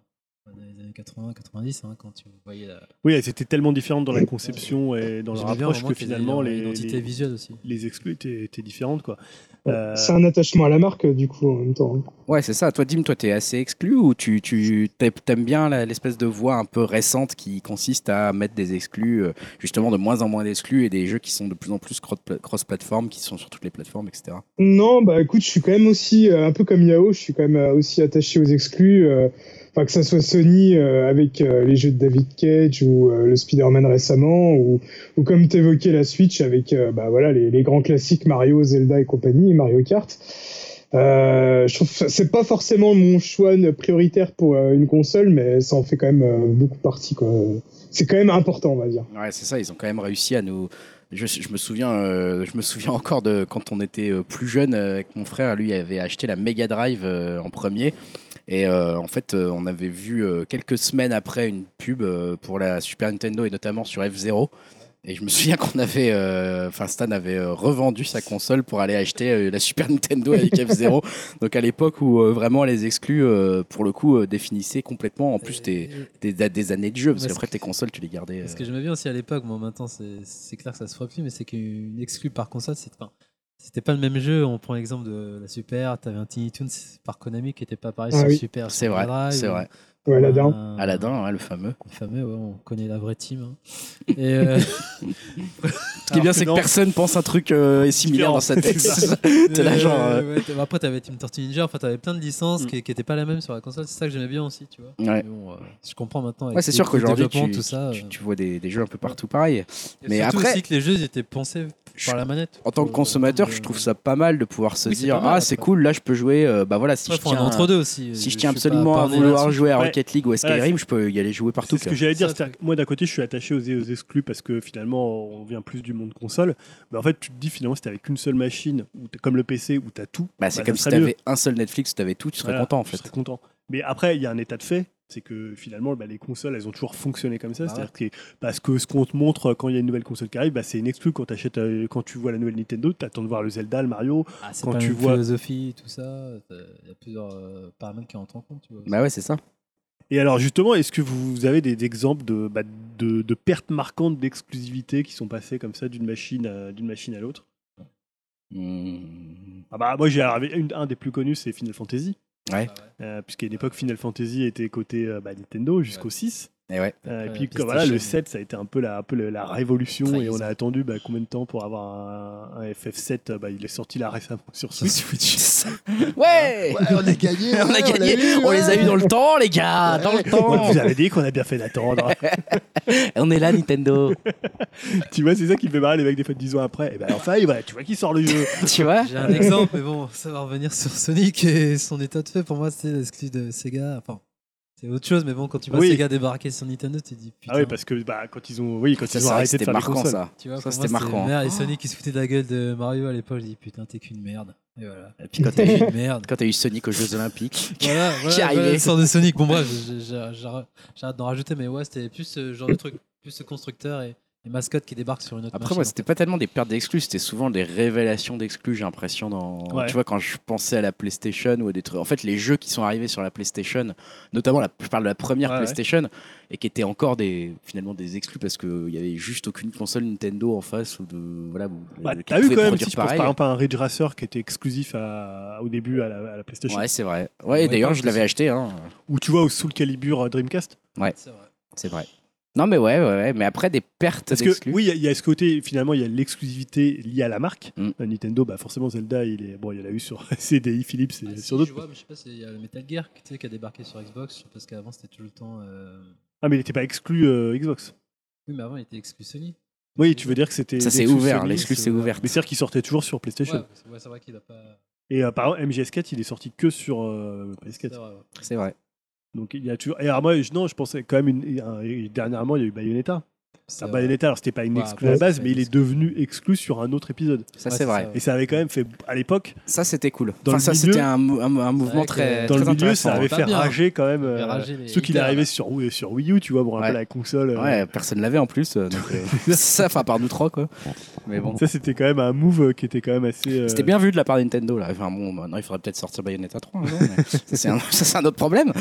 Speaker 2: dans les années 80, 90, hein, quand tu voyais la.
Speaker 3: Oui, elles étaient tellement différentes dans la conception et dans leur
Speaker 2: j'aimais bien
Speaker 3: approche
Speaker 2: vraiment
Speaker 3: que
Speaker 2: qu'il y ait
Speaker 3: finalement
Speaker 2: leur
Speaker 3: les,
Speaker 2: Identité
Speaker 3: les,
Speaker 2: visuelle aussi.
Speaker 3: les exclus étaient, étaient différentes quoi.
Speaker 4: Ouais.
Speaker 3: Euh,
Speaker 4: C'est un attachement à la marque, euh, du coup, en même temps.
Speaker 1: Ouais, c'est ça. Toi, Dim, toi, t'es assez exclu ou tu, tu t'aimes- t'aimes bien la- l'espèce de voie un peu récente qui consiste à mettre des exclus, euh, justement, de moins en moins d'exclus et des jeux qui sont de plus en plus cro- cross-platform, qui sont sur toutes les plateformes, etc.
Speaker 4: Non, bah écoute, je suis quand même aussi, euh, un peu comme Yao, je suis quand même euh, aussi attaché aux exclus. euh, Enfin, que ça soit Sony euh, avec euh, les jeux de David Cage ou euh, le Spider-Man récemment, ou, ou comme t'évoquais la Switch avec euh, bah, voilà, les, les grands classiques Mario, Zelda et compagnie, et Mario Kart. Euh, je trouve que c'est pas forcément mon choix prioritaire pour euh, une console, mais ça en fait quand même euh, beaucoup partie. quoi. C'est quand même important, on va dire.
Speaker 1: Ouais, c'est ça, ils ont quand même réussi à nous. Je, je me souviens, euh, je me souviens encore de quand on était euh, plus jeune euh, avec mon frère, lui avait acheté la Mega Drive euh, en premier. Et euh, en fait, euh, on avait vu euh, quelques semaines après une pub euh, pour la Super Nintendo et notamment sur F0. Et je me souviens qu'on avait, euh, enfin Stan avait euh, revendu sa console pour aller acheter euh, la Super Nintendo avec F0. Donc à l'époque où euh, vraiment les exclus, euh, pour le coup, euh, définissaient complètement en plus des,
Speaker 2: Et-
Speaker 1: des, des années de jeu. Parce
Speaker 2: Ouais,
Speaker 1: qu'après
Speaker 2: ce-
Speaker 1: tes consoles, tu les gardais.
Speaker 2: Ce
Speaker 1: euh,
Speaker 2: que j'aimais bien aussi à l'époque, bon maintenant c'est- c'est clair que ça se fera plus, mais c'est qu'une exclue par console, c'est enfin, c'était pas le même jeu. On prend l'exemple de la Super, t'avais un Tiny Toons par Konami qui était pas pareil
Speaker 4: Ah
Speaker 2: sur
Speaker 4: oui.
Speaker 2: Super,
Speaker 1: C'est
Speaker 2: sur
Speaker 1: vrai,
Speaker 2: Mega Drive,
Speaker 1: c'est
Speaker 2: ou-
Speaker 1: vrai. Ah,
Speaker 4: Ouais, la dame.
Speaker 2: Euh,
Speaker 1: Aladdin, ouais, le fameux.
Speaker 2: Le fameux, ouais, on connaît la vraie team. hein. Et, euh,
Speaker 1: Ce qui est bien, c'est que personne pense un truc euh, similaire dans sa tête. T'es là,
Speaker 2: euh,
Speaker 1: genre, euh,
Speaker 2: ouais, t'avais- après, t'avais Team Tortue Ninja, enfin, t'avais plein de licences
Speaker 1: Mm.
Speaker 2: qui qui étaient pas la même sur la console. C'est ça que j'aimais bien aussi, tu vois.
Speaker 1: Ouais.
Speaker 2: Mais bon, euh, je comprends maintenant. avec
Speaker 1: Ouais, c'est
Speaker 2: les
Speaker 1: sûr
Speaker 2: coûts de
Speaker 1: qu'aujourd'hui, tu,
Speaker 2: développement, tout ça.
Speaker 1: tu-
Speaker 2: euh,
Speaker 1: tu vois des, des jeux un peu partout pareil.
Speaker 2: et
Speaker 1: mais
Speaker 2: surtout
Speaker 1: après-
Speaker 2: aussi que les jeux ils étaient pensés
Speaker 1: Je-
Speaker 2: par la manette.
Speaker 1: En tant que
Speaker 2: Pour-
Speaker 1: consommateur,
Speaker 2: pour-
Speaker 1: je trouve ça pas mal de pouvoir se
Speaker 2: Euh, Oui, c'est
Speaker 1: dire
Speaker 2: pas mal,
Speaker 1: Ah, c'est
Speaker 2: après.
Speaker 1: cool, là, je peux jouer. euh, bah voilà, si
Speaker 2: Ouais,
Speaker 1: je
Speaker 2: faut un
Speaker 1: tiens,
Speaker 2: entre-deux aussi.
Speaker 1: si je
Speaker 2: Euh,
Speaker 1: tiens
Speaker 2: suis pas-
Speaker 1: absolument
Speaker 2: pas
Speaker 1: à
Speaker 2: né là-dessus.
Speaker 1: vouloir jouer à
Speaker 3: Ouais.
Speaker 1: Rocket League ou à
Speaker 3: Voilà,
Speaker 1: Skyrim, je peux y aller jouer partout.
Speaker 3: C'est ce que j'allais dire.
Speaker 2: Ça,
Speaker 3: c'est-à-dire que moi, d'un côté, je suis attaché aux, aux exclus parce que finalement, on vient plus du monde console. Mais en fait, tu te dis finalement, si t'avais qu'une seule machine, ou t'as- comme le PC, où t'as tout,
Speaker 1: Bah, c'est
Speaker 3: bah,
Speaker 1: comme si
Speaker 3: ça serait mieux.
Speaker 1: t'avais un seul Netflix, t'avais tout, tu serais
Speaker 3: Voilà,
Speaker 1: content en
Speaker 3: je
Speaker 1: fait.
Speaker 3: serais content. Mais après, il y a un état de fait, c'est que finalement, bah, les consoles, elles ont toujours fonctionné comme ça.
Speaker 2: Bah
Speaker 3: C'est-à-dire que parce que ce qu'on te montre quand il y a une nouvelle console qui arrive, bah, c'est une exclue. Quand, t'achètes, euh, quand tu vois la nouvelle Nintendo, t'attends de voir le Zelda, le Mario.
Speaker 2: Ah, c'est
Speaker 3: Quand
Speaker 2: pas
Speaker 3: tu
Speaker 2: tu
Speaker 3: vois-
Speaker 2: vois philosophie, tout ça. Il y a plusieurs euh, paramètres qui rentrent en compte. Tu vois.
Speaker 1: Bah ouais, c'est ça.
Speaker 3: Et alors justement, est-ce que vous avez des exemples de, bah, de, de pertes marquantes d'exclusivité qui sont passées comme ça d'une machine à, d'une machine à l'autre
Speaker 1: Hmm.
Speaker 3: ah bah, Moi, j'ai alors, une- un des plus connus, c'est Final Fantasy.
Speaker 1: Ouais.
Speaker 3: Euh, Puisqu'à une époque, Final Fantasy était côté euh, bah, Nintendo jusqu'au 6.
Speaker 1: Et ouais.
Speaker 3: Euh, et
Speaker 2: Après,
Speaker 3: puis
Speaker 2: la
Speaker 3: comme, voilà, le
Speaker 2: PlayStation.
Speaker 3: 7, ça a été un peu la, un peu la, la révolution et
Speaker 2: Trahison.
Speaker 3: on a attendu bah, combien de temps pour avoir un, un FF7 euh, bah, Il est sorti là récemment sur Switch.
Speaker 1: Ouais!
Speaker 5: Ouais, on a gagné.
Speaker 1: On a
Speaker 5: ouais, l'a
Speaker 1: gagné,
Speaker 5: eu,
Speaker 1: on les a
Speaker 5: ouais.
Speaker 1: eu dans le temps, les gars, dans le temps.
Speaker 3: Ouais, vous avez dit qu'on a bien fait d'attendre.
Speaker 1: On est là, Nintendo.
Speaker 3: tu vois, c'est ça qui me fait marrer les mecs des fois 10 ans après. Et ben enfin, voilà, tu vois qui sort le jeu.
Speaker 1: tu vois
Speaker 2: J'ai un exemple, mais bon, ça va revenir sur Sonic et son état de fait. Pour moi, c'est l'exclus de Sega. Enfin, c'est autre chose, mais bon, quand tu vois
Speaker 3: Oui.
Speaker 2: Sega débarquer sur Nintendo, tu te dis putain.
Speaker 3: Ah oui, parce que bah, quand ils ont, oui, quand
Speaker 1: Ça,
Speaker 3: ils ont
Speaker 1: c'est vrai que
Speaker 3: arrêté de
Speaker 1: c'était
Speaker 3: faire des
Speaker 1: marquant,
Speaker 3: consoles.
Speaker 1: ça.
Speaker 2: Tu vois,
Speaker 1: Ça,
Speaker 2: pour
Speaker 1: c'était
Speaker 2: moi, c'est
Speaker 1: marquant. hein.
Speaker 2: merde. Et Sonic qui se foutait de la gueule de Mario à l'époque, je dis putain, t'es qu'une merde. Et voilà.
Speaker 1: Et puis quand t'as eu,
Speaker 2: T'es une merde.
Speaker 1: quand t'as eu Sonic aux Jeux Olympiques,
Speaker 2: voilà, voilà,
Speaker 1: Qui est arrivé.
Speaker 2: voilà le sort de Sonic. Bon, bref, j'ai- j'ai- j'arrête j'arrête d'en rajouter, mais ouais, c'était plus ce genre de truc, plus ce constructeur et les mascottes qui débarquent sur une autre
Speaker 1: Après,
Speaker 2: machine,
Speaker 1: moi, c'était pas tellement des pertes d'exclus, c'était souvent des révélations d'exclus, j'ai l'impression. Dans...
Speaker 3: Ouais.
Speaker 1: Tu vois, quand je pensais à la PlayStation ou à des trucs. En fait, les jeux qui sont arrivés sur la PlayStation, notamment, la... je parle de la première
Speaker 3: Ouais, ouais.
Speaker 1: PlayStation, et qui étaient encore des... finalement des exclus parce qu'il y avait juste aucune console Nintendo en face ou de. Voilà, où-
Speaker 3: Bah,
Speaker 1: qui
Speaker 3: T'as eu
Speaker 1: pouvait
Speaker 3: quand même,
Speaker 1: produire
Speaker 3: si je pense par
Speaker 1: pareil.
Speaker 3: exemple à un Ridge Racer qui était exclusif à- au début à la, à la PlayStation.
Speaker 1: Ouais, c'est vrai. Ouais,
Speaker 2: Ouais,
Speaker 1: d'ailleurs,
Speaker 2: pas
Speaker 1: je l'avais acheté, hein.
Speaker 3: Ou tu vois au Soul Calibur euh, Dreamcast.
Speaker 2: C'est vrai.
Speaker 1: c'est vrai. Non, mais ouais, ouais, ouais, mais après, des pertes
Speaker 3: Parce que
Speaker 1: d'exclus.
Speaker 3: oui, il y a- il y, a ce côté, finalement, il y a l'exclusivité liée à la marque.
Speaker 1: Mm.
Speaker 3: Euh, Nintendo, bah, forcément, Zelda, il est, bon, il y en a eu sur CDI, Philips et
Speaker 2: Ah, si,
Speaker 3: sur d'autres.
Speaker 2: Je vois, mais je sais pas, c'est- il y a le Metal Gear qui, tu sais, qui a débarqué sur Xbox, parce qu'avant c'était tout le temps. euh,
Speaker 3: Ah, mais il n'était pas exclu euh, Xbox.
Speaker 2: Oui, mais avant il était exclu Sony.
Speaker 3: Oui, tu veux dire que c'était.
Speaker 1: Ça
Speaker 3: des
Speaker 1: s'est
Speaker 3: exclus
Speaker 1: ouvert,
Speaker 3: Sony.
Speaker 1: l'exclus
Speaker 2: c'est
Speaker 1: s'est ouvert.
Speaker 3: Mais c'est-à-dire qu'il sortait toujours sur
Speaker 2: Ouais,
Speaker 3: PlayStation.
Speaker 2: c'est ouais, c'est vrai qu'il a pas.
Speaker 3: Et euh, par exemple, MGS4, il est sorti que sur euh,
Speaker 2: c'est
Speaker 3: PS4.
Speaker 2: vrai, ouais.
Speaker 1: C'est vrai.
Speaker 3: Donc il y a toujours. Et alors, moi, je- non, je pensais quand même. Une... un- et Dernièrement, il y a eu Bayonetta.
Speaker 2: C'est
Speaker 3: Ah,
Speaker 1: bah,
Speaker 2: vrai.
Speaker 3: Bayonetta, alors c'était pas une
Speaker 2: Ouais,
Speaker 3: exclue à la
Speaker 2: après,
Speaker 3: base,
Speaker 2: c'est
Speaker 3: mais il est devenu exclu sur un autre épisode.
Speaker 1: Ça,
Speaker 2: Ouais,
Speaker 1: c'est vrai.
Speaker 2: ça, ouais.
Speaker 3: Et ça avait quand même fait, à l'époque,
Speaker 1: Ça, c'était cool.
Speaker 3: Dans
Speaker 1: enfin,
Speaker 3: le
Speaker 1: ça,
Speaker 3: milieu-
Speaker 1: c'était un, mou- un- un mouvement
Speaker 2: que-
Speaker 1: très,
Speaker 3: dans
Speaker 1: très
Speaker 3: le milieu,
Speaker 1: intéressant.
Speaker 3: ça
Speaker 1: hein.
Speaker 3: avait
Speaker 2: Pas
Speaker 3: fait
Speaker 2: bien.
Speaker 3: rager quand même euh,
Speaker 2: Fait rager les
Speaker 3: ceux qui
Speaker 2: haters,
Speaker 3: arrivaient
Speaker 2: là.
Speaker 3: sur, Wii- sur Wii U, tu vois, pour un
Speaker 1: Ouais.
Speaker 3: peu la console. euh,
Speaker 1: Ouais, personne l'avait en plus. euh, donc, euh, ça, enfin, par nous trois, quoi. Mais bon.
Speaker 3: Ça, c'était quand même un move qui était quand même assez. euh,
Speaker 1: C'était bien vu de la part de Nintendo, là. Enfin, bon, maintenant, il faudrait peut-être sortir Bayonetta 3. un jour, mais ça, c'est un, ça, c'est un autre problème.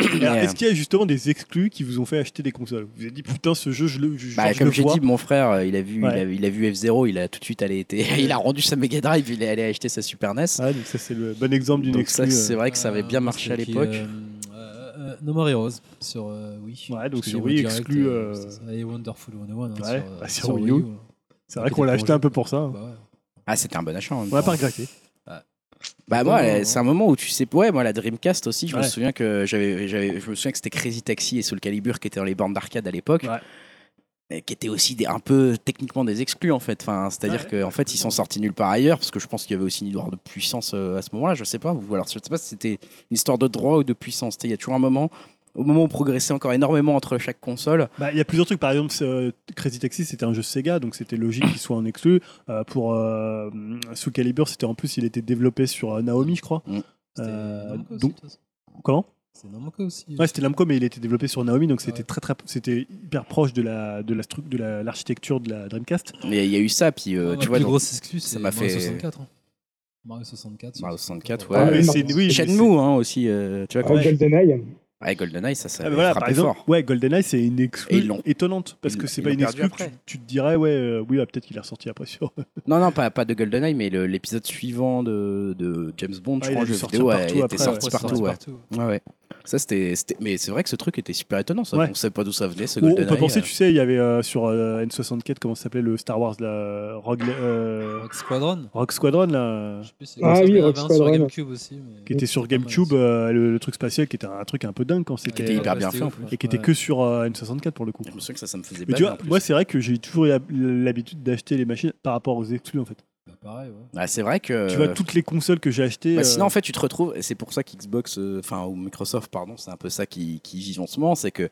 Speaker 3: Et alors,
Speaker 1: Mais, euh,
Speaker 3: Est-ce qu'il y a justement des exclus qui vous ont fait acheter des consoles Vous vous êtes dit, putain, ce jeu, je le, je,
Speaker 1: Bah,
Speaker 3: genre, je
Speaker 1: comme
Speaker 3: le
Speaker 1: j'ai
Speaker 3: vois.
Speaker 1: dit, mon frère, euh, il a vu,
Speaker 3: Ouais.
Speaker 1: il a, il a vu F0, il a tout de suite allé, été- il a rendu sa Mega Drive, il est allé acheter sa Super NES.
Speaker 3: Ah, donc ça, c'est le bon exemple d'une
Speaker 1: Donc ça,
Speaker 3: exclue.
Speaker 1: c'est
Speaker 3: euh,
Speaker 1: vrai que ça avait bien
Speaker 2: Euh,
Speaker 1: marché à
Speaker 2: qui,
Speaker 1: l'époque.
Speaker 2: euh, euh, euh, no More Heroes sur euh, Wii.
Speaker 3: Ouais, donc
Speaker 2: Je
Speaker 3: sur
Speaker 2: l'ai
Speaker 3: Wii
Speaker 2: vu direct,
Speaker 3: exclu,
Speaker 2: euh,
Speaker 3: euh,
Speaker 2: c'est ça. Et Wonderful 101 hein,
Speaker 3: Ouais,
Speaker 2: sur, euh,
Speaker 3: bah, sur
Speaker 2: sur
Speaker 3: Wii U.
Speaker 2: ouais.
Speaker 3: C'est vrai qu'on l'a acheté un peu pour ça. hein.
Speaker 2: Bah ouais.
Speaker 1: Ah, c'était un bon achat. en même
Speaker 3: On l'a
Speaker 1: temps.
Speaker 3: pas regretté.
Speaker 1: Bah moi,
Speaker 2: Non, non,
Speaker 1: c'est un moment où tu sais, ouais, moi la Dreamcast aussi, je me
Speaker 3: hein. Ouais.
Speaker 1: souviens que j'avais, j'avais, je me souviens que c'était Crazy Taxi et Soul Calibur qui étaient dans les bornes d'arcade à l'époque,
Speaker 3: Ouais.
Speaker 1: et qui étaient aussi des, un peu techniquement des exclus en fait. Enfin, c'est-à-dire que en fait ils sont sortis nulle part ailleurs parce que je pense qu'il y avait aussi une histoire de puissance euh, à ce moment-là, je sais pas. Ou alors je sais pas si c'était une histoire de droit ou de puissance. Tu sais, Il y a toujours un moment. Au moment où on progressait encore énormément entre chaque console,
Speaker 3: Bah, Il y a plusieurs trucs. Par exemple, c'est, euh, Crazy Taxi, c'était un jeu Sega, donc c'était logique qu'il soit en exclu. Euh, pour euh, Soul Calibur, c'était en plus, il était développé sur euh, Naomi, je crois.
Speaker 2: C'était
Speaker 3: Euh,
Speaker 2: Namco aussi,
Speaker 3: donc-
Speaker 2: de toute façon.
Speaker 3: Comment
Speaker 2: C'est Namco aussi. euh.
Speaker 3: Ouais, c'était Namco, mais il était développé sur Naomi, donc c'était
Speaker 2: Ah Ouais.
Speaker 3: très très, c'était hyper proche de la de la stru- de la- l'architecture de la Dreamcast.
Speaker 1: mais il y a eu ça, puis euh,
Speaker 2: Ah, ma
Speaker 1: tu vois,
Speaker 2: plus
Speaker 1: dans
Speaker 2: grosse exclu,
Speaker 1: ça
Speaker 2: c'est
Speaker 1: m'a
Speaker 2: Mario
Speaker 1: fait-
Speaker 2: 64. hein. Mario 64.
Speaker 1: Mario 64,
Speaker 3: Ah,
Speaker 1: ouais.
Speaker 3: mais
Speaker 4: non.
Speaker 3: c'est- oui, mais
Speaker 1: Shenmue
Speaker 3: c'est-
Speaker 1: hein, aussi, euh, tu vois, quand
Speaker 4: Ah, GoldenEye.
Speaker 1: Ouais, GoldenEye, ça, ça
Speaker 3: Ah, mais
Speaker 1: avait
Speaker 3: voilà,
Speaker 1: frappé
Speaker 3: par exemple,
Speaker 1: fort.
Speaker 3: ouais, GoldenEye, c'est une
Speaker 1: Et
Speaker 3: exclue
Speaker 1: ils l'ont-
Speaker 3: étonnante parce
Speaker 1: ils
Speaker 3: que
Speaker 1: l'ont-
Speaker 3: c'est
Speaker 1: ils
Speaker 3: pas
Speaker 1: l'ont
Speaker 3: une
Speaker 1: perdu
Speaker 3: exclue. que
Speaker 1: après.
Speaker 3: Tu, tu te dirais, ouais, euh, oui, ah, peut-être qu'il est ressorti après sur.
Speaker 1: Non, non, pas, pas de GoldenEye, mais le- l'épisode suivant de, de James Bond,
Speaker 3: Ah,
Speaker 1: je
Speaker 3: il
Speaker 1: crois,
Speaker 3: a
Speaker 1: en
Speaker 3: dû
Speaker 1: jeu
Speaker 3: sortir
Speaker 1: vidéo,
Speaker 3: partout
Speaker 1: ouais, était
Speaker 3: après,
Speaker 1: sorti partout. Ouais. Ouais, ouais. Ça, c'était, c'était- Mais c'est vrai que ce truc était super étonnant. Ça.
Speaker 3: Ouais.
Speaker 1: On ne sait pas d'où ça venait. Ce
Speaker 3: On, on
Speaker 1: GoldenEye,
Speaker 3: peut penser,
Speaker 1: euh.
Speaker 3: tu sais, il y avait euh, sur euh, N64, comment ça s'appelait le Star Wars, là, euh, Rogue, euh,
Speaker 2: Rock Squadron
Speaker 3: Rogue Squadron, là,
Speaker 2: Je sais plus, c'est-
Speaker 4: Ah
Speaker 2: ça
Speaker 4: oui,
Speaker 2: s'appelle
Speaker 4: Rock
Speaker 2: un
Speaker 4: Squadron.
Speaker 2: sur GameCube aussi. mais-
Speaker 3: qui était sur
Speaker 2: Ouais, c'est pas mal
Speaker 3: GameCube,
Speaker 2: aussi.
Speaker 3: euh, le, le truc spatial, qui était un truc un peu dingue quand c'était.
Speaker 1: était hyper bien fait, en
Speaker 2: ouf,
Speaker 1: plus.
Speaker 2: ouais.
Speaker 3: Et qui était que sur euh, N64 pour le coup.
Speaker 1: Je me souviens que ça, ça me faisait
Speaker 3: Mais tu
Speaker 1: baver,
Speaker 3: vois,
Speaker 1: en plus.
Speaker 3: moi c'est vrai que j'ai toujours eu la- l'habitude d'acheter les machines par rapport aux exclus en fait.
Speaker 2: Bah, pareil, ouais.
Speaker 1: Ah, c'est vrai que.
Speaker 3: Tu vois, toutes les consoles que j'ai achetées.
Speaker 1: Bah,
Speaker 3: euh,
Speaker 1: sinon, en fait, tu te retrouves, et c'est pour ça qu'Xbox, euh, enfin, ou Microsoft, pardon, c'est un peu ça qui, qui gise en ce moment, c'est que,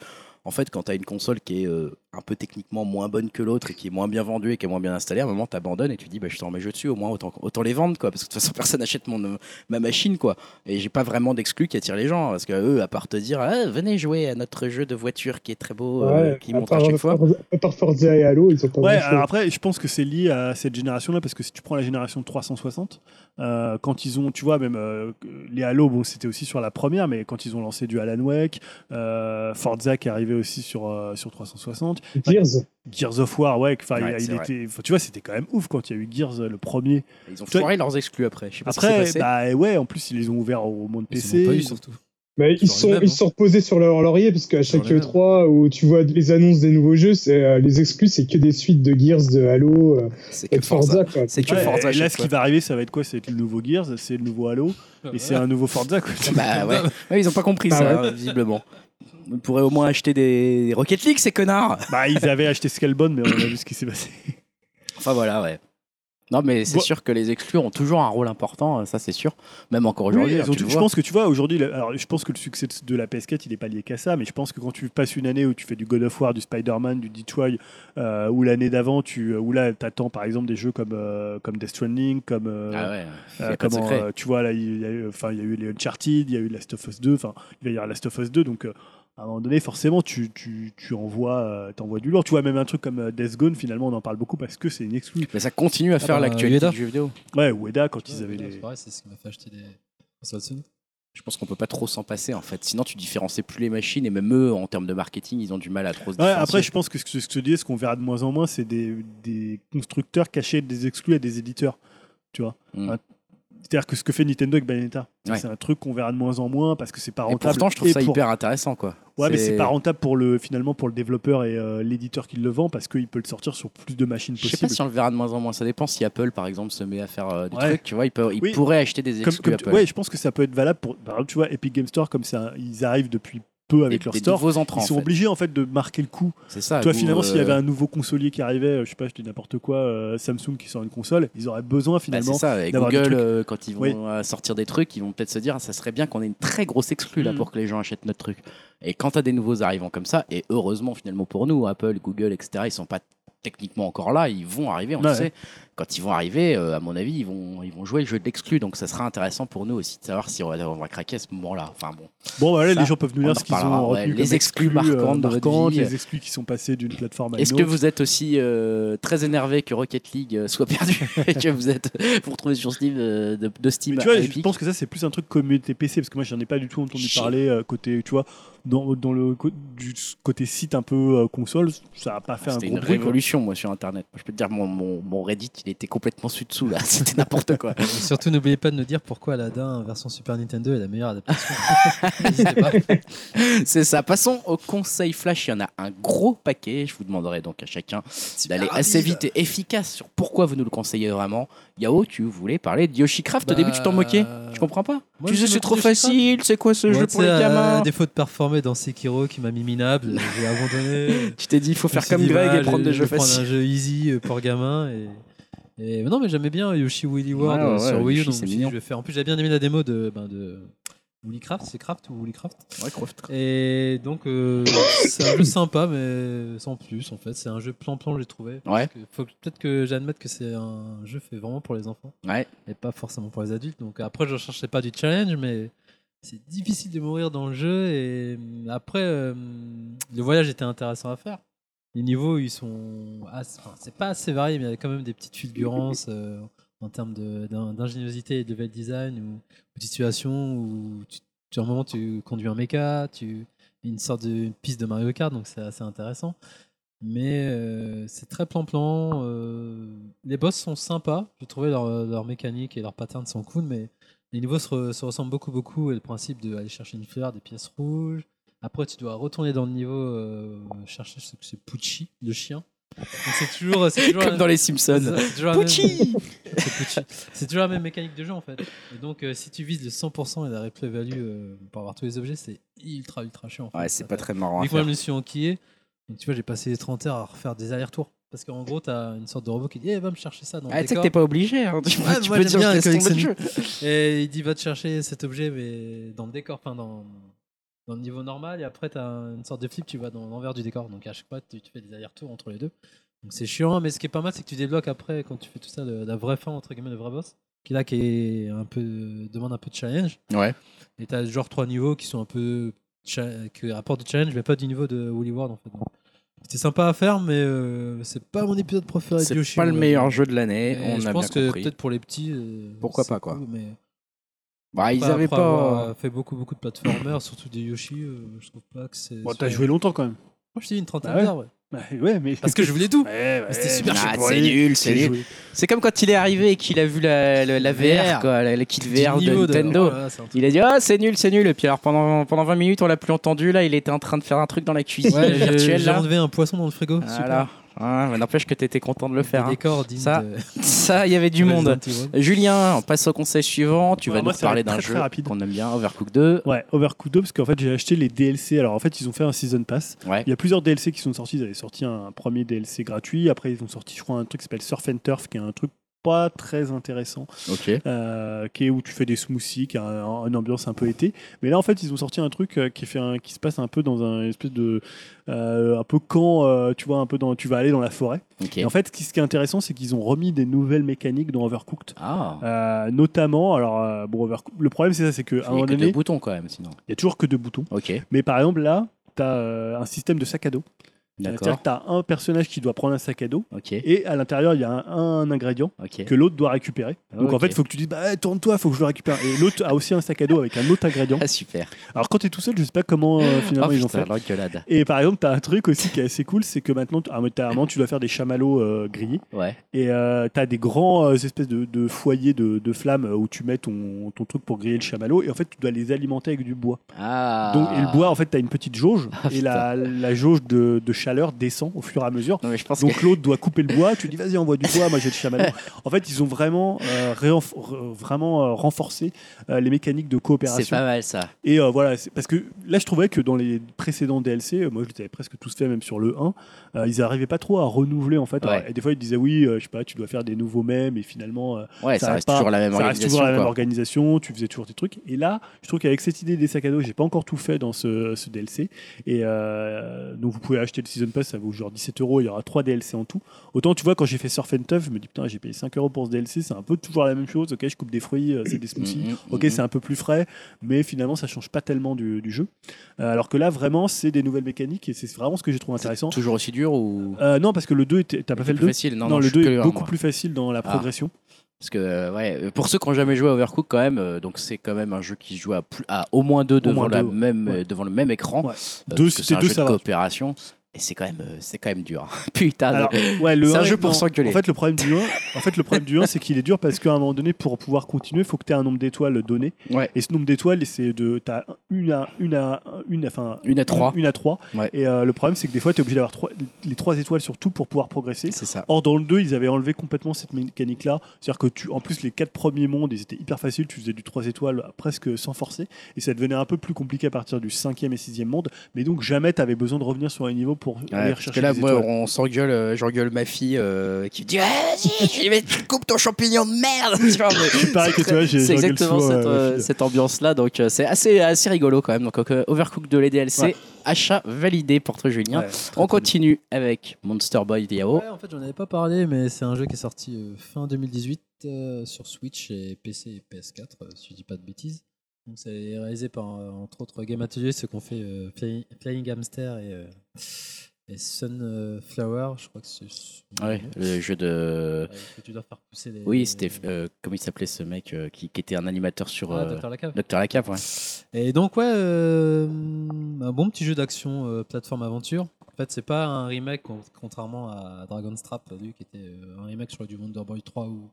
Speaker 1: en fait, quand tu as une console qui est euh, un peu techniquement moins bonne que l'autre et qui est moins bien vendue et qui est moins bien installée, à un moment, tu abandonnes et tu dis, bah, je t'en mets jeu dessus, au moins, autant, autant les vendre, quoi, parce que de toute façon, personne n'achète mon, euh, ma machine, quoi. Et j'ai pas vraiment d'exclus qui attire les gens, parce que eux, à part te dire, Ah, venez jouer à notre jeu de voiture qui est très beau, euh,
Speaker 4: Ouais,
Speaker 1: qui
Speaker 4: à
Speaker 1: montre à
Speaker 4: part-
Speaker 1: chaque fois.
Speaker 4: À part Forza et Halo, ils ont pas
Speaker 3: Ouais,
Speaker 4: grand-chose.
Speaker 3: alors après, je pense que c'est lié à cette génération-là, parce que si tu prends la génération 360, euh, quand ils ont, tu vois, même euh, les Halo, bon, c'était aussi sur la première, mais quand ils ont lancé du Alan Wake, euh, Forza qui est arrivé aussi sur, euh, sur 360,
Speaker 4: Gears.
Speaker 3: Gears of War, ouais, que- enfin,
Speaker 1: Ouais,
Speaker 3: il- il
Speaker 1: c'est vrai.
Speaker 3: était, enfin, tu vois, c'était quand même ouf quand il y a eu Gears euh, le premier.
Speaker 1: Ils ont
Speaker 3: tu vois-
Speaker 1: foiré leurs exclus après. Je sais pas ce qui s'est
Speaker 3: Après,
Speaker 1: passé.
Speaker 3: bah ouais, en plus, ils les ont ouverts au monde
Speaker 2: Ils
Speaker 3: PC.
Speaker 2: en ont pas eu,
Speaker 3: ils ont-
Speaker 2: surtout.
Speaker 4: Bah, ils
Speaker 2: Toujours les
Speaker 4: sont,
Speaker 2: mêmes,
Speaker 4: ils
Speaker 2: hein.
Speaker 4: sont reposés sur leur laurier parce qu'à
Speaker 2: Toujours
Speaker 4: chaque
Speaker 2: les mêmes.
Speaker 4: E3 où tu vois les annonces des nouveaux jeux, c'est euh, les exclus, c'est que des suites de Gears, de Halo euh,
Speaker 1: C'est
Speaker 4: et
Speaker 1: que
Speaker 4: de Forza.
Speaker 1: Forza.
Speaker 4: quoi.
Speaker 1: C'est que
Speaker 3: Ouais,
Speaker 1: Forza. à
Speaker 3: et là,
Speaker 1: chaque
Speaker 3: ce
Speaker 1: fois.
Speaker 3: qui va arriver, ça va être quoi C'est le nouveau Gears, c'est le nouveau Halo,
Speaker 2: Bah,
Speaker 3: et c'est un nouveau Forza, quoi.
Speaker 1: Bah ouais. Ouais, ils ont pas compris
Speaker 4: Ah
Speaker 1: ça,
Speaker 4: ouais.
Speaker 1: hein, visiblement. On pourrait au moins acheter des Rocket League, ces connards
Speaker 3: Bah, ils avaient acheté Scalbone, mais on a vu ce qui s'est passé.
Speaker 1: Enfin voilà, ouais. Non, mais c'est
Speaker 3: Bon.
Speaker 1: sûr que les exclus ont toujours un rôle important, euh, ça c'est sûr. Même encore aujourd'hui,
Speaker 3: Oui,
Speaker 1: hein,
Speaker 3: ils ont
Speaker 1: tu
Speaker 3: tout-
Speaker 1: le
Speaker 3: je
Speaker 1: vois.
Speaker 3: pense que tu vois aujourd'hui, le- alors je pense que le succès de- de la PS4 il est pas lié qu'à ça, mais je pense que quand tu passes une année où tu fais du God of War, du Spider-Man, du Detroit, euh, ou l'année d'avant, tu où là t'attends par exemple des jeux comme euh, comme Death Stranding, comme euh,
Speaker 1: Ah ouais, y a
Speaker 3: euh,
Speaker 1: pas de
Speaker 3: comment,
Speaker 1: secret.
Speaker 3: euh, tu vois là, il y a eu, enfin il y a eu les Uncharted, il y a eu Last of Us 2, enfin il va y avoir Last of Us 2, donc euh, à un moment donné, forcément, tu, tu, tu envoies, euh, t'envoies du lourd. Tu vois, même un truc comme euh, Death Gone, finalement, on en parle beaucoup parce que c'est une exclue.
Speaker 1: Mais ça continue
Speaker 3: Ah
Speaker 1: à faire
Speaker 2: bah,
Speaker 1: l'actualité
Speaker 2: Ueda.
Speaker 1: du jeu vidéo.
Speaker 3: Ouais, Ueda, quand ils
Speaker 2: Ouais,
Speaker 3: avaient
Speaker 2: mais là,
Speaker 3: les.
Speaker 2: C'est pareil, c'est ce qui m'a fait acheter des consoles Sony.
Speaker 1: Je pense qu'on peut pas trop s'en passer en fait. Sinon, tu différencies plus les machines et même eux, en termes de marketing, ils ont du mal à trop se
Speaker 3: Ouais,
Speaker 1: différencier.
Speaker 3: après, je pense que ce que ce que je te dis, ce qu'on verra de moins en moins, c'est des, des constructeurs cachés des exclus à des éditeurs. Tu vois
Speaker 1: Mm.
Speaker 3: Un- C'est-à-dire que ce que fait Nintendo avec Bayonetta,
Speaker 1: Ouais.
Speaker 3: c'est un truc qu'on verra de moins en moins parce que c'est pas
Speaker 1: Et
Speaker 3: rentable.
Speaker 1: pourtant, je trouve
Speaker 3: Et
Speaker 1: ça
Speaker 3: pour-
Speaker 1: hyper intéressant quoi.
Speaker 3: Ouais, mais c'est pas rentable pour le, finalement pour le développeur et euh, l'éditeur qui le vend parce qu'il peut le sortir sur plus de machines
Speaker 1: Je
Speaker 3: possibles.
Speaker 1: sais pas si on le verra de moins en moins. Ça dépend si Apple, par exemple, se met à faire euh, des
Speaker 3: Ouais.
Speaker 1: trucs. Tu vois, ils, peuvent- ils
Speaker 3: Oui.
Speaker 1: pourraient acheter des
Speaker 3: Comme-
Speaker 1: exclus
Speaker 3: comme tu-
Speaker 1: Apple.
Speaker 3: ouais, je pense que ça peut être valable pour. Par exemple, tu vois, Epic Game Store, comme ça, ils arrivent depuis peu avec
Speaker 1: Des-
Speaker 3: leur
Speaker 1: des
Speaker 3: store.
Speaker 1: nouveaux entrants.
Speaker 3: Ils
Speaker 1: en
Speaker 3: sont
Speaker 1: fait.
Speaker 3: obligés en fait de marquer le coup
Speaker 1: C'est ça.
Speaker 3: Toi,
Speaker 1: d'où,
Speaker 3: finalement, s'il y
Speaker 1: euh,
Speaker 3: avait un nouveau consolier qui arrivait, euh, je sais pas, je dis n'importe quoi, euh, Samsung qui sort une console, ils auraient besoin
Speaker 1: bah,
Speaker 3: finalement.
Speaker 1: c'est ça. Et
Speaker 3: d'avoir des
Speaker 1: Google,
Speaker 3: trucs.
Speaker 1: euh, quand ils vont
Speaker 3: Oui.
Speaker 1: euh, sortir des trucs, ils vont peut-être se dire Ah, ça serait bien qu'on ait une très grosse exclue là
Speaker 3: Mm.
Speaker 1: pour que les gens achètent notre truc. Et quand t'as des nouveaux arrivants comme ça, et heureusement finalement pour nous, Apple, Google, etc., ils sont pas techniquement encore là, ils vont arriver, on le
Speaker 3: Ouais.
Speaker 1: sait. Quand ils vont arriver, euh, à mon avis, ils vont, ils vont jouer le jeu de l'exclu, donc ça sera intéressant pour nous aussi de savoir si on va, on va craquer à ce moment-là. Enfin bon,
Speaker 3: bon, voilà,
Speaker 1: ça,
Speaker 3: les gens peuvent nous
Speaker 1: on en
Speaker 3: dire ce qu'ils ont
Speaker 1: reparlera, ouais.
Speaker 3: retenu.
Speaker 1: Les
Speaker 3: comme
Speaker 1: exclus
Speaker 3: exclus, euh,
Speaker 1: marquantes de votre vie.
Speaker 3: les exclus qui sont passés d'une plateforme à une
Speaker 1: Est-ce que
Speaker 3: autre.
Speaker 1: vous êtes aussi euh, très énervé que Rocket League euh, soit perdu et que vous êtes vous retrouvez sur Steam euh, de, de Steam
Speaker 3: Mais tu vois,
Speaker 1: à
Speaker 3: je
Speaker 1: Epic
Speaker 3: pense que ça c'est plus un truc communauté PC parce que moi j'en ai pas du tout entendu
Speaker 1: Chier.
Speaker 3: parler euh, côté tu vois dans, dans le co- du côté site un peu euh, console ça a pas fait un
Speaker 1: C'était
Speaker 3: gros
Speaker 1: une
Speaker 3: bruit, quoi.
Speaker 1: révolution moi sur internet. Je peux te dire mon, mon, mon Reddit il était complètement sud dessous là, c'était n'importe quoi.
Speaker 2: Et surtout, n'oubliez pas de nous dire pourquoi Aladdin version Super Nintendo est la meilleure adaptation. N'hésitez pas.
Speaker 1: C'est ça. Passons au conseil flash, il y en a un gros paquet, je vous demanderai donc à chacun d'aller assez vite et efficace sur pourquoi vous nous le conseillez vraiment. Yao, tu voulais parler de Yoshicraft au début tu t'en moquais
Speaker 2: Bah,
Speaker 1: Je comprends pas.
Speaker 2: moi,
Speaker 1: tu
Speaker 2: je
Speaker 1: sais
Speaker 2: me
Speaker 1: c'est
Speaker 2: moque
Speaker 1: trop
Speaker 2: de Yoshicraft.
Speaker 1: facile, c'est quoi ce
Speaker 2: Moi,
Speaker 1: jeu
Speaker 2: tu
Speaker 1: pour
Speaker 2: sais, euh,
Speaker 1: les
Speaker 2: à
Speaker 1: gamins
Speaker 2: défaut de performer dans Sekiro qui m'a mis minable, j'ai abandonné.
Speaker 1: Tu t'es dit il faut faire
Speaker 2: Je me
Speaker 1: comme
Speaker 2: suis dit,
Speaker 1: Greg
Speaker 2: voilà,
Speaker 1: et prendre
Speaker 2: je-
Speaker 1: des
Speaker 2: je
Speaker 1: jeux
Speaker 2: vais prendre
Speaker 1: faciles.
Speaker 2: un jeu easy euh, pour gamin et. et- mais non, mais j'aimais bien Yoshi Willy World
Speaker 1: Ouais,
Speaker 2: euh,
Speaker 1: ouais,
Speaker 2: sur
Speaker 1: ouais,
Speaker 2: Wii U.
Speaker 1: Yoshi,
Speaker 2: donc
Speaker 1: c'est
Speaker 2: je me suis dit,
Speaker 1: mignon.
Speaker 2: je vais faire. En plus, j'ai bien aimé la démo de, ben, de Woolly Craft, c'est Craft ou Woolly Craft
Speaker 1: Ouais, Croft.
Speaker 2: Et donc, euh, c'est un jeu sympa, mais sans plus en fait. C'est un jeu plan-plan, j'ai trouvé. Parce
Speaker 1: Ouais.
Speaker 2: que faut que- Peut-être que j'admette que c'est un jeu fait vraiment pour les enfants
Speaker 1: Ouais.
Speaker 2: et pas forcément pour les adultes. Donc après, je ne cherchais pas du challenge, mais c'est difficile de mourir dans le jeu. Et euh, après, euh, le voyage était intéressant à faire. Les niveaux, ils sont. assez- enfin, c'est pas assez varié, mais il y a quand même des petites fulgurances euh, en termes de- d'in- d'ingéniosité et de level design ou, ou de situation où tu, tu- à un moment tu conduis un mecha, tu une sorte de une piste de Mario Kart, donc c'est assez intéressant. Mais euh, c'est très plan-plan. euh, les boss sont sympas. J'ai trouvé leur, leur mécanique et leurs patterns sont cool, mais Les niveaux se, re- se ressemblent beaucoup, beaucoup. Et le principe d'aller chercher une fleur, des pièces rouges. Après, tu dois retourner dans le niveau euh, chercher ce que c'est Pucci, le chien. Donc, c'est toujours, c'est toujours
Speaker 1: Comme dans les Simpsons.
Speaker 2: c'est toujours la même-
Speaker 1: Pucci
Speaker 2: C'est Pucci. C'est toujours la même mécanique de jeu en fait. Et donc euh, si tu vises le 100% et la replay value euh, pour avoir tous les objets, c'est ultra ultra chiant. En fait.
Speaker 1: Ouais, c'est
Speaker 2: Ça
Speaker 1: pas
Speaker 2: fait-
Speaker 1: très marrant. à
Speaker 2: Mais quand
Speaker 1: faire.
Speaker 2: même, je me suis enquillé. Donc, tu vois, j'ai passé 30 heures à refaire des allers-retours. Parce qu'en gros, t'as une sorte de robot qui dit Eh, va me chercher ça dans
Speaker 1: Ah,
Speaker 2: le
Speaker 1: tu sais que
Speaker 2: décor.
Speaker 1: t'es pas obligé. hein. Tu,
Speaker 2: Ouais,
Speaker 1: tu
Speaker 2: moi,
Speaker 1: peux
Speaker 2: j'aime
Speaker 1: dire
Speaker 2: bien
Speaker 1: je
Speaker 2: les
Speaker 1: laisse tomber le jeu.
Speaker 2: Et il dit Va te chercher cet objet, mais dans le décor, enfin dans, dans le niveau normal. Et après, t'as une sorte de flip, tu vas dans l'envers du décor. Donc, à chaque fois, tu, tu fais des allers-retours entre les deux. Donc, c'est chiant. Mais ce qui est pas mal, c'est que tu débloques après, quand tu fais tout ça, le- la vraie fin, entre guillemets, le vrai boss. Qui là, qui est un peu, demande un peu de challenge.
Speaker 1: Ouais.
Speaker 2: Et t'as genre trois niveaux qui sont un peu cha- qui apportent du challenge, mais pas du niveau de Woolly World en fait. Donc, C'était sympa à faire, mais euh, c'est pas mon épisode préféré. de
Speaker 1: C'est
Speaker 2: Yoshi,
Speaker 1: pas le
Speaker 2: ouais.
Speaker 1: meilleur jeu de l'année.
Speaker 2: Et
Speaker 1: on
Speaker 2: je
Speaker 1: a bien
Speaker 2: pense que
Speaker 1: compris.
Speaker 2: peut-être pour les petits. euh,
Speaker 1: Pourquoi
Speaker 2: c'est
Speaker 1: pas, quoi.
Speaker 2: cool, mais
Speaker 1: Bah, ils
Speaker 2: après-
Speaker 1: avaient
Speaker 2: après
Speaker 1: pas.
Speaker 2: avoir, euh, fait beaucoup beaucoup de platformers, surtout des Yoshi. euh, je trouve pas que c'est.
Speaker 3: Bon,
Speaker 2: c'est-
Speaker 3: t'as joué longtemps quand même.
Speaker 2: Moi, je dis une trentaine
Speaker 3: Ah ouais
Speaker 2: d'heures. ouais.
Speaker 3: Bah, ouais, mais.
Speaker 2: Parce que je voulais tout.
Speaker 3: Ouais, ouais,
Speaker 2: c'était super
Speaker 3: mais
Speaker 1: Ah,
Speaker 3: j'ai pas
Speaker 1: c'est
Speaker 3: aimé.
Speaker 1: nul, c'est
Speaker 3: J'ai
Speaker 1: nul.
Speaker 3: joué.
Speaker 1: C'est comme quand il est arrivé et qu'il a vu la, la- la VR,
Speaker 2: VR.
Speaker 1: quoi, la, la kit
Speaker 2: Du
Speaker 1: VR de
Speaker 2: niveau
Speaker 1: Nintendo.
Speaker 2: oh là là, c'est un truc.
Speaker 1: Il a dit ah c'est nul c'est nul et puis alors pendant pendant 20 minutes on l'a plus entendu là il était en train de faire un truc dans la cuisine
Speaker 2: Ouais, j'ai-
Speaker 1: virtuelle
Speaker 2: j'ai
Speaker 1: là
Speaker 2: enlevé un poisson dans le frigo.
Speaker 1: voilà Ah, mais n'empêche que t'étais content de le
Speaker 2: super.
Speaker 1: faire
Speaker 2: Des
Speaker 1: hein.
Speaker 2: décors dignes
Speaker 1: Ça,
Speaker 2: de-
Speaker 1: ça il y avait du
Speaker 2: de
Speaker 1: monde
Speaker 2: Resident Evil.
Speaker 1: Julien on passe au conseil suivant tu
Speaker 3: Alors,
Speaker 1: vas
Speaker 3: moi,
Speaker 1: nous
Speaker 3: ça va
Speaker 1: parler
Speaker 3: être
Speaker 1: d'un
Speaker 3: très,
Speaker 1: jeu
Speaker 3: très rapide.
Speaker 1: qu'on aime bien Overcooked 2
Speaker 3: Ouais, Overcooked 2, parce qu'en fait, j'ai acheté les DLC. Alors, en fait, ils ont fait un Season Pass.
Speaker 1: Ouais.
Speaker 3: Il y a plusieurs DLC qui sont sortis. Ils avaient sorti un premier DLC gratuit. Après, ils ont sorti, je crois, un truc qui s'appelle Surf and Turf, qui est un truc pas très intéressant,
Speaker 1: ok
Speaker 3: euh, qui est où tu fais des smoothies, qui a un- une ambiance un peu été. Mais là, en fait, ils ont sorti un truc euh, qui, fait un- qui se passe un peu dans un espèce de. euh, un peu quand, euh, tu vois, un peu dans. Tu vas aller dans la forêt.
Speaker 1: ok
Speaker 3: Et en fait, ce qui- ce qui est intéressant, c'est qu'ils ont remis des nouvelles mécaniques dans Overcooked.
Speaker 1: ah
Speaker 3: Euh, notamment, alors, euh, bon, Overcooked- le problème, c'est ça, c'est qu'à un
Speaker 1: il y a
Speaker 3: moment
Speaker 1: que deux
Speaker 3: donné,
Speaker 1: boutons quand même sinon
Speaker 3: il y a toujours que deux boutons.
Speaker 1: ok
Speaker 3: Mais par exemple, là, tu as un système de sac à dos. C'est-à-dire
Speaker 1: d'accord
Speaker 3: que tu as un personnage qui doit prendre un sac à dos
Speaker 1: ok
Speaker 3: et à l'intérieur, il y a un, un ingrédient
Speaker 1: ok
Speaker 3: que l'autre doit récupérer. Donc en
Speaker 1: Ok.
Speaker 3: fait, il faut que tu dises bah, eh, tourne-toi, faut que je le récupère. Et l'autre a aussi un sac à dos avec un autre ingrédient.
Speaker 1: ah super
Speaker 3: Alors quand tu es tout seul, je sais pas comment euh, finalement
Speaker 1: oh
Speaker 3: ils ont
Speaker 1: putain
Speaker 3: fait.
Speaker 1: l'engueulade
Speaker 3: Et par exemple, tu as un truc aussi qui est assez cool, c'est que maintenant, tu- ah, mais t'as- à un moment, tu dois faire des chamallows euh, grillés
Speaker 1: ouais
Speaker 3: et tu as des grands euh, espèces de, de foyers de, de flammes euh, où tu mets ton, ton truc pour griller le chamallow et en fait, tu dois les alimenter avec du bois.
Speaker 1: ah
Speaker 3: Donc, et le bois, en fait, tu as une petite jauge
Speaker 1: Ah,
Speaker 3: et la, la jauge de, de chaleur descend au fur et à mesure.
Speaker 1: non mais je pense que
Speaker 3: Donc l'autre doit couper le bois, tu dis vas-y envoie du bois, moi j'ai le chamallow. En fait ils ont vraiment, euh, réenf- re- vraiment euh, renforcé euh, les mécaniques de
Speaker 1: c'est
Speaker 3: coopération.
Speaker 1: pas mal ça
Speaker 3: Et euh, voilà, c'est- parce que là je trouvais que dans les précédents DLC, euh, moi je les avais presque tous fait même sur le 1, euh, ils n'arrivaient pas trop à renouveler en fait.
Speaker 1: Ouais.
Speaker 3: Alors, et des fois ils disaient oui, euh, je sais pas, tu dois faire des nouveaux mèmes et finalement euh,
Speaker 1: ouais ça
Speaker 3: Ça reste
Speaker 1: reste
Speaker 3: pas-
Speaker 1: toujours la même
Speaker 3: ça reste toujours la même
Speaker 1: organisation quoi.
Speaker 3: organisation, tu faisais toujours des trucs. Et là, je trouve qu'avec cette idée des sacs à dos, j'ai pas encore tout fait dans ce, ce DLC. Et euh, donc vous pouvez acheter le Season Pass, ça vaut genre 17 euros, il y aura 3 DLC en tout. Autant tu vois, quand j'ai fait Surf and Tough, je me dis putain, j'ai payé 5 euros pour ce DLC, c'est un peu toujours la même chose. Ok, je coupe des fruits, euh, c'est des smoothies.
Speaker 1: Mhm,
Speaker 3: Ok,
Speaker 1: mhm.
Speaker 3: c'est un peu plus frais, mais finalement ça change pas tellement du, du jeu. Euh, alors que là, vraiment, c'est des nouvelles mécaniques et c'est vraiment ce que j'ai trouvé intéressant.
Speaker 1: Toujours aussi dur ou
Speaker 3: Euh, non, parce que le 2, était- t'as pas fait
Speaker 1: plus
Speaker 3: le 2
Speaker 1: facile Non,
Speaker 3: Non,
Speaker 1: non, je
Speaker 3: le
Speaker 1: suis
Speaker 3: 2
Speaker 1: que
Speaker 3: est
Speaker 1: un,
Speaker 3: beaucoup
Speaker 1: moi.
Speaker 3: plus facile dans la
Speaker 1: Ah.
Speaker 3: progression.
Speaker 1: Parce que, euh, ouais, euh, pour ceux qui n'ont jamais joué à Overcooked, quand même, euh, donc c'est quand même un jeu qui se joue à, plus- à au moins deux,
Speaker 3: Au
Speaker 1: devant,
Speaker 3: moins
Speaker 1: la
Speaker 3: deux, ouais.
Speaker 1: Même,
Speaker 3: Ouais.
Speaker 1: euh, devant le même écran.
Speaker 3: Ouais.
Speaker 1: Euh,
Speaker 3: Deux,
Speaker 1: parce que
Speaker 3: c'était
Speaker 1: c'est un
Speaker 3: deux,
Speaker 1: jeu
Speaker 3: ça
Speaker 1: de
Speaker 3: va.
Speaker 1: coopération. Et c'est quand même, euh, c'est quand même dur. hein. Putain.
Speaker 3: Alors,
Speaker 1: de-
Speaker 3: ouais, le
Speaker 1: C'est un
Speaker 3: un
Speaker 1: jeu pour s'engueuler.
Speaker 3: En fait, le problème du 1, en fait, le problème du 1, c'est qu'il est dur parce qu'à un moment donné, pour pouvoir continuer, il faut que tu aies un nombre d'étoiles donné.
Speaker 1: Ouais.
Speaker 3: Et ce nombre d'étoiles, c'est de. Tu as une à. Une à. Une à. Enfin,
Speaker 1: Une à trois.
Speaker 3: Une à trois.
Speaker 1: Ouais.
Speaker 3: Et euh, le problème, c'est que des fois, tu es obligé d'avoir trois- les trois étoiles sur tout pour pouvoir progresser.
Speaker 1: C'est ça.
Speaker 3: Or, dans le 2, ils avaient enlevé complètement cette mécanique-là. C'est-à-dire que, tu, en plus, les quatre premiers mondes, ils étaient hyper faciles. Tu faisais du 3 étoiles euh, presque sans forcer. Et ça devenait un peu plus compliqué à partir du cinquième et sixième monde. Mais donc, jamais tu avais besoin de revenir sur un niveau pour
Speaker 1: Ouais,
Speaker 3: aller
Speaker 1: parce que
Speaker 3: rechercher
Speaker 1: là,
Speaker 3: des
Speaker 1: moi,
Speaker 3: étoiles.
Speaker 1: on s'engueule, euh, j'engueule ma fille euh, qui me dit ah, Vas-y, je lui mets, tu coupes ton champignon de merde Tu vois, mais-
Speaker 3: suis pareil que toi, j'ai-
Speaker 1: C'est
Speaker 3: j'engueule
Speaker 1: exactement
Speaker 3: souvent,
Speaker 1: cette,
Speaker 3: euh,
Speaker 1: euh,
Speaker 3: ma fille.
Speaker 1: cette ambiance-là, donc euh, c'est assez, assez rigolo quand même. Donc, euh, Overcooked de les DLC,
Speaker 3: Ouais.
Speaker 1: achat validé pour toi, Julien.
Speaker 3: Ouais.
Speaker 1: on continue avec Monster Boy Diao.
Speaker 2: Ouais, en fait, j'en avais pas parlé, mais c'est un jeu qui est sorti euh, fin 2018 euh, sur Switch et PC et PS4, euh, si je dis pas de bêtises. Donc, c'est réalisé par, euh, entre autres, Game Atelier, ceux qu'on fait euh, Flying, Flying Hamster et, euh, et Sunflower, je crois que c'est.
Speaker 1: Ouais, le jeu de.
Speaker 2: Euh, que tu dois faire pousser les.
Speaker 1: Oui, c'était. euh, comment il s'appelait ce mec euh, qui, qui était un animateur sur.
Speaker 2: Ah,
Speaker 1: euh,
Speaker 2: Dr. Lacave.
Speaker 1: Docteur Lacave, ouais.
Speaker 2: Et donc, ouais, euh, un bon petit jeu d'action, euh, plateforme aventure. En fait, c'est pas un euh, remake, con- contrairement à Dragon's Trap, lui, qui était euh, un remake, je crois, du Wonder Boy 3 ou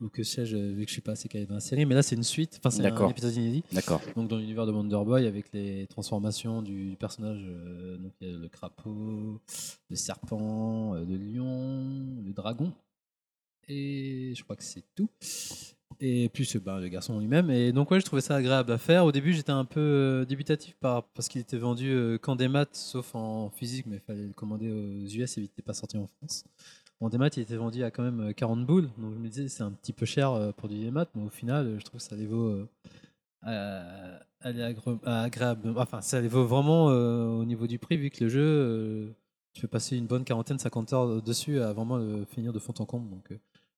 Speaker 2: ou que sais-je, vu que je suis pas assez calé dans la série. Mais là, c'est une suite, enfin, c'est un
Speaker 1: D'accord.
Speaker 2: épisode inédit.
Speaker 1: D'accord.
Speaker 2: Donc, dans l'univers de Wonder Boy, avec les transformations du personnage, euh, donc il y a le crapaud, le serpent, euh, le lion, le dragon. Et je crois que c'est tout. Et puis, c'est bah, le garçon lui-même. Et donc, ouais, je trouvais ça agréable à faire. Au début, j'étais un peu euh, débutatif par, parce qu'il était vendu euh, qu'en démat, sauf en physique, mais il fallait le commander aux US et il n'était pas sorti en France. En démat, il était vendu à quand même euh, 40 boules. Donc, je me disais, c'est un petit peu cher euh, pour du démat, mais au final, euh, je trouve que ça les vaut. euh, euh, elle est agré- euh, agréable. Enfin, ça les vaut vraiment euh, au niveau du prix, vu que le jeu, euh, tu peux passer une bonne quarantaine, 50 heures euh, dessus à vraiment le finir de fond en comble. Donc, euh,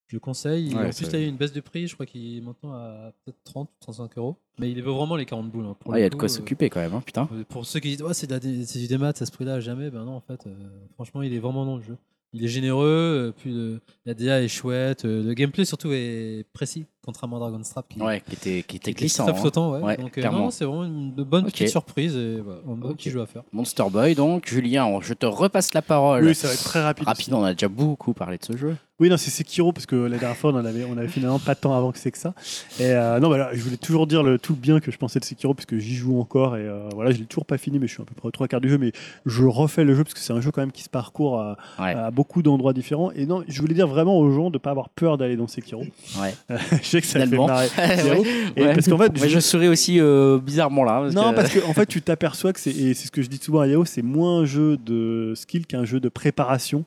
Speaker 2: je le conseille.
Speaker 1: Ouais,
Speaker 2: en plus,
Speaker 1: ça-
Speaker 2: il a eu une baisse de prix, je crois qu'il est maintenant à peut-être 30 ou 35 euros. Mais il les vaut vraiment les 40 boules. hein. Pour
Speaker 1: Ah,
Speaker 2: le
Speaker 1: il y a de
Speaker 2: coup,
Speaker 1: quoi
Speaker 2: euh,
Speaker 1: s'occuper quand même, hein, putain.
Speaker 2: euh, Pour ceux qui disent, ouais, c'est de la dé- c'est du démat à ce prix-là, jamais, ben non, en fait, euh, franchement, il est vraiment long le jeu. Il est généreux, euh, puis le- la DA est chouette, euh, le gameplay surtout est précis, contrairement à Dragon's Trap qui,
Speaker 1: Ouais, qui était, qui était
Speaker 2: qui est
Speaker 1: glissant.
Speaker 2: très
Speaker 1: hein.
Speaker 2: flottant, ouais.
Speaker 1: Ouais,
Speaker 2: Donc, euh,
Speaker 1: clairement.
Speaker 2: non, c'est vraiment une bonne
Speaker 1: Ok.
Speaker 2: petite surprise et voilà, un bon
Speaker 1: Ok.
Speaker 2: petit jeu à faire.
Speaker 1: Monster Boy, donc. Julien, on- je te repasse la parole.
Speaker 3: Oui, ça va être très rapide.
Speaker 1: Rapide, on a déjà beaucoup parlé de ce jeu.
Speaker 3: Oui, non, c'est Sekiro, parce que la dernière fois, on en avait, on avait finalement pas tant avant que c'est que ça. Et euh, non, voilà, je voulais toujours dire le, tout le bien que je pensais de Sekiro, puisque j'y joue encore. Et euh, voilà, je l'ai toujours pas fini, mais je suis à peu près aux trois quarts du jeu. Mais je refais le jeu, parce que c'est un jeu quand même qui se parcourt à,
Speaker 1: Ouais.
Speaker 3: à beaucoup d'endroits différents. Et non, je voulais dire vraiment aux gens de pas avoir peur d'aller dans Sekiro.
Speaker 1: Ouais.
Speaker 3: Euh, je sais que ça
Speaker 1: Finalement.
Speaker 3: fait marrer. Zéro. Et
Speaker 1: Ouais.
Speaker 3: Parce qu'en fait,
Speaker 1: Mais je souris aussi euh, bizarrement là. parce
Speaker 3: non,
Speaker 1: que-
Speaker 3: parce que en fait, tu t'aperçois que c'est, et c'est ce que je dis souvent à Yao, c'est moins un jeu de skill qu'un jeu de préparation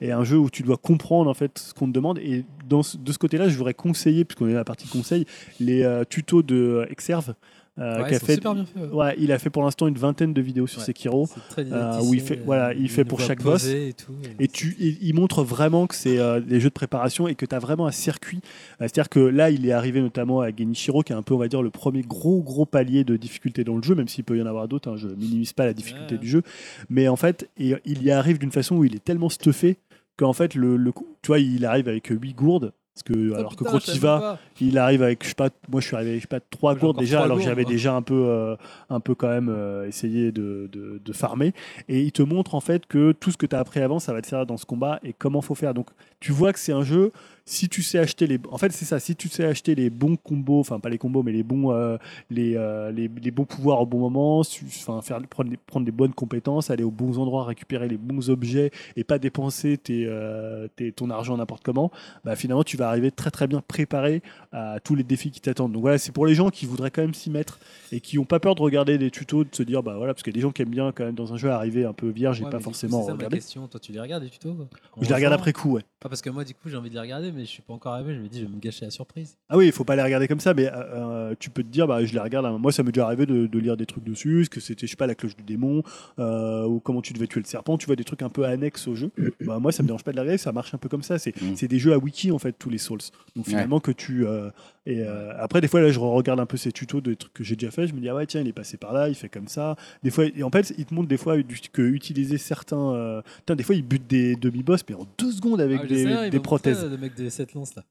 Speaker 3: et un jeu où tu dois comprendre en fait ce qu'on te demande. Et dans ce- de ce côté-là, je voudrais conseiller, puisqu'on est dans la partie conseil, les euh, tutos de Exerve. euh,
Speaker 2: Ouais,
Speaker 3: qu'a
Speaker 2: ils sont
Speaker 3: fait-
Speaker 2: super bien fait. ouais.
Speaker 3: Ouais, il a fait pour l'instant une vingtaine de vidéos sur
Speaker 2: Ouais.
Speaker 3: Sekiro.
Speaker 2: C'est très
Speaker 3: Euh,
Speaker 2: didacticien,
Speaker 3: où il fait- voilà, il fait
Speaker 2: nous
Speaker 3: pour
Speaker 2: voit
Speaker 3: chaque
Speaker 2: poser Et, tout,
Speaker 3: Et tu, il, il montre vraiment que c'est euh, des jeux de préparation et que tu as vraiment un circuit. Euh, C'est-à-dire que là, il est arrivé notamment à Genichiro, qui est un peu, on va dire, le premier gros, gros palier de difficulté dans le jeu, même s'il peut y en avoir d'autres. hein, je minimise pas la difficulté
Speaker 2: Ouais.
Speaker 3: du jeu. Mais en fait, et- euh, il y arrive d'une façon où il est tellement stuffé qu'en fait, le, le coup- tu vois, il arrive avec 8 gourdes. Parce que,
Speaker 2: Oh,
Speaker 3: alors
Speaker 2: Ah,
Speaker 3: que quand il va, il arrive avec, je sais pas, moi je suis arrivé, je sais pas, trois
Speaker 2: Moi, j'ai
Speaker 3: gourdes
Speaker 2: encore
Speaker 3: déjà,
Speaker 2: trois
Speaker 3: alors que
Speaker 2: gourdes,
Speaker 3: j'avais
Speaker 2: moi.
Speaker 3: déjà un peu, euh, un peu quand même euh, essayé de, de, de farmer. Et il te montre en fait que tout ce que tu as appris avant, ça va te servir dans ce combat et comment faut faire. Donc tu vois que c'est un jeu, si tu sais acheter les. En fait, c'est ça, si tu sais acheter les bons combos, enfin pas les combos, mais les bons, euh, les, euh, les, les bons pouvoirs au bon moment, su- enfin, faire, prendre, les, prendre les bonnes compétences, aller aux bons endroits, récupérer les bons objets et pas dépenser tes, euh, tes- ton argent n'importe comment, bah finalement tu vas arriver très très bien préparé à tous les défis qui t'attendent. Donc voilà, c'est pour les gens qui voudraient quand même s'y mettre et qui n'ont pas peur de regarder des tutos, de se dire bah voilà, parce qu'il y a des gens qui aiment bien quand même dans un jeu arriver un peu vierge et pas forcément
Speaker 2: C'est ça ma
Speaker 3: regarder.
Speaker 2: question. Toi, tu les regardes les tutos quoi
Speaker 3: Je les regarde
Speaker 2: Enfin,
Speaker 3: après coup, ouais.
Speaker 2: ah, parce que moi, du coup, j'ai envie de les regarder, mais je suis pas encore arrivé. Je me dis, je vais me gâcher la surprise.
Speaker 3: Ah oui, il faut pas les regarder comme ça, mais euh, euh, tu peux te dire, bah, je les regarde. hein. Moi, ça m'est déjà arrivé de, de lire des trucs dessus, ce que c'était, je sais pas, la cloche du démon, euh, ou comment tu devais tuer le serpent. Tu vois des trucs un peu annexes au jeu. Bah, moi, ça me dérange pas de les regarder, ça marche un peu comme ça. C'est
Speaker 1: Mm.
Speaker 3: c'est des jeux à wiki en fait, tous les Souls. Donc
Speaker 1: Ouais.
Speaker 3: finalement que tu euh, et euh, après des fois là, je regarde un peu ces tutos de trucs que j'ai déjà fait. Je me dis ah ouais tiens, il est passé par là, il fait comme ça. Des fois, et en fait, il te montre des fois du- que utiliser certains. euh, Putain, des fois, ils butent des demi-boss, mais en deux secondes avec
Speaker 2: Ah, je sais,
Speaker 3: des,
Speaker 2: il m'a
Speaker 3: des
Speaker 2: montré,
Speaker 3: prothèses.
Speaker 2: euh, Le mec de cette lance là.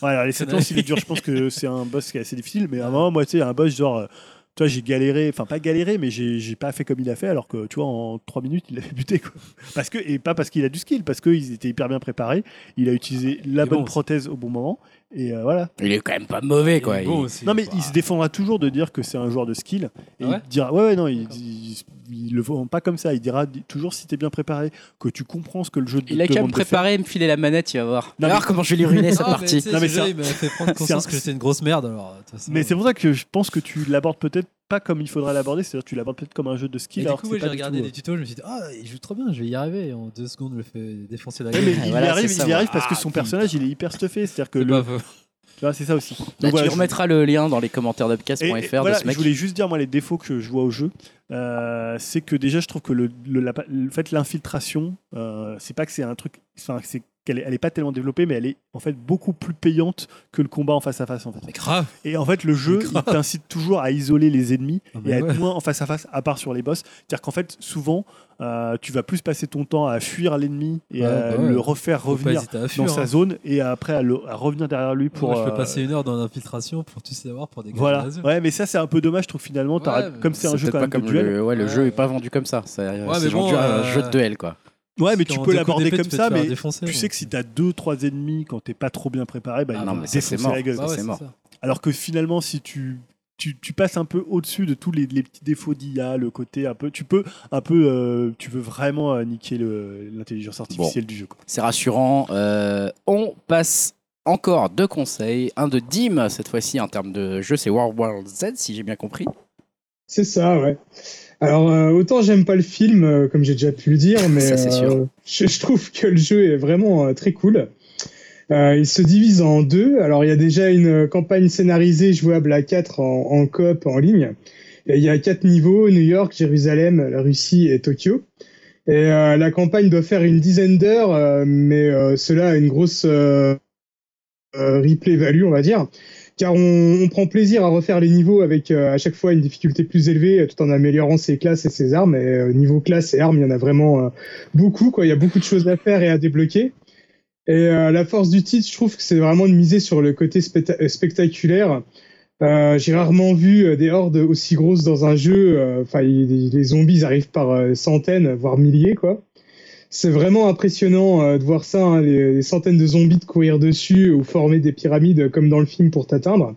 Speaker 3: Voilà, les 7 ans, s'il est dur, je pense que c'est un boss qui est assez difficile. Mais à un moment, moi, tu sais, un boss, genre, euh, tu vois, j'ai galéré, enfin, pas galéré, mais j'ai j'ai pas fait comme il a fait, alors que, tu vois, en 3 minutes, il l'avait buté, quoi. Parce que, et pas parce qu'il a du skill, parce qu'ils étaient hyper bien préparés. Il a utilisé la
Speaker 2: Et
Speaker 3: bonne
Speaker 2: bon,
Speaker 3: prothèse au bon moment. Et euh, voilà.
Speaker 1: Il est quand même pas mauvais quoi.
Speaker 2: Il est
Speaker 1: il-
Speaker 2: bon aussi.
Speaker 3: Non, mais
Speaker 2: Bah,
Speaker 3: il se défendra toujours de dire que c'est un joueur de skill. Et
Speaker 2: Ah ouais
Speaker 3: il dira, ouais, ouais, non, il,
Speaker 2: D'accord.
Speaker 3: il, il le vend pas comme ça. Il dira toujours si t'es bien préparé, que tu comprends ce que le jeu te
Speaker 1: Il a qu'à me
Speaker 3: demande de faire.
Speaker 1: préparer et me filer la manette, il va voir.
Speaker 3: Non,
Speaker 1: Alors
Speaker 3: mais-
Speaker 1: comment je vais lui ruiner cette
Speaker 2: Ah, mais tu
Speaker 1: partie.
Speaker 2: sais,
Speaker 3: Non,
Speaker 2: ce
Speaker 3: mais
Speaker 2: jeu,
Speaker 3: c'est un-
Speaker 2: il m'a fait prendre conscience que j'étais une grosse merde alors. de toute façon.
Speaker 3: Mais c'est pour ça que je pense que tu l'abordes peut-être pas comme il faudrait l'aborder, c'est-à-dire que tu l'abordes peut-être comme un jeu de
Speaker 2: Et
Speaker 3: skill.
Speaker 2: du
Speaker 3: alors
Speaker 2: coup,
Speaker 3: que c'est
Speaker 2: ouais, j'ai
Speaker 3: pas du
Speaker 2: regardé
Speaker 3: tout,
Speaker 2: les tutos, je me suis dit, ah, il joue trop bien, je vais y arriver. En deux secondes, je le fais défoncer la
Speaker 3: euh, Ouais,
Speaker 2: gueule.
Speaker 3: mais
Speaker 1: Ah,
Speaker 3: il
Speaker 1: voilà,
Speaker 3: y arrive,
Speaker 1: c'est
Speaker 3: il
Speaker 1: ça,
Speaker 3: y arrive
Speaker 1: ouais.
Speaker 3: parce que
Speaker 1: Ah,
Speaker 3: son
Speaker 1: putain.
Speaker 3: personnage il est hyper stuffé, c'est-à-dire que
Speaker 2: C'est
Speaker 3: le,
Speaker 2: pas faux.
Speaker 3: tu vois, c'est ça aussi.
Speaker 1: Là,
Speaker 3: Donc voilà,
Speaker 1: tu
Speaker 3: je-
Speaker 1: remettras hein, le lien dans les commentaires
Speaker 3: et- et
Speaker 1: d'upcast.fr
Speaker 3: voilà,
Speaker 1: de ce mec.
Speaker 3: je voulais juste dire moi les défauts que je vois au jeu, euh, c'est que déjà je trouve que le, le- la- le fait l'infiltration, euh, c'est pas que c'est un truc, enfin c'est qu'elle est, elle est pas tellement développée, mais elle est en fait beaucoup plus payante que le combat en face à face en fait.
Speaker 2: Mais grave.
Speaker 3: Et en fait le jeu
Speaker 2: Mais
Speaker 3: il
Speaker 2: grave.
Speaker 3: t'incite toujours à isoler les ennemis
Speaker 2: Non,
Speaker 3: et
Speaker 2: Ah, mais
Speaker 3: à être
Speaker 2: ouais.
Speaker 3: moins en face à face, à part sur les boss. C'est-à-dire qu'en fait, souvent, euh, tu vas plus passer ton temps à fuir l'ennemi et
Speaker 2: Ouais,
Speaker 3: à
Speaker 2: bah ouais.
Speaker 3: le refaire
Speaker 2: Faut pas
Speaker 3: revenir
Speaker 2: hésiter à fuir,
Speaker 3: dans
Speaker 2: hein.
Speaker 3: sa zone et après à, le- à revenir derrière lui pour.
Speaker 2: Moi, je
Speaker 3: euh,
Speaker 2: peux passer une heure dans l'infiltration pour tout savoir pour des gars
Speaker 3: Voilà.
Speaker 2: de la zone.
Speaker 3: Ouais, mais ça, c'est un peu dommage, je trouve, finalement.
Speaker 2: Ouais,
Speaker 3: t'arrêtes-
Speaker 2: mais
Speaker 3: Comme c'est un jeu
Speaker 1: peut-être
Speaker 3: quand
Speaker 1: pas
Speaker 3: même Euh, de
Speaker 1: comme
Speaker 3: duel.
Speaker 1: le, ouais, le
Speaker 2: Ouais.
Speaker 1: jeu est pas vendu comme ça. C'est c'est
Speaker 2: mais bon,
Speaker 1: vendu à un
Speaker 2: euh,
Speaker 1: jeu de duel quoi.
Speaker 3: Ouais, mais
Speaker 2: Parce
Speaker 3: tu
Speaker 2: qu'en deux
Speaker 3: peux
Speaker 2: coups
Speaker 3: l'aborder
Speaker 2: d'épée,
Speaker 3: comme
Speaker 2: tu peux
Speaker 3: ça,
Speaker 2: te faire
Speaker 3: mais
Speaker 2: défoncer, hein. Bah
Speaker 3: tu
Speaker 2: donc.
Speaker 3: sais que si t'as deux, trois ennemis quand t'es pas trop bien préparé, bah,
Speaker 1: Ah
Speaker 3: ils
Speaker 1: non,
Speaker 3: vont
Speaker 1: mais
Speaker 3: te
Speaker 1: ça, c'est
Speaker 3: défoncer
Speaker 1: mort.
Speaker 3: la gueule.
Speaker 1: Bah, c'est mort.
Speaker 2: ça.
Speaker 3: Alors que finalement, si tu, tu, tu passes un peu au-dessus de tous les, les petits défauts d'IA, le côté un peu, tu peux un peu, euh, tu veux vraiment euh, niquer le- l'intelligence artificielle du jeu. quoi.
Speaker 1: C'est rassurant. Euh, on passe encore deux conseils. Un de Dim, cette fois-ci, en termes de jeu, c'est World War Z, si j'ai bien compris.
Speaker 4: C'est ça, ouais. Alors, euh, autant j'aime pas le film, euh, comme j'ai déjà pu le dire, mais
Speaker 1: Ça, c'est sûr.
Speaker 4: euh, je, je trouve que le jeu est vraiment euh, très cool. Euh, il se divise en deux. Alors, il y a déjà une euh, campagne scénarisée jouable à quatre en, en coop en ligne. Et il y a quatre niveaux, New York, Jérusalem, la Russie et Tokyo. Et euh, la campagne doit faire une dizaine d'heures, euh, mais euh, cela a une grosse euh, euh, replay value, on va dire car on, on prend plaisir à refaire les niveaux avec euh, à chaque fois une difficulté plus élevée, euh, tout en améliorant ses classes et ses armes. Et euh, niveau classes et armes, il y en a vraiment euh, beaucoup. Quoi. Il y a beaucoup de choses à faire et à débloquer. Et euh, la force du titre, je trouve que c'est vraiment de miser sur le côté specta- euh, spectaculaire. Euh, J'ai rarement vu euh, des hordes aussi grosses dans un jeu. Euh, Enfin, il- les zombies ils arrivent par euh, centaines, voire milliers, quoi. C'est vraiment impressionnant euh, de voir ça, hein, les, les centaines de zombies de courir dessus ou former des pyramides euh, comme dans le film pour t'atteindre.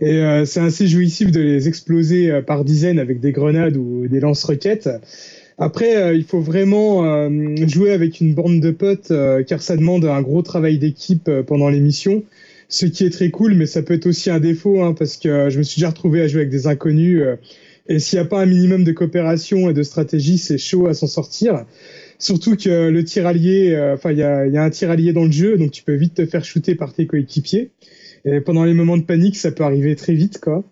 Speaker 4: Et euh, c'est assez jouissif de les exploser euh, par dizaines avec des grenades ou des lance-roquettes. Après, euh, il faut vraiment euh, jouer avec une bande de potes euh, car ça demande un gros travail d'équipe euh, pendant les missions. Ce qui est très cool, mais ça peut être aussi un défaut hein, parce que euh, je me suis déjà retrouvé à jouer avec des inconnus. euh, et s'il n'y a pas un minimum de coopération et de stratégie, c'est chaud à s'en sortir. Surtout que le tirallier, euh, enfin, il y a, il y a un tirallier dans le jeu, donc tu peux vite te faire shooter par tes coéquipiers. Et pendant les moments de panique, ça peut arriver très vite, quoi.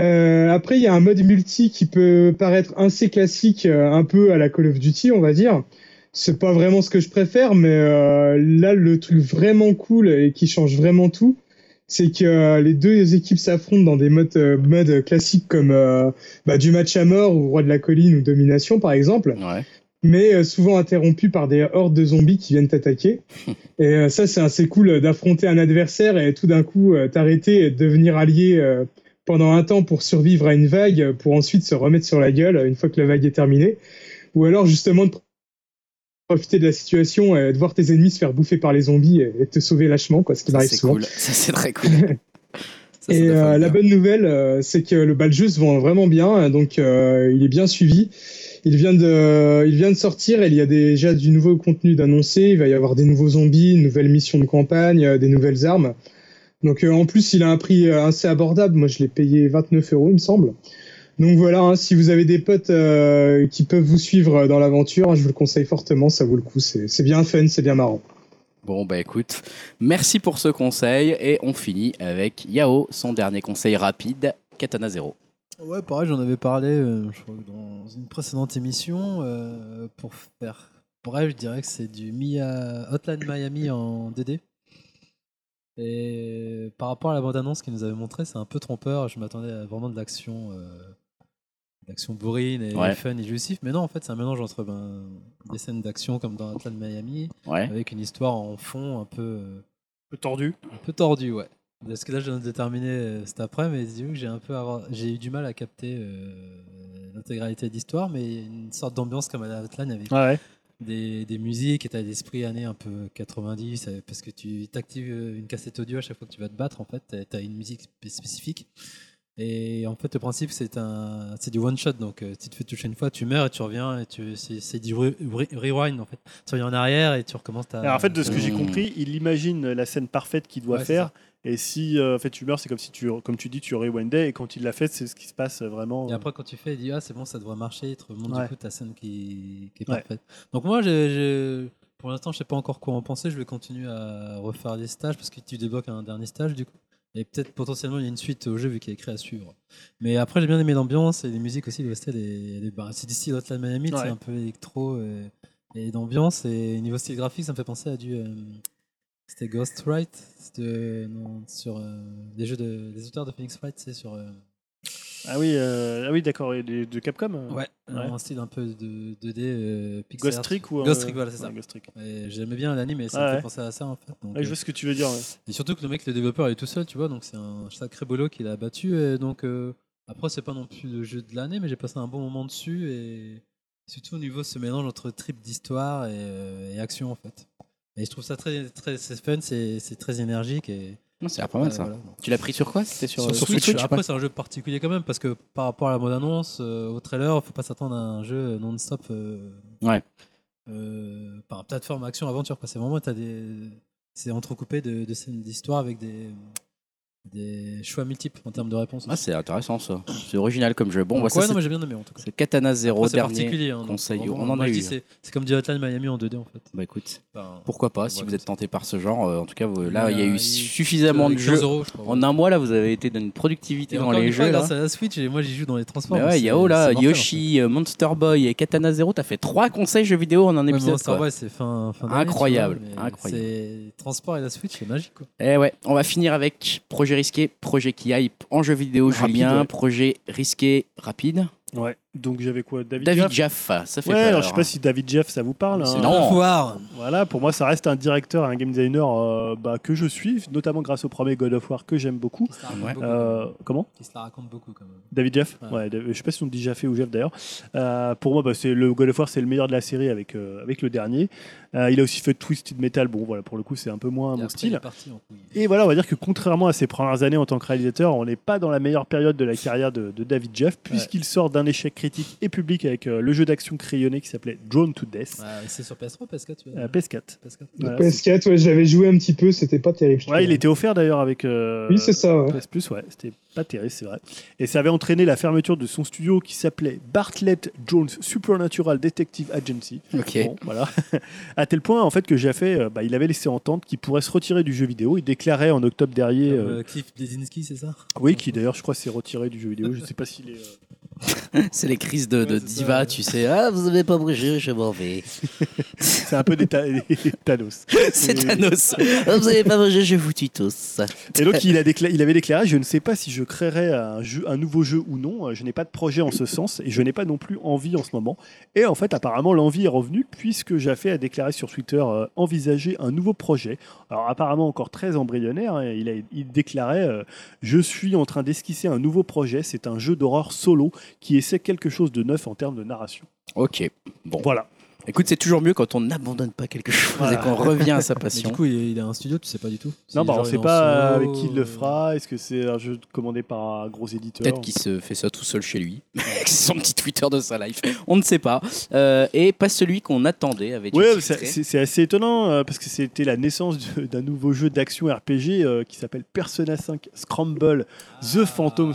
Speaker 4: Euh, après, il y a un mode multi qui peut paraître assez classique, euh, un peu à la Call of Duty, on va dire. C'est pas vraiment ce que je préfère, mais euh, là, le truc vraiment cool et qui change vraiment tout, c'est que euh, les deux équipes s'affrontent dans des modes, euh, modes classiques comme euh, bah, du match à mort ou roi de la colline ou domination, par exemple
Speaker 1: Ouais.
Speaker 4: mais euh, souvent interrompu par des hordes de zombies qui viennent t'attaquer. Et euh, ça, c'est assez cool euh, d'affronter un adversaire et tout d'un coup euh, t'arrêter et devenir allié euh, pendant un temps pour survivre à une vague, euh, pour ensuite se remettre sur la gueule euh, une fois que la vague est terminée. Ou alors justement de pr- profiter de la situation et de voir tes ennemis se faire bouffer par les zombies et et te sauver lâchement, quoi, ce qui
Speaker 1: Ça,
Speaker 4: m'arrive
Speaker 1: c'est
Speaker 4: souvent.
Speaker 1: cool. Ça, c'est très cool. Ça, ça
Speaker 4: Et
Speaker 1: doit faire
Speaker 4: euh,
Speaker 1: du
Speaker 4: la
Speaker 1: bien.
Speaker 4: bonne nouvelle, euh, c'est que le, bah, le jeu se vend vraiment bien, euh, donc euh, il est bien suivi. Il vient de, il vient de sortir. et Il y a déjà du nouveau contenu d'annoncé. Il va y avoir des nouveaux zombies, une nouvelle mission de campagne, euh, des nouvelles armes. Donc euh, en plus, il a un prix euh, assez abordable. Moi, je l'ai payé 29 euros, il me semble. Donc voilà, hein, si vous avez des potes euh, qui peuvent vous suivre euh, dans l'aventure, hein, je vous le conseille fortement. Ça vaut le coup. C'est c'est bien fun, c'est bien marrant.
Speaker 1: Bon, bah écoute, merci pour ce conseil. Et on finit avec Yao, son dernier conseil rapide, Katana Zero.
Speaker 2: Ouais, pareil, j'en avais parlé, euh, je crois que dans une précédente émission. euh, pour faire bref, je dirais que c'est du Mia... Hotline Miami en DD. Et par rapport à la bande-annonce qu'ils nous avait montrée, c'est un peu trompeur. Je m'attendais à vraiment de l'action. euh, de L'action bourrine et
Speaker 1: Ouais.
Speaker 2: fun et jouissif, mais non, en fait, c'est un mélange entre ben, des scènes d'action comme dans Hotline Miami,
Speaker 1: Ouais.
Speaker 2: avec une histoire en fond un peu, euh,
Speaker 3: peu tordu.
Speaker 2: un peu tordu, ouais. Parce que là, je viens de le terminer euh, cet après, mais disons que j'ai un peu, avoir- j'ai eu du mal à capter euh, l'intégralité de l'histoire, mais il y a une sorte d'ambiance comme à la Outline avec
Speaker 3: Ouais, ouais.
Speaker 2: des, des musiques et t'as l'esprit années un peu 90, euh, parce que tu t'actives euh, une cassette audio à chaque fois que tu vas te battre, en fait, t'as- t'as une musique spé- spécifique. Et en fait, le principe, c'est un, c'est du one shot, donc euh, si tu te fais toucher une fois, tu meurs et tu reviens, et tu, c'est c'est du re- re- rewind, en fait. Tu reviens en arrière et tu recommences ta.
Speaker 3: Alors, en fait, de ce que
Speaker 1: Hmm.
Speaker 3: j'ai compris, il imagine la scène parfaite qu'il doit
Speaker 2: euh, Ouais, c'est
Speaker 3: faire. Et si euh, en fait tu meurs, c'est comme si tu, comme tu dis, tu rewindais. Et quand il l'a fait, c'est ce qui se passe euh, vraiment.
Speaker 2: Et après, quand tu fais, il dit Ah, c'est bon, ça devrait marcher. Il te remonte
Speaker 3: Ouais.
Speaker 2: du coup ta scène qui, qui est
Speaker 3: Ouais.
Speaker 2: parfaite. Donc, moi, j'ai- j'ai- pour l'instant, je sais pas encore quoi en penser. Je vais continuer à refaire des stages parce que tu débloques un dernier stage du coup. Et peut-être potentiellement, il y a une suite au jeu vu qu'il est écrit à suivre. Mais après, j'ai bien aimé l'ambiance et les musiques aussi. L'OST, elle est- elle est- bah, c'est d'ici Hotline Miami,
Speaker 3: Ouais.
Speaker 2: c'est un peu électro et, et d'ambiance. Et niveau style graphique, ça me fait penser à du. euh, c'était Ghost Wright de- non, sur euh, des jeux de, des auteurs de Phoenix Wright, c'est sur. euh,
Speaker 3: Ah oui, euh, ah oui, d'accord. Et de, de Capcom. euh,
Speaker 2: Ouais, un style un peu de 2D euh, pixel
Speaker 3: Ghost
Speaker 2: art.
Speaker 3: Trick ou euh,
Speaker 2: Ghost Trick, voilà, c'est ça.
Speaker 3: ouais, Ghost Trick.
Speaker 2: Et J'aimais bien l'anime et ça
Speaker 3: Ah
Speaker 2: me
Speaker 3: ouais.
Speaker 2: fait penser à ça en fait. donc,
Speaker 3: Ouais, je
Speaker 2: euh,
Speaker 3: vois ce que tu veux dire. ouais.
Speaker 2: Et surtout que le mec, le développeur, il est tout seul, tu vois, donc c'est un sacré boulot qu'il a battu. Et donc euh, après, c'est pas non plus le jeu de l'année, mais j'ai passé un bon moment dessus et Surtout au niveau de ce mélange entre trip d'histoire et, euh, et action en fait. Et je trouve ça très, très c'est fun, c'est c'est très énergique. Et,
Speaker 1: Non, c'est pas mal
Speaker 2: euh,
Speaker 1: ça.
Speaker 2: voilà.
Speaker 1: Tu l'as pris sur quoi C'était sur,
Speaker 2: Sur
Speaker 1: euh,
Speaker 2: Switch,
Speaker 1: je sais pas.
Speaker 2: après c'est un jeu particulier quand même parce que par rapport à la mode annonce, euh, au trailer, faut pas s'attendre à un jeu non-stop. euh,
Speaker 1: Ouais.
Speaker 2: euh, par plateforme action aventure. quoi. C'est vraiment t'as des, c'est entrecoupé de, de scènes d'histoire avec des des choix multiples en termes de réponses.
Speaker 1: Ah, c'est intéressant ça. C'est original comme jeu. Bon,
Speaker 2: Donc
Speaker 1: bah, ça,
Speaker 2: ouais, non,
Speaker 1: c'est-
Speaker 2: mais j'ai bien aimé en tout cas.
Speaker 1: c'est Katana Zero
Speaker 2: Enfin, c'est
Speaker 1: dernier.
Speaker 2: particulier. hein, donc,
Speaker 1: conseil.
Speaker 2: vraiment,
Speaker 1: On en
Speaker 2: moi,
Speaker 1: a
Speaker 2: je
Speaker 1: eu.
Speaker 2: dis, C'est c'est comme du Hotline Miami en 2D en fait.
Speaker 1: Bah écoute,
Speaker 2: Enfin,
Speaker 1: pourquoi pas
Speaker 2: Ouais,
Speaker 1: si
Speaker 2: comme
Speaker 1: vous êtes
Speaker 2: ça.
Speaker 1: tenté par ce genre. euh, en tout cas, vous- là,
Speaker 2: Il
Speaker 1: il
Speaker 2: y
Speaker 1: y a
Speaker 2: a
Speaker 1: eu
Speaker 2: eu
Speaker 1: suffisamment de
Speaker 2: 15
Speaker 1: jeux.
Speaker 2: euros, je crois.
Speaker 1: En un mois, là, vous avez été d'une productivité
Speaker 2: Et
Speaker 1: dans
Speaker 2: encore
Speaker 1: les
Speaker 2: une fois,
Speaker 1: jeux. là.
Speaker 2: grâce à la Switch, et moi j'y joue dans les transports.
Speaker 1: Mais ouais,
Speaker 2: donc
Speaker 1: Yao
Speaker 2: c'est-
Speaker 1: là,
Speaker 2: c'est mortel, hein. en fait.
Speaker 1: Yoshi, euh, Monster Boy et Katana Zero, t'as fait trois conseils jeux vidéo en un
Speaker 2: Ouais, mais
Speaker 1: épisode.
Speaker 2: Monster
Speaker 1: quoi.
Speaker 2: Boy, c'est fin, fin d'année,
Speaker 1: Incroyable,
Speaker 2: tu mais
Speaker 1: incroyable.
Speaker 2: C'est transport et la Switch, c'est magique quoi.
Speaker 1: Eh ouais, on va finir avec projet risqué, projet qui hype en jeu vidéo,
Speaker 3: Rapide,
Speaker 1: Julien,
Speaker 3: ouais.
Speaker 1: projet risqué, rapide.
Speaker 3: Ouais. Donc j'avais quoi David,
Speaker 1: David
Speaker 3: Jeff
Speaker 1: Jaff, ça fait
Speaker 3: Ouais,
Speaker 1: peur.
Speaker 3: alors je sais
Speaker 2: hein.
Speaker 3: pas si David Jeff ça vous parle.
Speaker 1: C'est
Speaker 3: hein.
Speaker 1: Non.
Speaker 2: Au revoir.
Speaker 3: Voilà, pour moi ça reste un directeur, un game designer euh, bah, que je suis, notamment grâce au premier God of War que j'aime beaucoup.
Speaker 2: Il se la raconte
Speaker 1: Ouais.
Speaker 2: beaucoup,
Speaker 3: Euh, comment
Speaker 2: il se la raconte beaucoup quand même.
Speaker 3: David Jeff
Speaker 2: Ouais.
Speaker 3: ouais. Dav- je sais pas si on dit Jaffé ou Jeff d'ailleurs. Euh, pour moi, bah, c'est le God of War, c'est le meilleur de la série avec, euh, avec le dernier. Euh, il a aussi fait Twisted Metal. Bon, voilà, pour le coup, c'est un peu moins
Speaker 2: Et
Speaker 3: mon
Speaker 2: après,
Speaker 3: style.
Speaker 2: il est parti en couille.
Speaker 3: Et voilà, on va dire que contrairement à ses premières années en tant que réalisateur, on n'est pas dans la meilleure période de la carrière de, de David Jeff, puisqu'il sort d'un échec critique et public avec euh, le jeu d'action crayonné qui s'appelait Drone to Death,
Speaker 2: Ouais, c'est sur PS3 PS4 tu vois.
Speaker 3: euh, PS4.
Speaker 2: PS4.
Speaker 3: Voilà,
Speaker 4: Le PS4, ouais, je l'avais joué un petit peu, c'était pas terrible. je
Speaker 3: c'est- Ouais, il
Speaker 4: trouve.
Speaker 3: était offert d'ailleurs avec. euh,
Speaker 4: Oui, c'est ça, ouais.
Speaker 3: PS Plus, ouais, c'était pas terrible, c'est vrai. Et ça avait entraîné la fermeture de son studio qui s'appelait Bartlett Jones Supernatural Detective Agency.
Speaker 1: hein. Ok.
Speaker 3: Bon, voilà. à tel point, en fait, que Jaffé, euh, bah, il avait laissé entendre qu'il pourrait se retirer du jeu vidéo. Il déclarait en octobre dernier.
Speaker 2: Comme,
Speaker 3: euh,
Speaker 2: euh, Cliff Bleszinski, c'est ça
Speaker 3: Oui, qui d'ailleurs, je crois, s'est retiré du jeu vidéo. Je sais pas s'il est. euh,
Speaker 1: C'est les crises de, de
Speaker 2: Ouais, c'est ça,
Speaker 1: diva,
Speaker 2: ouais.
Speaker 1: tu sais. Ah, vous avez pas bougé, je m'en vais.
Speaker 3: C'est un peu des, ta- des Thanos.
Speaker 1: C'est Thanos. Ah, vous avez pas bougé, je vous tue tous.
Speaker 3: Et donc, il, a décla- il avait déclaré Je ne sais pas si je créerai un, jeu, un nouveau jeu ou non. Euh, Je n'ai pas de projet en ce sens et je n'ai pas non plus envie en ce moment. Et en fait, apparemment, l'envie est revenue puisque Jaffé a déclaré sur Twitter euh, envisager un nouveau projet. Alors, apparemment, encore très embryonnaire. hein, il, a, il déclarait euh, Je suis en train d'esquisser un nouveau projet. C'est un jeu d'horreur solo qui essaie quelque chose de neuf en termes de narration.
Speaker 1: Ok. Bon.
Speaker 3: Voilà.
Speaker 1: Écoute, c'est toujours mieux quand on n'abandonne pas quelque chose
Speaker 3: Voilà.
Speaker 1: et qu'on revient à sa
Speaker 2: Mais
Speaker 1: passion.
Speaker 2: du coup, il, il a un studio, tu sais pas du tout.
Speaker 3: Non,
Speaker 2: C'est
Speaker 3: bah, on
Speaker 2: genre,
Speaker 3: ne
Speaker 2: il
Speaker 3: sait
Speaker 2: est en
Speaker 3: pas
Speaker 2: solo,
Speaker 3: avec qui il le
Speaker 2: euh,
Speaker 3: fera. Est-ce que c'est un jeu commandé par un gros éditeur
Speaker 1: Peut-être qu'il se fait ça tout seul chez lui, avec son petit Twitter de sa life. On ne sait pas. Euh, et pas celui qu'on attendait avec.
Speaker 3: Ouais,
Speaker 1: le
Speaker 3: c'est-
Speaker 1: titre.
Speaker 3: c'est c'est assez étonnant euh, parce que c'était la naissance de- d'un nouveau jeu d'action RPG euh, qui s'appelle Persona 5 Scramble, The Phantom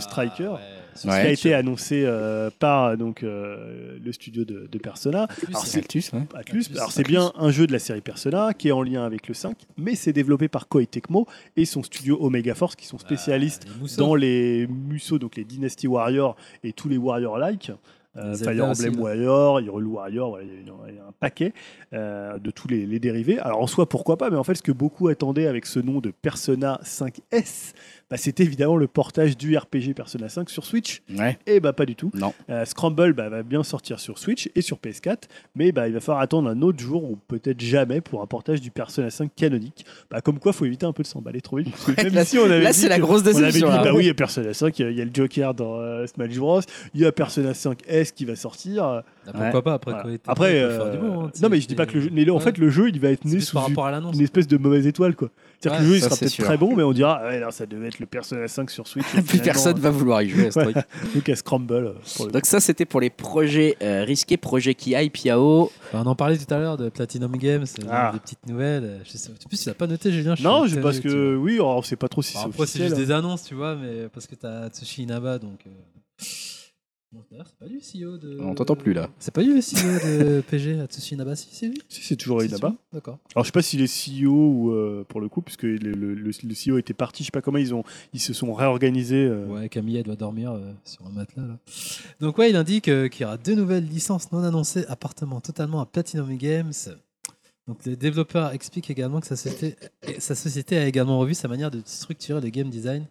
Speaker 2: Ah,
Speaker 3: Striker.
Speaker 2: ouais.
Speaker 3: qui a
Speaker 1: Ouais.
Speaker 3: été annoncé euh, par donc euh, le studio de, de Persona, Alors,
Speaker 2: Plus, euh,
Speaker 3: c'est-
Speaker 1: Cactus, Ah, ouais.
Speaker 3: Atlus.
Speaker 2: Atlus.
Speaker 3: Alors c'est bien un jeu de la série Persona qui est en lien avec le 5, mais c'est développé par Koei Tecmo et son studio Omega Force qui sont spécialistes
Speaker 2: les moussos.
Speaker 3: dans les Musso, donc les Dynasty Warriors et tous les Warriors-like. euh,
Speaker 2: Les Zelda
Speaker 3: Fire
Speaker 2: aussi,
Speaker 3: Emblem
Speaker 2: là.
Speaker 3: Warrior, Hyrule Warrior, voilà, il y, en a- il y en a un paquet euh, de tous les, les dérivés. Alors en soi, pourquoi pas, mais en fait, ce que beaucoup attendaient avec ce nom de Persona 5S, bah, c'était évidemment le portage du RPG Persona 5 sur Switch.
Speaker 1: Ouais.
Speaker 3: Et bah pas du tout.
Speaker 1: Non.
Speaker 3: Euh, Scramble bah, va bien sortir sur Switch et sur PS4, mais bah, il va falloir attendre un autre jour ou peut-être jamais pour un portage du Persona 5 canonique. Bah, comme quoi, faut éviter un peu de s'emballer trop vite. parce que même
Speaker 1: là,
Speaker 3: si on avait
Speaker 1: Là,
Speaker 3: dit
Speaker 1: c'est la
Speaker 3: que-
Speaker 1: grosse
Speaker 3: on avait dit,
Speaker 1: déception. là.
Speaker 3: bah oui, il y a Persona 5, il y a le Joker dans euh, Smash Bros, il y a Persona 5 S qui va sortir.
Speaker 2: Ah, Pourquoi pas après
Speaker 3: Voilà.
Speaker 2: Koei Tecmo,
Speaker 3: Après,
Speaker 2: il peut faire
Speaker 3: euh,
Speaker 2: du bon, hein, tu
Speaker 3: non
Speaker 2: sais,
Speaker 3: mais je dis
Speaker 2: c'est-
Speaker 3: pas que le jeu, mais là, en
Speaker 2: Ouais.
Speaker 3: fait le jeu il va être
Speaker 2: c'est
Speaker 3: né
Speaker 2: juste
Speaker 3: sous
Speaker 2: par rapport à l'annonce.
Speaker 3: une espèce de mauvaise étoile quoi. C'est-à-dire que le
Speaker 2: Ouais,
Speaker 3: jeu il
Speaker 1: ça,
Speaker 3: sera
Speaker 1: c'est
Speaker 3: peut-être
Speaker 1: sûr.
Speaker 3: très bon, mais on dira ah ouais, non, ça devait être le Persona 5 sur Switch. et
Speaker 1: Plus
Speaker 3: finalement,
Speaker 1: personne va vouloir y jouer à ce
Speaker 3: Ouais.
Speaker 1: truc.
Speaker 3: euh, Donc à Scramble. euh, pour le
Speaker 1: Donc ça, c'était pour les projets euh, risqués, projets qui hype Yao.
Speaker 2: Bah, on en parlait tout à l'heure de Platinum Games, euh,
Speaker 3: Ah.
Speaker 2: des petites nouvelles. Euh, Je sais en plus, tu l'as pas noté, Julien. suis
Speaker 3: Non, je
Speaker 2: étonné,
Speaker 3: parce
Speaker 2: tu vois.
Speaker 3: que oui, alors, on sait pas trop si
Speaker 2: Bon,
Speaker 3: c'est
Speaker 2: après, c'est
Speaker 3: officiel. hein.
Speaker 2: juste des annonces, tu vois, mais parce que t'as Tsushi Inaba, donc. euh, bon, D'ailleurs, c'est pas lui le CEO de.
Speaker 1: On t'entend plus, là.
Speaker 2: C'est pas lui le CEO de PG, Tsushi Inaba, si, c'est lui.
Speaker 3: Si c'est toujours
Speaker 2: C'est
Speaker 3: là-bas.
Speaker 2: celui D'accord.
Speaker 3: Alors je sais pas s'il est CEO ou euh, pour le coup, puisque le, le, le- le CEO était parti, je sais pas comment ils ont, ils se sont réorganisés. euh.
Speaker 2: Ouais, Camilla elle doit dormir euh, sur un matelas, là. Donc, ouais, il indique euh, qu'il y aura deux nouvelles licences non annoncées appartenant totalement à Platinum Games. Donc, le développeur explique également que sa société, et sa société a également revu sa manière de structurer le game design,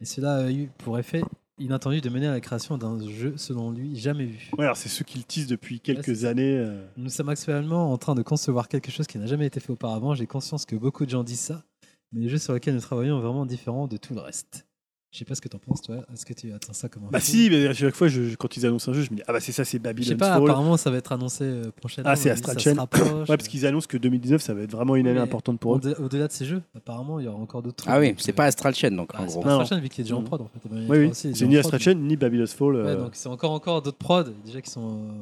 Speaker 2: et cela a eu pour effet inattendu de mener à la création d'un jeu, selon lui, jamais vu.
Speaker 3: Ouais, alors c'est ceux qui le tissent depuis
Speaker 2: c'est
Speaker 3: quelques
Speaker 2: ça.
Speaker 3: années. euh.
Speaker 2: Nous sommes actuellement en train de concevoir quelque chose qui n'a jamais été fait auparavant. J'ai conscience que beaucoup de gens disent ça, mais les jeux sur lesquels nous travaillons sont vraiment différents de tout le reste. Je sais pas ce que t'en penses, toi. Est-ce que tu attends ça comme un
Speaker 3: Bah
Speaker 2: fou
Speaker 3: si, mais à chaque fois, je- quand ils annoncent un jeu, je me dis, ah bah c'est ça,
Speaker 2: Je
Speaker 3: c'est
Speaker 2: sais
Speaker 3: Babylon's
Speaker 2: pas,
Speaker 3: Fall.
Speaker 2: apparemment ça va être annoncé euh, prochainement.
Speaker 3: Ah, c'est
Speaker 2: mais ça
Speaker 3: Astral
Speaker 2: se
Speaker 3: Chain.
Speaker 2: rapproche.
Speaker 3: Ouais, parce qu'ils annoncent que 2019, ça va être vraiment une année
Speaker 2: Mais
Speaker 3: importante pour eux.
Speaker 2: Au-delà au-delà de ces jeux, apparemment il y aura encore d'autres trucs.
Speaker 1: Ah oui,
Speaker 2: donc,
Speaker 1: c'est
Speaker 2: euh,
Speaker 1: pas Astral Chain, donc en
Speaker 2: Ah, c'est
Speaker 1: gros.
Speaker 2: pas Astral
Speaker 3: Non.
Speaker 2: Chain, vu qu'il est déjà en
Speaker 3: Non.
Speaker 2: prod en fait.
Speaker 3: Oui, oui.
Speaker 2: Aussi, il est
Speaker 3: C'est
Speaker 2: en
Speaker 3: ni
Speaker 2: prod.
Speaker 3: Astral Chain, ni Babylon's Fall.
Speaker 2: Ouais,
Speaker 3: euh,
Speaker 2: donc c'est encore encore d'autres prods déjà qui sont euh,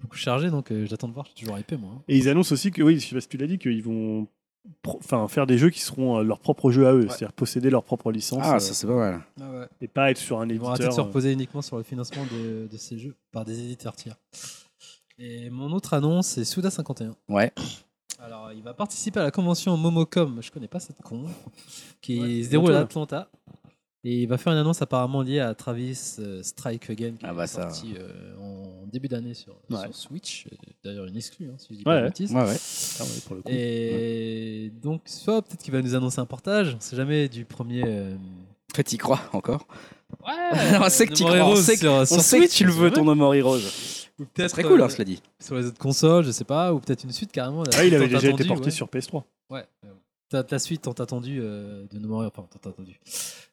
Speaker 2: beaucoup chargés, donc euh, j'attends de voir. Je suis toujours hypé moi. hein.
Speaker 3: Et ils annoncent aussi que, oui, je sais pas si tu l'as dit, qu'ils vont pro- enfin, faire des jeux qui seront euh, leur propre jeu à eux, c'est-à-dire posséder leur propre licence
Speaker 1: Ah,
Speaker 3: euh,
Speaker 1: ça c'est pas mal.
Speaker 3: et pas être sur un
Speaker 2: Ils vont arrêter de
Speaker 3: éditeur.
Speaker 2: se
Speaker 3: euh,
Speaker 2: reposer uniquement sur le financement de, de ces jeux par des éditeurs tiers. Et mon autre annonce, c'est Suda51.
Speaker 1: Ouais.
Speaker 2: Alors, il va participer à la convention Momocom, je connais pas cette con, qui se déroule
Speaker 3: bientôt,
Speaker 2: à
Speaker 3: là.
Speaker 2: Atlanta. Et il va faire une annonce apparemment liée à Travis euh, Strike Again, qui
Speaker 1: Ah
Speaker 2: est
Speaker 1: bah ça.
Speaker 2: sorti euh, en début d'année sur,
Speaker 3: Ouais.
Speaker 2: sur Switch. Euh, D'ailleurs, une exclue, hein, si je dis
Speaker 3: Ouais,
Speaker 2: pas de
Speaker 3: ouais.
Speaker 2: bêtises.
Speaker 1: Ouais, ouais.
Speaker 3: ah ouais, pour le coup.
Speaker 2: Et donc, soit peut-être qu'il va nous annoncer un portage, on sait jamais, du premier. euh,
Speaker 1: Après, t'y crois encore
Speaker 2: Ouais,
Speaker 1: On sait que
Speaker 2: No
Speaker 1: tu
Speaker 2: More
Speaker 1: crois, on
Speaker 2: Heroes
Speaker 1: sait que-
Speaker 2: sur-
Speaker 1: On
Speaker 2: sur
Speaker 1: sait que
Speaker 2: Switch,
Speaker 1: tu le veux,
Speaker 2: c'est
Speaker 1: ton
Speaker 2: vrai.
Speaker 1: homme Henry Rose.
Speaker 2: Ou peut-être
Speaker 1: C'est très cool,
Speaker 2: euh,
Speaker 1: hein, cela dit.
Speaker 2: Sur les autres consoles, je sais pas, ou peut-être une suite carrément. la
Speaker 3: Ah, il
Speaker 2: suite
Speaker 3: avait
Speaker 2: tant
Speaker 3: déjà été
Speaker 2: attendue,
Speaker 3: porté
Speaker 2: ouais.
Speaker 3: sur PS3.
Speaker 2: Ouais. euh, Ta, ta suite tant attendue euh, de No More Heroes, pardon, tant attendue.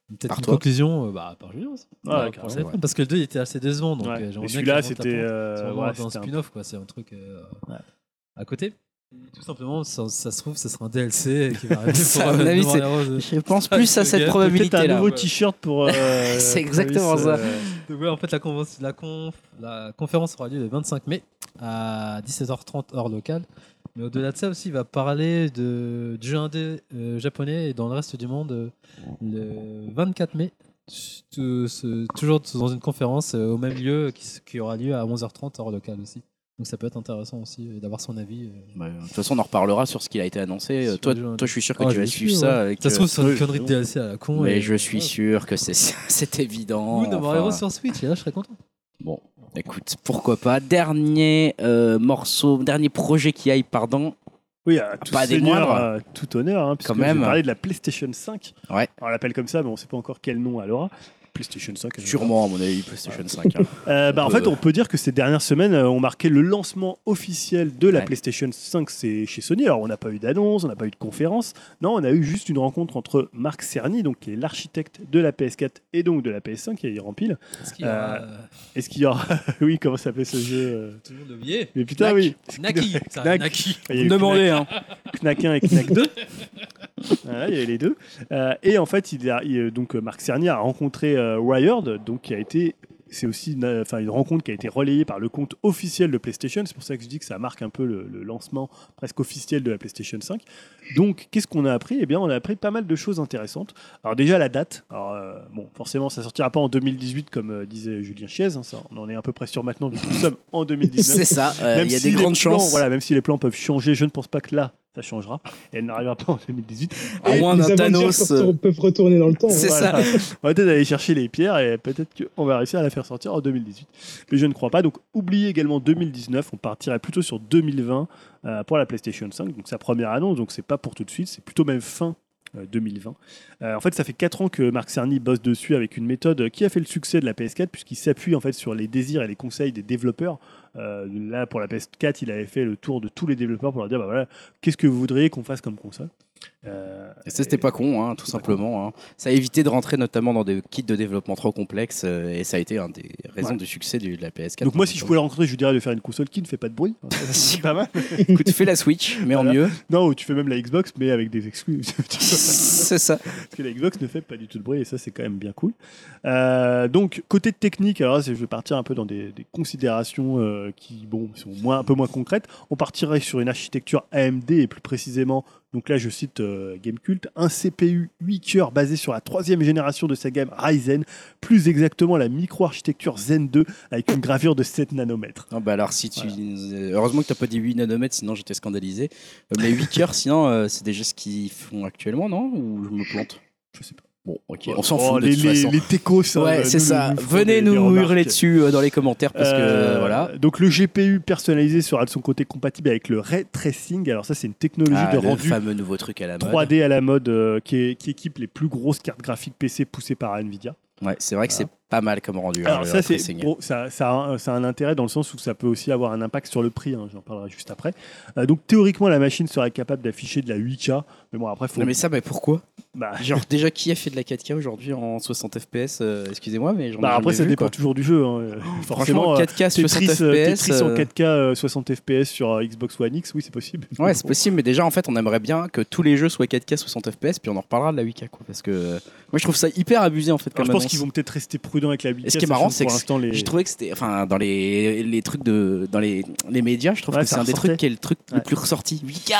Speaker 2: Peut-être
Speaker 1: Par
Speaker 2: une
Speaker 1: toi.
Speaker 2: conclusion euh, bah, par Julien aussi. Bah,
Speaker 3: Ouais, carrément,
Speaker 2: pour le
Speaker 1: ouais.
Speaker 2: fun, Parce que le 2 il était assez décevant, donc
Speaker 3: Ouais.
Speaker 2: euh, j'aimerais bien
Speaker 3: Et celui-là,
Speaker 2: qu'il remonte la
Speaker 3: c'était
Speaker 2: pente.
Speaker 3: euh,
Speaker 2: C'est
Speaker 3: ouais,
Speaker 2: vraiment un
Speaker 3: c'était un-
Speaker 2: spin-off, quoi. C'est un truc euh,
Speaker 3: Ouais.
Speaker 2: à côté. Tout simplement, ça, ça se trouve, ça sera un DLC qui va arriver
Speaker 1: Ça,
Speaker 2: pour
Speaker 1: à mon
Speaker 2: euh,
Speaker 1: avis,
Speaker 2: No More
Speaker 1: c'est-
Speaker 2: Heroes.
Speaker 1: Je pense
Speaker 2: Ah,
Speaker 1: plus à
Speaker 2: ok.
Speaker 1: cette
Speaker 2: Peut-être
Speaker 3: Peut-être un
Speaker 1: probabilité-là.
Speaker 3: nouveau t-shirt pour. euh,
Speaker 1: C'est exactement
Speaker 3: Travis,
Speaker 1: ça.
Speaker 3: euh,
Speaker 2: Donc ouais, en fait, la, convention- la, conf- la conférence aura lieu le 25 mai à 17h30 heure locale. Mais au-delà de ça aussi, il va parler de, du jeu indé euh, japonais et dans le reste du monde euh, le 24 mai. Tout- ce- toujours dans une conférence euh, au même lieu qui, s- qui aura lieu à 11h30 heure locale aussi. Donc ça peut être intéressant aussi euh, d'avoir son avis. euh,
Speaker 1: Ouais, Bah, De toute façon, on en reparlera sur ce qu'il a été annoncé. Euh,
Speaker 2: Sur
Speaker 1: Toi,
Speaker 2: le jeu indé.
Speaker 1: toi, je suis sûr que
Speaker 2: Ah,
Speaker 1: tu
Speaker 2: je
Speaker 1: vas
Speaker 2: vais
Speaker 1: suivre
Speaker 2: suivre,
Speaker 1: ça. avec,
Speaker 2: Ça se trouve
Speaker 1: euh,
Speaker 2: sur une
Speaker 3: oui,
Speaker 2: connerie de
Speaker 3: bon.
Speaker 2: DLC à la con.
Speaker 1: Mais
Speaker 2: et-
Speaker 1: je suis sûr que c'est c'est évident.
Speaker 2: Ou d'avoir
Speaker 1: enfin.
Speaker 2: Hero sur Switch, et là je serais content.
Speaker 1: Bon, écoute, pourquoi pas. Dernier euh, morceau, dernier projet qui aille, pardon.
Speaker 3: Oui, à tout
Speaker 1: Pas des
Speaker 3: seigneur,
Speaker 1: moindres.
Speaker 3: à tout honneur, hein, puisque
Speaker 1: Quand même.
Speaker 3: j'ai parlé de la PlayStation 5.
Speaker 1: Ouais.
Speaker 3: On l'appelle comme ça, mais on ne sait pas encore quel nom elle aura. PlayStation 5. elle
Speaker 1: Sûrement, à mon avis, PlayStation 5. hein.
Speaker 3: Euh, bah,
Speaker 1: On
Speaker 3: en
Speaker 1: peut-
Speaker 3: fait, on peut dire que ces dernières semaines euh, ont marqué le lancement officiel de la
Speaker 1: Ouais.
Speaker 3: PlayStation 5 c'est chez Sony. Alors, on n'a pas eu d'annonce, on n'a pas eu de conférence. Non, on a eu juste une rencontre entre Marc Cerny, donc, qui est l'architecte de la PS4 et donc de la PS5, qui est rempile.
Speaker 2: Parce qu'il y aura, euh,
Speaker 3: Est-ce qu'il y aura. oui, comment s'appelle ce jeu euh
Speaker 2: tout le monde l'a oublié.
Speaker 3: Mais putain,
Speaker 1: Knack.
Speaker 3: oui.
Speaker 2: Naki, ça,
Speaker 3: Knack.
Speaker 2: Naki.
Speaker 3: Il y a eu
Speaker 1: Demandez, hein.
Speaker 3: Knack 1 et Knack 2. Voilà, il y avait les deux. Euh, et en fait, il a- il- donc, euh, Marc Cerny a rencontré euh, Wired, donc, qui a été. C'est aussi une, euh, enfin, une rencontre qui a été relayée par le compte officiel de PlayStation. C'est pour ça que je dis que ça marque un peu le, le lancement presque officiel de la PlayStation 5. Donc, qu'est-ce qu'on a appris Eh bien, on a appris pas mal de choses intéressantes. Alors, déjà, la date. Alors, euh, bon, forcément, ça sortira pas en 2018, comme euh, disait Julien Chiez. hein, ça, on en est un peu près sûr maintenant, vu que nous sommes en 2019.
Speaker 1: C'est ça, euh, il
Speaker 3: Même
Speaker 1: y a
Speaker 3: si
Speaker 1: des
Speaker 3: les
Speaker 1: grandes
Speaker 3: plans-
Speaker 1: chances.
Speaker 3: Voilà, même si les plans peuvent changer, je ne pense pas que là, ça changera. Et elle n'arrivera pas en 2018.
Speaker 1: À moins
Speaker 4: Les
Speaker 1: d'un
Speaker 4: Avengers
Speaker 1: Thanos.
Speaker 4: peuvent
Speaker 1: euh,
Speaker 4: retour- peuvent retourner dans le temps.
Speaker 1: C'est ça.
Speaker 4: hein.
Speaker 3: On va peut-être aller chercher les pierres et peut-être qu'on va réussir à la faire sortir en 2018. Mais je ne crois pas. Donc, oubliez également 2019. On partirait plutôt sur 2020 euh, pour la PlayStation 5. Donc, sa première annonce. Donc, c'est pas pour tout de suite. C'est plutôt même fin. euh, 2020. Euh, en fait, ça fait 4 ans que Marc Cerny bosse dessus avec une méthode qui a fait le succès de la PS4 puisqu'il s'appuie en fait sur les désirs et les conseils des développeurs. Euh, là, pour la PS4, il avait fait le tour de tous les développeurs pour leur dire bah voilà, qu'est-ce que vous voudriez qu'on fasse comme console. Euh,
Speaker 1: Et ça, c'était pas con, hein, tout simplement. hein. Ça a évité de rentrer notamment dans des kits de développement trop complexes euh, et ça a été un des raisons
Speaker 3: Ouais.
Speaker 1: du succès du- de la PS4.
Speaker 3: Donc moi, si je pouvais le rencontrer, je lui dirais de faire une console qui ne fait pas de bruit.
Speaker 1: Si.
Speaker 3: pas mal.
Speaker 1: Écoute, fais la Switch, mais en
Speaker 3: Voilà.
Speaker 1: mieux.
Speaker 3: Non, ou tu fais même la Xbox, mais avec des exclus.
Speaker 1: C'est ça.
Speaker 3: Parce que la Xbox ne fait pas du tout de bruit, et ça, c'est quand même bien cool. Euh, donc, côté technique, alors là, je vais partir un peu dans des, des considérations euh, qui, bon, sont moins, un peu moins concrètes. On partirait sur une architecture AMD, et plus précisément, donc là, je cite euh, Gamecult, un CPU 8 cœurs basé sur la troisième génération de sa gamme Ryzen, plus exactement la micro-architecture Zen 2, avec une gravure de 7 nanomètres.
Speaker 1: Non, bah alors, si tu...
Speaker 3: Voilà.
Speaker 1: euh, Heureusement que t'as pas dit 8 nanomètres, sinon j'étais scandalisé. Euh, Mais 8 cœurs, sinon, euh, c'est déjà ce qu'ils font actuellement, non Ou je me plante
Speaker 3: Je sais pas.
Speaker 1: Bon, ok, on s'en
Speaker 3: Oh,
Speaker 1: fout de
Speaker 3: les,
Speaker 1: toute
Speaker 3: les-
Speaker 1: façon.
Speaker 3: les techos, hein,
Speaker 1: Ouais,
Speaker 3: nous,
Speaker 1: c'est
Speaker 3: nous,
Speaker 1: ça.
Speaker 3: nous font
Speaker 1: Venez
Speaker 3: des- des
Speaker 1: nous
Speaker 3: remarques.
Speaker 1: hurler dessus euh, dans les commentaires parce que
Speaker 3: Euh,
Speaker 1: voilà.
Speaker 3: Donc le GPU personnalisé sera de son côté compatible avec le ray tracing. Alors ça c'est une technologie
Speaker 1: Ah,
Speaker 3: de
Speaker 1: le
Speaker 3: rendu
Speaker 1: fameux nouveau truc à la mode.
Speaker 3: 3D à la mode euh, qui, est- qui équipe les plus grosses cartes graphiques PC poussées par Nvidia.
Speaker 1: Ouais, c'est vrai que
Speaker 3: Voilà.
Speaker 1: c'est pas mal comme rendu. hein,
Speaker 3: Alors
Speaker 1: le
Speaker 3: ça, c'est
Speaker 1: tracing.
Speaker 3: bon, ça, ça a un- ça a un intérêt dans le sens où ça peut aussi avoir un impact sur le prix. hein, J'en parlerai juste après. Euh, donc théoriquement, la machine serait capable d'afficher de la 8K, mais bon après, faut.
Speaker 1: Non mais ça, mais pourquoi
Speaker 3: bah,
Speaker 1: Genre déjà qui a fait de la 4K aujourd'hui en 60 FPS euh, Excusez-moi, mais j'en ai
Speaker 3: bah, après,
Speaker 1: jamais
Speaker 3: ça
Speaker 1: vu,
Speaker 3: dépend
Speaker 1: quoi. Oh,
Speaker 3: toujours du jeu. hein, euh,
Speaker 1: Franchement,
Speaker 3: Forcément, euh,
Speaker 1: 4K 60
Speaker 3: Tetris, euh,
Speaker 1: FPS.
Speaker 3: Tetris en
Speaker 1: euh,
Speaker 3: 4K euh, 60 FPS sur euh, Xbox One X, oui, c'est possible.
Speaker 1: Ouais, c'est possible, mais déjà en fait, on aimerait bien que tous les jeux soient 4K 60 FPS, puis on en reparlera de la 8K, quoi. Parce que euh, moi, je trouve ça hyper abusé en fait.
Speaker 3: Alors,
Speaker 1: Comme
Speaker 3: je pense
Speaker 1: annonce.
Speaker 3: qu'ils vont peut-être rester prudents avec la 8K.
Speaker 1: Et ce qui est marrant,
Speaker 3: sachant
Speaker 1: c'est
Speaker 3: pour
Speaker 1: que
Speaker 3: l'instant, les-
Speaker 1: J'ai trouvé que c'était, enfin, dans les, les trucs de, dans les, les médias, je trouve
Speaker 3: Ouais,
Speaker 1: que c'est
Speaker 3: ça
Speaker 1: un des
Speaker 3: ressortait.
Speaker 1: trucs qui est le truc
Speaker 3: Ouais.
Speaker 1: le plus ressorti. 8K.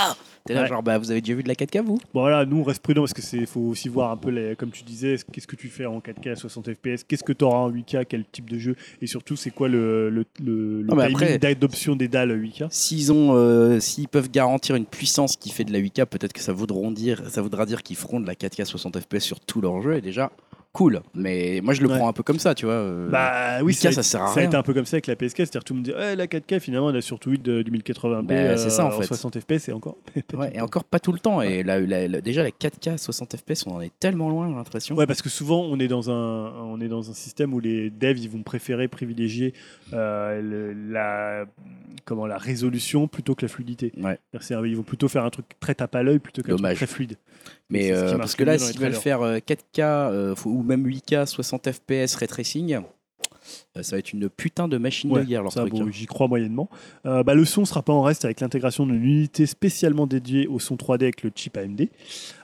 Speaker 1: T'es là,
Speaker 3: Ouais.
Speaker 1: genre, bah, vous avez déjà vu de la 4K vous
Speaker 3: Bon, voilà, nous on reste prudent parce que c'est faut aussi voir un peu les- comme tu disais est-ce- qu'est-ce que tu fais en 4K à 60 FPS, qu'est-ce que tu auras en 8K, quel type de jeu et surtout c'est quoi le, le, le, le
Speaker 1: Non, mais
Speaker 3: timing
Speaker 1: après-
Speaker 3: d'adoption des dalles 8K.
Speaker 1: S'ils ont, euh, s'ils peuvent garantir une puissance qui fait de la 8K, peut-être que ça voudront dire, ça voudra dire qu'ils feront de la 4K 60 FPS sur tout leur jeu et déjà cool. Mais moi, je le
Speaker 3: Ouais.
Speaker 1: prends un peu comme ça, tu vois. euh,
Speaker 3: Bah oui,
Speaker 1: 8K,
Speaker 3: ça, a
Speaker 1: ça
Speaker 3: été-
Speaker 1: sert à
Speaker 3: ça a
Speaker 1: rien.
Speaker 3: été un peu comme ça avec la PS4, c'est-à-dire tout le monde dit Eh, la 4K finalement elle a surtout 8 de, du 1080p
Speaker 1: Bah, c'est ça, en fait.
Speaker 3: 60 FPS et encore.
Speaker 1: Ouais, et encore pas tout le temps. Et la- la- la- déjà, la 4K 60 FPS, on en est tellement loin, j'ai l'impression.
Speaker 3: Ouais, parce que souvent on est dans un on est dans un système où les devs ils vont préférer privilégier euh, le- la comment la résolution plutôt que la fluidité.
Speaker 1: Ouais.
Speaker 3: C'est-à-dire, c'est- Ils vont plutôt faire un truc très tape à l'œil plutôt qu'un truc
Speaker 1: Dommage.
Speaker 3: très fluide.
Speaker 1: Mais
Speaker 3: C'est ce qui
Speaker 1: euh,
Speaker 3: marche
Speaker 1: parce que
Speaker 3: le mieux
Speaker 1: là,
Speaker 3: dans les
Speaker 1: s'ils veulent
Speaker 3: trailers.
Speaker 1: faire euh, 4K euh, faut- ou même 8K 60 FPS ray tracing, euh, ça va être une putain de machine
Speaker 3: Ouais,
Speaker 1: de guerre leur
Speaker 3: ça,
Speaker 1: truc.
Speaker 3: bon,
Speaker 1: hein.
Speaker 3: j'y crois moyennement. Euh, bah, le son sera pas en reste avec l'intégration d'une unité spécialement dédiée au son 3D avec le chip AMD.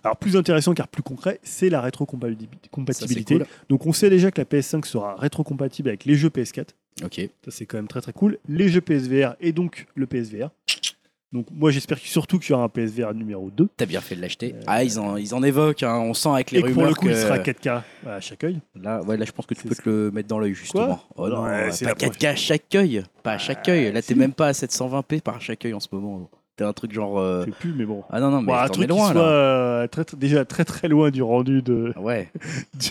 Speaker 3: Alors plus intéressant car plus concret, c'est la
Speaker 1: Ça, c'est
Speaker 3: rétrocompatibilité.
Speaker 1: cool.
Speaker 3: Donc on sait déjà que la PS5 sera rétrocompatible avec les jeux PS4.
Speaker 1: Ok.
Speaker 3: Ça, c'est quand même très très cool. Les jeux PSVR et donc le PSVR. Donc, moi, j'espère que- surtout qu'il y aura un PSVR numéro 2.
Speaker 1: T'as bien fait de l'acheter. Ah, ils en, ils en évoquent, hein, on sent avec les
Speaker 3: Euh, et que
Speaker 1: rumeurs.
Speaker 3: pour le coup,
Speaker 1: que-
Speaker 3: il sera 4K à chaque œil.
Speaker 1: là, ouais, là, je pense que tu
Speaker 3: C'est
Speaker 1: peux
Speaker 3: ça.
Speaker 1: te le mettre dans l'œil, justement. oh non,
Speaker 3: Ouais,
Speaker 1: ouais,
Speaker 3: c'est
Speaker 1: pas
Speaker 3: la Ah,
Speaker 1: 4K à chaque œil. Pas à chaque œil. Là, t'es
Speaker 3: si.
Speaker 1: même pas à 720p par chaque œil en ce moment. T'es un truc genre. euh,
Speaker 3: Je sais plus, mais bon.
Speaker 1: Ah non, non, mais
Speaker 3: Bon, un
Speaker 1: t'en es
Speaker 3: truc qui
Speaker 1: loin
Speaker 3: soit
Speaker 1: là.
Speaker 3: euh, très, très- déjà très très loin du rendu de,
Speaker 1: Ouais.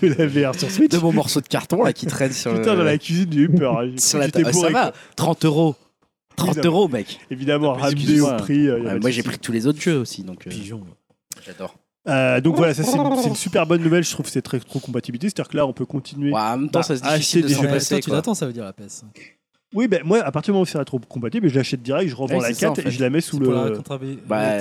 Speaker 3: de la VR sur Switch.
Speaker 1: Deux bons morceaux de carton là qui traînent sur
Speaker 3: Putain,
Speaker 1: le.
Speaker 3: dans la cuisine du Hooper. hein. J'ai-
Speaker 1: sur la
Speaker 3: j'étais
Speaker 1: table. Ah, ça
Speaker 3: bourré,
Speaker 1: va,
Speaker 3: quoi.
Speaker 1: 30 euros. 30
Speaker 3: Évidemment.
Speaker 1: euros, mec.
Speaker 3: Évidemment,
Speaker 1: mais
Speaker 3: ramené
Speaker 1: excuse-moi.
Speaker 3: au prix. euh, y a
Speaker 1: Ouais,
Speaker 3: pas de
Speaker 1: moi, j'ai
Speaker 3: souci.
Speaker 1: pris tous les autres jeux aussi, donc euh,
Speaker 2: Pigeon.
Speaker 1: j'adore.
Speaker 3: Euh, donc voilà, ça c'est une, c'est une super bonne nouvelle. Je trouve c'est très trop compatibilité. C'est-à-dire que là, on peut continuer.
Speaker 1: Ouais, en même temps,
Speaker 3: Bah,
Speaker 1: ça se difficile
Speaker 3: acheter
Speaker 1: de
Speaker 3: des
Speaker 1: s'en
Speaker 3: jeux
Speaker 2: Mais
Speaker 1: passer.
Speaker 2: toi, tu
Speaker 1: quoi.
Speaker 2: l'attends, ça veut dire la PS.
Speaker 3: Oui, ben moi, à partir du moment où c'est trop compatible, je l'achète direct, je revends
Speaker 1: Ouais,
Speaker 3: la
Speaker 1: c'est
Speaker 3: 4
Speaker 1: ça, en fait.
Speaker 3: et je la mets
Speaker 2: C'est
Speaker 3: sous
Speaker 2: pour la
Speaker 3: le.
Speaker 2: rétrocompatibilité.
Speaker 1: Bah,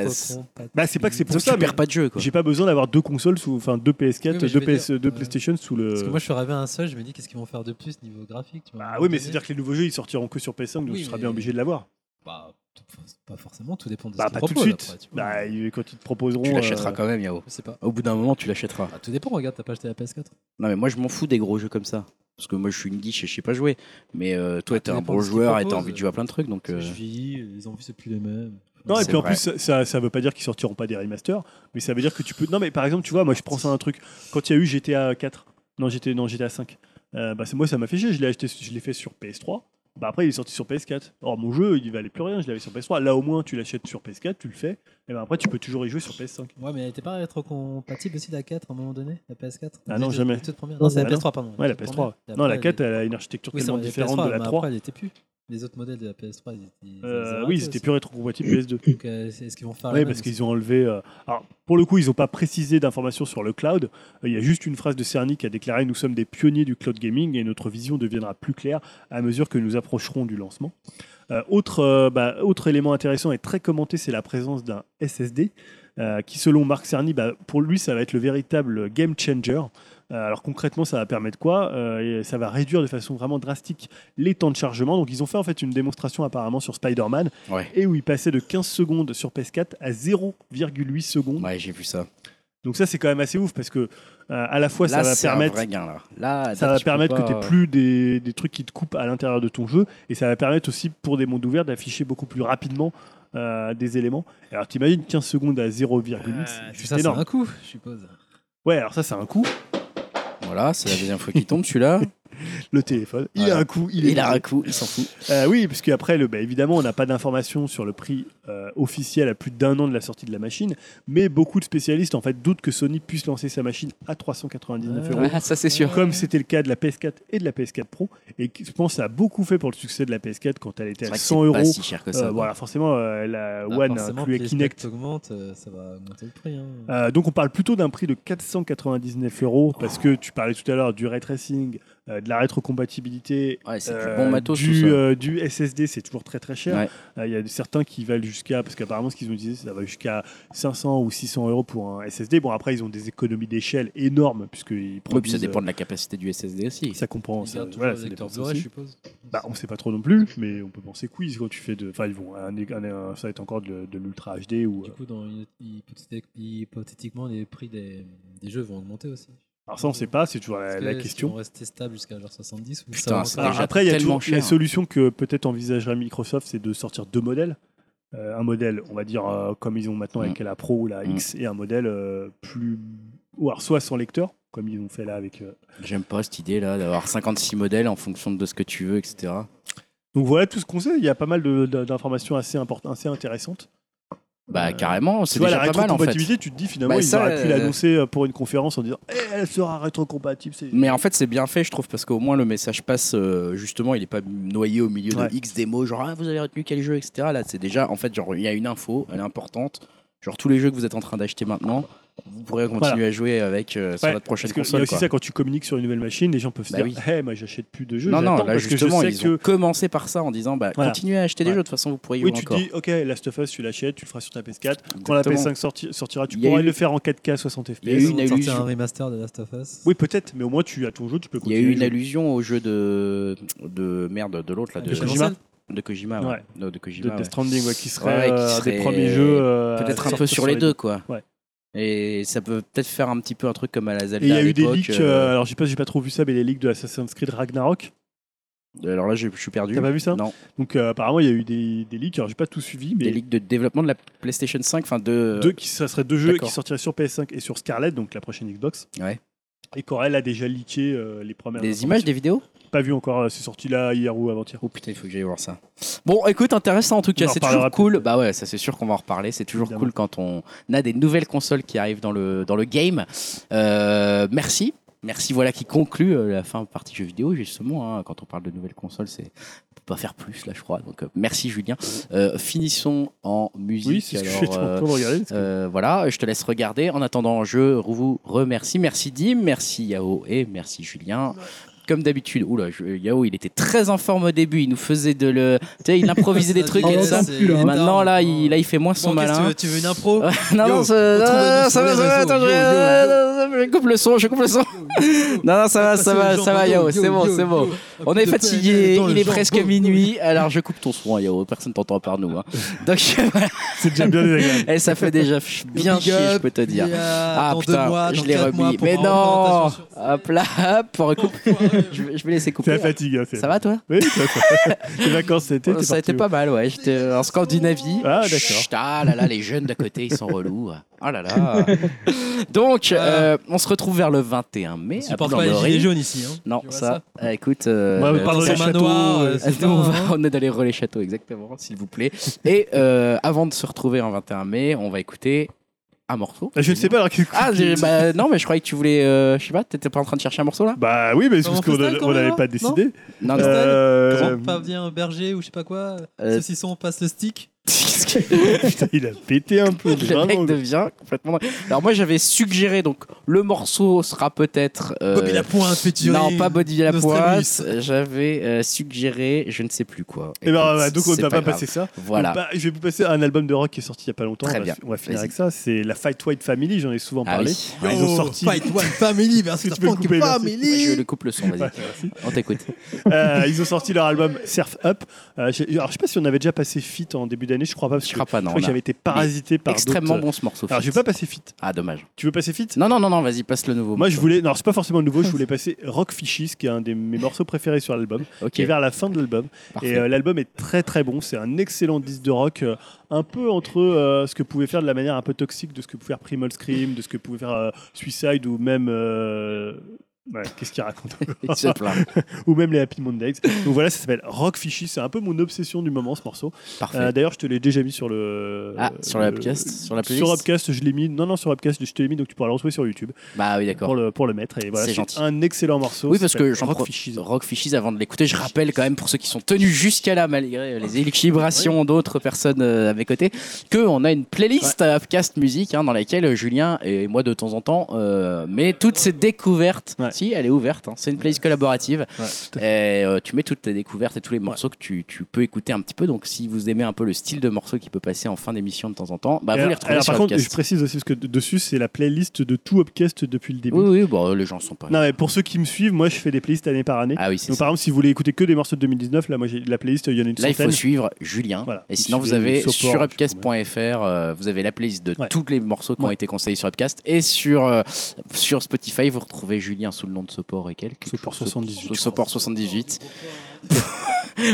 Speaker 3: Bah, c'est pas que c'est pour
Speaker 1: Sauf que
Speaker 3: ça,
Speaker 1: tu
Speaker 3: mais
Speaker 1: perds pas de jeu, quoi.
Speaker 3: J'ai pas besoin d'avoir deux consoles, sous, enfin deux PS4,
Speaker 2: Oui, mais je
Speaker 3: deux
Speaker 2: veux dire,
Speaker 3: PS, deux
Speaker 2: euh,
Speaker 3: PlayStation sous le.
Speaker 2: Parce que moi, je suis arrivé à un seul, je me dis qu'est-ce qu'ils vont faire de plus niveau graphique. tu vois, à
Speaker 3: Bah
Speaker 2: un
Speaker 3: oui,
Speaker 2: moment
Speaker 3: mais
Speaker 2: donné.
Speaker 3: c'est-à-dire que les nouveaux jeux ils sortiront que sur PS5, donc
Speaker 2: Oui,
Speaker 3: tu seras
Speaker 2: mais-
Speaker 3: bien obligé de l'avoir.
Speaker 2: Bah, tout- pas forcément, tout dépend de ce
Speaker 3: Bah
Speaker 2: qu'ils
Speaker 3: pas tout de
Speaker 2: proposent
Speaker 3: suite.
Speaker 2: après, tu vois.
Speaker 3: bah ils- quand ils te proposeront.
Speaker 1: Tu l'achèteras
Speaker 3: euh,
Speaker 1: quand même, Yao.
Speaker 2: Je sais pas.
Speaker 1: Au bout d'un moment, tu l'achèteras.
Speaker 2: Bah, tout dépend, regarde, t'as pas acheté la PS4.
Speaker 1: Non, mais moi, je m'en fous des gros jeux comme ça. Parce que moi, je suis une guiche et je sais pas jouer. Mais euh, toi, t'es
Speaker 2: Ça
Speaker 1: un
Speaker 2: dépend
Speaker 1: bon
Speaker 2: de ce qu'ils
Speaker 1: joueur et t'as
Speaker 2: proposent.
Speaker 1: envie de jouer à plein de trucs, donc. euh,
Speaker 2: Je vis, les envies, c'est plus les mêmes.
Speaker 3: Non, et
Speaker 1: C'est
Speaker 3: puis en
Speaker 1: vrai.
Speaker 3: plus, ça- ça, ça veut pas dire qu'ils sortiront pas des remasters, mais ça veut dire que tu peux. Non, mais par exemple, tu vois, moi je prends ça un truc. Quand il y a eu GTA 4, non, GTA, non, GTA 5, euh, bah, c'est- moi ça m'a fait chier, je l'ai acheté, je l'ai fait sur PS3. Bah après, il est sorti sur PS4. Or, mon jeu, il valait plus rien, je l'avais sur PS3. Là, au moins, tu l'achètes sur PS4, tu le fais, et ben après, tu peux toujours y jouer sur PS5.
Speaker 2: Ouais, mais elle était pas rétrocompatible aussi la 4 à un moment donné, la PS4
Speaker 3: Ah non,
Speaker 2: La-
Speaker 3: jamais.
Speaker 2: la toute première. Non, c'est
Speaker 3: Ah
Speaker 2: la
Speaker 3: non.
Speaker 2: PS3, pardon.
Speaker 3: Ouais, la
Speaker 2: toute
Speaker 3: PS3.
Speaker 2: première. Et
Speaker 3: non,
Speaker 2: après,
Speaker 3: la
Speaker 2: elle
Speaker 3: 4,
Speaker 2: est-
Speaker 3: elle a une architecture
Speaker 2: oui, c'est
Speaker 3: tellement
Speaker 2: vrai, la
Speaker 3: différente
Speaker 2: PS3,
Speaker 3: de la
Speaker 2: mais
Speaker 3: 3.
Speaker 2: Après, elle était plus. Les autres modèles de la PS3, ils, ils- ils les
Speaker 3: Euh,
Speaker 2: ont
Speaker 3: oui,
Speaker 2: ratés
Speaker 3: ils étaient
Speaker 2: aussi.
Speaker 3: plus rétrocompatibles PS2.
Speaker 2: Donc, euh, c'est- est-ce qu'ils vont faire la
Speaker 3: Oui,
Speaker 2: même
Speaker 3: parce qu'ils ont enlevé. euh, Alors, pour le coup, ils n'ont pas précisé d'informations sur le cloud. Euh, Il y a juste une phrase de Cerny qui a déclaré Nous sommes des pionniers du cloud gaming et notre vision deviendra plus claire à mesure que nous approcherons du lancement. Euh, autre, euh, bah, autre élément intéressant et très commenté, c'est la présence d'un SSD euh, qui, selon Marc Cerny, bah, pour lui, ça va être le véritable game changer. Euh, alors concrètement, ça va permettre quoi Euh, et Ça va réduire de façon vraiment drastique les temps de chargement. Donc ils ont fait en fait une démonstration apparemment sur Spider-Man
Speaker 1: Ouais.
Speaker 3: et où il passait de 15 secondes sur PS4 à 0,8 secondes.
Speaker 1: Ouais, j'ai vu ça.
Speaker 3: Donc ça c'est quand même assez ouf parce que euh, à la fois
Speaker 1: Là,
Speaker 3: ça va
Speaker 1: c'est un
Speaker 3: permettre
Speaker 1: vrai gain, là. Là,
Speaker 3: ça
Speaker 1: là,
Speaker 3: va
Speaker 1: tu peux
Speaker 3: permettre
Speaker 1: pas,
Speaker 3: que tu
Speaker 1: euh,
Speaker 3: plus des, des trucs qui te coupent à l'intérieur de ton jeu et ça va permettre aussi pour des mondes ouverts d'afficher beaucoup plus rapidement euh, des éléments. Alors t'imagines 15 secondes à 0,8, c'est
Speaker 2: C'est
Speaker 3: juste
Speaker 2: ça, c'est
Speaker 3: énorme.
Speaker 2: un coup, je suppose.
Speaker 3: Ouais, alors ça c'est un coup.
Speaker 1: euh, Voilà, c'est la deuxième fois qu'il tombe, celui-là.
Speaker 3: Le téléphone, il
Speaker 1: Voilà.
Speaker 3: a un coup, il est
Speaker 1: Il a
Speaker 3: mauvais.
Speaker 1: un coup, il s'en fout.
Speaker 3: Euh, oui, parce qu'après, le, bah, évidemment, on n'a pas d'informations sur le prix euh, officiel à plus d'un an de la sortie de la machine, mais beaucoup de spécialistes en fait doutent que Sony puisse lancer sa machine à 399
Speaker 2: Ouais.
Speaker 3: euros
Speaker 1: Ah, ça c'est sûr.
Speaker 3: comme c'était le cas de la PS4 et de la PS4 Pro, et qui- je pense que ça a beaucoup fait pour le succès de la PS4 quand elle
Speaker 1: C'est
Speaker 3: était à
Speaker 1: vrai que
Speaker 3: 100
Speaker 1: c'est
Speaker 3: euros.
Speaker 1: pas si cher que ça.
Speaker 3: Euh,
Speaker 1: quoi.
Speaker 3: voilà, forcément, euh, la
Speaker 2: Ah,
Speaker 3: One
Speaker 2: forcément,
Speaker 3: incluait
Speaker 2: plus les
Speaker 3: Kinect.
Speaker 2: specs augmentent, euh, ça va monter le prix. hein.
Speaker 3: Euh, donc on parle plutôt d'un prix de 499 euros parce que tu parlais tout à l'heure du ray tracing, euh, de la rétrocompatibilité,
Speaker 1: Ouais, c'est
Speaker 3: euh,
Speaker 1: du bon matos.
Speaker 3: du,
Speaker 1: tout ça.
Speaker 3: euh, du SSD, c'est toujours très très cher.
Speaker 1: Ouais.
Speaker 3: Euh, Il y a certains qui valent jusqu'à, parce qu'apparemment ce qu'ils ont dit, ça va jusqu'à 500 ou 600 euros pour un SSD. Bon après ils ont des économies d'échelle énormes puisqu'ils
Speaker 1: Oui, puis ça
Speaker 3: produisent,
Speaker 1: dépend de la capacité du SSD aussi.
Speaker 3: euh, Ça comprend.
Speaker 2: Ils
Speaker 3: ça-
Speaker 2: gardent toujours
Speaker 3: voilà,
Speaker 2: le
Speaker 3: ça
Speaker 2: lecteur
Speaker 3: dépend
Speaker 2: Blu-ray,
Speaker 3: aussi.
Speaker 2: je suppose.
Speaker 3: Bah, on sait pas trop non plus, mais on peut penser que oui, quand tu fais de. Enfin, ils vont. un- un- un- ça va être encore de, de l'ultra HD ou.
Speaker 2: Du
Speaker 3: euh,
Speaker 2: coup, dans une- hypothéti- hypothétiquement, les prix des, des jeux vont augmenter aussi.
Speaker 3: Alors, ça, on sait pas, c'est toujours
Speaker 2: Parce
Speaker 3: la,
Speaker 2: que
Speaker 3: la
Speaker 2: est-ce qu'ils
Speaker 3: question.
Speaker 2: vont rester stables jusqu'à genre 70 ou
Speaker 1: Putain,
Speaker 2: ça
Speaker 1: c'est
Speaker 2: va
Speaker 1: déjà
Speaker 3: Alors,
Speaker 2: encore-
Speaker 3: après, il y a
Speaker 1: tellement
Speaker 3: toujours la
Speaker 1: cher.
Speaker 3: solution que peut-être envisagerait Microsoft, c'est de sortir deux modèles. Euh, un modèle, on va dire, euh, comme ils ont maintenant avec la Pro ou la
Speaker 1: Mm.
Speaker 3: X, et un modèle euh, plus. Ou alors, soit sans lecteur, comme ils ont fait là avec. euh,
Speaker 1: J'aime pas cette idée là d'avoir 56 modèles en fonction de ce que tu veux, etc.
Speaker 3: Donc voilà tout ce qu'on sait. Il y a pas mal de- de- d'informations assez importantes, assez intéressantes.
Speaker 1: Bah
Speaker 3: Euh,
Speaker 1: carrément, c'est
Speaker 3: Tu vois,
Speaker 1: déjà
Speaker 3: la
Speaker 1: pas mal en fait.
Speaker 3: rétrocompatibilité, tu te dis finalement,
Speaker 1: Bah,
Speaker 3: ils
Speaker 1: ça,
Speaker 3: auraient pu
Speaker 1: euh,
Speaker 3: l'annoncer euh, pour une conférence en disant Eh, elle sera rétrocompatible. c'est-
Speaker 1: Mais en fait, c'est bien fait, je trouve, parce qu'au moins le message passe euh, justement. Il est pas noyé au milieu
Speaker 3: Ouais.
Speaker 1: de X démos, genre Ah, vous avez retenu quel jeu, etc. Là, c'est déjà en fait, genre il y a une info, elle est importante. Genre tous les jeux que vous êtes en train d'acheter maintenant, vous pourrez continuer à jouer avec euh, sur
Speaker 3: Ouais,
Speaker 1: votre prochaine
Speaker 3: Parce qu'il y a
Speaker 1: console.
Speaker 3: aussi
Speaker 1: quoi.
Speaker 3: ça quand tu communiques sur une nouvelle machine, les gens peuvent se
Speaker 1: Bah
Speaker 3: dire Eh, moi j'achète plus de jeux.
Speaker 1: Non, non,
Speaker 3: j'attends,
Speaker 1: là
Speaker 3: parce que je
Speaker 1: justement,
Speaker 3: sais
Speaker 1: ils
Speaker 3: que-
Speaker 1: ont commencé par ça en disant bah,
Speaker 3: Voilà.
Speaker 1: continuez à acheter des
Speaker 3: Ouais.
Speaker 1: jeux, de toute façon, vous pourrez y
Speaker 3: Oui,
Speaker 1: jouer
Speaker 3: tu te
Speaker 1: encore.
Speaker 3: dis, ok, Last of Us, tu l'achètes, tu le feras sur ta PS4. Quand la
Speaker 1: Exactement.
Speaker 3: PS5 sorti- sortira, tu
Speaker 1: Il y a
Speaker 3: pourras
Speaker 1: eu-
Speaker 3: le faire en 4K 60
Speaker 1: Il y a eu
Speaker 3: FPS.
Speaker 1: une
Speaker 2: Ils vont sortir un
Speaker 1: allusion.
Speaker 2: remaster de Last of Us.
Speaker 3: Oui, peut-être, mais au moins tu as ton jeu, tu peux
Speaker 1: Il y
Speaker 3: continuer.
Speaker 1: a eu une
Speaker 3: de jouer.
Speaker 1: allusion au jeu de, de merde de l'autre là
Speaker 2: De
Speaker 1: de,
Speaker 2: Kojima
Speaker 1: de Kojima, ouais.
Speaker 3: Ouais.
Speaker 1: Non, de
Speaker 3: de
Speaker 1: Kojima, ouais.
Speaker 3: Death Stranding, ouais, qui serait,
Speaker 1: Ouais, qui
Speaker 3: euh,
Speaker 1: serait
Speaker 3: des premiers jeux. euh, à
Speaker 1: peut-être un peu
Speaker 3: sortir
Speaker 1: sur les deux, quoi.
Speaker 3: Ouais.
Speaker 1: Et ça peut peut-être faire un petit peu un truc comme à la Zelda.
Speaker 3: Et il y a
Speaker 1: à
Speaker 3: eu des
Speaker 1: l'époque,
Speaker 3: leaks,
Speaker 1: euh,
Speaker 3: euh, alors j'ai pas, j'ai pas trop vu ça, mais les leaks de Assassin's Creed Ragnarok.
Speaker 1: euh, Alors là, je, je suis perdu.
Speaker 3: T'as pas vu ça
Speaker 1: Non.
Speaker 3: Donc euh, apparemment, il y a eu des, des leaks, alors j'ai pas tout suivi, mais
Speaker 1: Des ligues de développement de la PlayStation 5, enfin de.
Speaker 3: deux, qui, ça serait deux jeux
Speaker 1: d'accord.
Speaker 3: qui sortiraient sur PS5 et sur Scarlett, donc la prochaine Xbox.
Speaker 1: Ouais.
Speaker 3: Et Corel a déjà leaké euh, les premières.
Speaker 1: Des images, des vidéos
Speaker 3: Pas vu encore, euh, c'est sorti là hier ou avant-hier.
Speaker 1: Oh putain, il faut que j'aille voir ça. Bon, écoute, intéressant en tout cas,
Speaker 3: On en
Speaker 1: c'est
Speaker 3: reparlera
Speaker 1: toujours cool.
Speaker 3: peut-être.
Speaker 1: Bah ouais, ça c'est sûr qu'on va en reparler. C'est toujours
Speaker 3: Évidemment.
Speaker 1: cool quand on a des nouvelles consoles qui arrivent dans le, dans le game. Euh, merci. Merci, voilà qui conclut euh, la fin partie jeux vidéo, justement. hein. quand on parle de nouvelles consoles, c'est. On peut pas faire plus, là, je crois. Donc, euh, merci, Julien. Euh, finissons en musique.
Speaker 3: Oui, c'est ce que
Speaker 1: alors,
Speaker 3: j'étais en
Speaker 1: euh,
Speaker 3: train de regarder. parce que-
Speaker 1: euh, voilà, je te laisse regarder. En attendant, je vous remercie. Merci Dim, merci Yao et merci Julien. Comme d'habitude, oula, je- Yao, il était très en forme au début. Il nous faisait de le. Tu sais, il improvisait des trucs
Speaker 4: Ah,
Speaker 1: et
Speaker 4: on
Speaker 1: ça.
Speaker 4: l'entend plus, là.
Speaker 1: Maintenant, hein. là, il, là, il fait moins son
Speaker 2: Bon, qu'est-ce que tu
Speaker 1: malin.
Speaker 2: veux Tu veux une impro
Speaker 1: Non, non,
Speaker 2: Yo,
Speaker 1: ça
Speaker 2: on
Speaker 1: non,
Speaker 2: trouve
Speaker 1: ça va, ça
Speaker 2: nos sur les
Speaker 1: va,
Speaker 2: réseaux.
Speaker 1: attends, je-
Speaker 2: Yo, yo,
Speaker 1: non, non, je coupe le son, je coupe le son. Non, non, ça va, ça va, ça va, Yao, c'est bon, c'est bon. On est fatigué, il est presque minuit, alors je coupe ton son, Yao, personne t'entend à part nous. hein. Donc,
Speaker 3: C'est déjà bien désagréable.
Speaker 1: et Eh, ça fait déjà ch- bien chier, je peux te dire.
Speaker 2: euh,
Speaker 1: Ah putain, je l'ai remis. Mais non Hop là, hop, on recoupe. je, vais, je vais laisser
Speaker 3: C'est
Speaker 1: couper.
Speaker 3: la fatigue. hein, c'est-
Speaker 1: Ça va toi Euh,
Speaker 3: Oui, ça va. Les vacances, c'était.
Speaker 1: Ça a été pas mal, ouais. J'étais euh, en Scandinavie.
Speaker 3: Ah, d'accord.
Speaker 1: Chut, ah là là, les jeunes d'à côté, ils sont relous. Ah là là. Donc, euh, on se retrouve vers le 21 mai.
Speaker 2: On
Speaker 1: à
Speaker 2: supporte Ah. pas les
Speaker 1: Boulogne-Marie.
Speaker 2: gilets jaunes ici. hein.
Speaker 1: Non,
Speaker 2: Tu vois
Speaker 1: ça, euh, écoute. euh,
Speaker 3: Ouais, mais
Speaker 1: euh,
Speaker 3: pardon,
Speaker 1: ça-
Speaker 3: les châteaux,
Speaker 2: manoir, euh,
Speaker 3: euh,
Speaker 2: c'est
Speaker 1: Nous, on,
Speaker 2: ça,
Speaker 1: va-
Speaker 2: hein.
Speaker 1: on est dans les relais châteaux, exactement, s'il vous plaît. Et euh, avant de se retrouver en 21 mai, on va écouter un morceau.
Speaker 3: Je ne sais pas alors qu'est-ce
Speaker 1: Ah, j'ai-
Speaker 3: que-
Speaker 1: bah non, mais je croyais que tu voulais. euh, je sais pas, t'étais pas en train de chercher un morceau là
Speaker 3: Bah oui, mais c'est
Speaker 2: On
Speaker 3: parce qu'on
Speaker 2: freestyle
Speaker 3: n'avait
Speaker 2: quand même,
Speaker 3: pas
Speaker 2: non
Speaker 3: décidé.
Speaker 1: Non, non.
Speaker 2: Euh,
Speaker 3: Euh,
Speaker 2: Comment pas bien berger ou je sais pas quoi.
Speaker 1: Euh,
Speaker 2: Saucisson passe le stick.
Speaker 3: putain, Il a pété un peu. mais
Speaker 1: Le mec
Speaker 3: vraiment.
Speaker 1: devient complètement. Alors, moi, j'avais suggéré, donc, le morceau sera peut-être. euh,
Speaker 2: Bobby la pointe featuring.
Speaker 1: non, pas Bobby
Speaker 2: Nostradamus.
Speaker 1: Lapointe. J'avais euh, suggéré, je ne sais plus quoi.
Speaker 3: Eh ben,
Speaker 1: Écoute,
Speaker 3: ouais, donc on ne
Speaker 1: c'est
Speaker 3: va pas
Speaker 1: grave.
Speaker 3: passer ça.
Speaker 1: Voilà.
Speaker 3: Bah, je vais vous passer un album de rock qui est sorti il n'y a pas longtemps.
Speaker 1: Très
Speaker 3: on, va,
Speaker 1: bien.
Speaker 3: on va finir
Speaker 1: Vas-y.
Speaker 3: avec ça. C'est la Fight White Family, j'en ai souvent
Speaker 1: Ah
Speaker 3: parlé.
Speaker 1: oui.
Speaker 3: Bah, Ils ont sorti.
Speaker 2: Oh, Fight One Family
Speaker 3: Est-ce
Speaker 2: versus
Speaker 3: que tu peux le
Speaker 2: Funk
Speaker 3: couper, merci
Speaker 1: Ouais, Je
Speaker 2: Family.
Speaker 1: le coupe le son, vas-y.
Speaker 3: Ouais, merci.
Speaker 1: On t'écoute.
Speaker 3: Euh, ils ont sorti leur album Surf Up. Euh, j'ai- alors je sais pas si on avait déjà passé Fit en début d'année, je crois pas parce
Speaker 1: Je
Speaker 3: que
Speaker 1: crois pas, non.
Speaker 3: crois que
Speaker 1: là.
Speaker 3: j'avais été parasité par
Speaker 1: Extrêmement
Speaker 3: d'autres- euh,
Speaker 1: bon ce morceau.
Speaker 3: Alors je vais pas passer Fit.
Speaker 1: Ah, dommage.
Speaker 3: Tu veux passer Fit
Speaker 1: Non, non, non, non, vas-y, passe le nouveau.
Speaker 3: Moi je voulais non, c'est pas forcément nouveau, je voulais passer Rock Fishies qui est un de mes morceaux préférés sur l'album,
Speaker 1: Ok,
Speaker 3: qui est vers la fin de l'album.
Speaker 1: parfait.
Speaker 3: Et euh, l'album est très très bon, c'est un excellent disque de rock, euh, un peu entre euh, ce que pouvait faire de la manière un peu toxique de ce que pouvait faire Primal Scream, de ce que pouvait faire euh, Suicide ou même euh, Ouais, Qu'est-ce qu'il raconte
Speaker 1: Il se plaint.
Speaker 3: Ou même les Happy Mondays. Donc voilà, ça s'appelle Rock Fishy. C'est un peu mon obsession du moment, ce morceau.
Speaker 1: Parfait.
Speaker 3: Euh, D'ailleurs, je te l'ai déjà mis sur le.
Speaker 1: Ah, sur
Speaker 3: le-
Speaker 1: le Upcast, sur la playlist
Speaker 3: Sur Upcast, je l'ai mis. Non, non, sur Upcast, je te l'ai mis, donc tu pourras le retrouver sur YouTube
Speaker 1: bah oui,
Speaker 3: pour
Speaker 1: d'accord.
Speaker 3: le, pour le mettre. Et voilà,
Speaker 1: C'est gentil.
Speaker 3: un excellent morceau.
Speaker 1: Oui,
Speaker 3: Ça
Speaker 1: parce
Speaker 3: s'appelle
Speaker 1: que j'en
Speaker 3: Rock
Speaker 1: pro-
Speaker 3: Fishy.
Speaker 1: Rock Fishies, avant de l'écouter, je rappelle quand même pour ceux qui sont tenus jusqu'à là, malgré euh, les équilibrations d'autres personnes euh, à mes côtés, qu'on a une playlist à Upcast Music hein, dans laquelle Julien et moi de temps en temps, euh, mais toutes ces découvertes,
Speaker 3: Ouais.
Speaker 1: si elle est ouverte, hein, c'est une playlist collaborative,
Speaker 3: Ouais, tout à
Speaker 1: et euh, tu mets toutes tes découvertes et tous les morceaux que tu, tu peux écouter un petit peu. Donc si vous aimez un peu le style de morceaux qui peut passer en fin d'émission de temps en temps, bah,
Speaker 3: Et
Speaker 1: vous les
Speaker 3: alors-
Speaker 1: retrouvez
Speaker 3: alors,
Speaker 1: sur
Speaker 3: par contre,
Speaker 1: Upcast.
Speaker 3: je précise aussi parce que de- dessus, c'est la playlist de tout Upcast depuis le début.
Speaker 1: Oui, oui, bon, les gens sont pas.
Speaker 3: Non, mais pour ceux qui me suivent, moi, je fais des playlists année par année.
Speaker 1: Ah oui, c'est
Speaker 3: Donc,
Speaker 1: ça.
Speaker 3: par exemple, si vous voulez écouter que des morceaux de 2019, là, moi, j'ai la playlist, il y en a une
Speaker 1: Là, il faut
Speaker 3: centaine.
Speaker 1: suivre Julien.
Speaker 3: Voilà.
Speaker 1: Et sinon, vous
Speaker 3: Suivez
Speaker 1: avez
Speaker 3: Sopor,
Speaker 1: sur
Speaker 3: je
Speaker 1: upcast.fr, euh, vous avez la playlist de
Speaker 3: Ouais.
Speaker 1: tous les morceaux qui ont
Speaker 3: Ouais.
Speaker 1: été conseillés sur Upcast. Et sur, euh, sur Spotify, vous retrouvez Julien sous le nom de Sopor et quelques.
Speaker 3: Sopor 78, je
Speaker 1: Sopor 78.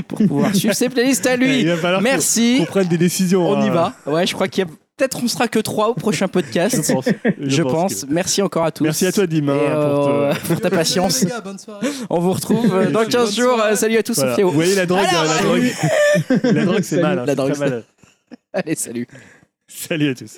Speaker 1: Pour pouvoir suivre ses playlists à
Speaker 3: Eh,
Speaker 1: lui.
Speaker 3: il va falloir qu'on-
Speaker 1: Merci.
Speaker 3: qu'on prenne des décisions.
Speaker 1: On y
Speaker 3: hein.
Speaker 1: va. Ouais, je crois qu'il y a. Peut-être on sera que trois au prochain
Speaker 3: Je
Speaker 1: podcast.
Speaker 3: pense.
Speaker 1: Je pense.
Speaker 3: que-
Speaker 1: Merci encore à tous.
Speaker 3: Merci à toi, Dim. hein,
Speaker 1: Et,
Speaker 3: pour te-
Speaker 1: euh, pour ta patience.
Speaker 2: Les gars, bonne soirée.
Speaker 1: On vous retrouve euh, dans
Speaker 3: Bonne
Speaker 1: 15 jours.
Speaker 2: soirée.
Speaker 1: Euh, Salut à tous,
Speaker 3: Voilà.
Speaker 1: Sophie.
Speaker 3: Vous voyez la drogue,
Speaker 1: Alors,
Speaker 3: euh, la drogue, la drogue c'est mal, hein,
Speaker 1: Ah, La
Speaker 3: c'est
Speaker 1: drogue,
Speaker 3: très
Speaker 1: c'est-
Speaker 3: mal.
Speaker 1: Allez, salut.
Speaker 3: Salut à tous.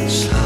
Speaker 7: Slowly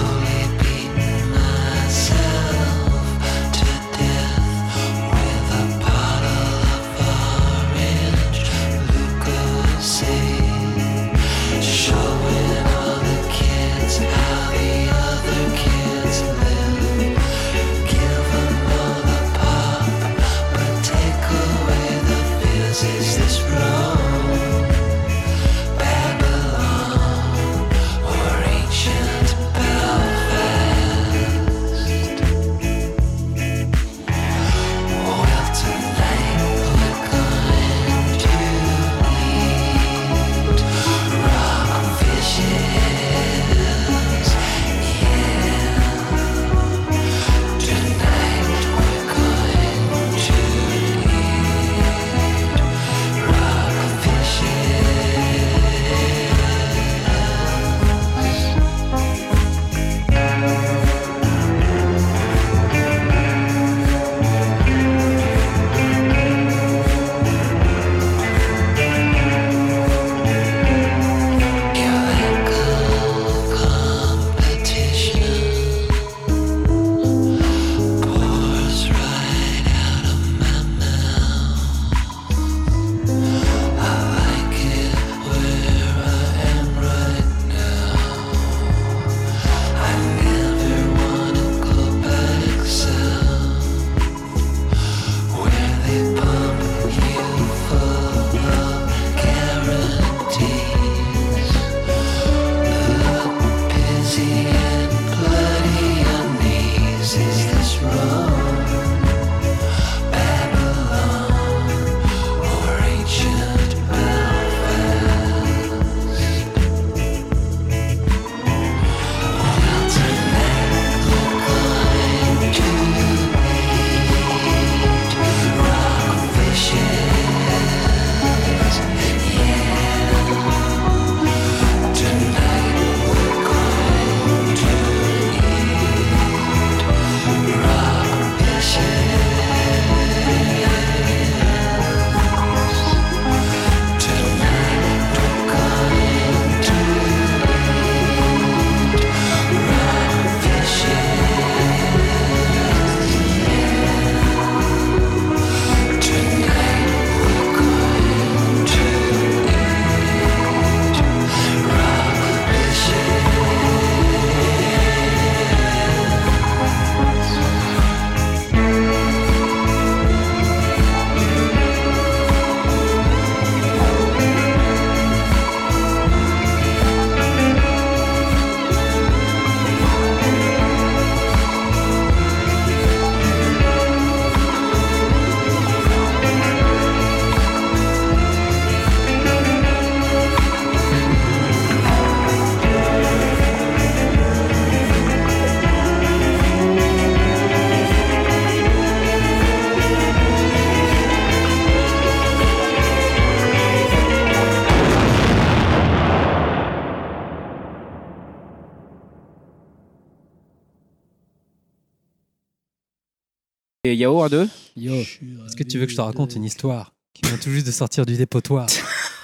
Speaker 1: Et Yao à deux
Speaker 2: Yo, est-ce que tu veux que je te raconte une histoire qui vient tout juste de sortir du dépotoir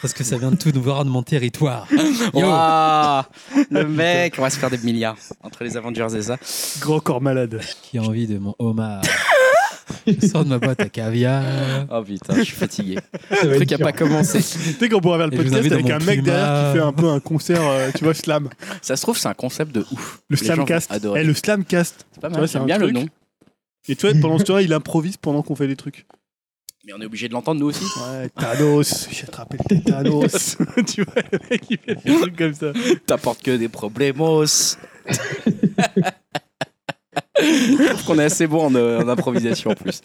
Speaker 2: Parce que ça vient de tout nouveau de mon territoire. Yo.
Speaker 1: Ouah, Le mec, on va se faire des milliards entre les Avengers et ça.
Speaker 3: Grand corps malade.
Speaker 2: qui a envie de mon homard. Je sors de ma boîte à caviar.
Speaker 1: Oh putain, je suis fatigué.
Speaker 4: Ça va
Speaker 1: Le
Speaker 4: être
Speaker 1: truc a
Speaker 4: dur.
Speaker 1: pas commencé.
Speaker 3: Tu sais qu'on pourrait faire le
Speaker 2: Et je vous
Speaker 3: podcast
Speaker 2: invite dans
Speaker 3: avec un
Speaker 2: mon
Speaker 3: mec
Speaker 2: climat.
Speaker 3: derrière qui fait un peu un concert, euh, tu vois, slam.
Speaker 1: Ça se trouve, c'est un concept de ouf. Les
Speaker 3: Le
Speaker 1: gens vont
Speaker 3: slamcast.
Speaker 1: adorer.
Speaker 3: Eh, le slamcast.
Speaker 1: C'est pas
Speaker 3: tu vois,
Speaker 1: mal,
Speaker 3: c'est
Speaker 1: j'aime
Speaker 3: un
Speaker 1: bien le
Speaker 3: truc.
Speaker 1: nom.
Speaker 3: Et tu vois, pendant ce temps il improvise pendant qu'on fait des trucs.
Speaker 1: Mais on est obligé de l'entendre nous aussi.
Speaker 3: Ouais, Thanos, j'ai attrapé le Thanos. tu vois, le mec, il fait des trucs comme ça.
Speaker 1: T'apportes que des problemos. je trouve qu'on est assez bon en, euh, en improvisation en plus.